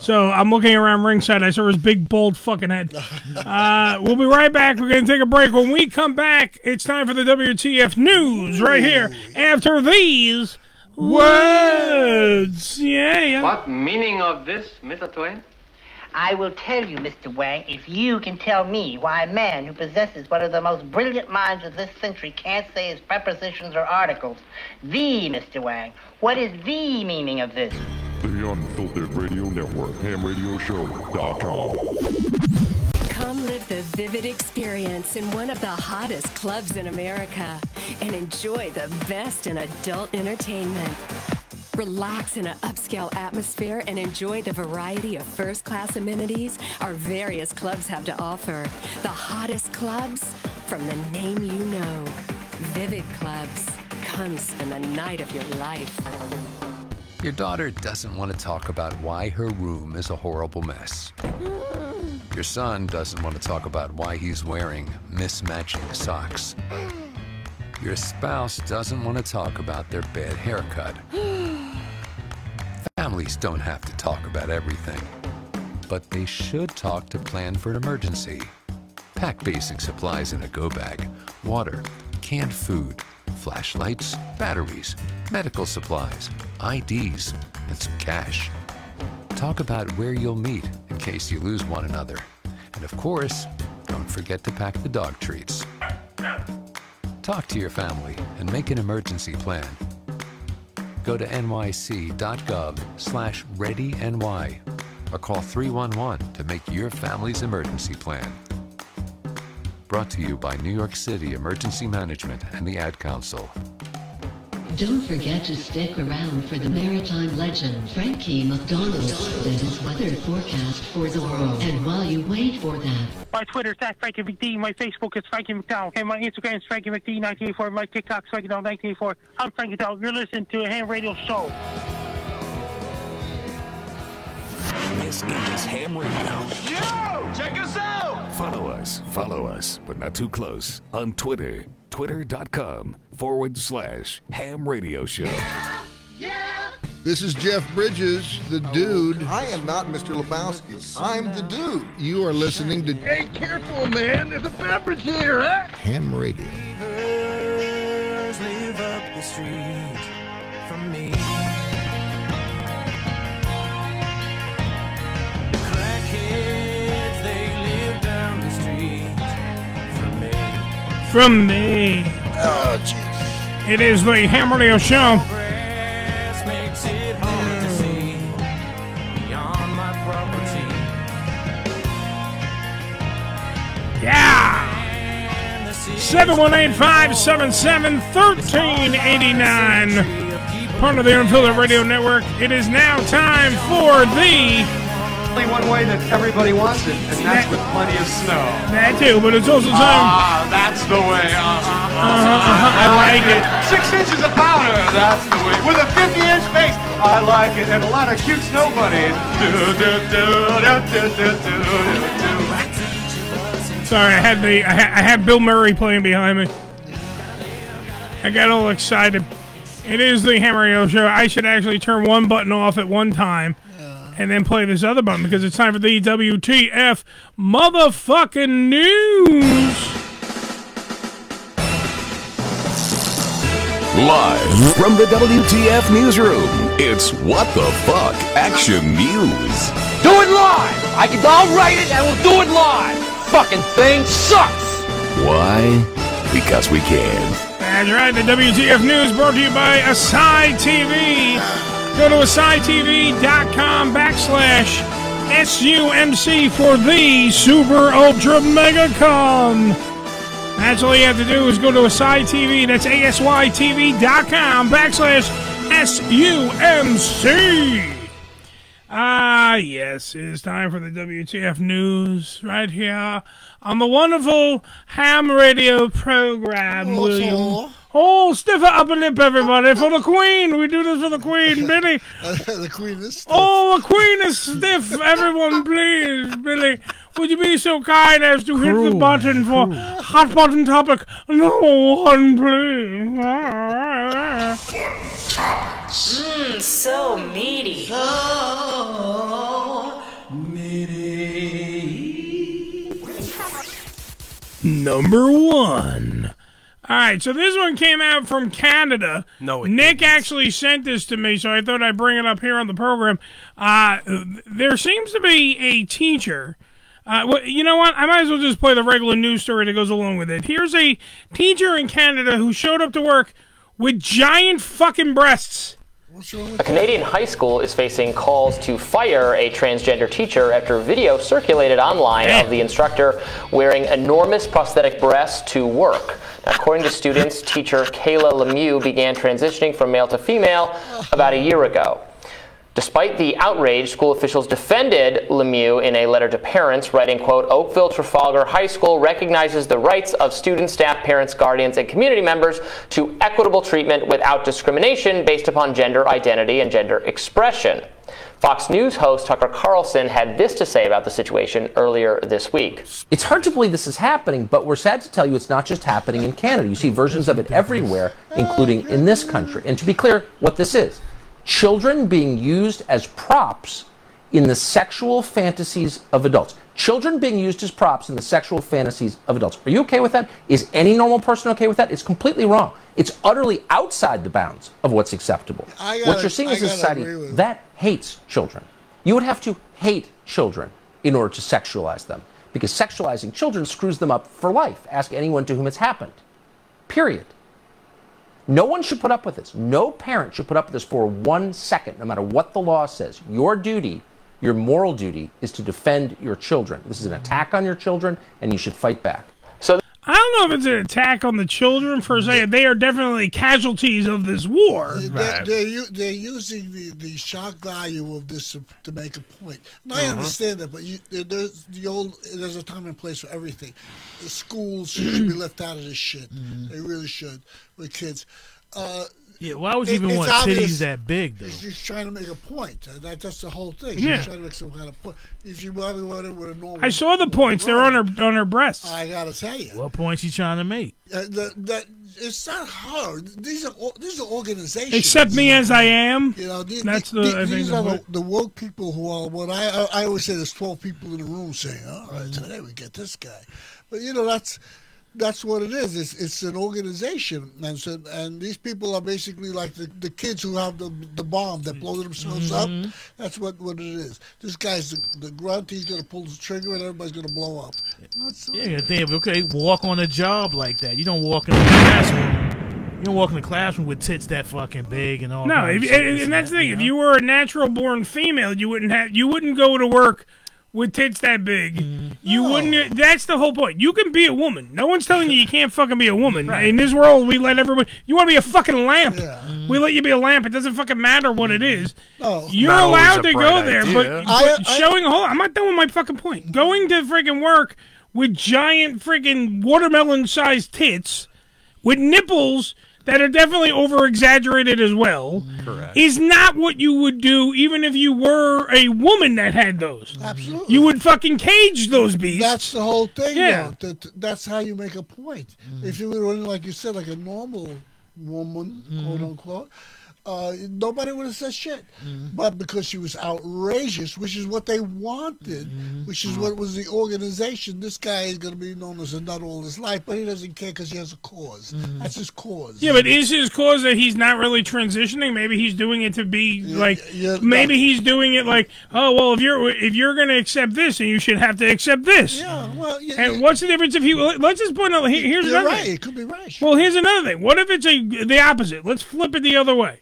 [SPEAKER 1] So I'm looking around ringside. I saw his big, bald fucking head. Uh, we'll be right back. We're going to take a break. When we come back, it's time for the WTF news right here after these words. Yeah, yeah.
[SPEAKER 36] What meaning of this, Mr. Twain?
[SPEAKER 37] I will tell you, Mr. Wang, if you can tell me why a man who possesses one of the most brilliant minds of this century can't say his prepositions or articles. The, Mr. Wang. What is the meaning of this?
[SPEAKER 6] The Unfiltered Radio Network, hamradioshow.com.
[SPEAKER 22] Come live the vivid experience in one of the hottest clubs in America and enjoy the best in adult entertainment. Relax in an upscale atmosphere and enjoy the variety of first class amenities our various clubs have to offer. The hottest clubs from the name you know. Vivid Clubs. Come spend the night of your life.
[SPEAKER 23] Your daughter doesn't want to talk about why her room is a horrible mess. Your son doesn't want to talk about why he's wearing mismatching socks. Your spouse doesn't want to talk about their bad haircut. Families don't have to talk about everything, but they should talk to plan for an emergency. Pack basic supplies in a go bag water, canned food, flashlights, batteries, medical supplies, IDs, and some cash. Talk about where you'll meet in case you lose one another. And of course, don't forget to pack the dog treats. Talk to your family and make an emergency plan. Go to nyc.gov slash readyny or call 311 to make your family's emergency plan. Brought to you by New York City Emergency Management and the Ad Council.
[SPEAKER 5] Don't forget to stick around for the maritime legend Frankie McDonald's latest weather forecast for the world. And while you wait for that,
[SPEAKER 24] My Twitter is at Frankie McD. My Facebook is Frankie McDowell. And my Instagram is Frankie McD1984. My TikTok is Frankie McDowell 1984. I'm Frankie McDowell. You're listening to a ham radio show.
[SPEAKER 16] This is Ham Radio.
[SPEAKER 17] Yo! Check us out!
[SPEAKER 16] Follow us, follow us, but not too close on Twitter. Twitter.com forward slash Ham Radio Show.
[SPEAKER 38] This is Jeff Bridges, the
[SPEAKER 3] Oh,
[SPEAKER 38] dude. I am not Mr. Lebowski. I'm the dude. You are listening to
[SPEAKER 17] Hey, careful, man. There's a beverage here, huh?
[SPEAKER 38] Ham Radio.
[SPEAKER 17] Live up the street from me. Crackheads, they live down the street from me.
[SPEAKER 1] From me. It is the Ham Radio Show.
[SPEAKER 17] Grass makes it hard to see beyond my property.
[SPEAKER 1] Yeah! 718 577 1389. Part of the Unfiltered Radio Network. It is now time for the.
[SPEAKER 24] Only one way that everybody wants it, and that's with plenty of snow.
[SPEAKER 1] That too, but it's also time. uh-huh,
[SPEAKER 24] Ah, that's the way. Uh,
[SPEAKER 28] uh-huh.
[SPEAKER 24] uh,
[SPEAKER 3] Uh-huh.
[SPEAKER 1] I like it.
[SPEAKER 24] Six inches of powder. That's the way. With a 50-inch face. I like it, and a lot of cute snow bunnies. Do, do, do, do, do, do, do, do,
[SPEAKER 1] Sorry, I had the I, ha- I had Bill Murray playing behind me. I got all excited. It is the Ham Radio Show. I should actually turn one button off at one time and then play this other button because it's time for the WTF motherfucking news.
[SPEAKER 16] Live from the WTF newsroom, it's What the Fuck Action News.
[SPEAKER 28] Do it live! I can, I'll write it and we'll do it live! Fucking thing sucks!
[SPEAKER 16] Why? Because we can.
[SPEAKER 1] That's right, the WTF news brought to you by Asai TV. Go to AsaiTV.com backslash SUMC for the Super Ultra Megacon. That's all you have to do is go to Asai TV. That's ASYTV.com backslash SUMC. Ah, yes, it is time for the WTF news right here on the wonderful ham radio program, William. Oh, stiff her upper lip, everybody, for the queen. We do this for the queen, Billy.
[SPEAKER 3] the queen is.
[SPEAKER 1] Oh, the queen is stiff. Everyone, please, Billy, would you be so kind as to hit the button for hot button topic? No one, please.
[SPEAKER 5] Mmm, so meaty.
[SPEAKER 1] Number one. All right, so this one came out from Canada.
[SPEAKER 4] No,
[SPEAKER 1] Nick actually sent this to me, so I thought I'd bring it up here on the program. Uh, there seems to be a teacher. Uh, well, you know what? I might as well just play the regular news story that goes along with it. Here's a teacher in Canada who showed up to work with giant fucking breasts.
[SPEAKER 33] A Canadian high school is facing calls to fire a transgender teacher after a video circulated online of the instructor wearing enormous prosthetic breasts to work. Now, according to students, teacher Kayla Lemieux began transitioning from male to female about a year ago. Despite the outrage, school officials defended Lemieux in a letter to parents, writing, quote, Oakville Trafalgar High School recognizes the rights of students, staff, parents, guardians, and community members to equitable treatment without discrimination based upon gender identity and gender expression. Fox News host Tucker Carlson had this to say about the situation earlier this week.
[SPEAKER 32] It's hard to believe this is happening, but we're sad to tell you it's not just happening in Canada. You see versions of it everywhere, including in this country. And to be clear, what this is children being used as props in the sexual fantasies of adults. Children being used as props in the sexual fantasies of adults. Are you okay with that? Is any normal person okay with that? It's completely wrong. It's utterly outside the bounds of what's acceptable.
[SPEAKER 11] I
[SPEAKER 32] what
[SPEAKER 11] gotta-
[SPEAKER 32] you're seeing
[SPEAKER 11] I
[SPEAKER 32] is a
[SPEAKER 11] gotta
[SPEAKER 32] society
[SPEAKER 11] agree with
[SPEAKER 32] that hates children. You would have to hate children in order to sexualize them because sexualizing children screws them up for life. Ask anyone to whom it's happened. Period. No one should put up with this. No parent should put up with this for one second, no matter what the law says. Your duty, your moral duty, is to defend your children. This is an attack on your children, and you should fight back.
[SPEAKER 33] So
[SPEAKER 1] I don't know if it's an attack on the children per se. They are definitely casualties of this war.
[SPEAKER 3] They're, they're, u- they're using the, the shock value of this to, to make a point. And I
[SPEAKER 11] Uh-huh.
[SPEAKER 3] understand that, but you, there- there's the old. There's a time and place for everything. The schools should be left out of this shit. They really should with kids. Uh,
[SPEAKER 2] Mm-hmm. Yeah, why would you even
[SPEAKER 3] it's
[SPEAKER 2] want
[SPEAKER 3] obvious-
[SPEAKER 2] titties that big, though?
[SPEAKER 3] He's just trying to make a point. Uh, That, that's the whole thing.
[SPEAKER 1] Yeah.
[SPEAKER 3] He's trying to make some kind of point. If you probably want it with a normal,
[SPEAKER 1] I saw the points. They're on her on her breasts.
[SPEAKER 3] I gotta tell you.
[SPEAKER 2] What point you trying to make?
[SPEAKER 3] Uh, the, that it's not hard. These are o- these are organizations.
[SPEAKER 1] Accept me as I am.
[SPEAKER 3] You know, the-
[SPEAKER 1] That's the.
[SPEAKER 3] the-
[SPEAKER 1] I think
[SPEAKER 3] these
[SPEAKER 1] the
[SPEAKER 3] are
[SPEAKER 1] whole-
[SPEAKER 3] the, the woke people who are what I, I I always say. There's 12 people in the room saying, "All right,
[SPEAKER 1] Mm-hmm.
[SPEAKER 3] today we get this guy," but you know that's that's what it is. It's it's an organization, and so and these people are basically like the, the kids who have the the bomb that blow themselves
[SPEAKER 1] Mm-hmm.
[SPEAKER 3] up. That's what what it is. This guy's the, the grunt. He's gonna pull the trigger, and everybody's gonna blow up. That's
[SPEAKER 2] Yeah, you gotta think, okay, walk on a job like that. You don't walk in the classroom. You don't walk in the classroom with tits that fucking big and all.
[SPEAKER 1] No,
[SPEAKER 2] kinds
[SPEAKER 1] if,
[SPEAKER 2] of
[SPEAKER 1] and,
[SPEAKER 2] shit.
[SPEAKER 1] and that's the thing. If you were a natural born female, you wouldn't have you wouldn't go to work with tits that big.
[SPEAKER 3] Mm-hmm.
[SPEAKER 1] You wouldn't. That's the whole point. You can be a woman. No one's telling you you can't fucking be a woman. In this world, we let everyone. You want to be a fucking lamp? We let you be a lamp. It doesn't fucking matter what it is.
[SPEAKER 3] Oh, Uh,
[SPEAKER 1] You're
[SPEAKER 3] Not always
[SPEAKER 1] allowed
[SPEAKER 3] a
[SPEAKER 1] to go
[SPEAKER 3] bright
[SPEAKER 1] there,
[SPEAKER 3] idea.
[SPEAKER 1] but,
[SPEAKER 3] I-
[SPEAKER 1] but
[SPEAKER 3] I-
[SPEAKER 1] showing a whole. I'm not done with my fucking point. Going to freaking work with giant freaking watermelon-sized tits, with nipples that are definitely over-exaggerated as well,
[SPEAKER 4] Correct.
[SPEAKER 1] is not what you would do even if you were a woman that had those.
[SPEAKER 3] Absolutely.
[SPEAKER 1] You would fucking cage those beasts. That's
[SPEAKER 3] the whole thing.
[SPEAKER 1] Yeah. Mm.
[SPEAKER 3] Yeah, that, that's how you make a point. If you were in, like you said, like a normal woman,
[SPEAKER 1] Mm-hmm.
[SPEAKER 3] quote unquote, uh, nobody would have said shit.
[SPEAKER 1] Mm-hmm.
[SPEAKER 3] But because she was outrageous, which is what they wanted,
[SPEAKER 1] Mm-hmm.
[SPEAKER 3] which is what was the organization, this guy is going to be known as a nut all his life, but he doesn't care because he has a because That's his cause.
[SPEAKER 1] Mm-hmm. Yeah, but is his cause that he's not really transitioning? Maybe he's doing it to be like, maybe he's doing it like, oh well, if you're if you're going to accept this, then you should have to accept this.
[SPEAKER 3] Yeah, well, yeah,
[SPEAKER 1] And what's the difference if he? Let's just point out. here- Here's
[SPEAKER 3] you're
[SPEAKER 1] another.
[SPEAKER 3] right.
[SPEAKER 1] thing.
[SPEAKER 3] It could be right.
[SPEAKER 1] Well, here's another thing. What if it's a the opposite? Let's flip it the other way.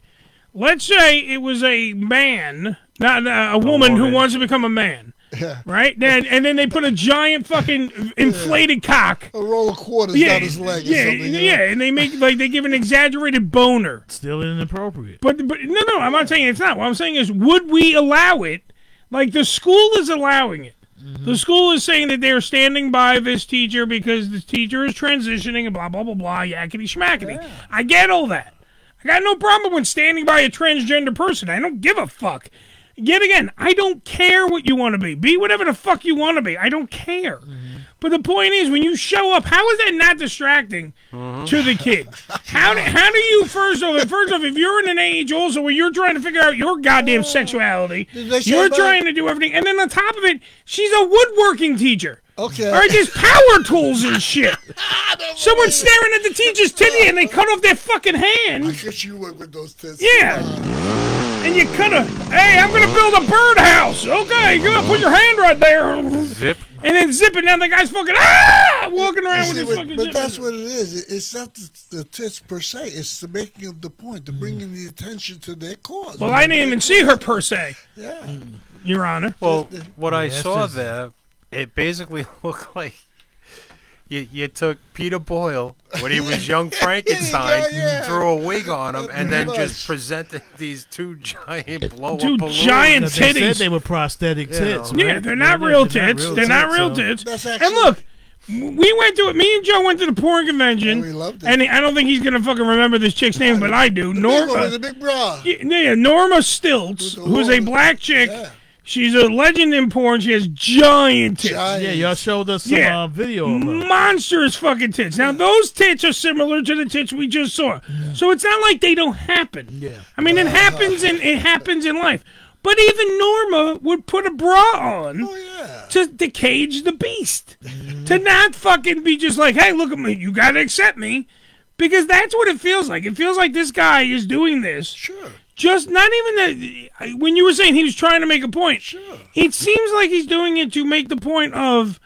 [SPEAKER 1] Let's say it was a man, not a, a woman, who wants to become a man.
[SPEAKER 3] Yeah.
[SPEAKER 1] Right then, and then they put a giant fucking inflated cock,
[SPEAKER 3] a roll of quarters down his leg or
[SPEAKER 1] yeah,
[SPEAKER 3] something, you know?
[SPEAKER 1] yeah, and they make like they give an exaggerated boner.
[SPEAKER 2] Still inappropriate.
[SPEAKER 1] But but no, no, I'm not saying it's not. What I'm saying is, would we allow it? Like the school is allowing it.
[SPEAKER 2] Mm-hmm.
[SPEAKER 1] The school is saying that they're standing by this teacher because the teacher is transitioning and blah blah blah blah yakety schmackety. I get all that. I got no problem with standing by a transgender person. I don't give a fuck. Yet again, I don't care what you want to be. Be whatever the fuck you want to be. I don't care. But the point is, when you show up, how is that not distracting
[SPEAKER 4] Mm-hmm.
[SPEAKER 1] to the kid? How do, how do you first of all, first off, if you're in an age also where you're trying to figure out your goddamn sexuality,
[SPEAKER 3] Oh. Did they say
[SPEAKER 1] you're
[SPEAKER 3] about-
[SPEAKER 1] trying to do everything, and then on top of it, she's a woodworking teacher.
[SPEAKER 3] Okay.
[SPEAKER 1] All right, there's power tools and shit. Someone's staring at the teacher's titty, and they cut off their fucking hand.
[SPEAKER 3] I guess you work with those tits.
[SPEAKER 1] Yeah. And you could have, hey, I'm going to build a birdhouse. Okay, you're going to put your hand right there. And
[SPEAKER 4] Zip.
[SPEAKER 1] then zip it down. The guy's fucking, ah, walking around with
[SPEAKER 3] You see
[SPEAKER 1] his
[SPEAKER 3] what-
[SPEAKER 1] fucking
[SPEAKER 3] but
[SPEAKER 1] zip.
[SPEAKER 3] that's what it is. It- It's not the, the tits per se. It's the making of the point, the bringing the attention to their cause.
[SPEAKER 1] Well, I didn't even see her per se,
[SPEAKER 3] Yeah.
[SPEAKER 1] Your Honor.
[SPEAKER 4] Well, what I
[SPEAKER 1] Yes,
[SPEAKER 4] saw
[SPEAKER 1] it's-
[SPEAKER 4] there, it basically looked like you, you took Peter Boyle when he was young Frankenstein, threw a wig on him, and then just presented these two giant blow up
[SPEAKER 1] Two
[SPEAKER 4] balloons.
[SPEAKER 1] giant
[SPEAKER 2] Because they said they were prosthetic
[SPEAKER 4] Yeah.
[SPEAKER 2] tits.
[SPEAKER 1] Yeah,
[SPEAKER 2] right?
[SPEAKER 1] they're not real tits. they're not real
[SPEAKER 2] so-
[SPEAKER 1] tits. and look, we went to it. Me and Joe went to the porn
[SPEAKER 3] Oh,
[SPEAKER 1] convention. And, I don't think he's gonna fucking remember this chick's name, but I do.
[SPEAKER 3] Norma
[SPEAKER 1] Norma.
[SPEAKER 3] with a big bra.
[SPEAKER 1] Yeah, yeah, Norma Stilts, who's a black chick. She's a legend in porn. She has giant tits.
[SPEAKER 2] Yeah, y'all showed us some
[SPEAKER 1] Yeah. Mm-hmm.
[SPEAKER 2] uh, video of them.
[SPEAKER 1] Monstrous fucking tits. Now those tits are similar to the tits we just saw. So it's not like they don't happen. Yeah. I mean, it happens in it happens in life. But even Norma would put a bra on to, to cage the beast. to not fucking be just like, hey, look at me. You gotta accept me. Because that's what it feels like. It feels like this guy is doing this. Sure. Just not even that. When you were saying he was trying to make a point, sure. It seems like he's doing it to make the point of,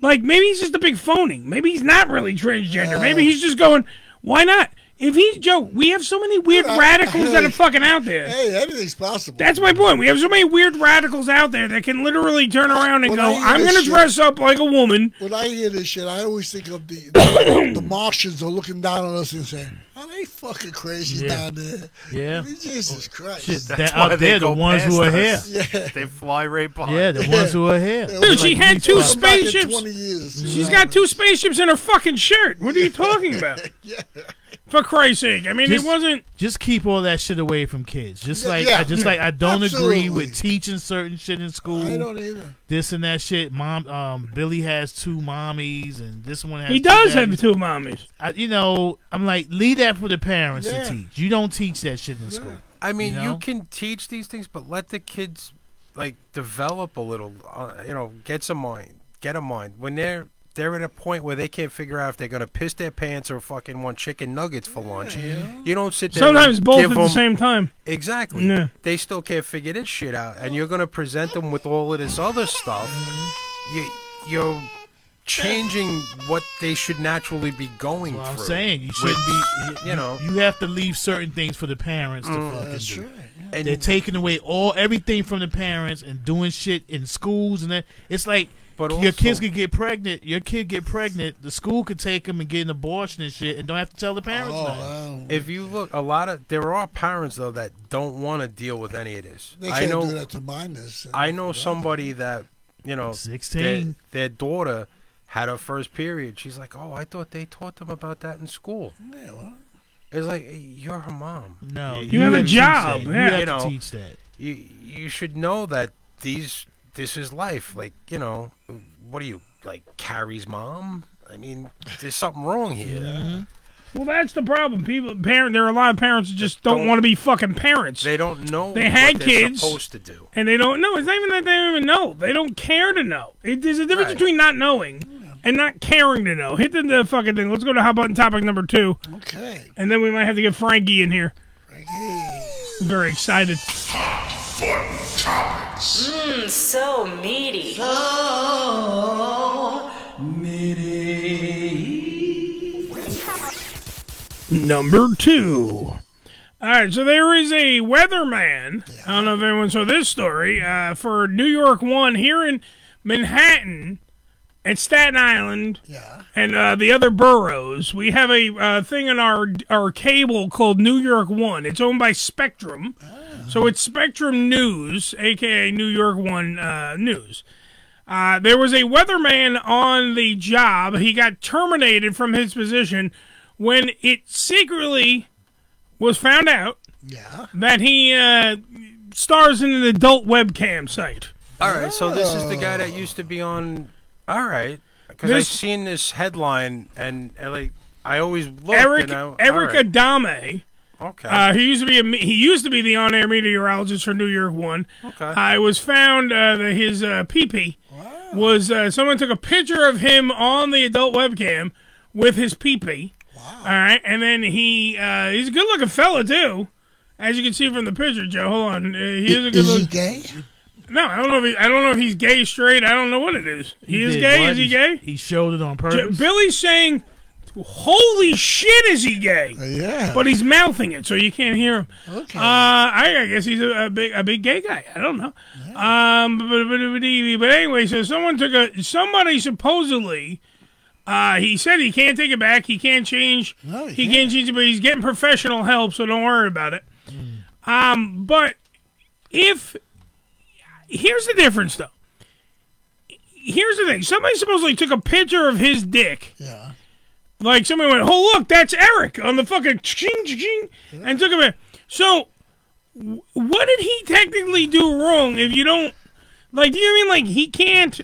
[SPEAKER 1] like maybe he's just a big phony. Maybe he's not really transgender. maybe he's just going, why not? If he's Joe, we have so many weird
[SPEAKER 3] I-
[SPEAKER 1] radicals that are
[SPEAKER 3] hey.
[SPEAKER 1] fucking out there.
[SPEAKER 3] Hey, anything's possible.
[SPEAKER 1] That's my point. We have so many weird radicals out there that can literally turn around and
[SPEAKER 3] When
[SPEAKER 1] go,
[SPEAKER 3] I hear
[SPEAKER 1] I'm
[SPEAKER 3] this
[SPEAKER 1] going to
[SPEAKER 3] shit-
[SPEAKER 1] dress up like a woman.
[SPEAKER 3] When I hear this shit, I always think of the the, Martians are looking down on us and saying, "Are they fucking crazy
[SPEAKER 2] Yeah.
[SPEAKER 3] down there?"
[SPEAKER 2] Yeah. Oh.
[SPEAKER 3] I mean, Jesus Christ.
[SPEAKER 2] Shit,
[SPEAKER 4] That's
[SPEAKER 2] they're
[SPEAKER 4] why
[SPEAKER 2] out
[SPEAKER 4] they
[SPEAKER 2] there, the
[SPEAKER 4] go
[SPEAKER 2] ones who are
[SPEAKER 4] past
[SPEAKER 2] here.
[SPEAKER 4] us. They fly right by.
[SPEAKER 2] Yeah, the ones who are here.
[SPEAKER 1] Dude, she had two
[SPEAKER 2] Like,
[SPEAKER 3] back in
[SPEAKER 1] spaceships.
[SPEAKER 3] 20 years, you
[SPEAKER 1] She's
[SPEAKER 3] know?
[SPEAKER 1] got two spaceships in her fucking shirt. What are you talking about? For Christ's sake. I mean,
[SPEAKER 2] just,
[SPEAKER 1] it wasn't.
[SPEAKER 2] Just keep all that shit away from kids. Just
[SPEAKER 1] Yeah,
[SPEAKER 2] like,
[SPEAKER 1] yeah.
[SPEAKER 2] I, just like I don't agree with
[SPEAKER 1] Absolutely.
[SPEAKER 2] teaching certain shit in school.
[SPEAKER 3] I don't either.
[SPEAKER 2] This and that shit. Mom, um, Billy has two mommies, and this one has.
[SPEAKER 1] He
[SPEAKER 2] two
[SPEAKER 1] does
[SPEAKER 2] daddies.
[SPEAKER 1] have two mommies.
[SPEAKER 2] I, you know, I'm like, leave that for the parents
[SPEAKER 4] Yeah.
[SPEAKER 2] to teach. You don't teach that shit in school.
[SPEAKER 4] I mean, you,
[SPEAKER 2] know?
[SPEAKER 4] can teach these things, but let the kids like develop a little. Uh, you know, get some mind, get a mind. When they're they're at a point where they can't figure out if they're gonna piss their pants or fucking want chicken nuggets for lunch. You don't sit there. and
[SPEAKER 1] Sometimes both
[SPEAKER 4] give
[SPEAKER 1] at the
[SPEAKER 4] them-
[SPEAKER 1] same time.
[SPEAKER 4] Exactly.
[SPEAKER 1] Yeah.
[SPEAKER 4] They still can't figure this shit out, and you're gonna present them with all of this other stuff. You
[SPEAKER 1] Mm-hmm.
[SPEAKER 4] you're changing what they should naturally be going
[SPEAKER 2] Well, I'm
[SPEAKER 4] through.
[SPEAKER 2] saying you
[SPEAKER 4] with
[SPEAKER 2] should
[SPEAKER 4] the-
[SPEAKER 2] be,
[SPEAKER 4] you know.
[SPEAKER 2] you have to leave certain things for the parents to
[SPEAKER 4] Mm,
[SPEAKER 2] fucking
[SPEAKER 4] that's
[SPEAKER 2] do.
[SPEAKER 4] right, yeah.
[SPEAKER 2] They're taking away all everything from the parents and doing shit in schools and that. It's like your kids could get pregnant. Your kid get pregnant. The school could take them and get an abortion and shit, and don't have to tell the parents.
[SPEAKER 3] Oh,
[SPEAKER 1] Oh,
[SPEAKER 2] nothing.
[SPEAKER 4] If you look, a lot of there are parents though that don't want to deal with any of this.
[SPEAKER 3] They
[SPEAKER 4] I
[SPEAKER 3] can't
[SPEAKER 4] know,
[SPEAKER 3] do that to minors.
[SPEAKER 4] I know somebody that you know, their-
[SPEAKER 2] 16.
[SPEAKER 4] Their, daughter had her first period. She's like, "Oh, I thought they taught them about that in school." It's like you're her mom.
[SPEAKER 2] No,
[SPEAKER 1] You you have a have to teach job, that. You yeah. have to
[SPEAKER 4] know,
[SPEAKER 2] teach that.
[SPEAKER 4] You you should know that these this is life. Like you know,
[SPEAKER 1] Mm-hmm.
[SPEAKER 4] what are you like Carrie's mom? I mean, there's something wrong here.
[SPEAKER 1] Well, that's the problem. People, parent, there are a lot of parents that just don't, want to be fucking parents.
[SPEAKER 4] They don't know.
[SPEAKER 1] They had
[SPEAKER 4] what
[SPEAKER 1] kids.
[SPEAKER 4] They're supposed to do.
[SPEAKER 1] And they don't know. It's not even that they don't even know. They don't care to know. It, there's a difference between not knowing and not caring to know. Hit the, the fucking thing. Let's go to hot button topic number two.
[SPEAKER 3] Okay.
[SPEAKER 1] And then we might have to get Frankie in here. Frankie. Very excited.
[SPEAKER 5] Mmm, so meaty.
[SPEAKER 1] Number two. All right, so there is a weatherman. I don't know if anyone saw this story uh, for New York One here in Manhattan and Staten Island and uh, the other boroughs. We have a uh, thing on our our cable called New York One. It's owned by Spectrum, so it's Spectrum News, aka New York One uh, News. Uh, there was a weatherman on the job. He got terminated from his position when it secretly was found out that he uh, stars in an adult webcam site.
[SPEAKER 4] All right, so this is the guy that used to be on. All right, because I've
[SPEAKER 1] This-
[SPEAKER 4] seen this headline and, and, like I always look.
[SPEAKER 1] Eric
[SPEAKER 4] and I, all
[SPEAKER 1] Eric
[SPEAKER 4] right.
[SPEAKER 1] Adame.
[SPEAKER 4] Okay.
[SPEAKER 1] Uh, he used to be a, me- he used to be the on-air meteorologist for New York One.
[SPEAKER 4] Okay.
[SPEAKER 1] I was found uh, that his uh, pee was uh, someone took a picture of him on the adult webcam with his pee pee. Wow. All right, and then he uh, he's a good-looking fella too, as you can see from the picture. Joe, hold on. Uh, he is a good
[SPEAKER 3] Is he
[SPEAKER 1] look-
[SPEAKER 3] gay?
[SPEAKER 1] No, I don't know. If he, I don't know if he's gay, straight. I don't know what it is. He, is
[SPEAKER 2] did
[SPEAKER 1] gay.
[SPEAKER 2] what?
[SPEAKER 1] Is he gay?
[SPEAKER 2] He showed it on
[SPEAKER 1] J-
[SPEAKER 2] purpose.
[SPEAKER 1] Billy's saying, "Holy shit, is he gay?"
[SPEAKER 3] yeah.
[SPEAKER 1] But he's mouthing it, so you can't hear him.
[SPEAKER 3] Okay.
[SPEAKER 1] Uh, I, I guess he's a, a big, a big gay guy. I don't know. Um, but, but, but, but anyway, so someone took a somebody supposedly. Uh, he said he can't take it back. He can't change. he can't change it, but he's getting professional help, so don't worry about it. Um, but if here's the difference, though. Here's the thing: somebody supposedly took a picture of his dick. Yeah. Like somebody went, "Oh look, that's Eric on the fucking ching ching," and took a picture. So, w- what did he technically do wrong? If you don't, like, do you mean like he can't?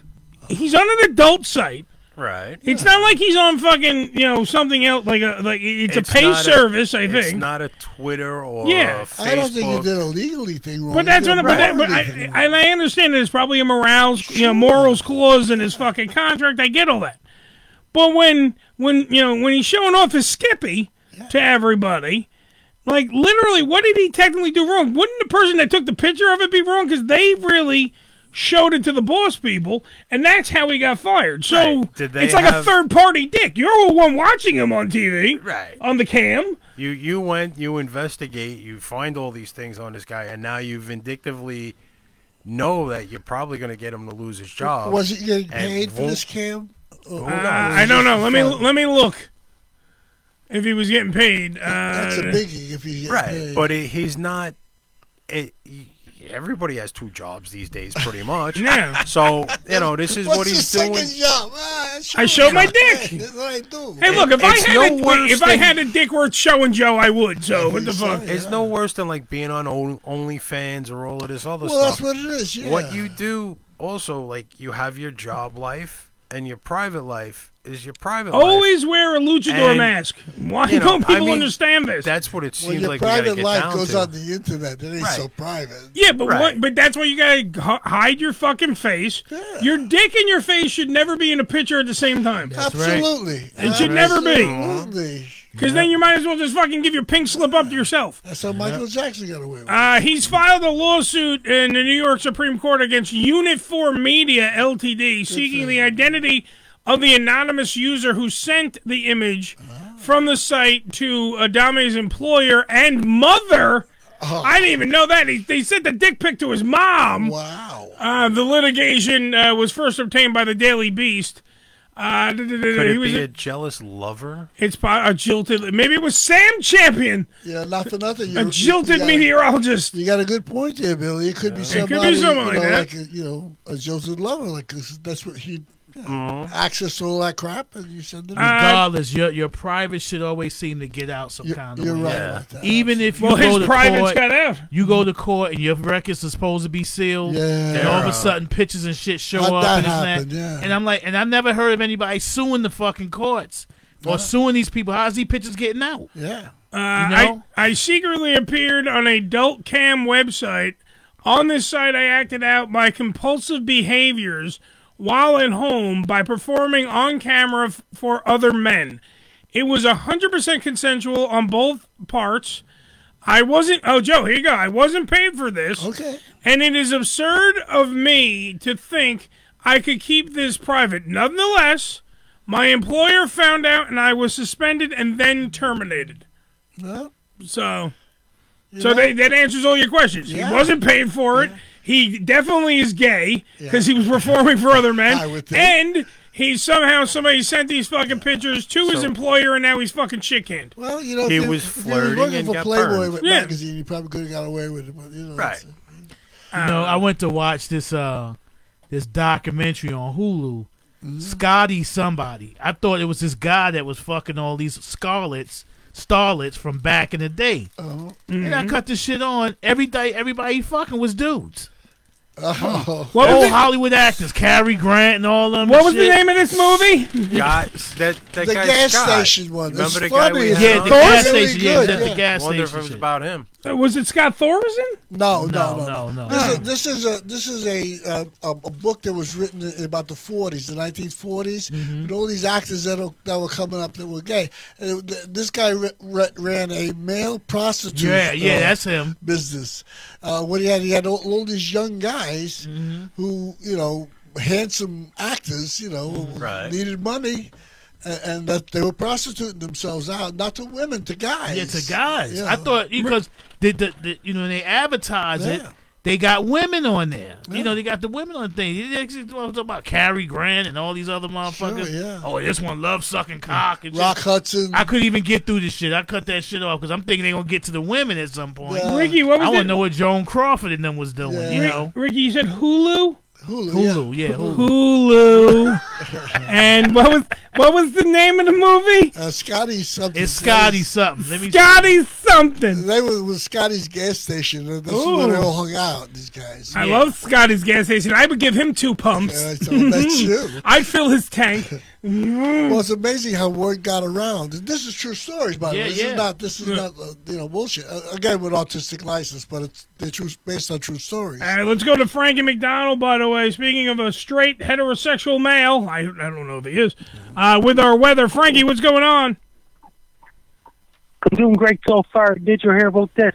[SPEAKER 1] He's on an adult site.
[SPEAKER 4] Right.
[SPEAKER 1] It's not like he's on fucking you know something else like a like it's, a pay
[SPEAKER 4] not
[SPEAKER 1] service. I
[SPEAKER 4] It's
[SPEAKER 1] think.
[SPEAKER 4] not a Twitter or
[SPEAKER 1] Yeah.
[SPEAKER 4] a Facebook.
[SPEAKER 1] I don't
[SPEAKER 3] think he did a legally thing wrong.
[SPEAKER 1] But that's
[SPEAKER 3] He
[SPEAKER 1] what.
[SPEAKER 3] did
[SPEAKER 1] But,
[SPEAKER 3] a
[SPEAKER 1] that, but I,
[SPEAKER 3] morally thing.
[SPEAKER 1] I- and I understand there's probably a morals, you know, morals clause in his fucking contract. I get all that. But when when you know when he's showing off his skippy to everybody, like literally, what did he technically do wrong? Wouldn't the person that took the picture of it be wrong? Because they really showed it to the boss people, and that's how he got fired. So
[SPEAKER 4] Did they
[SPEAKER 1] it's like a
[SPEAKER 4] have-
[SPEAKER 1] third party dick. You're the one watching him on TV,
[SPEAKER 4] Right.
[SPEAKER 1] On the cam.
[SPEAKER 4] You you went, you investigate, you find all these things on this guy, and now you vindictively know that you're probably going to get him to lose his job.
[SPEAKER 3] Was he getting
[SPEAKER 4] and
[SPEAKER 3] paid for
[SPEAKER 4] won't-
[SPEAKER 3] this cam? Oh,
[SPEAKER 1] Uh, I don't know. Let me let me look. If he was getting paid, uh,
[SPEAKER 3] That's a biggie if you get
[SPEAKER 4] Right,
[SPEAKER 3] paid.
[SPEAKER 4] but he- he's not. It, he- everybody has two jobs these days, pretty much.
[SPEAKER 1] Yeah.
[SPEAKER 4] So you know, this is
[SPEAKER 3] What's
[SPEAKER 4] what
[SPEAKER 3] his
[SPEAKER 4] he's
[SPEAKER 3] second
[SPEAKER 4] doing.
[SPEAKER 3] job? Ah, that's
[SPEAKER 1] I
[SPEAKER 3] what
[SPEAKER 1] show
[SPEAKER 3] I
[SPEAKER 1] my
[SPEAKER 3] do.
[SPEAKER 1] dick.
[SPEAKER 3] That's what I do.
[SPEAKER 1] Hey, look! If I
[SPEAKER 4] It's
[SPEAKER 1] had
[SPEAKER 4] no
[SPEAKER 1] a dick,
[SPEAKER 4] worse
[SPEAKER 1] if I
[SPEAKER 4] than-
[SPEAKER 1] had a dick worth showing Joe, I would. So what the fuck?
[SPEAKER 4] It's no worse than like being on O- OnlyFans or all of this other
[SPEAKER 3] Well, that's
[SPEAKER 4] stuff.
[SPEAKER 3] what it is, yeah.
[SPEAKER 4] What you do also, like, you have your job life and your private life is your private life.
[SPEAKER 1] Always wear a luchador
[SPEAKER 4] And,
[SPEAKER 1] mask. Why
[SPEAKER 4] you know,
[SPEAKER 1] don't
[SPEAKER 4] I
[SPEAKER 1] people
[SPEAKER 4] mean,
[SPEAKER 1] understand this?
[SPEAKER 4] That's what it
[SPEAKER 3] Well,
[SPEAKER 4] seems
[SPEAKER 3] your
[SPEAKER 4] like. we gotta
[SPEAKER 3] private
[SPEAKER 4] get
[SPEAKER 3] life
[SPEAKER 4] down
[SPEAKER 3] goes
[SPEAKER 4] to.
[SPEAKER 3] on the internet. It ain't so private.
[SPEAKER 1] Yeah, but
[SPEAKER 4] Right.
[SPEAKER 1] what, but that's why you gotta h- hide your fucking face. Your dick and your face should never be in a picture at the same time.
[SPEAKER 3] Absolutely.
[SPEAKER 1] It should never be.
[SPEAKER 3] Absolutely.
[SPEAKER 1] Because then you might as well just fucking give your pink slip up to yourself.
[SPEAKER 3] That's how Michael Jackson got away with it.
[SPEAKER 1] Uh, he's filed a lawsuit in the New York Supreme Court against Unit 4 Media Ltd. seeking the identity of the anonymous user who sent the image
[SPEAKER 3] Oh.
[SPEAKER 1] from the site to Adame's employer and mother.
[SPEAKER 3] Oh.
[SPEAKER 1] I didn't even know that. He, they sent the dick pic to his mom.
[SPEAKER 3] Wow.
[SPEAKER 1] Uh, the litigation uh, was first obtained by the Daily Beast. Uh, d- d- d-
[SPEAKER 4] Could
[SPEAKER 1] he
[SPEAKER 4] it
[SPEAKER 1] was
[SPEAKER 4] be
[SPEAKER 1] a-
[SPEAKER 4] a jealous lover?
[SPEAKER 1] it's po- a jilted. Maybe it was Sam Champion.
[SPEAKER 3] Yeah, not for nothing.
[SPEAKER 1] A jilted meteorologist.
[SPEAKER 3] You got a good point there, Billy. It could be
[SPEAKER 1] It could be
[SPEAKER 3] somebody,
[SPEAKER 1] someone
[SPEAKER 3] you
[SPEAKER 1] like
[SPEAKER 3] know,
[SPEAKER 1] that.
[SPEAKER 3] like a, you know, a jilted lover, like 'cause that's what he yeah,
[SPEAKER 1] Uh-huh.
[SPEAKER 3] access all that crap, and you send
[SPEAKER 1] Uh,
[SPEAKER 3] it.
[SPEAKER 2] Regardless, your your private should always seem to get out some kind of
[SPEAKER 3] you're
[SPEAKER 2] way.
[SPEAKER 3] right Yeah. about that.
[SPEAKER 2] Even if you
[SPEAKER 1] Well,
[SPEAKER 2] go
[SPEAKER 1] his
[SPEAKER 2] to
[SPEAKER 1] privates
[SPEAKER 2] court,
[SPEAKER 1] got out.
[SPEAKER 2] you go to court and your records are supposed to be sealed, and all of
[SPEAKER 1] Yeah.
[SPEAKER 2] a sudden pictures and shit show
[SPEAKER 1] How'd
[SPEAKER 2] up.
[SPEAKER 1] that
[SPEAKER 2] and, this and
[SPEAKER 1] happen?
[SPEAKER 2] that.
[SPEAKER 1] Yeah.
[SPEAKER 2] and I'm like, and I never heard of anybody suing the fucking courts or suing these people. How's these pictures getting out?
[SPEAKER 3] Yeah.
[SPEAKER 2] You
[SPEAKER 1] Uh, I,
[SPEAKER 2] know?
[SPEAKER 1] I secretly appeared on a adult cam website. On this site, I acted out my compulsive behaviors while at home by performing on camera f- for other men. It was 100% consensual on both parts. I wasn't, oh, Joe, here you go. I wasn't paid for this.
[SPEAKER 3] Okay.
[SPEAKER 1] And it is absurd of me to think I could keep this private. Nonetheless, my employer found out and I was suspended and then terminated.
[SPEAKER 3] Well,
[SPEAKER 1] So, so they, that answers all your questions. He wasn't paid for it. He definitely is gay because he was performing for other men.
[SPEAKER 3] I would
[SPEAKER 1] And he somehow somebody sent these fucking pictures to his
[SPEAKER 3] So-
[SPEAKER 1] employer, and now he's fucking chick hand.
[SPEAKER 3] Well, you know, if
[SPEAKER 4] He
[SPEAKER 3] you-
[SPEAKER 4] was
[SPEAKER 3] if you
[SPEAKER 4] flirting
[SPEAKER 3] working
[SPEAKER 4] and
[SPEAKER 3] for
[SPEAKER 4] got
[SPEAKER 3] Playboy
[SPEAKER 4] burned.
[SPEAKER 3] with
[SPEAKER 1] Yeah.
[SPEAKER 3] magazine, you probably could have got away with it. But, you know,
[SPEAKER 4] Right.
[SPEAKER 1] Uh,
[SPEAKER 2] You know, I went to watch this uh this documentary on Hulu.
[SPEAKER 3] Mm-hmm.
[SPEAKER 2] Scotty somebody. I thought it was this guy that was fucking all these scarlets, starlets from back in the day.
[SPEAKER 3] Oh.
[SPEAKER 2] And
[SPEAKER 1] Mm-hmm.
[SPEAKER 2] I cut this shit on. Every day everybody he fucking was dudes.
[SPEAKER 3] Oh.
[SPEAKER 2] Well,
[SPEAKER 4] What
[SPEAKER 2] old
[SPEAKER 4] was it-
[SPEAKER 2] Hollywood actors, Cary Grant and all them.
[SPEAKER 1] What
[SPEAKER 2] and
[SPEAKER 1] was the
[SPEAKER 2] shit.
[SPEAKER 1] name of this movie?
[SPEAKER 4] Scott, that, that
[SPEAKER 3] The
[SPEAKER 4] guy
[SPEAKER 3] gas
[SPEAKER 4] Scott.
[SPEAKER 3] station one.
[SPEAKER 4] Remember
[SPEAKER 3] It's
[SPEAKER 4] the guy we
[SPEAKER 3] funny.
[SPEAKER 4] had
[SPEAKER 2] Yeah,
[SPEAKER 4] on?
[SPEAKER 2] the gas
[SPEAKER 3] Really
[SPEAKER 2] station. Yeah,
[SPEAKER 3] good,
[SPEAKER 2] that's
[SPEAKER 3] yeah.
[SPEAKER 2] the gas
[SPEAKER 4] wonder if it
[SPEAKER 2] station.
[SPEAKER 4] was
[SPEAKER 2] shit.
[SPEAKER 4] about him.
[SPEAKER 1] Uh, was it Scott Thorson?
[SPEAKER 3] No, no,
[SPEAKER 2] No,
[SPEAKER 3] no,
[SPEAKER 2] no, no.
[SPEAKER 3] This is this is a this is a uh, a, a book that was written in about the forties, the nineteen
[SPEAKER 2] Mm-hmm.
[SPEAKER 3] with all these actors that are, that were coming up that were gay. And it- th- this guy re- re- ran a male prostitute.
[SPEAKER 2] Yeah, yeah,
[SPEAKER 3] uh,
[SPEAKER 2] that's him.
[SPEAKER 3] Business. Uh, what he had, he had all, all these young guys
[SPEAKER 2] Mm-hmm.
[SPEAKER 3] who you know handsome actors, you know, who
[SPEAKER 4] Right.
[SPEAKER 3] needed money. a- And that they were prostituting themselves out, not to women, to guys.
[SPEAKER 2] Yeah, to guys.
[SPEAKER 3] Yeah.
[SPEAKER 2] I thought because the, the, the you know they advertise it.
[SPEAKER 3] Yeah.
[SPEAKER 2] They got women on there. You know, they got the women on things. You actually talk about Cary Grant and all these other motherfuckers.
[SPEAKER 3] yeah.
[SPEAKER 2] Oh, this one loves sucking cock. And
[SPEAKER 3] Rock
[SPEAKER 2] shit.
[SPEAKER 3] Hudson.
[SPEAKER 2] I couldn't even get through this shit. I cut that shit off because I'm thinking they're going to get to the women at some point.
[SPEAKER 3] Yeah.
[SPEAKER 1] Ricky, what was
[SPEAKER 2] I
[SPEAKER 1] it?
[SPEAKER 2] want to know what Joan Crawford and them was doing, you
[SPEAKER 1] Rick-
[SPEAKER 2] know?
[SPEAKER 1] Ricky, you said Hulu.
[SPEAKER 3] Hulu,
[SPEAKER 2] Hulu, yeah, Hulu.
[SPEAKER 1] Hulu. and what was what was the name of the movie?
[SPEAKER 3] Uh, Scotty something.
[SPEAKER 2] It's Scotty something. Let me
[SPEAKER 1] Scotty something.
[SPEAKER 3] They were with Scotty's gas station. and That's where they
[SPEAKER 1] Ooh.
[SPEAKER 3] all hung out. These guys.
[SPEAKER 1] I
[SPEAKER 2] Yeah.
[SPEAKER 1] love Scotty's gas station. I would give him two pumps.
[SPEAKER 3] Yeah, I thought that too.
[SPEAKER 1] I'd fill his tank. Mm.
[SPEAKER 3] Well, it's amazing how word got around. And This is true stories, by the
[SPEAKER 2] Yeah,
[SPEAKER 3] way. This
[SPEAKER 2] yeah.
[SPEAKER 3] is not. This is not. Uh, you know, bullshit. Uh, again, with autistic license, but it's they're true, based on true stories.
[SPEAKER 1] All right, let's go to Frankie McDonald, by the way. Speaking of a straight heterosexual male, I, I don't know if he is, uh, with our weather. Frankie, what's going on?
[SPEAKER 24] I'm doing great so far. Did you hear about this?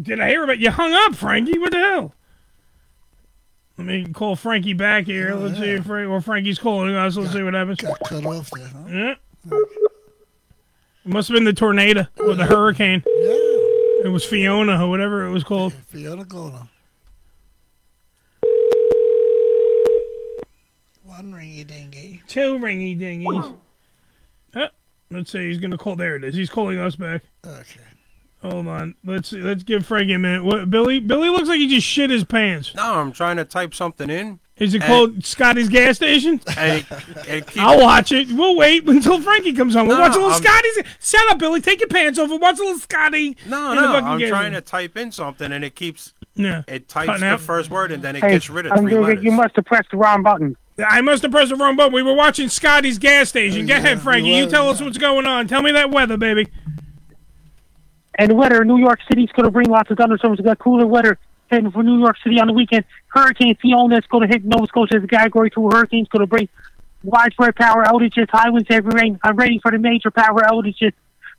[SPEAKER 1] Did I hear about you hung up, Frankie? What the hell? Let me call Frankie back here. let's see if Frank, or Frankie's calling us. Let's see what happens.
[SPEAKER 3] Oh, Got cut off there. Huh?
[SPEAKER 1] Yeah. It must have been the tornado or the hurricane. It was Fiona or whatever it was called.
[SPEAKER 3] Fiona Gona. One ringy dingy.
[SPEAKER 1] Two ringy dingies. Oh, let's see. He's gonna call. There it is. He's calling us back.
[SPEAKER 3] Okay.
[SPEAKER 1] Hold on. Let's see. Let's give Frankie a minute. What, Billy? Billy looks like he just shit his pants.
[SPEAKER 4] No, I'm trying to type something in.
[SPEAKER 1] Is it
[SPEAKER 4] Hey.
[SPEAKER 1] called Scotty's gas station?
[SPEAKER 4] And it, it keep-
[SPEAKER 1] I'll watch it. We'll wait until Frankie comes home. We'll
[SPEAKER 4] No,
[SPEAKER 1] watch a little
[SPEAKER 4] I'm-
[SPEAKER 1] Scotty's. Shut up, Billy. Take your pants off. We'll watch a little Scotty.
[SPEAKER 4] No,
[SPEAKER 1] in the
[SPEAKER 4] no,
[SPEAKER 1] fucking
[SPEAKER 4] I'm
[SPEAKER 1] gas
[SPEAKER 4] trying to
[SPEAKER 1] station.
[SPEAKER 4] type in something, and it keeps
[SPEAKER 1] Yeah.
[SPEAKER 4] it types
[SPEAKER 1] Cutting
[SPEAKER 4] the
[SPEAKER 1] out.
[SPEAKER 4] first word, and then it
[SPEAKER 24] Hey,
[SPEAKER 4] gets rid of
[SPEAKER 24] I'm
[SPEAKER 4] three
[SPEAKER 24] doing
[SPEAKER 4] letters.
[SPEAKER 24] great. You must have pressed the wrong button.
[SPEAKER 1] I must have pressed the wrong button. We were watching Scotty's gas station. Go ahead, Frankie. You tell us what's going on. Tell me that weather, baby.
[SPEAKER 24] And weather, New York City's going to bring lots of thunderstorms. We got cooler weather heading for New York City on the weekend. Hurricane Fiona is going to hit Nova Scotia as a Category 2 hurricane. It's going to bring widespread power outages, high winds, heavy rain. I'm ready for the major power outages.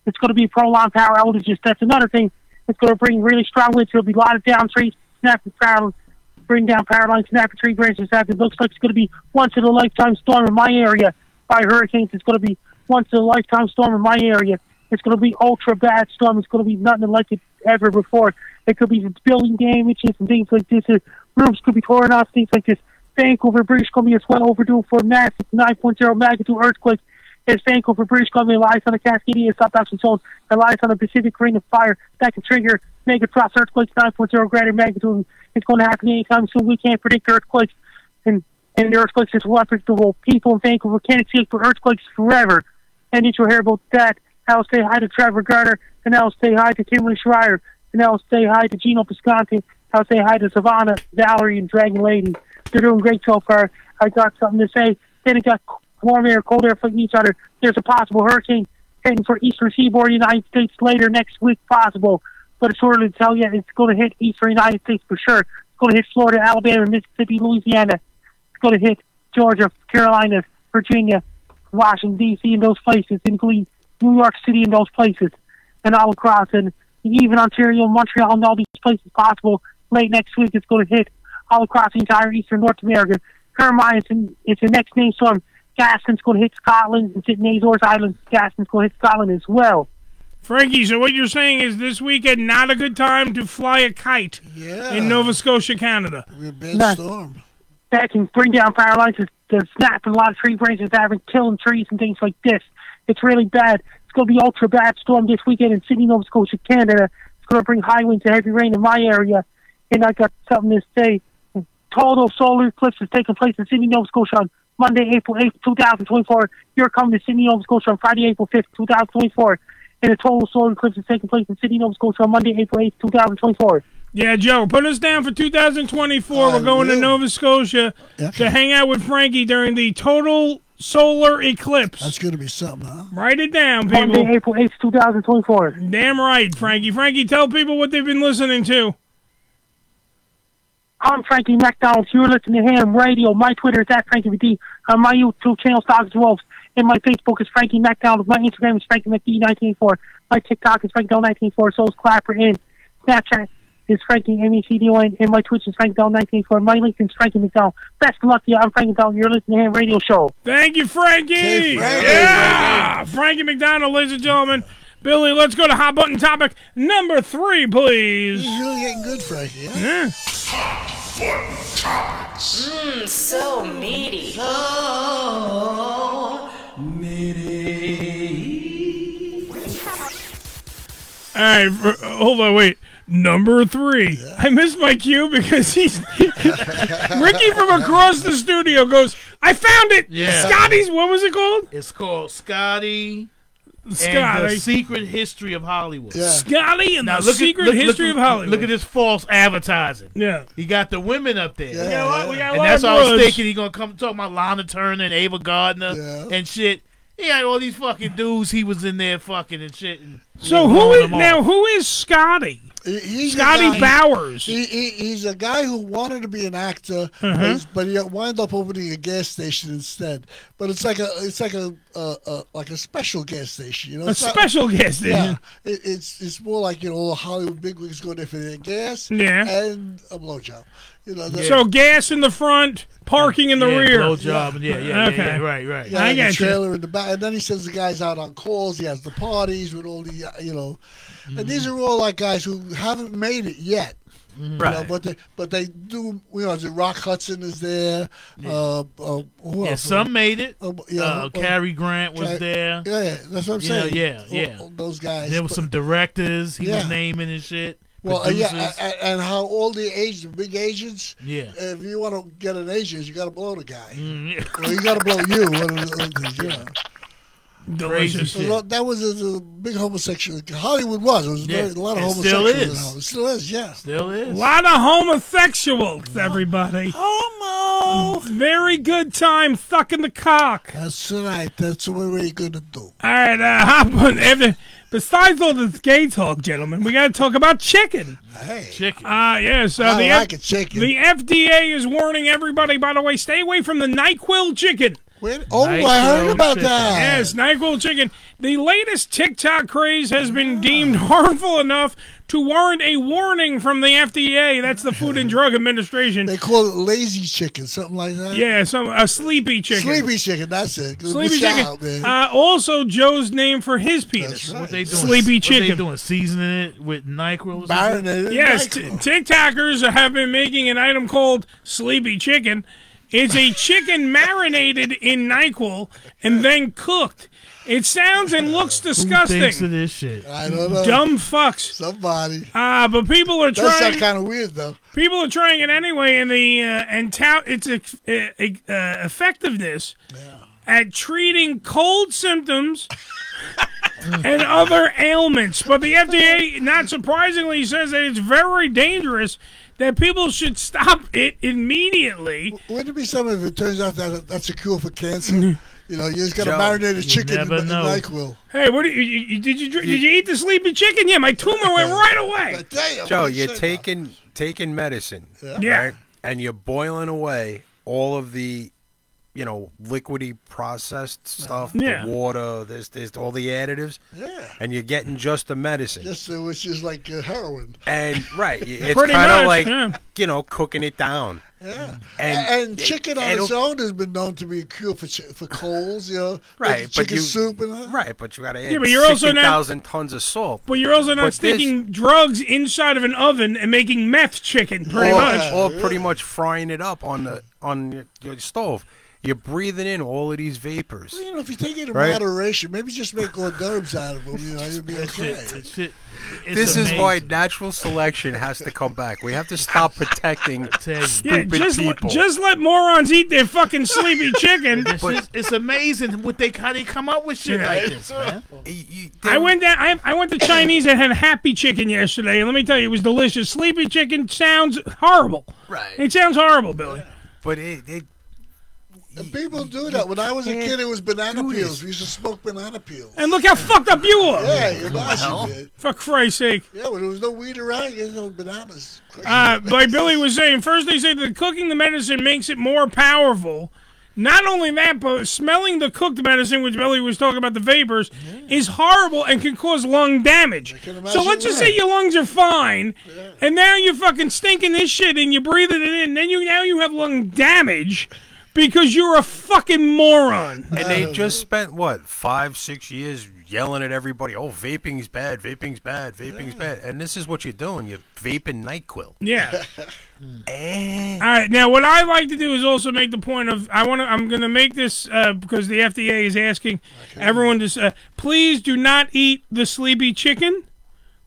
[SPEAKER 24] It's going to be prolonged power outages. That's another thing. It's going to bring really strong winds. There'll be a lot of down trees, snapping power, bring down power lines, snapping tree branches. That it looks like it's going to be once in a lifetime storm in my area. By hurricanes, it's going to be once in a lifetime storm in my area. It's going to be ultra bad storm. It's going to be nothing like it ever before. It could be building damages and things like this. Rooms could be torn off, things like this. Vancouver, British Columbia is well overdue for a massive 9.0 magnitude earthquake. As Vancouver, British Columbia lies on the Cascadia subduction zone and lies on the Pacific Ring of Fire that can trigger megatron earthquakes 9.0 greater magnitude. It's going to happen anytime soon. We can't predict earthquakes and and the earthquakes is well predictable. People in Vancouver can't escape for earthquakes forever. And did you hear about that? I'll say hi to Trevor Garner, and I'll say hi to Kimberly Schreier, and I'll say hi to Gino Pisconti. I'll say hi to Savannah, Valerie, and Dragon Lady. They're doing great so far. I got something to say. Then it got warm air, cold air fighting each other. There's a possible hurricane heading for eastern seaboard of the United States later next week, possible. But it's early to tell you. It's going to hit eastern United States for sure. It's going to hit Florida, Alabama, Mississippi, Louisiana. It's going to hit Georgia, Carolina, Virginia, Washington, D.C., and those places, including New York City and those places, and all across, and even Ontario, Montreal, and all these places possible. Late next week, it's going to hit all across the entire eastern North America. Jeremiah, it's, in, it's the next name storm. Gaston's going to hit Scotland. It's in Azores Islands. Gaston's going to hit Scotland as well.
[SPEAKER 1] Frankie, so what you're saying is this weekend not a good time to fly a kite
[SPEAKER 3] Yeah.
[SPEAKER 1] in Nova Scotia, Canada.
[SPEAKER 3] Bad
[SPEAKER 24] Nice.
[SPEAKER 3] storm.
[SPEAKER 24] that can bring down power lines to, to snap and a lot of tree branches that have been killing trees and things like this. It's really bad. It's going to be ultra bad storm this weekend in Sydney, Nova Scotia, Canada. It's going to bring high winds and heavy rain in my area. And I got something to say. Total solar eclipse is taking place in Sydney, Nova Scotia on Monday, April 8th, 2024. You're coming to Sydney, Nova Scotia on Friday, April 5th, 2024. And a total solar eclipse is taking place in Sydney, Nova Scotia on Monday, April 8th, 2024.
[SPEAKER 1] Yeah, Joe, put us down for 2024. We're going to Nova Scotia to hang out with Frankie during the total solar eclipse. That's
[SPEAKER 3] going to be something, huh?
[SPEAKER 1] Write it down, people.
[SPEAKER 24] Monday, April 8th, 2024.
[SPEAKER 1] Damn right, Frankie. Frankie, tell people what they've been listening to.
[SPEAKER 24] I'm Frankie McDonald. You're listening to Ham Radio. My Twitter is at Frankie McD. Uh, my YouTube channel is Dogs and Wolves. And my Facebook is Frankie McDonald. My Instagram is Frankie McD1984. My TikTok is FrankieDonald1984. So is Clapper. And Snapchat is Frankie E M-E-C-D-O-N. And my Twitch is FrankieDonald1984. My LinkedIn is Frankie McDonald. Best of luck to you. I'm Frankie McDonald. You're listening to Ham Radio Show.
[SPEAKER 1] Thank you, Frankie. Yeah, Frankie McDonald, ladies and gentlemen. Billy, let's go to hot button topic number three, please.
[SPEAKER 3] He's really getting good, Frankie. Yeah.
[SPEAKER 5] Mmm, so meaty.
[SPEAKER 1] All right, r- hold on, wait. Number three. I missed my cue because he's Ricky from across the studio goes. I found it.
[SPEAKER 2] Yeah.
[SPEAKER 1] Scotty's. What was it called?
[SPEAKER 2] It's called Scotty. And
[SPEAKER 1] Scotty.
[SPEAKER 2] the secret history of Hollywood.
[SPEAKER 1] Yeah. Scotty and the Secret History of Hollywood.
[SPEAKER 2] Look at this false advertising.
[SPEAKER 1] Yeah.
[SPEAKER 2] He got the women up there.
[SPEAKER 1] We got a lot- we got a
[SPEAKER 2] and
[SPEAKER 1] lot
[SPEAKER 2] that's
[SPEAKER 1] of
[SPEAKER 2] what I was
[SPEAKER 1] broads.
[SPEAKER 2] thinking. He gonna come talk about Lana Turner and Ava Gardner and shit. He had all these fucking dudes he was in there fucking and shit. And
[SPEAKER 1] So
[SPEAKER 2] blowing
[SPEAKER 1] who is
[SPEAKER 2] them off.
[SPEAKER 1] now? Who is Scotty?
[SPEAKER 3] He's a
[SPEAKER 1] Scotty
[SPEAKER 3] guy-
[SPEAKER 1] Bowers.
[SPEAKER 3] He, he, he's a guy who wanted to be an actor, but
[SPEAKER 1] Uh-huh.
[SPEAKER 3] he's- but he wound up opening a gas station instead. But it's like a it's like a, a, a like a special gas station, you know.
[SPEAKER 1] A
[SPEAKER 3] It's not-
[SPEAKER 1] special gas station.
[SPEAKER 3] Yeah, it, it's it's more like you know all the Hollywood bigwigs go there for their gas,
[SPEAKER 1] Yeah.
[SPEAKER 3] and a blowjob. You know, the-
[SPEAKER 1] So gas in the front, parking in the
[SPEAKER 2] Yeah,
[SPEAKER 1] rear.
[SPEAKER 2] blowjob, yeah, yeah, yeah,
[SPEAKER 1] okay.
[SPEAKER 2] yeah, right, right.
[SPEAKER 3] Yeah,
[SPEAKER 1] I
[SPEAKER 3] the
[SPEAKER 1] got you.
[SPEAKER 3] trailer in the back, and then he sends the guys out on calls. He has the parties with all the, uh, you know, and these
[SPEAKER 2] Mm.
[SPEAKER 3] are all like guys who haven't made it yet. You know,
[SPEAKER 2] Mm-hmm. Right.
[SPEAKER 3] but they but they do. You know, the Rock Hudson is there. Uh, uh, who
[SPEAKER 2] Yeah,
[SPEAKER 3] else?
[SPEAKER 2] some made it.
[SPEAKER 3] Uh,
[SPEAKER 2] Uh, Cary Grant was
[SPEAKER 3] Car-
[SPEAKER 2] there.
[SPEAKER 3] Yeah, yeah, that's what I'm
[SPEAKER 2] You know,
[SPEAKER 3] saying.
[SPEAKER 2] yeah,
[SPEAKER 3] All-
[SPEAKER 2] yeah.
[SPEAKER 3] all those guys.
[SPEAKER 2] There was
[SPEAKER 3] But-
[SPEAKER 2] some directors he was
[SPEAKER 3] Yeah.
[SPEAKER 2] naming and shit.
[SPEAKER 3] Well, uh, yeah,
[SPEAKER 2] producers.
[SPEAKER 3] a- a- and how all the agents, big agents.
[SPEAKER 2] Yeah.
[SPEAKER 3] If you want to get an agent, you got to blow the guy.
[SPEAKER 1] Mm,
[SPEAKER 3] Well, you got to blow you. One of the, one of the- yeah.
[SPEAKER 1] Delicious.
[SPEAKER 3] So that- That was a, a big homosexual. Hollywood was. It was
[SPEAKER 1] Yeah,
[SPEAKER 3] very, a lot of
[SPEAKER 1] it still
[SPEAKER 3] homosexuals.
[SPEAKER 1] is.
[SPEAKER 3] in Hollywood. It still is. Yeah.
[SPEAKER 2] Still
[SPEAKER 1] A lot of homosexuals, everybody.
[SPEAKER 3] Homo.
[SPEAKER 1] Very good time thucking the cock.
[SPEAKER 3] That's right. That's what we're going to do.
[SPEAKER 1] All right, uh, hop on. Evan. Besides all this gay talk, gentlemen, we got to talk about chicken.
[SPEAKER 3] Hey.
[SPEAKER 2] Chicken.
[SPEAKER 1] Uh, yeah, so
[SPEAKER 3] I
[SPEAKER 1] the,
[SPEAKER 3] like a chicken.
[SPEAKER 1] the FDA is warning everybody, by the way, stay away from the NyQuil chicken.
[SPEAKER 3] oh, I heard NyQuil about chicken. that.
[SPEAKER 1] Yes, NyQuil chicken. The latest TikTok craze has
[SPEAKER 3] Ah.
[SPEAKER 1] been deemed harmful enough to warrant a warning from the FDA. That's the Food and Drug Administration.
[SPEAKER 3] They call it lazy chicken, something like that.
[SPEAKER 1] Yeah, some a sleepy chicken.
[SPEAKER 3] Sleepy chicken. That's it. Good
[SPEAKER 1] Sleepy chicken.
[SPEAKER 3] shout, man.
[SPEAKER 1] Uh, also, Joe's name for his penis.
[SPEAKER 2] What they doing?
[SPEAKER 1] Sleepy
[SPEAKER 2] what
[SPEAKER 1] chicken.
[SPEAKER 2] They doing seasoning it with Nyquil. or something?
[SPEAKER 1] Yes, t- TikTokers have been making an item called Sleepy Chicken. It's a chicken marinated in NyQuil and then cooked. It sounds and looks
[SPEAKER 2] Who thinks of
[SPEAKER 1] disgusting.
[SPEAKER 2] this shit?
[SPEAKER 3] I don't know.
[SPEAKER 1] Dumb fucks.
[SPEAKER 3] Somebody.
[SPEAKER 1] Ah, but people are
[SPEAKER 3] That's
[SPEAKER 1] trying.
[SPEAKER 3] kind of weird, though.
[SPEAKER 1] People are trying it anyway, and the uh, and tout its ex- uh, ex- uh, effectiveness at treating cold symptoms and other ailments. But the FDA, not surprisingly, says that it's very dangerous. that people should stop it immediately.
[SPEAKER 3] Wouldn't it be something if it turns out that that's a cure for cancer? you
[SPEAKER 1] Mm-hmm.
[SPEAKER 3] know, you just got to
[SPEAKER 1] Joe,
[SPEAKER 3] marinate
[SPEAKER 1] you
[SPEAKER 3] a chicken in,
[SPEAKER 1] never
[SPEAKER 3] in
[SPEAKER 1] know.
[SPEAKER 3] NyQuil.
[SPEAKER 1] Hey, what did you, you, you- did you dr- did you eat the sleeping chicken? Yeah, my tumor went right away.
[SPEAKER 4] Joe, you're taking taking medicine,
[SPEAKER 1] Yeah. Yeah.
[SPEAKER 4] right? And you're boiling away all of the, you know, liquidy processed stuff,
[SPEAKER 3] Yeah.
[SPEAKER 4] the water, there's there's all the additives,
[SPEAKER 3] Yeah.
[SPEAKER 4] and you're getting just the medicine.
[SPEAKER 3] Yes, it was just like uh, heroin.
[SPEAKER 4] And right, y- it's
[SPEAKER 3] Pretty
[SPEAKER 4] kind
[SPEAKER 3] much,
[SPEAKER 4] of like
[SPEAKER 3] yeah.
[SPEAKER 4] you know cooking it down.
[SPEAKER 3] Yeah.
[SPEAKER 4] And
[SPEAKER 3] And, chicken on
[SPEAKER 4] it'll-
[SPEAKER 3] its own has been known to be a cure for chi- for colds, you know.
[SPEAKER 4] Right,
[SPEAKER 3] with
[SPEAKER 4] but
[SPEAKER 3] chicken
[SPEAKER 4] you-
[SPEAKER 3] soup and that.
[SPEAKER 4] Right, but you got to add
[SPEAKER 1] Yeah, but you're also not-
[SPEAKER 4] 60,000 tons of salt.
[SPEAKER 1] But you're also not
[SPEAKER 4] But this-
[SPEAKER 1] sticking drugs inside of an oven and making meth chicken, pretty
[SPEAKER 4] or,
[SPEAKER 1] much.
[SPEAKER 4] or pretty much frying it up on the on your, your stove. You're breathing in all of these vapors.
[SPEAKER 3] You know, if you take it in
[SPEAKER 4] Right.
[SPEAKER 3] moderation, maybe just make hors d'oeuvres out of them. You know, you'll be okay.
[SPEAKER 4] this is why natural selection has to come back. We have to stop protecting stupid
[SPEAKER 1] Yeah, just let,
[SPEAKER 4] people.
[SPEAKER 1] just let morons eat their fucking sleepy chicken.
[SPEAKER 2] It's, just- it's amazing what they how they come up with shit
[SPEAKER 1] Yeah.
[SPEAKER 2] like this, man.
[SPEAKER 1] I went down. I, I went to Chinese and had happy chicken yesterday, and let me tell you, it was delicious. Sleepy chicken sounds horrible.
[SPEAKER 4] Right.
[SPEAKER 1] It sounds horrible, Billy.
[SPEAKER 4] But it, it
[SPEAKER 3] And people do that. When I was a kid, it was banana
[SPEAKER 1] do
[SPEAKER 3] peels.
[SPEAKER 1] this.
[SPEAKER 3] We used to smoke banana peels.
[SPEAKER 1] And look how fucked up you are.
[SPEAKER 3] Yeah, your boss did.
[SPEAKER 1] For Christ's sake.
[SPEAKER 3] Yeah, when there was no weed around, you had no bananas.
[SPEAKER 1] Uh, like Billy was saying, first they say that cooking the medicine makes it more powerful. Not only that, but smelling the cooked medicine, which Billy was talking about the vapors, is horrible and can cause lung damage. So
[SPEAKER 3] imagine
[SPEAKER 1] let's just
[SPEAKER 3] that.
[SPEAKER 1] say your lungs are fine, and now you're fucking stinking this shit and you're breathing it in. Then you now you have lung damage because you're a fucking moron.
[SPEAKER 4] and they
[SPEAKER 3] Uh.
[SPEAKER 4] just spent what five, six years yelling at everybody. Oh, vaping's bad, vaping's bad, vaping's bad. And this is what you're doing. You're vaping Nyquil.
[SPEAKER 1] Yeah. All right. Now, what I like to do is also make the point of I want to. I'm going to make this uh, because the FDA is asking everyone to s- uh, please do not eat the sleepy chicken,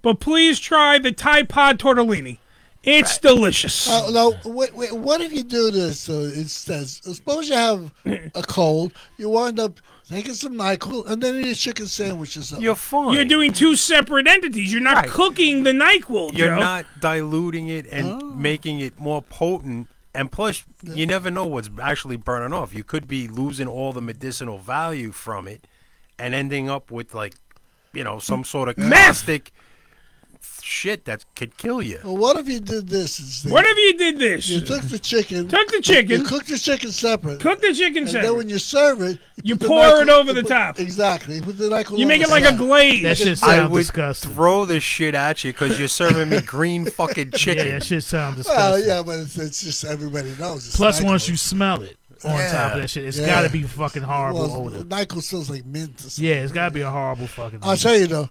[SPEAKER 1] but please try the Tide Pod tortellini. It's delicious.
[SPEAKER 3] Uh, no, wait, wait, what if you do this? Uh, it says, suppose you have a cold, you wind up taking some Nyquil, and then eat a chicken sandwich or something.
[SPEAKER 4] You're fine.
[SPEAKER 1] You're doing two separate entities. You're not
[SPEAKER 4] Right.
[SPEAKER 1] cooking the Nyquil.
[SPEAKER 4] You're
[SPEAKER 1] Joe. Oh.
[SPEAKER 4] not diluting it and making it more potent. And plus, you never know what's actually burning off. You could be losing all the medicinal value from it and ending up with, like, you know, some sort of caustic shit that could kill you.
[SPEAKER 3] Well, what if you did this instead?
[SPEAKER 1] What if you did this?
[SPEAKER 3] You took the chicken.
[SPEAKER 1] Took the chicken.
[SPEAKER 3] You cooked the chicken separate.
[SPEAKER 1] Cook the chicken
[SPEAKER 3] and
[SPEAKER 1] separate.
[SPEAKER 3] then when you serve it, you, put the
[SPEAKER 1] pour it
[SPEAKER 3] Nyquil-
[SPEAKER 1] over
[SPEAKER 3] you
[SPEAKER 1] the
[SPEAKER 3] put-
[SPEAKER 1] top.
[SPEAKER 3] Exactly. You put the Nyquil
[SPEAKER 1] You make it
[SPEAKER 3] over
[SPEAKER 1] like
[SPEAKER 3] the
[SPEAKER 1] a
[SPEAKER 3] top.
[SPEAKER 1] glaze.
[SPEAKER 2] That shit
[SPEAKER 4] I
[SPEAKER 2] sounds
[SPEAKER 4] would
[SPEAKER 2] disgusting.
[SPEAKER 4] throw this shit at you because you're serving me green fucking chicken.
[SPEAKER 2] Yeah, that shit sounds
[SPEAKER 3] Well,
[SPEAKER 2] disgusting.
[SPEAKER 3] yeah, but it's, it's just everybody knows. It's
[SPEAKER 2] Plus,
[SPEAKER 3] Nyquil.
[SPEAKER 2] once you smell it on top
[SPEAKER 3] Yeah.
[SPEAKER 2] of that shit, it's
[SPEAKER 3] Yeah.
[SPEAKER 2] got to be fucking horrible
[SPEAKER 3] Well,
[SPEAKER 2] odor.
[SPEAKER 3] Nyquil smells like mint. Or something.
[SPEAKER 2] Yeah, it's got to be a horrible fucking.
[SPEAKER 3] I'll
[SPEAKER 2] odor.
[SPEAKER 3] tell you though,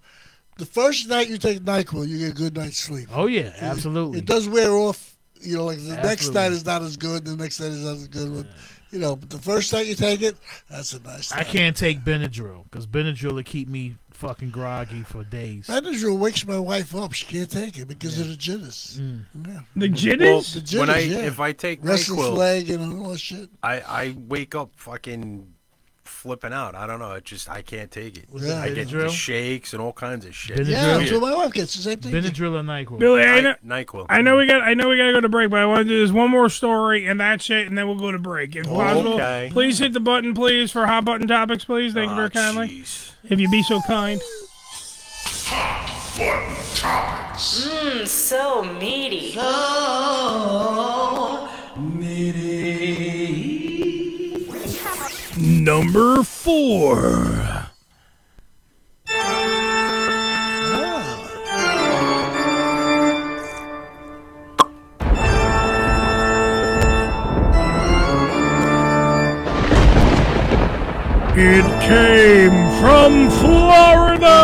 [SPEAKER 3] the first night you take Nyquil, you get a good night's sleep.
[SPEAKER 2] Oh yeah, absolutely.
[SPEAKER 3] It does wear off. You know, like the next
[SPEAKER 2] Absolutely.
[SPEAKER 3] night is not as good. The next night is not as good. But, you know, but the first night you take it, that's a nice.
[SPEAKER 2] I
[SPEAKER 3] night.
[SPEAKER 2] can't take Benadryl because Benadryl will keep me fucking groggy for days.
[SPEAKER 3] Benadryl wakes my wife up. She can't take it because of the jitters. Yeah.
[SPEAKER 4] Well,
[SPEAKER 1] The jitters?
[SPEAKER 3] The jitters,
[SPEAKER 4] when I
[SPEAKER 3] yeah.
[SPEAKER 4] if I take
[SPEAKER 3] restless
[SPEAKER 4] NyQuil,
[SPEAKER 3] leg and all that shit.
[SPEAKER 4] I, I wake up fucking flipping out. I don't know. It just I can't take it.
[SPEAKER 3] Was it
[SPEAKER 4] I get the
[SPEAKER 2] Benadryl?
[SPEAKER 4] shakes and all kinds of shit.
[SPEAKER 3] Yeah, that's what my wife gets. The same thing.
[SPEAKER 2] Benadryl or Nyquil.
[SPEAKER 1] Billy, I know,
[SPEAKER 4] Nyquil.
[SPEAKER 1] I know we got. I know we got to go to break, but I want to do this one more story, and that's it, and then we'll go to break if possible.
[SPEAKER 4] Okay.
[SPEAKER 1] Please hit the button, please, for hot button topics, please. Thank you very
[SPEAKER 4] Ah,
[SPEAKER 1] kindly. If you be so kind.
[SPEAKER 5] Mmm, so meaty.
[SPEAKER 1] Number four. It came from
[SPEAKER 3] Oh,
[SPEAKER 1] Florida.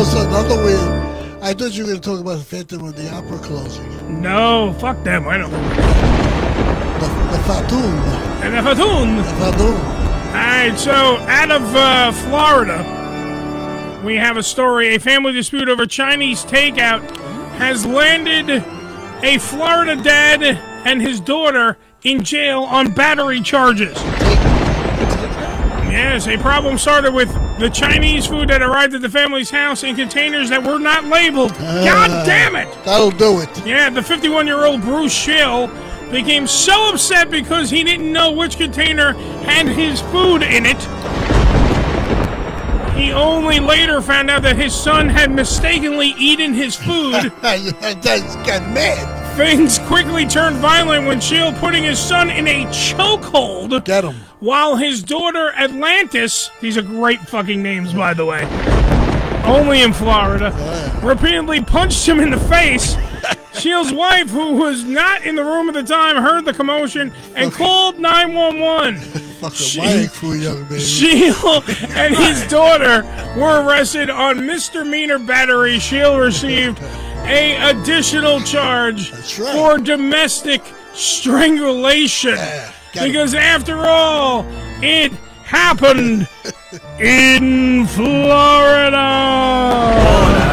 [SPEAKER 3] it's Oh, another weird. I thought you were going to talk about the Phantom of the Opera closing.
[SPEAKER 1] no, fuck them. I don't.
[SPEAKER 3] The Fatum.
[SPEAKER 1] And the Fatun. All right, so out of uh, Florida, we have a story. A family dispute over Chinese takeout has landed a Florida dad and his daughter in jail on battery charges. Yeah, Yes, a problem started with the Chinese food that arrived at the family's house in containers that were not labeled. God damn it!
[SPEAKER 3] Ah. That'll do it.
[SPEAKER 1] Yeah, the 51 year old Bruce Schill became so upset because he didn't know which container had his food in it. He only later found out that his son had mistakenly eaten his food. That's got mad. Things quickly turned violent when Shield putting his son in a chokehold. Get him. While his daughter Atlantis, these are great fucking names by the way, only in Florida, repeatedly punched him in the face. Shield's wife, who was not in the room at the time, heard the commotion and called 911.
[SPEAKER 3] Fucking wine crew, young baby.
[SPEAKER 1] Shield and his daughter were arrested on misdemeanor battery. Shield received a additional charge for domestic strangulation because, after all, it happened in Florida.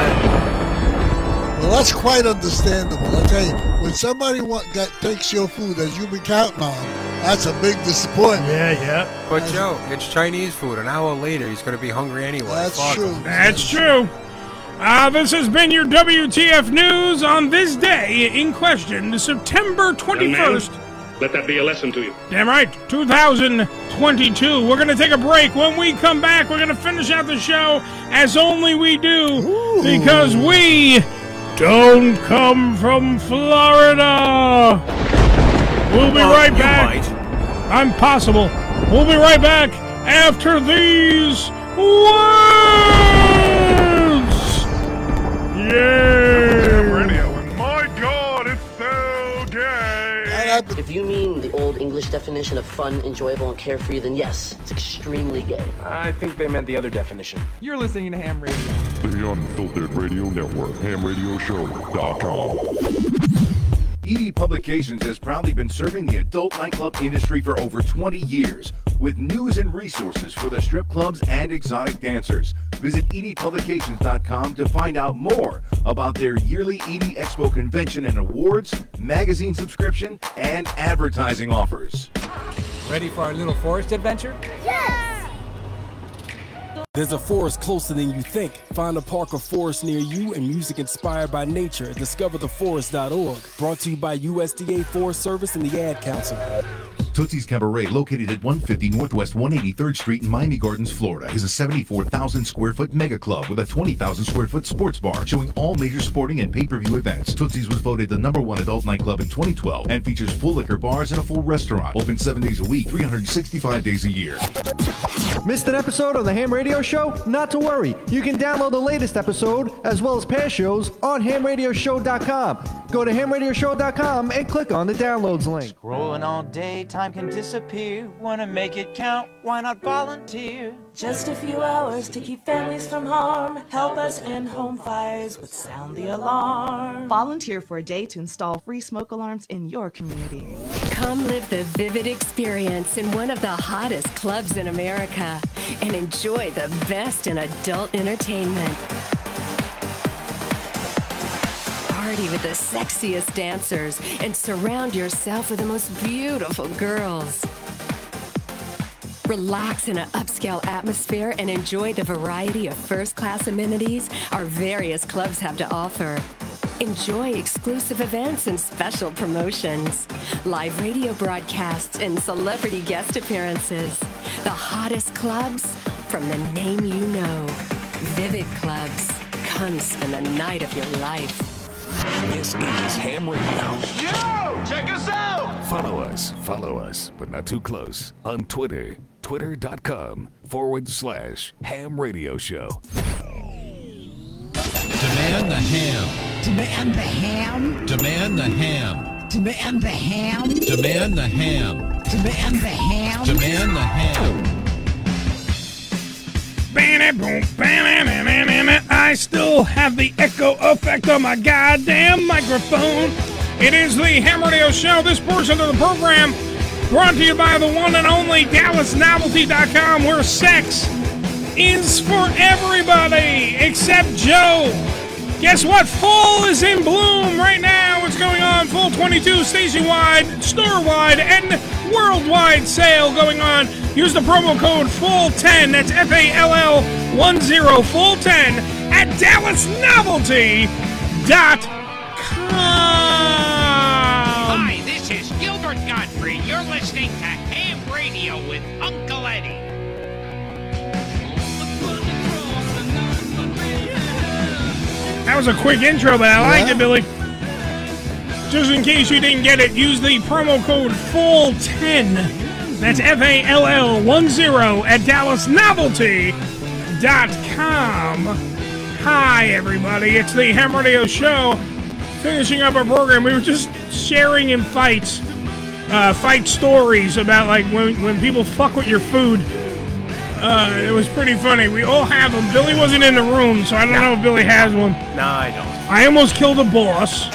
[SPEAKER 3] Well, that's quite understandable. I tell you, when somebody wa- got, takes your food that you've been counting on, that's a big disappointment.
[SPEAKER 39] Yeah, yeah.
[SPEAKER 4] But Joe, it's Chinese food. An hour later, he's going to be hungry anyway.
[SPEAKER 3] That's
[SPEAKER 4] Fuck
[SPEAKER 3] true.
[SPEAKER 4] him.
[SPEAKER 1] That's true. Uh, this has been your WTF News on this day in question, September
[SPEAKER 40] Young man,
[SPEAKER 1] 21st,
[SPEAKER 40] Let that be a lesson to you.
[SPEAKER 1] Damn right, 2022. We're going to take a break. When we come back, we're going to finish out the show as only we do because we don't come from Florida. We'll be
[SPEAKER 30] Well,
[SPEAKER 1] right
[SPEAKER 30] you
[SPEAKER 1] back. I'm possible. We'll be right back after these words. Yeah.
[SPEAKER 41] My God, it's so gay.
[SPEAKER 42] If you mean the old English definition of fun, enjoyable, and carefree, then yes, it's extremely gay.
[SPEAKER 40] I think they meant the other definition.
[SPEAKER 43] You're listening to Ham Radio.
[SPEAKER 6] The Unfiltered Radio Network, hamradioshow.com.
[SPEAKER 12] ED Publications has proudly been serving the adult nightclub industry for over 20 years with news and resources for the strip clubs and exotic dancers. Visit edpublications.com to find out more about their yearly ED Expo convention and awards, magazine subscription, and advertising offers.
[SPEAKER 19] Ready for our little forest adventure? Yes! There's a forest closer than you think. Find a park or forest near you and music inspired by nature at discovertheforest.org. Brought to you by USDA Forest Service and the Ad Council.
[SPEAKER 12] Tootsie's Cabaret, located at 150 Northwest 183rd Street in Miami Gardens, Florida, is a 74,000 square foot mega club with a 20,000 square foot sports bar showing all major sporting and pay per view events. Tootsie's was voted the number one adult nightclub in 2012 and features full liquor bars and a full restaurant, open seven days a week, 365 days a year.
[SPEAKER 29] Missed an episode of the Ham Radio Show? Not to worry. You can download the latest episode as well as past shows on hamradioshow.com. Go to hamradioshow.com and click on the downloads link.
[SPEAKER 44] Rolling all day, time can disappear. Wanna make it count? Why not volunteer?
[SPEAKER 17] Just a few hours to keep families from harm. Help us end home fires with sound the alarm.
[SPEAKER 25] Volunteer for a day to install free smoke alarms in your community.
[SPEAKER 22] Come live the vivid experience in one of the hottest clubs in America and enjoy the best in adult entertainment. Party with the sexiest dancers and surround yourself with the most beautiful girls. Relax in an upscale atmosphere and enjoy the variety of first class amenities our various clubs have to offer. Enjoy exclusive events and special promotions, live radio broadcasts, and celebrity guest appearances. The hottest clubs from the name you know. Vivid Clubs. Come spend the night of your life.
[SPEAKER 16] This is Ham Radio.
[SPEAKER 29] Yo! Check us out!
[SPEAKER 16] Follow us, follow us, but not too close on Twitter, twitter.com forward slash ham radio show.
[SPEAKER 45] Demand the ham. Demand the ham. Demand the ham. Demand the ham. Demand the ham. Demand the ham. Demand the ham.
[SPEAKER 1] I still have the echo effect on my goddamn microphone. It is the Ham Radio Show. This portion of the program brought to you by the one and only DallasNovelty.com, where sex is for everybody except Joe. Guess what? Fall is in bloom right now. What's going on? Full 22 station wide, store wide, and worldwide sale going on Use the promo code FULL10, E that's F A L L 1 0 FULL10 E at DallasNovelty.com.
[SPEAKER 13] Hi, this is Gilbert Godfrey. You're listening to Ham Radio with Uncle Eddie.
[SPEAKER 1] That was a quick intro, but I liked it, Billy. Just in case you didn't get it, use the promo code FULL10. That's F A L L 1 0 at DallasNovelty.com. Hi, everybody. It's the Ham Radio Show. Finishing up our program, we were just sharing in fights, uh, fight stories about like when, when people fuck with your food. Uh, it was pretty funny. We all have them. Billy wasn't in the room, so I don't know if Billy has one.
[SPEAKER 4] No, I don't.
[SPEAKER 1] I almost killed a boss.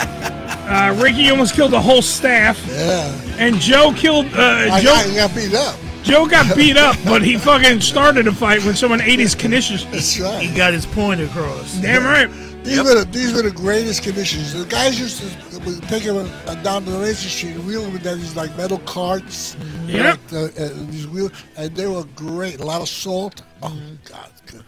[SPEAKER 1] Uh, Ricky almost killed the whole staff. Yeah. And Joe killed. Uh,
[SPEAKER 3] I
[SPEAKER 1] Joe
[SPEAKER 3] got- I got beat up.
[SPEAKER 1] Joe got beat up, but he fucking started a fight when someone ate his conditions. That's right. He got his point across. Damn right.
[SPEAKER 3] These were the, these were the greatest conditions. The guys used to would take him uh, down to the racing street and wheel him down these like metal carts.
[SPEAKER 1] Yep.
[SPEAKER 3] Like, uh, uh, these wheel, and they were great. A lot of salt. Oh God. good.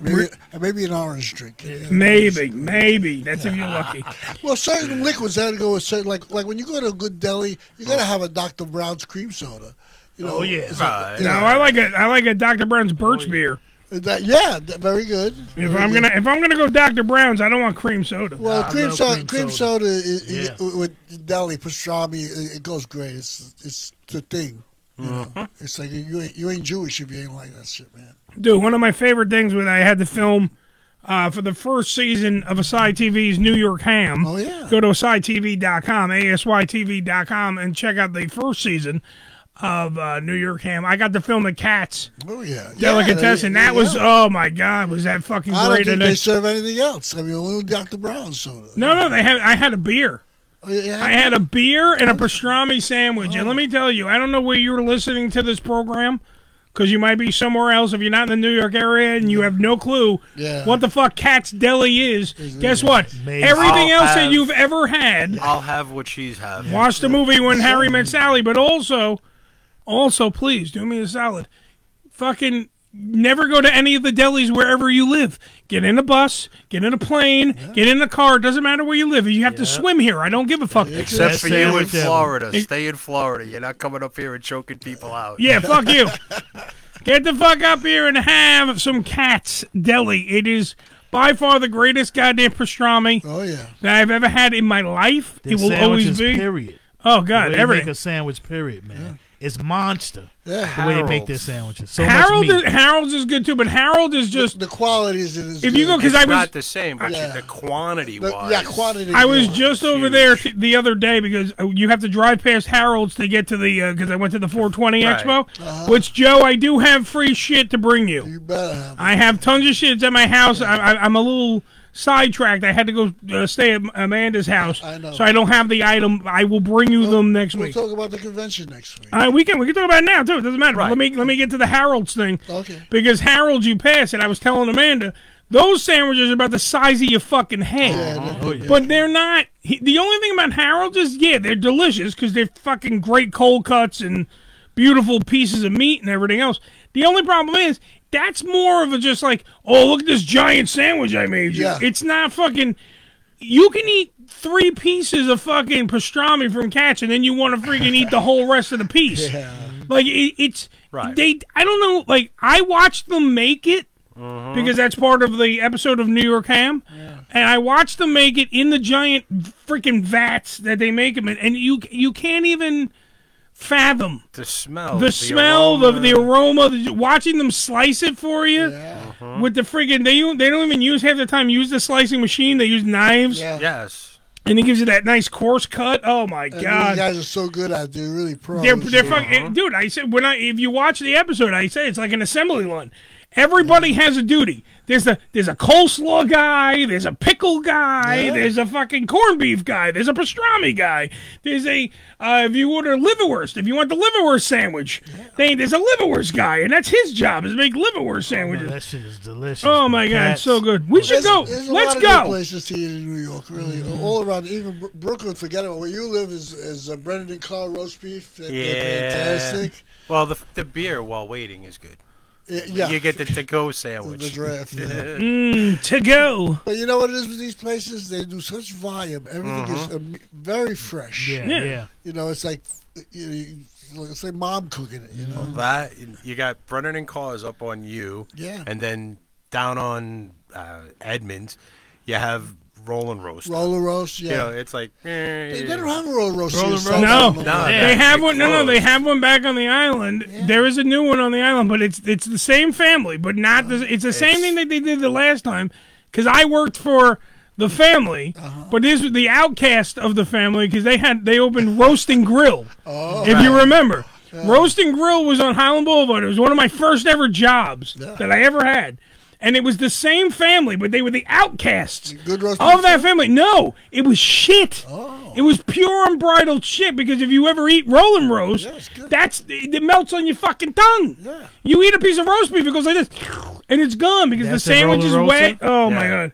[SPEAKER 3] Maybe,
[SPEAKER 1] Mm-hmm. Re-
[SPEAKER 3] and maybe an orange drink.
[SPEAKER 1] Maybe, maybe. That's if you're lucky.
[SPEAKER 3] Well, certain liquids had to go with certain, like like when you go to a good deli, you gotta have a Dr. Brown's cream soda. You
[SPEAKER 2] Oh,
[SPEAKER 3] know, it's like-
[SPEAKER 1] No, I like a I like a Dr. Brown's birch beer.
[SPEAKER 3] that, yeah, th- very good.
[SPEAKER 1] If
[SPEAKER 3] Very
[SPEAKER 1] I'm
[SPEAKER 3] good.
[SPEAKER 1] gonna if I'm gonna go Dr. Brown's, I don't want cream soda.
[SPEAKER 3] Well, cream, soda, cream soda, is, is- with deli pastrami, it, it goes great. It's it's the thing. you
[SPEAKER 1] Uh-huh.
[SPEAKER 3] know. It's like you ain't, you ain't Jewish if you ain't like that shit, man.
[SPEAKER 1] Dude, one of my favorite things when I had to film uh, for the first season of Asai TV's New York Ham. Oh, yeah. Go to AsaiTV.com, ASYTV.com, and check out the first season of uh, New York Ham. I got to film the Cats
[SPEAKER 3] Oh yeah,
[SPEAKER 1] Delicatessen.
[SPEAKER 3] Yeah,
[SPEAKER 1] that was,
[SPEAKER 3] yeah.
[SPEAKER 1] oh my God, was that fucking
[SPEAKER 3] I don't
[SPEAKER 1] great.
[SPEAKER 3] think
[SPEAKER 1] And
[SPEAKER 3] they
[SPEAKER 1] I-
[SPEAKER 3] serve anything else. I mean, a little Dr. Brown soda.
[SPEAKER 1] no, no, they had, I had a beer.
[SPEAKER 3] yeah.
[SPEAKER 1] I had a beer and a pastrami sandwich. And let me tell you, I don't know where you're listening to this program because you might be somewhere else if you're not in the New York area and you have no clue
[SPEAKER 4] Yeah.
[SPEAKER 1] what the fuck Cat's Deli is. Guess what?
[SPEAKER 4] Amazing.
[SPEAKER 1] Everything
[SPEAKER 4] I'll
[SPEAKER 1] else that
[SPEAKER 4] have-
[SPEAKER 1] you've ever had.
[SPEAKER 4] I'll have what she's having.
[SPEAKER 1] Watch the movie When Harry Met Sally, but also, also please do me a solid. Fucking never go to any of the delis wherever you live. Get in a bus, get in a plane, get in a car. It doesn't matter where you live. You have to swim here. I don't give a fuck.
[SPEAKER 4] Except for you in Florida.
[SPEAKER 1] Ex-
[SPEAKER 4] Stay in Florida. You're not coming up here and choking people out.
[SPEAKER 1] Yeah, fuck you. Get the fuck up here and have some cats deli. It is by far the greatest goddamn pastrami.
[SPEAKER 3] Oh yeah.
[SPEAKER 1] That I've ever had in my life.
[SPEAKER 2] Their
[SPEAKER 1] it will always
[SPEAKER 2] sandwiches,
[SPEAKER 1] be.
[SPEAKER 2] Period.
[SPEAKER 1] Oh
[SPEAKER 2] The way
[SPEAKER 1] god,
[SPEAKER 2] they
[SPEAKER 1] everything.
[SPEAKER 2] Make a sandwich. Period, man. It's monster.
[SPEAKER 1] Yeah.
[SPEAKER 2] The way they make
[SPEAKER 1] Harold's.
[SPEAKER 2] their sandwiches. So
[SPEAKER 1] Harold,
[SPEAKER 2] much meat.
[SPEAKER 1] Is, Harold's is good too, but Harold is just
[SPEAKER 3] the quality is.
[SPEAKER 1] If you go, because
[SPEAKER 4] It's
[SPEAKER 1] I was
[SPEAKER 4] not the same, but the quantity wise.
[SPEAKER 1] I was just over there t- the other day because uh, you have to drive past Harold's to get to the because I went to the 420
[SPEAKER 4] Right.
[SPEAKER 1] Expo.
[SPEAKER 3] Uh-huh.
[SPEAKER 1] Which Joe, I do have free shit to bring you. You
[SPEAKER 3] better. Have
[SPEAKER 1] I have tons of shit at my house. I, I, I'm a little sidetracked. I had to go uh, stay at Amanda's house,
[SPEAKER 3] I know.
[SPEAKER 1] so I don't have the item. I will bring you them next
[SPEAKER 3] We'll
[SPEAKER 1] week.
[SPEAKER 3] talk about the convention next week.
[SPEAKER 1] All right, we can we can talk about it now too. It doesn't matter. But Let me let me get to the Harold's thing.
[SPEAKER 3] Okay.
[SPEAKER 1] Because Harold's, you pass it. I was telling Amanda, those sandwiches are about the size of your fucking head. But they're not. He, the only thing about Harold's is yeah, they're delicious because they're fucking great cold cuts and beautiful pieces of meat and everything else. The only problem is. That's more of a just like, oh, look at this giant sandwich I made you.
[SPEAKER 3] Yeah.
[SPEAKER 1] It's not fucking you can eat three pieces of fucking pastrami from Catch, and then you want to freaking eat the whole rest of the piece. Like it, it's
[SPEAKER 4] Right.
[SPEAKER 1] they. I don't know. Like I watched them make it
[SPEAKER 4] Mhm.
[SPEAKER 1] because that's part of the episode of New York Ham, and I watched them make it in the giant freaking vats that they make them in, and you you can't even fathom
[SPEAKER 4] the smell,
[SPEAKER 1] the, smell, the
[SPEAKER 4] aroma.
[SPEAKER 1] the aroma, the, watching them slice it for you
[SPEAKER 4] Uh-huh.
[SPEAKER 1] with the friggin' they don't- they don't even use half the time use the slicing machine. They use knives.
[SPEAKER 4] Yes.
[SPEAKER 1] And it gives you that nice coarse cut. Oh my
[SPEAKER 3] And
[SPEAKER 1] god!
[SPEAKER 3] these guys are so good at it. They're really pro.
[SPEAKER 1] they're they're fucking dude. I said when I if you watch the episode, I said it's like an assembly line. Everybody has a duty. There's a there's a coleslaw guy. There's a pickle guy. There's a fucking corned beef guy. There's a pastrami guy. There's a uh, if you order liverwurst, if you want the liverwurst sandwich, they, there's a liverwurst guy, and that's his job is to make
[SPEAKER 3] Oh,
[SPEAKER 1] liverwurst sandwiches.
[SPEAKER 2] that shit is delicious.
[SPEAKER 1] Oh my god, it's so good. We should
[SPEAKER 3] There's-
[SPEAKER 1] go.
[SPEAKER 3] There's a
[SPEAKER 1] Let's
[SPEAKER 3] lot of good
[SPEAKER 1] go. Mm-hmm.
[SPEAKER 3] places to eat in New York, really, all around. Even Bro- Brooklyn, forget it. Where you live is is uh, Brendan and Carl roast beef. They're- they're fantastic.
[SPEAKER 4] Well, the, the beer while waiting is good.
[SPEAKER 3] Y- yeah.
[SPEAKER 4] You get the to go sandwich.
[SPEAKER 3] The draft, yeah.
[SPEAKER 1] Mm, to go.
[SPEAKER 3] But you know what it is with these places? They do such volume. Everything is
[SPEAKER 4] Mhm.
[SPEAKER 3] um, very fresh.
[SPEAKER 4] Yeah, Yeah. yeah.
[SPEAKER 3] You know, it's like you know, you- like say mom cooking it. You know.
[SPEAKER 4] That you got Brennan and Cars up on you.
[SPEAKER 3] Yeah.
[SPEAKER 4] And then down on uh, Edmonds, you have Roland Roast.
[SPEAKER 3] Roller roast, yeah.
[SPEAKER 4] You know, it's like eh.
[SPEAKER 3] They don't have a roller roast.
[SPEAKER 4] Roller
[SPEAKER 3] here, so-
[SPEAKER 4] roast.
[SPEAKER 1] No,
[SPEAKER 4] No, no,
[SPEAKER 1] they
[SPEAKER 4] no.
[SPEAKER 1] have one. No, no, they have one back on the island. There is a new one on the island, but it's it's the same family, but not the. It's the same thing that they did the last time, because I worked for the family, but this was the outcast of the family because they had they opened roasting grill.
[SPEAKER 3] Oh.
[SPEAKER 1] if you remember. Roasting Grill was on Highland Boulevard. It was one of my first ever jobs that I ever had. And it was the same family, but they were the outcasts of that family. No, it was shit.
[SPEAKER 3] Oh.
[SPEAKER 1] It was pure unbridled shit because if you ever eat rolling roast, that's it it melts on your fucking tongue. You eat a piece of roast beef, it goes like this, and it's gone because
[SPEAKER 2] That's
[SPEAKER 1] the
[SPEAKER 2] a
[SPEAKER 1] sandwich is
[SPEAKER 2] Rolling
[SPEAKER 1] wet.
[SPEAKER 2] Roaster?
[SPEAKER 1] Oh my
[SPEAKER 2] Yeah.
[SPEAKER 1] god.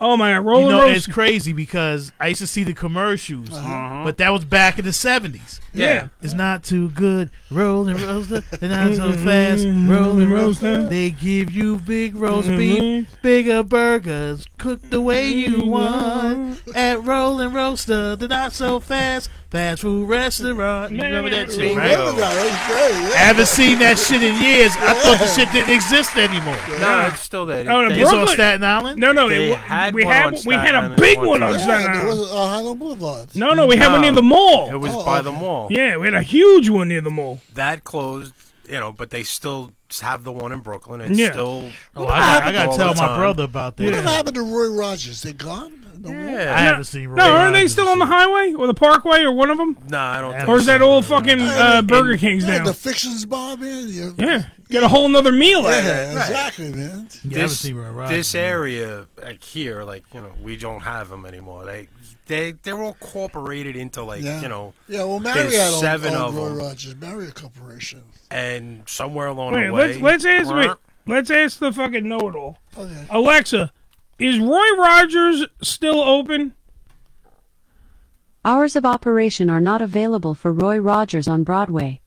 [SPEAKER 1] Oh my god,
[SPEAKER 2] you
[SPEAKER 1] rolling
[SPEAKER 2] know,
[SPEAKER 1] roast.
[SPEAKER 2] it's crazy because I used to see the commercials,
[SPEAKER 3] Uh-huh.
[SPEAKER 2] but that was back in the 70s.
[SPEAKER 1] Yeah. Yeah.
[SPEAKER 2] It's not too good. Rolling roaster, they're not so
[SPEAKER 1] Mm-hmm.
[SPEAKER 2] fast. Rolling roaster, they give you big roast
[SPEAKER 1] Mm-hmm.
[SPEAKER 2] beef, bigger burgers, cooked the way
[SPEAKER 1] Mm-hmm.
[SPEAKER 2] you want. At Rolling Roaster, they're not so fast. Fast food restaurant. You remember that shit, right?
[SPEAKER 3] Remember that, that was great, yeah.
[SPEAKER 2] I haven't seen that shit in years. I thought the shit didn't exist anymore.
[SPEAKER 4] No, it's still there.
[SPEAKER 2] Oh, no,
[SPEAKER 4] They-
[SPEAKER 2] it's on Staten Island?
[SPEAKER 1] No, no, they, we had we had a big one on Staten
[SPEAKER 3] It
[SPEAKER 1] Island.
[SPEAKER 3] was on Highland Boulevard.
[SPEAKER 1] No, no, we had one near the mall.
[SPEAKER 4] It was
[SPEAKER 3] Oh.
[SPEAKER 4] by the mall.
[SPEAKER 1] Yeah, we had a huge one near the mall.
[SPEAKER 4] That closed, you know, but they still have the one in Brooklyn. It's
[SPEAKER 1] Yeah.
[SPEAKER 4] still.
[SPEAKER 2] Oh, I got- I gotta
[SPEAKER 4] all
[SPEAKER 2] tell
[SPEAKER 4] the
[SPEAKER 2] my
[SPEAKER 4] time.
[SPEAKER 2] brother about that.
[SPEAKER 3] What happened to Roy Rogers? They gone? No more?
[SPEAKER 4] Yeah.
[SPEAKER 2] I haven't seen
[SPEAKER 1] No, are they still on the highway or the parkway or one of them?
[SPEAKER 4] No, I don't.
[SPEAKER 1] Or is that old fucking
[SPEAKER 3] Yeah,
[SPEAKER 1] uh, Burger King's
[SPEAKER 3] yeah,
[SPEAKER 1] now?
[SPEAKER 3] The fictions bar, man. You,
[SPEAKER 1] Yeah, get a whole nother meal
[SPEAKER 3] yeah,
[SPEAKER 1] out of it.
[SPEAKER 3] exactly, man.
[SPEAKER 4] this, this area like here, like you know, we don't have them anymore. They they they're all corporated into like
[SPEAKER 3] Yeah.
[SPEAKER 4] you know,
[SPEAKER 3] Yeah, well,
[SPEAKER 4] there's
[SPEAKER 3] Marriott owned,
[SPEAKER 4] seven
[SPEAKER 3] owned
[SPEAKER 4] of
[SPEAKER 3] Roy
[SPEAKER 4] them,
[SPEAKER 3] Rogers, Marriott Corporation.
[SPEAKER 4] and somewhere along
[SPEAKER 1] Wait,
[SPEAKER 4] the
[SPEAKER 1] let's
[SPEAKER 4] way,
[SPEAKER 1] let's ask wait,
[SPEAKER 4] Brr.
[SPEAKER 1] let's ask the fucking know-it-all.
[SPEAKER 3] Okay.
[SPEAKER 1] Alexa, is Roy Rogers still open?
[SPEAKER 24] Hours of operation are not available for Roy Rogers on Broadway.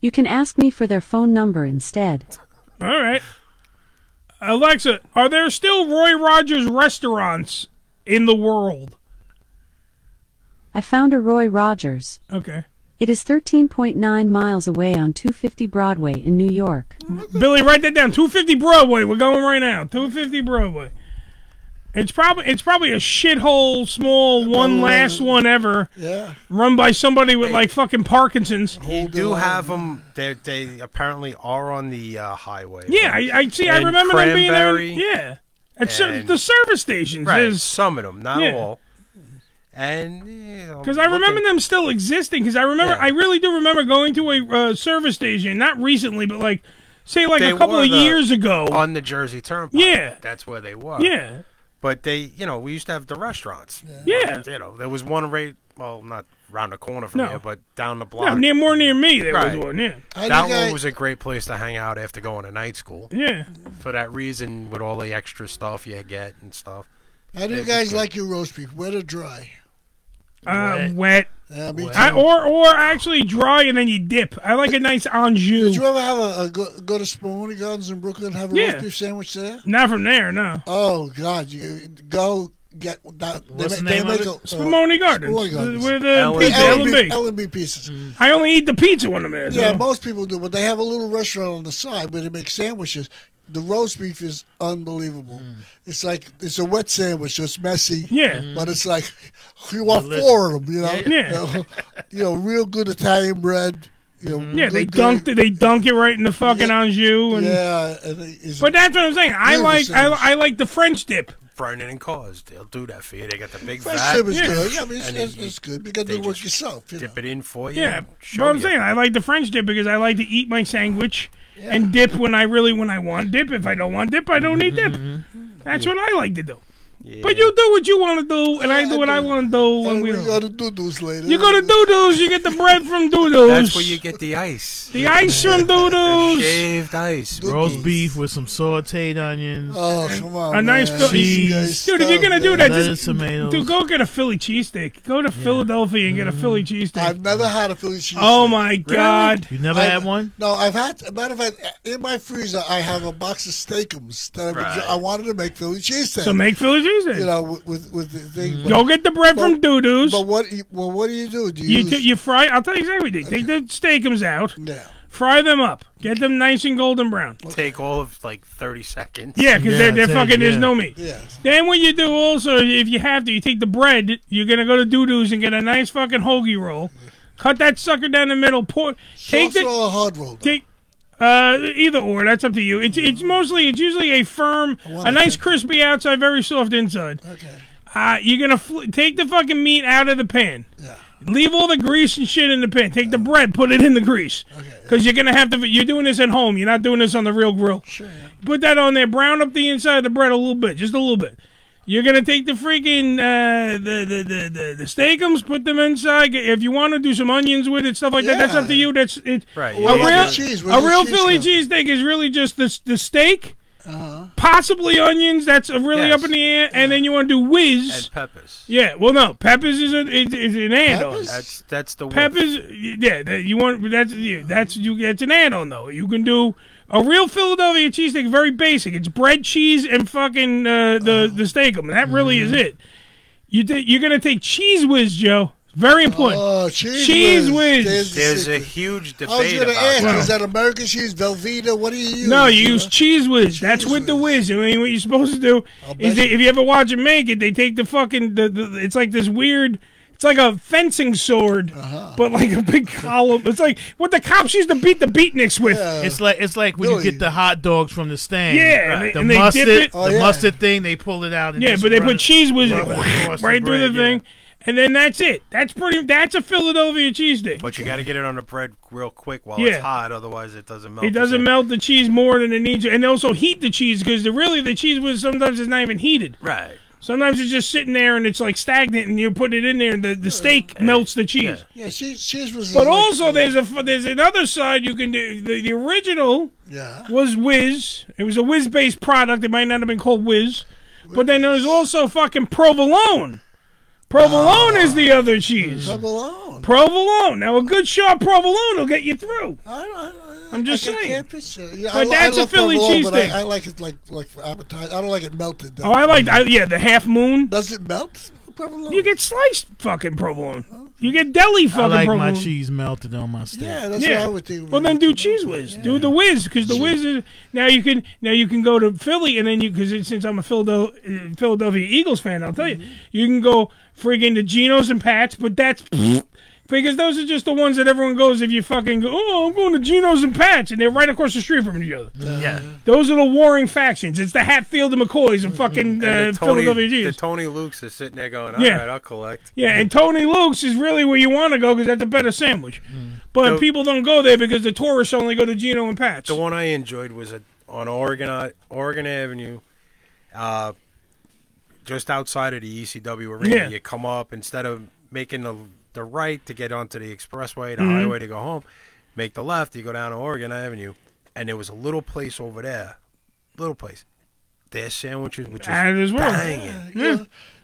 [SPEAKER 24] You can ask me for their phone number instead.
[SPEAKER 1] All right. Alexa, are there still Roy Rogers restaurants in the world?
[SPEAKER 24] I found a Roy Rogers.
[SPEAKER 1] Okay.
[SPEAKER 24] It is 13.9 miles away on 250 Broadway in New York.
[SPEAKER 1] Billy, write that down. Two fifty Broadway. We're going right now. Two fifty Broadway. It's probably it's probably a shithole, small, one last one ever,
[SPEAKER 3] Yeah.
[SPEAKER 1] run by somebody with like fucking Parkinson's.
[SPEAKER 4] You do have them. They they apparently are on the uh, highway.
[SPEAKER 1] Yeah, I, I see. I
[SPEAKER 4] And
[SPEAKER 1] remember them being there.
[SPEAKER 4] Cranberry,
[SPEAKER 1] Yeah, at cer
[SPEAKER 4] and-
[SPEAKER 1] the service stations.
[SPEAKER 4] Right,
[SPEAKER 1] There's-
[SPEAKER 4] some of them, not
[SPEAKER 1] Yeah.
[SPEAKER 4] all. And you know,
[SPEAKER 1] Because I remember them still existing. Because I remember, I really do remember going to a uh, service station, not recently, but like, say, like
[SPEAKER 4] they
[SPEAKER 1] a couple
[SPEAKER 4] were
[SPEAKER 1] of
[SPEAKER 4] the-
[SPEAKER 1] years ago.
[SPEAKER 4] on the Jersey Turnpike.
[SPEAKER 1] Yeah.
[SPEAKER 4] that's where they were.
[SPEAKER 1] Yeah.
[SPEAKER 4] but they, you know, we used to have the restaurants.
[SPEAKER 1] Yeah.
[SPEAKER 4] you know, Oh, there was one right, well, not round the corner from
[SPEAKER 1] No.
[SPEAKER 4] here, but down the block.
[SPEAKER 1] No, near more near me, there
[SPEAKER 4] Right.
[SPEAKER 1] was one. Yeah,
[SPEAKER 4] that one was a great place to hang out after going to night school.
[SPEAKER 1] Yeah.
[SPEAKER 4] For that reason, with all the extra stuff you get and stuff.
[SPEAKER 3] How do you
[SPEAKER 4] It's
[SPEAKER 3] guys
[SPEAKER 4] good.
[SPEAKER 3] like your roast beef, wet or dry?
[SPEAKER 1] Uh, wet.
[SPEAKER 3] Yeah, me
[SPEAKER 1] I,
[SPEAKER 3] too.
[SPEAKER 1] or or actually dry and then you dip. I like a nice anjou.
[SPEAKER 3] Did you ever have a, a go, go to Spumoni Gardens in Brooklyn and have a
[SPEAKER 1] Yeah.
[SPEAKER 3] roast beef sandwich there?
[SPEAKER 1] Not from there, no.
[SPEAKER 3] Oh God, you go get that. They,
[SPEAKER 1] What's the
[SPEAKER 3] ma- they
[SPEAKER 1] name
[SPEAKER 3] make
[SPEAKER 1] of
[SPEAKER 3] a, uh,
[SPEAKER 1] it? Spumoni Gardens.
[SPEAKER 3] Spumoni Gardens.
[SPEAKER 1] With, uh, L&B. pizza, L&B.
[SPEAKER 3] L&B pieces.
[SPEAKER 1] I only eat the pizza when I'm there.
[SPEAKER 3] Yeah,
[SPEAKER 1] so-
[SPEAKER 3] most people do, but they have a little restaurant on the side where they make sandwiches. The roast beef is unbelievable.
[SPEAKER 1] Mm.
[SPEAKER 3] It's like it's a wet sandwich, so it's messy.
[SPEAKER 1] Yeah. Mm.
[SPEAKER 3] but it's like you want
[SPEAKER 1] Delicious.
[SPEAKER 3] four of them. You know,
[SPEAKER 1] Yeah.
[SPEAKER 3] You, know you know, real good Italian bread. You know,
[SPEAKER 1] Yeah,
[SPEAKER 3] good-
[SPEAKER 1] they dunked it. Mm-hmm. They uh, dunk it right in the fucking anjou. And,
[SPEAKER 3] Yeah, and they- it's-
[SPEAKER 1] But that's what I'm saying. I
[SPEAKER 3] Yeah, the
[SPEAKER 1] like I,
[SPEAKER 3] sandwich.
[SPEAKER 1] I like the French dip.
[SPEAKER 4] Brennan and Cause, they'll do that for you. They got the big
[SPEAKER 3] Fresh
[SPEAKER 4] vat,
[SPEAKER 3] dip is good. Yeah, I mean, it's,
[SPEAKER 4] and
[SPEAKER 3] it's,
[SPEAKER 4] you
[SPEAKER 3] it's good. You got to do work yourself. You know.
[SPEAKER 4] dip it in for you.
[SPEAKER 1] Yeah,
[SPEAKER 4] and
[SPEAKER 1] but
[SPEAKER 4] show
[SPEAKER 1] I'm
[SPEAKER 4] you.
[SPEAKER 1] saying I like the French dip because I like to eat my sandwich and dip when I really when I want dip. If I don't want dip, I don't eat dip.
[SPEAKER 4] Mm-hmm.
[SPEAKER 1] That's what I like to do. But you do what you want to do, and I do what I want to do. And we go to doo-doos later. You go to doo-doos, you get the bread from doo-doos.
[SPEAKER 4] That's where you get the ice.
[SPEAKER 1] The ice from doo-doos.
[SPEAKER 4] Shaved ice.
[SPEAKER 2] Roast beef with some sauteed onions.
[SPEAKER 3] Oh, come on.
[SPEAKER 1] A nice
[SPEAKER 2] man.
[SPEAKER 1] Phil-
[SPEAKER 2] Cheese.
[SPEAKER 1] dude. If you're gonna do that,
[SPEAKER 2] Lettuce,
[SPEAKER 1] just
[SPEAKER 2] tomatoes.
[SPEAKER 1] dude, go get a Philly cheesesteak. Go to Philadelphia and get a Philly cheesesteak. I've
[SPEAKER 3] Mm. never had a Philly cheesesteak.
[SPEAKER 1] Oh my God!
[SPEAKER 3] I've- No, I've had. as a matter of fact, in my freezer, I have a box of steakums that I've been-
[SPEAKER 1] Right.
[SPEAKER 3] I wanted to make Philly cheesesteak.
[SPEAKER 1] So make Philly cheesesteak.
[SPEAKER 3] You know, with with, with the thing.
[SPEAKER 1] Go get the bread from Doodoo's.
[SPEAKER 3] But what? you- Well, what do you do? Do you,
[SPEAKER 1] You,
[SPEAKER 3] use,
[SPEAKER 1] t- you fry. I'll tell you exactly what you do. Take the steakums out. Fry them up. Get them nice and golden brown.
[SPEAKER 4] Take all of like 30 seconds.
[SPEAKER 1] Yeah, because they're, they're fucking. There's no meat. Then what you do also, if you have to, you take the bread. You're gonna go to Doodoo's and get a nice fucking hoagie roll. Cut that sucker down the middle. Pour. Take the
[SPEAKER 3] or hard roll.
[SPEAKER 1] Take. Uh, either or, that's up to you. It's it's mostly it's usually a firm, a nice crispy outside, very soft inside.
[SPEAKER 3] Okay.
[SPEAKER 1] Uh, you're gonna fl- take the fucking meat out of the pan. Leave all the grease and shit in the pan. Take the bread, put it in the grease. Because you're gonna have to. You're doing this at home. You're not doing this on the real grill. Sure. Put that on there. Brown up the inside of the bread a little bit, just a little bit. You're gonna take the freaking uh, the, the the the the steakums, put them inside. If you want to do some onions with it, stuff like that, that's up to you. That's it.
[SPEAKER 4] Right.
[SPEAKER 1] A real,
[SPEAKER 3] cheese?
[SPEAKER 1] a
[SPEAKER 3] Where's the
[SPEAKER 1] real
[SPEAKER 3] cheese
[SPEAKER 1] Philly cheesesteak is really just the the steak,
[SPEAKER 3] Uh-huh.
[SPEAKER 1] possibly onions. That's uh, really up in the air, and then you want to do whiz.
[SPEAKER 4] And peppers.
[SPEAKER 1] Yeah, well, no, peppers is, a, is, is an add-on.
[SPEAKER 4] That's, that's the
[SPEAKER 1] Peppers, yeah, that you want that's yeah, that's you. It's an add-on though. You can do a real Philadelphia cheesesteak, very basic. It's bread, cheese, and fucking uh,
[SPEAKER 3] Oh.
[SPEAKER 1] the the steakum. That really
[SPEAKER 3] Mm-hmm.
[SPEAKER 1] is it. You ta- you're gonna take cheese whiz, Joe. Very important.
[SPEAKER 3] Oh, cheese
[SPEAKER 1] whiz.
[SPEAKER 3] whiz. There's
[SPEAKER 4] There's a huge
[SPEAKER 3] I was
[SPEAKER 4] debate
[SPEAKER 3] going to
[SPEAKER 4] about
[SPEAKER 3] ask,
[SPEAKER 4] that.
[SPEAKER 3] is that American cheese, Velveeta? What do you use?
[SPEAKER 1] No, you use cheese whiz. That's with the whiz. I mean, what you're supposed to do is they, if you ever watch them make it, they take the fucking. The, the, it's like this weird. It's like a fencing sword, but like a big column. It's like what the cops used to beat the beatniks with.
[SPEAKER 2] It's like it's like when you get the hot dogs from the stand.
[SPEAKER 1] Yeah, and they-
[SPEAKER 2] the
[SPEAKER 1] and they dip
[SPEAKER 2] mustard,
[SPEAKER 1] it. Oh,
[SPEAKER 2] the
[SPEAKER 1] yeah.
[SPEAKER 2] mustard thing. They pull it out. And
[SPEAKER 1] yeah,
[SPEAKER 2] just
[SPEAKER 1] but they
[SPEAKER 2] run
[SPEAKER 1] put
[SPEAKER 2] it-
[SPEAKER 1] cheese whiz in
[SPEAKER 2] run
[SPEAKER 1] it,
[SPEAKER 2] it across the
[SPEAKER 1] right through
[SPEAKER 2] bread,
[SPEAKER 1] the
[SPEAKER 2] yeah.
[SPEAKER 1] thing, and then that's it. That's pretty. That's a Philadelphia cheesesteak.
[SPEAKER 4] But you got to get it on the bread real quick while
[SPEAKER 1] Yeah.
[SPEAKER 4] it's hot, otherwise it doesn't melt.
[SPEAKER 1] It doesn't melt the cheese more than it needs, to- and also heat the cheese because the, really the cheese was sometimes it's not even heated.
[SPEAKER 4] Right.
[SPEAKER 1] Sometimes it's just sitting there and it's like stagnant, and you put it in there, and the, the steak melts the cheese.
[SPEAKER 3] Yeah, cheese, cheese was.
[SPEAKER 1] But also, there's a there's another side you can do. The, the original
[SPEAKER 3] Yeah.
[SPEAKER 1] was whiz. It was a whiz based product. It might not have been called whiz, but then there's also fucking provolone. Provolone is the other cheese.
[SPEAKER 3] Provolone.
[SPEAKER 1] Provolone. Now a good sharp provolone will get you through.
[SPEAKER 3] I don't,
[SPEAKER 1] I'm just
[SPEAKER 3] I
[SPEAKER 1] saying.
[SPEAKER 3] can't picture. it. uh, Yeah,
[SPEAKER 1] But
[SPEAKER 3] I,
[SPEAKER 1] that's
[SPEAKER 3] I
[SPEAKER 1] a
[SPEAKER 3] love
[SPEAKER 1] Philly
[SPEAKER 3] provolone, but I-
[SPEAKER 1] cheesesteak.
[SPEAKER 3] I, like it like like for appetizer. I don't like it melted. Though.
[SPEAKER 1] Oh, I like I, yeah the half moon.
[SPEAKER 3] Does it melt? Provolone.
[SPEAKER 1] You get sliced fucking provolone. You get deli
[SPEAKER 2] I
[SPEAKER 1] fucking
[SPEAKER 2] like my
[SPEAKER 1] provolone.
[SPEAKER 2] cheese melted on my steak.
[SPEAKER 3] Yeah, that's what I would think.
[SPEAKER 1] Well, then do cheese whiz. Do the whiz because the whiz is now you can now you can go to Philly and then you because since I'm a Philadelphia, Philadelphia Eagles fan, I'll tell you
[SPEAKER 3] Mm-hmm.
[SPEAKER 1] you can go friggin' to Geno's and Pats, but that's because those are just the ones that everyone goes if you fucking go. Oh, I'm going to Geno's and Pats, and they're right across the street from each other.
[SPEAKER 4] Yeah.
[SPEAKER 1] Those are the warring factions. It's the Hatfield and McCoys and fucking uh,
[SPEAKER 4] And the, Tony,
[SPEAKER 1] Philadelphia Eagles.
[SPEAKER 4] the Tony Lukes is sitting there going, "All
[SPEAKER 1] Yeah.
[SPEAKER 4] right, I'll collect.
[SPEAKER 1] Yeah, and Tony Luke's is really where you want to go because that's a better sandwich.
[SPEAKER 3] Mm.
[SPEAKER 1] But
[SPEAKER 4] So-
[SPEAKER 1] people don't go there because the tourists only go to Gino and Pat's.
[SPEAKER 4] The one I enjoyed was at, on Oregon I- Oregon Avenue, uh, just outside of the ECW arena.
[SPEAKER 1] Yeah.
[SPEAKER 4] You come up instead of making the the right to get onto the expressway, the
[SPEAKER 1] Mhm.
[SPEAKER 4] highway to go home, make the left. You go down to Oregon Avenue, and there was a little place over there, little place. Their sandwiches were just
[SPEAKER 1] Out of this world.
[SPEAKER 4] banging.
[SPEAKER 1] Yeah.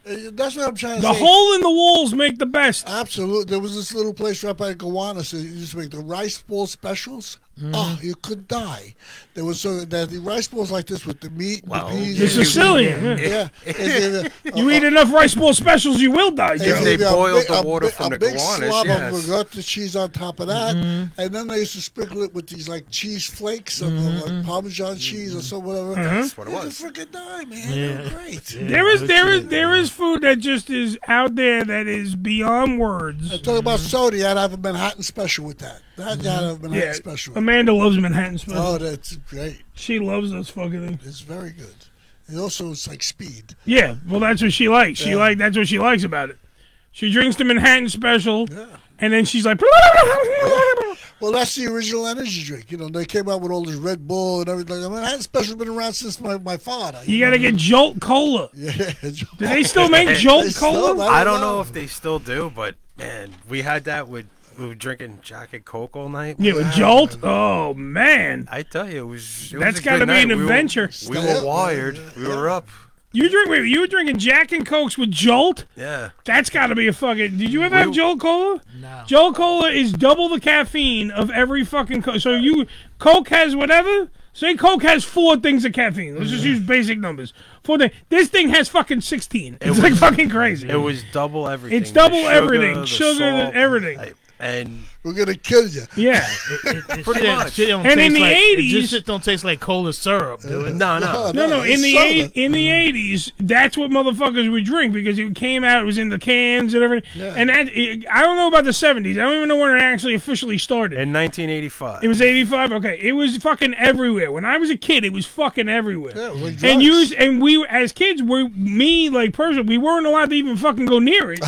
[SPEAKER 3] Uh, That's what I'm trying to
[SPEAKER 1] The
[SPEAKER 3] say.
[SPEAKER 1] hole in the walls make the best.
[SPEAKER 3] Absolutely. There was this little place right by Gowanus. They used to make the rice bowl specials.
[SPEAKER 1] Mm-hmm.
[SPEAKER 3] Oh, you could die. There was so that the rice bowls like this with the meat, and the peas.
[SPEAKER 1] The
[SPEAKER 3] and-
[SPEAKER 1] Sicilian,
[SPEAKER 3] Yeah.
[SPEAKER 1] yeah.
[SPEAKER 3] And then, uh,
[SPEAKER 1] You eat enough rice bowl specials, you will die. Joe.
[SPEAKER 3] and then a big- a big- a big slob of regatta cheese on top of that,
[SPEAKER 1] Mm-hmm.
[SPEAKER 3] and then they used to sprinkle it with these like cheese flakes, or
[SPEAKER 1] Mm-hmm.
[SPEAKER 3] like Parmesan cheese or so whatever.
[SPEAKER 1] That's what it
[SPEAKER 3] You could
[SPEAKER 1] was.
[SPEAKER 3] freaking die, man. They were
[SPEAKER 1] Yeah.
[SPEAKER 3] great.
[SPEAKER 1] There is there is there is food that just is out there that is beyond words.
[SPEAKER 3] I'm talking about soda. I'd have a Manhattan special with that. That I'd have a Manhattan
[SPEAKER 1] Mm-hmm. Yeah,
[SPEAKER 3] special.
[SPEAKER 1] Amanda loves Manhattan special.
[SPEAKER 3] Oh, that's great.
[SPEAKER 1] She loves those fucking things.
[SPEAKER 3] It's very good. And also, it's like speed.
[SPEAKER 1] Yeah, well, that's what she likes. She
[SPEAKER 3] Yeah.
[SPEAKER 1] like that's what she likes about it. She drinks the Manhattan Special, and then she's like,
[SPEAKER 3] Well, that's the original energy drink. You know, they came out with all this Red Bull and everything. I mean, that special been around since my, my father.
[SPEAKER 1] You got to get Jolt Cola.
[SPEAKER 3] Yeah. Do
[SPEAKER 1] they still make Jolt Cola?
[SPEAKER 4] I don't know if they still do, but man, we had that with we were drinking Jack and Coke all night.
[SPEAKER 1] Yeah, with
[SPEAKER 4] Wow.
[SPEAKER 1] Jolt. Oh man,
[SPEAKER 4] I tell you, it was. It
[SPEAKER 1] That's
[SPEAKER 4] was a
[SPEAKER 1] gotta
[SPEAKER 4] good
[SPEAKER 1] be an
[SPEAKER 4] night. We were-
[SPEAKER 1] adventure.
[SPEAKER 4] We were wired. We were up.
[SPEAKER 1] you drink. Wait, you were drinking Jack and Cokes with Jolt.
[SPEAKER 4] Yeah.
[SPEAKER 1] That's got to be a fucking. Did you ever have Jolt Cola?
[SPEAKER 4] No.
[SPEAKER 1] Jolt Cola is double the caffeine of every fucking. Co- so you Coke has whatever. Say Coke has four things of caffeine. Let's
[SPEAKER 4] Mm.
[SPEAKER 1] just use basic numbers. Four things. This thing has fucking sixteen. It's like fucking crazy.
[SPEAKER 4] It was double everything.
[SPEAKER 1] It's double
[SPEAKER 4] The sugar,
[SPEAKER 1] everything.
[SPEAKER 4] the
[SPEAKER 1] Sugar, the
[SPEAKER 4] salt,
[SPEAKER 1] everything.
[SPEAKER 4] and
[SPEAKER 3] we're gonna kill you.
[SPEAKER 1] Yeah.
[SPEAKER 4] Pretty
[SPEAKER 2] shit,
[SPEAKER 4] much.
[SPEAKER 2] Shit don't
[SPEAKER 1] And in
[SPEAKER 2] taste
[SPEAKER 1] the
[SPEAKER 2] like, it
[SPEAKER 1] 80s
[SPEAKER 2] just shit don't taste like cola syrup, dude.
[SPEAKER 4] No,
[SPEAKER 1] No, no, in the eight, in the
[SPEAKER 2] Mm-hmm.
[SPEAKER 1] eighties, that's what motherfuckers would drink because it came out, it was in the cans and everything.
[SPEAKER 4] Yeah.
[SPEAKER 1] And that, it, I don't know about the seventies. I don't even know when it actually officially started.
[SPEAKER 4] In 1985.
[SPEAKER 1] It was eighty five. Okay, it was fucking everywhere. When I was a kid, it was fucking everywhere.
[SPEAKER 3] was
[SPEAKER 1] and
[SPEAKER 3] drugs.
[SPEAKER 1] used and we as kids, we me like personally, we weren't allowed to even fucking go near it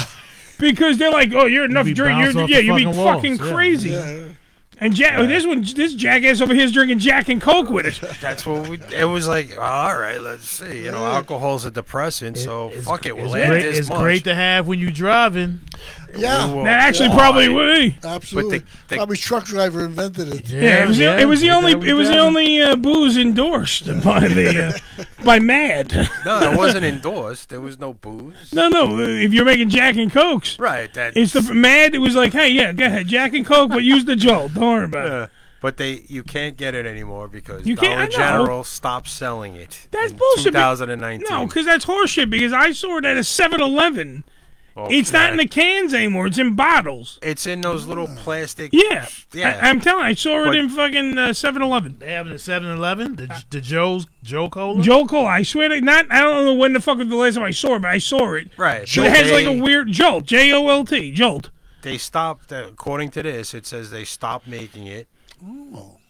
[SPEAKER 1] because they're like, oh, you're enough
[SPEAKER 2] be
[SPEAKER 1] drink,
[SPEAKER 2] bounced
[SPEAKER 1] you're,
[SPEAKER 2] off
[SPEAKER 1] yeah,
[SPEAKER 2] the
[SPEAKER 1] you'd be
[SPEAKER 2] fucking walls,
[SPEAKER 1] fucking
[SPEAKER 2] yeah.
[SPEAKER 1] crazy. And Jack, this one, this jackass over here is drinking Jack and Coke with it.
[SPEAKER 4] That's what we. It was like, all right, let's see. You know, alcohol's a depressant, so fuck it. We'll
[SPEAKER 2] It's,
[SPEAKER 4] add
[SPEAKER 2] great,
[SPEAKER 4] this
[SPEAKER 2] it's
[SPEAKER 4] much.
[SPEAKER 2] great to have when you're driving.
[SPEAKER 3] Yeah.
[SPEAKER 4] We were
[SPEAKER 1] That actually probably
[SPEAKER 4] wired.
[SPEAKER 1] would be.
[SPEAKER 3] Absolutely.
[SPEAKER 1] But
[SPEAKER 3] Probably truck driver invented it.
[SPEAKER 1] Yeah, it was, the, it was the only it was the only uh, booze endorsed by the uh, by Mad.
[SPEAKER 4] No, it wasn't endorsed. There was no booze.
[SPEAKER 1] no, no. If you're making Jack and Cokes,
[SPEAKER 4] Right. That
[SPEAKER 1] It's the Mad. It was like, hey, yeah, go ahead, Jack and Coke, but use the jolt. Don't worry about it.
[SPEAKER 4] Yeah. But they, you can't get it anymore because
[SPEAKER 1] You can't-
[SPEAKER 4] Dollar
[SPEAKER 1] I know.
[SPEAKER 4] General stopped selling it.
[SPEAKER 1] That's
[SPEAKER 4] in
[SPEAKER 1] bullshit. be-
[SPEAKER 4] 2019.
[SPEAKER 1] No, because that's horseshit. Because I saw it at a 7-Eleven.
[SPEAKER 4] Oh,
[SPEAKER 1] it's
[SPEAKER 4] man.
[SPEAKER 1] not in the cans anymore. It's in bottles.
[SPEAKER 4] It's in those little plastic.
[SPEAKER 1] Yeah,
[SPEAKER 4] Yeah.
[SPEAKER 1] I, am telling. I saw
[SPEAKER 4] But-
[SPEAKER 1] it in fucking uh, 7-Eleven.
[SPEAKER 2] They have it at 7 Eleven, the, the Joe's, Joe Cola.
[SPEAKER 1] Joel Cole, I swear to not. I don't know when the fuck was the last time I saw it, but I saw it.
[SPEAKER 4] Right.
[SPEAKER 1] But it has like a weird jolt. J O L T. Jolt.
[SPEAKER 4] They stopped. uh, According to this, it says they stopped making it.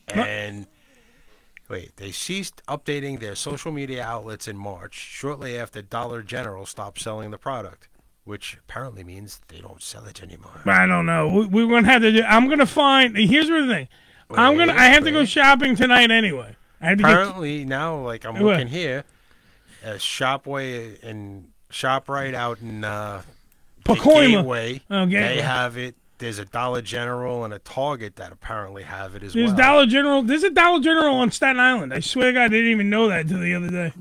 [SPEAKER 4] And wait, they ceased updating their social media outlets in March, shortly after Dollar General stopped selling the product, which apparently means they don't sell it anymore.
[SPEAKER 1] I don't know. We, we're gonna have to do. I'm gonna find. Here's the thing. I'm gonna. I have to go shopping tonight anyway. I have to get,
[SPEAKER 4] Apparently now, like I'm
[SPEAKER 1] What?
[SPEAKER 4] looking here, uh, Shopway and Shoprite out in uh, the
[SPEAKER 1] Pacoima.
[SPEAKER 4] Gateway,
[SPEAKER 1] Oh, Gateway.
[SPEAKER 4] they have it. There's a Dollar General and a Target that apparently have it as
[SPEAKER 1] there's
[SPEAKER 4] well.
[SPEAKER 1] Dollar General. There's a Dollar General on Staten Island. I swear to God, I didn't even know that until the other day.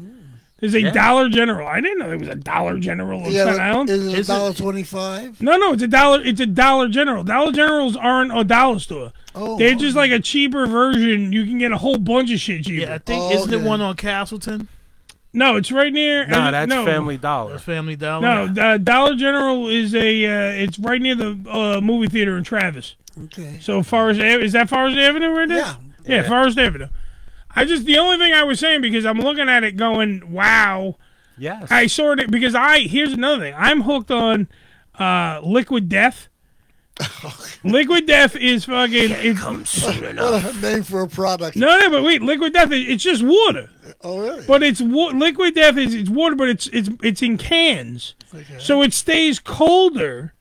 [SPEAKER 1] There's a
[SPEAKER 4] Yeah.
[SPEAKER 1] Dollar General. I didn't know there was a Dollar General on Staten
[SPEAKER 3] Yeah,
[SPEAKER 1] Island.
[SPEAKER 3] but is it a dollar twenty five?
[SPEAKER 1] No, no, it's a dollar. It's a Dollar General. Dollar Generals aren't a dollar store.
[SPEAKER 3] Oh.
[SPEAKER 1] they're just like a cheaper version. You can get a whole bunch of shit cheaper.
[SPEAKER 2] Yeah, I think
[SPEAKER 3] Oh,
[SPEAKER 2] isn't it one on Castleton?
[SPEAKER 1] No, it's right near.
[SPEAKER 4] Nah,
[SPEAKER 1] uh,
[SPEAKER 4] that's
[SPEAKER 1] no.
[SPEAKER 4] Family Dollar.
[SPEAKER 2] That's Family Dollar.
[SPEAKER 1] No, uh, Dollar General is a. Uh, it's right near the uh, movie theater in Travis.
[SPEAKER 3] Okay.
[SPEAKER 1] So Forest Ave- is that Forest Avenue right there?
[SPEAKER 3] Yeah.
[SPEAKER 1] yeah, Forest Avenue. I just the only thing I was saying because I'm looking at it going, wow.
[SPEAKER 4] Yes.
[SPEAKER 1] I sort it because I here's another thing. I'm hooked on uh, Liquid Death. Liquid Death is fucking. It
[SPEAKER 4] comes
[SPEAKER 3] What a name for a product.
[SPEAKER 1] No, no, but wait, Liquid Death. It, it's just water.
[SPEAKER 3] Oh really?
[SPEAKER 1] But it's wa- liquid death is it's water, but it's it's it's in cans, so it stays colder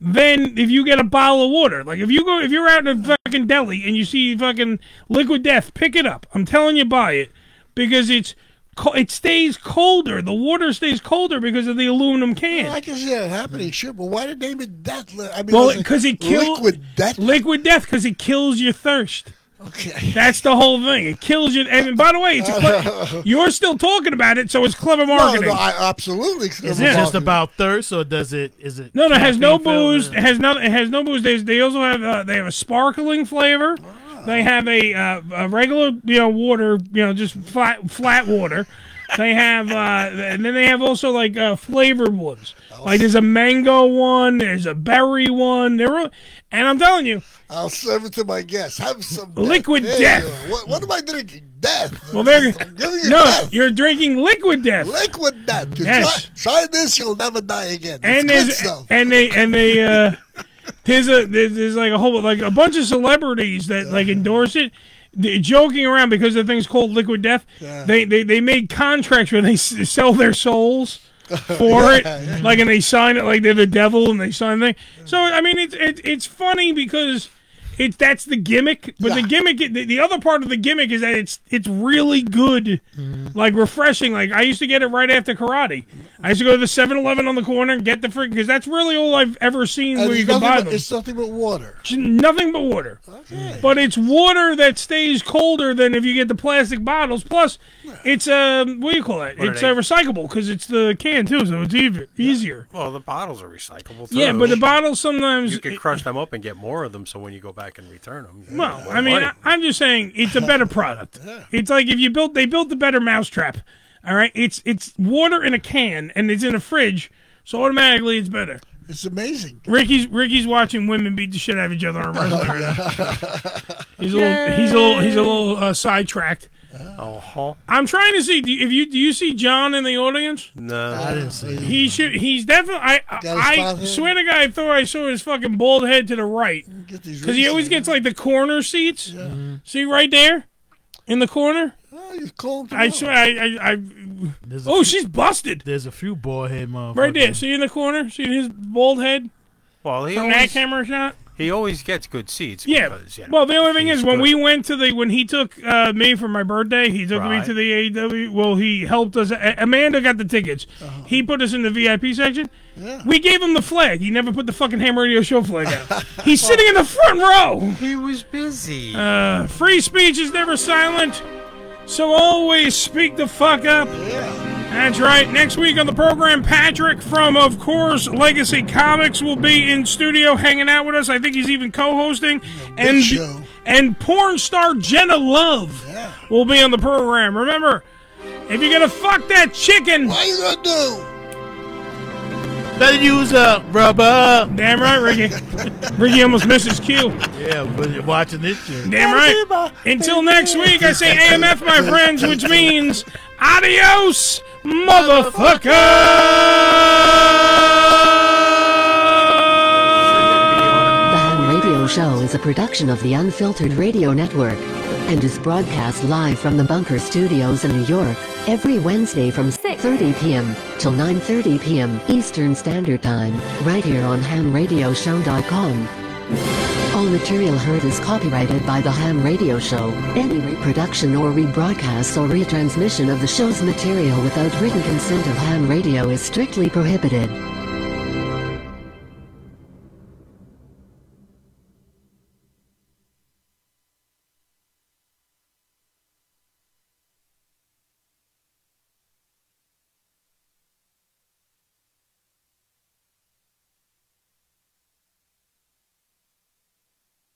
[SPEAKER 1] than if you get a bottle of water. Like if you go if you're out in a fucking deli and you see fucking liquid death, pick it up. I'm telling you, buy it because it's co- it stays colder. The water stays colder because of the aluminum can.
[SPEAKER 3] Well, I can see that happening, sure, but why did they name it death? Li- I mean,
[SPEAKER 1] Well,
[SPEAKER 3] listen,
[SPEAKER 1] because it kills
[SPEAKER 3] liquid death.
[SPEAKER 1] Liquid death because it kills your thirst.
[SPEAKER 3] Okay.
[SPEAKER 1] That's the whole thing. It kills you. And by the way, it's a cle- you're still talking about it, so it's clever marketing.
[SPEAKER 3] No, no, I, absolutely.
[SPEAKER 2] Is it just about thirst, or does it? Is it?
[SPEAKER 1] No, no, it has no
[SPEAKER 2] caffeine filled?
[SPEAKER 1] booze. It has no. It has no booze. They, they also have. Uh, they have a sparkling flavor.
[SPEAKER 3] Ah.
[SPEAKER 1] They have a, uh, a regular, you know, water, you know, just flat flat water. They have, uh, th- and then they have also like uh, flavored ones. Like there's a mango one. There's a berry one. There, are, and I'm telling you,
[SPEAKER 3] I'll serve it to my guests. Have some death.
[SPEAKER 1] Liquid
[SPEAKER 3] There you
[SPEAKER 1] death.
[SPEAKER 3] go. What, what am I drinking? Death.
[SPEAKER 1] well, there.
[SPEAKER 3] giving you
[SPEAKER 1] No,
[SPEAKER 3] death.
[SPEAKER 1] you're drinking liquid death.
[SPEAKER 3] Liquid death. You
[SPEAKER 1] Yes.
[SPEAKER 3] Try, try this, you'll never die again. It's
[SPEAKER 1] and
[SPEAKER 3] good
[SPEAKER 1] there's
[SPEAKER 3] stuff.
[SPEAKER 1] and they and they uh there's a there's, there's like a whole like a bunch of celebrities that like endorse it They're joking around because the thing's called liquid death
[SPEAKER 3] Yeah.
[SPEAKER 1] they, they they made contracts where they s- sell their souls for it
[SPEAKER 3] Yeah, yeah.
[SPEAKER 1] like and they sign it like they're the devil and they sign thing so i mean it's it, it's funny because It that's the gimmick, but the gimmick, the, the other part of the gimmick is that it's it's really good,
[SPEAKER 3] Mm-hmm.
[SPEAKER 1] like refreshing. Like I used to get it right after karate. I used to go to the 7-Eleven on the corner and get the freaking because that's really all I've ever seen
[SPEAKER 34] And
[SPEAKER 1] where
[SPEAKER 34] it's
[SPEAKER 1] you can
[SPEAKER 34] nothing
[SPEAKER 1] buy
[SPEAKER 34] but-
[SPEAKER 1] them.
[SPEAKER 34] It's nothing but water.
[SPEAKER 1] It's nothing but water. But it's water that stays colder than if you get the plastic bottles. Plus, it's um, what do you call it?
[SPEAKER 4] What are
[SPEAKER 1] it's
[SPEAKER 4] they?
[SPEAKER 1] uh, recyclable because it's the can too, so it's even easier.
[SPEAKER 4] Well, the bottles are recyclable.
[SPEAKER 1] Yeah,
[SPEAKER 4] too.
[SPEAKER 1] but the bottles sometimes.
[SPEAKER 4] you could crush them up and get more of them. So when you go back and return them, you
[SPEAKER 1] Well,
[SPEAKER 4] know,
[SPEAKER 1] I mean,
[SPEAKER 4] money.
[SPEAKER 1] I, I'm just saying it's a better product. It's like if you built, they built the better mousetrap. All right, it's it's water in a can and it's in a fridge, so automatically it's better.
[SPEAKER 34] It's amazing.
[SPEAKER 1] Ricky's Ricky's watching women beat the shit out of each other on wrestling. right now. He's a little, he's a little, he's a little uh, sidetracked.
[SPEAKER 4] oh, huh.
[SPEAKER 1] I'm trying to see do you- if you do you see John in the audience?
[SPEAKER 4] no,
[SPEAKER 1] He should. He's definitely. I
[SPEAKER 4] his
[SPEAKER 1] I, I
[SPEAKER 4] father?
[SPEAKER 1] swear to God, I thought I saw his fucking bald head to the right because he always gets like the corner seats. Mm-hmm. See right there, in the corner. I swear. I. I, I oh, she's busted.
[SPEAKER 2] There's a few bald head motherfuckers.
[SPEAKER 1] right there. See in the corner. See his bald head
[SPEAKER 4] Well, he
[SPEAKER 1] from that
[SPEAKER 4] always,
[SPEAKER 1] camera shot.
[SPEAKER 4] he always gets good seats.
[SPEAKER 1] Yeah.
[SPEAKER 4] because, you know,
[SPEAKER 1] Well, the only thing is, when
[SPEAKER 4] good.
[SPEAKER 1] we went to the when he took uh, me for my birthday, he took me
[SPEAKER 4] Right.
[SPEAKER 1] to the AEW. Well, he helped us. A- Amanda got the tickets.
[SPEAKER 4] Uh-huh.
[SPEAKER 1] He put us in the VIP section. We gave him the flag. He never put the fucking ham radio show flag out. He's sitting in the front row.
[SPEAKER 4] He was busy.
[SPEAKER 1] Uh, free speech is never silent, so always speak the fuck up. That's right. Next week on the program, Patrick from, of course, Legacy Comics will be in studio hanging out with us. I think he's even co-hosting. And
[SPEAKER 34] show.
[SPEAKER 1] and porn star Jenna Love will be on the program. Remember, if you're gonna fuck that chicken, what
[SPEAKER 34] you gonna do?
[SPEAKER 1] Better use a rubber. Damn right, Ricky. Ricky almost missed his cue.
[SPEAKER 2] Yeah, but you're watching this shit.
[SPEAKER 1] Damn right. Until next week, I say AMF, my friends, which means adios, motherfucker!
[SPEAKER 5] The Ham Radio Show is a production of the Unfiltered Radio Network and is broadcast live from the Bunker Studios in New York every Wednesday from 6:30 p.m. till 9:30 p.m. Eastern Standard Time, right here on hamradioshow.com. All material heard is copyrighted by The Ham Radio Show. Any reproduction or rebroadcast or retransmission of the show's material without written consent of Ham Radio is strictly prohibited.